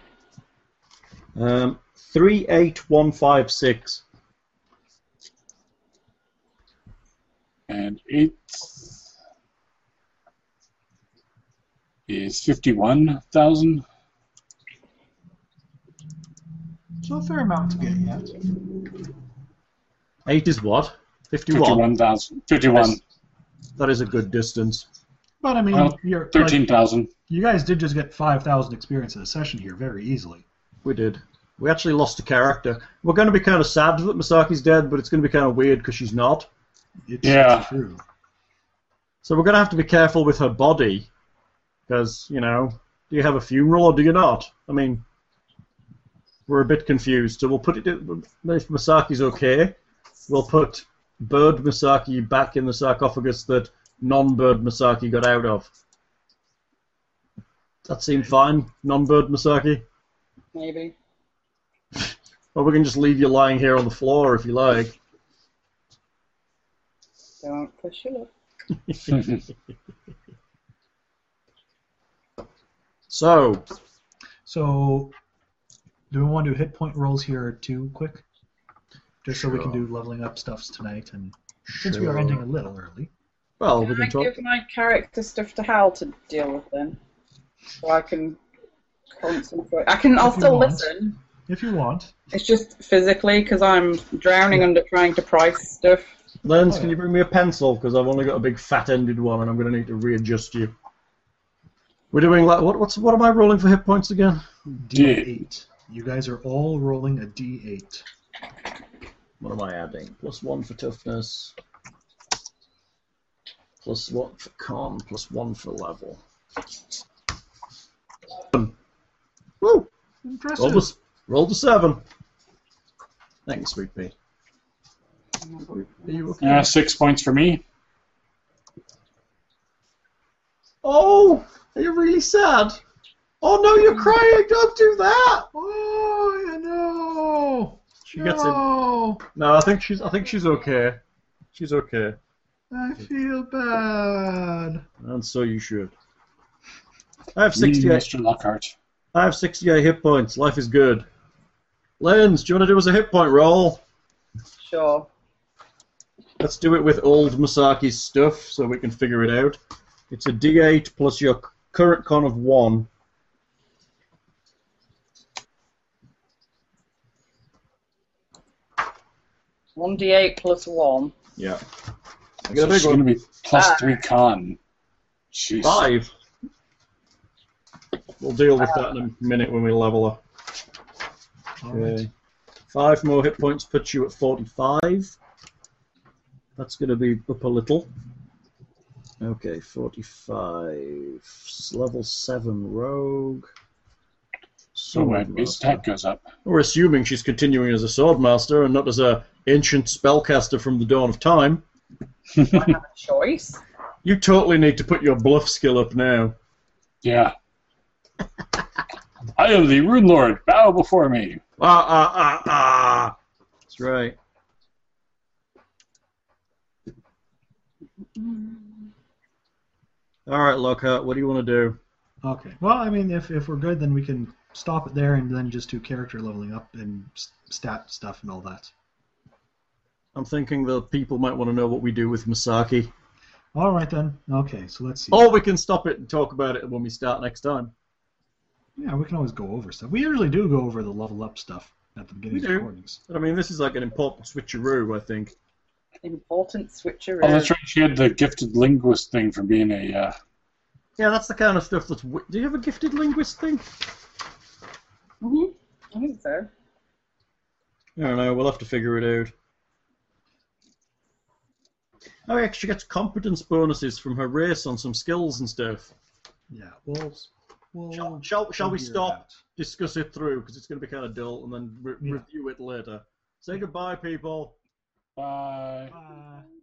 Speaker 3: um, 38156.
Speaker 5: And eighth is fifty-one thousand.
Speaker 6: So a fair amount to get yet.
Speaker 3: 8 is what? 51.
Speaker 5: Fifty-one thousand. Fifty-one.
Speaker 3: Yes. That is a good distance.
Speaker 6: But I mean,
Speaker 5: Well,
Speaker 6: you're, like,
Speaker 5: Thirteen thousand.
Speaker 6: you guys did just get 5,000 experience in a session here very easily.
Speaker 3: We did. We actually lost a character. We're going to be kind of sad that Masaki's dead, but it's going to be kind of weird because she's not.
Speaker 6: It's
Speaker 5: Yeah.
Speaker 6: true.
Speaker 3: So we're going to have to be careful with her body, because you know, do you have a funeral or do you not? I mean, we're a bit confused. So we'll put it. If Masaki's okay, we'll put Bird Masaki back in the sarcophagus that non-Bird Masaki got out of. That seemed fine, non-Bird Masaki.
Speaker 2: Maybe.
Speaker 3: Or we can just leave you lying here on the floor if you like.
Speaker 2: Don't push your luck.
Speaker 5: Mm-hmm.
Speaker 3: So
Speaker 6: So do we want to do hit point rolls here too quick? Just so we can do leveling up stuffs tonight and Since we are ending a little early.
Speaker 3: Well, we
Speaker 2: Can I
Speaker 3: can talk.
Speaker 2: give my character stuff to Hal to deal with then, so I can concentrate. I can. I'll
Speaker 6: If you
Speaker 2: still
Speaker 6: want.
Speaker 2: listen.
Speaker 6: If you want.
Speaker 2: It's just physically because I'm drowning under trying to price stuff.
Speaker 3: Lens, can you bring me a pencil? Because I've only got a big fat-ended one, and I'm going to need to readjust you. We're doing like what? What's what am I rolling for hit points again?
Speaker 6: D8. You guys are all rolling a D8.
Speaker 3: What am I adding? Plus one for toughness. Plus one for con. Plus one for level. Woo!
Speaker 6: Impressive.
Speaker 3: Roll the, roll the seven. Thanks, Sweet Pea. Are you okay?
Speaker 5: Uh, six points for me.
Speaker 3: Oh, are you really sad? Oh no, you're crying! Don't do that!
Speaker 6: Oh, yeah, no!
Speaker 3: She gets in.
Speaker 6: no!
Speaker 3: No, I think she's. I think she's okay. She's okay.
Speaker 6: I feel bad.
Speaker 3: And so you should. I have
Speaker 5: Me,
Speaker 3: 68.
Speaker 5: Mr. Mm, Lockhart.
Speaker 3: I have 68 hit points. Life is good. Lens, do you want to do us a hit point roll?
Speaker 2: Sure.
Speaker 3: Let's do it with old Masaki's stuff so we can figure it out. It's a D8 plus your c- current con of one.
Speaker 2: One d8 plus one.
Speaker 3: Yeah.
Speaker 5: So
Speaker 3: I get a big
Speaker 5: it's going
Speaker 3: one.
Speaker 5: to be plus
Speaker 2: Ah.
Speaker 5: three con. Jeez.
Speaker 3: Five. We'll deal with that in a minute when we level up. Okay. Five more hit points puts you at 45. That's going to be up a little. Okay, 45. Level 7 rogue.
Speaker 5: So when his
Speaker 3: Swordmaster.
Speaker 5: attack goes up.
Speaker 3: We're assuming she's continuing as a swordmaster and not as a ancient spellcaster from the dawn of time.
Speaker 2: Do I have a choice.
Speaker 3: You totally need to put your bluff skill up now.
Speaker 5: Yeah. I am the Rune Lord. Bow before me.
Speaker 3: Ah, ah, ah, ah. That's right. All right, Lockhart, what do you want to do?
Speaker 6: Okay. Well, I mean, if, if we're good, then we can stop it there and then just do character leveling up and s- stat stuff and all that.
Speaker 3: I'm thinking the people might want to know what we do with Masaki.
Speaker 6: All right then. Okay, so let's see.
Speaker 3: Or we can stop it and talk about it when we start next time.
Speaker 6: Yeah, we can always go over stuff. We usually do go over the level up stuff at the beginning
Speaker 3: We
Speaker 6: of
Speaker 3: do.
Speaker 6: recordings.
Speaker 3: But I mean, this is like an important switcheroo, I think.
Speaker 2: Important switcheroo.
Speaker 5: Oh, that's right. She had the gifted linguist thing from being a. Uh,
Speaker 3: Yeah, that's the kind of stuff that's. W- do you have a gifted linguist thing?
Speaker 2: hmm I think so.
Speaker 3: I don't know. We'll have to figure it out. Oh, yeah, 'cause she gets competence bonuses from her race on some skills and stuff.
Speaker 6: Yeah, we'll we'll
Speaker 3: Shall, shall, shall we
Speaker 6: figure it
Speaker 3: stop,
Speaker 6: out.
Speaker 3: discuss it through, because it's going to be kind of dull, and then re-
Speaker 6: Yeah.
Speaker 3: review it later. Say goodbye, people.
Speaker 5: Bye.
Speaker 6: Bye.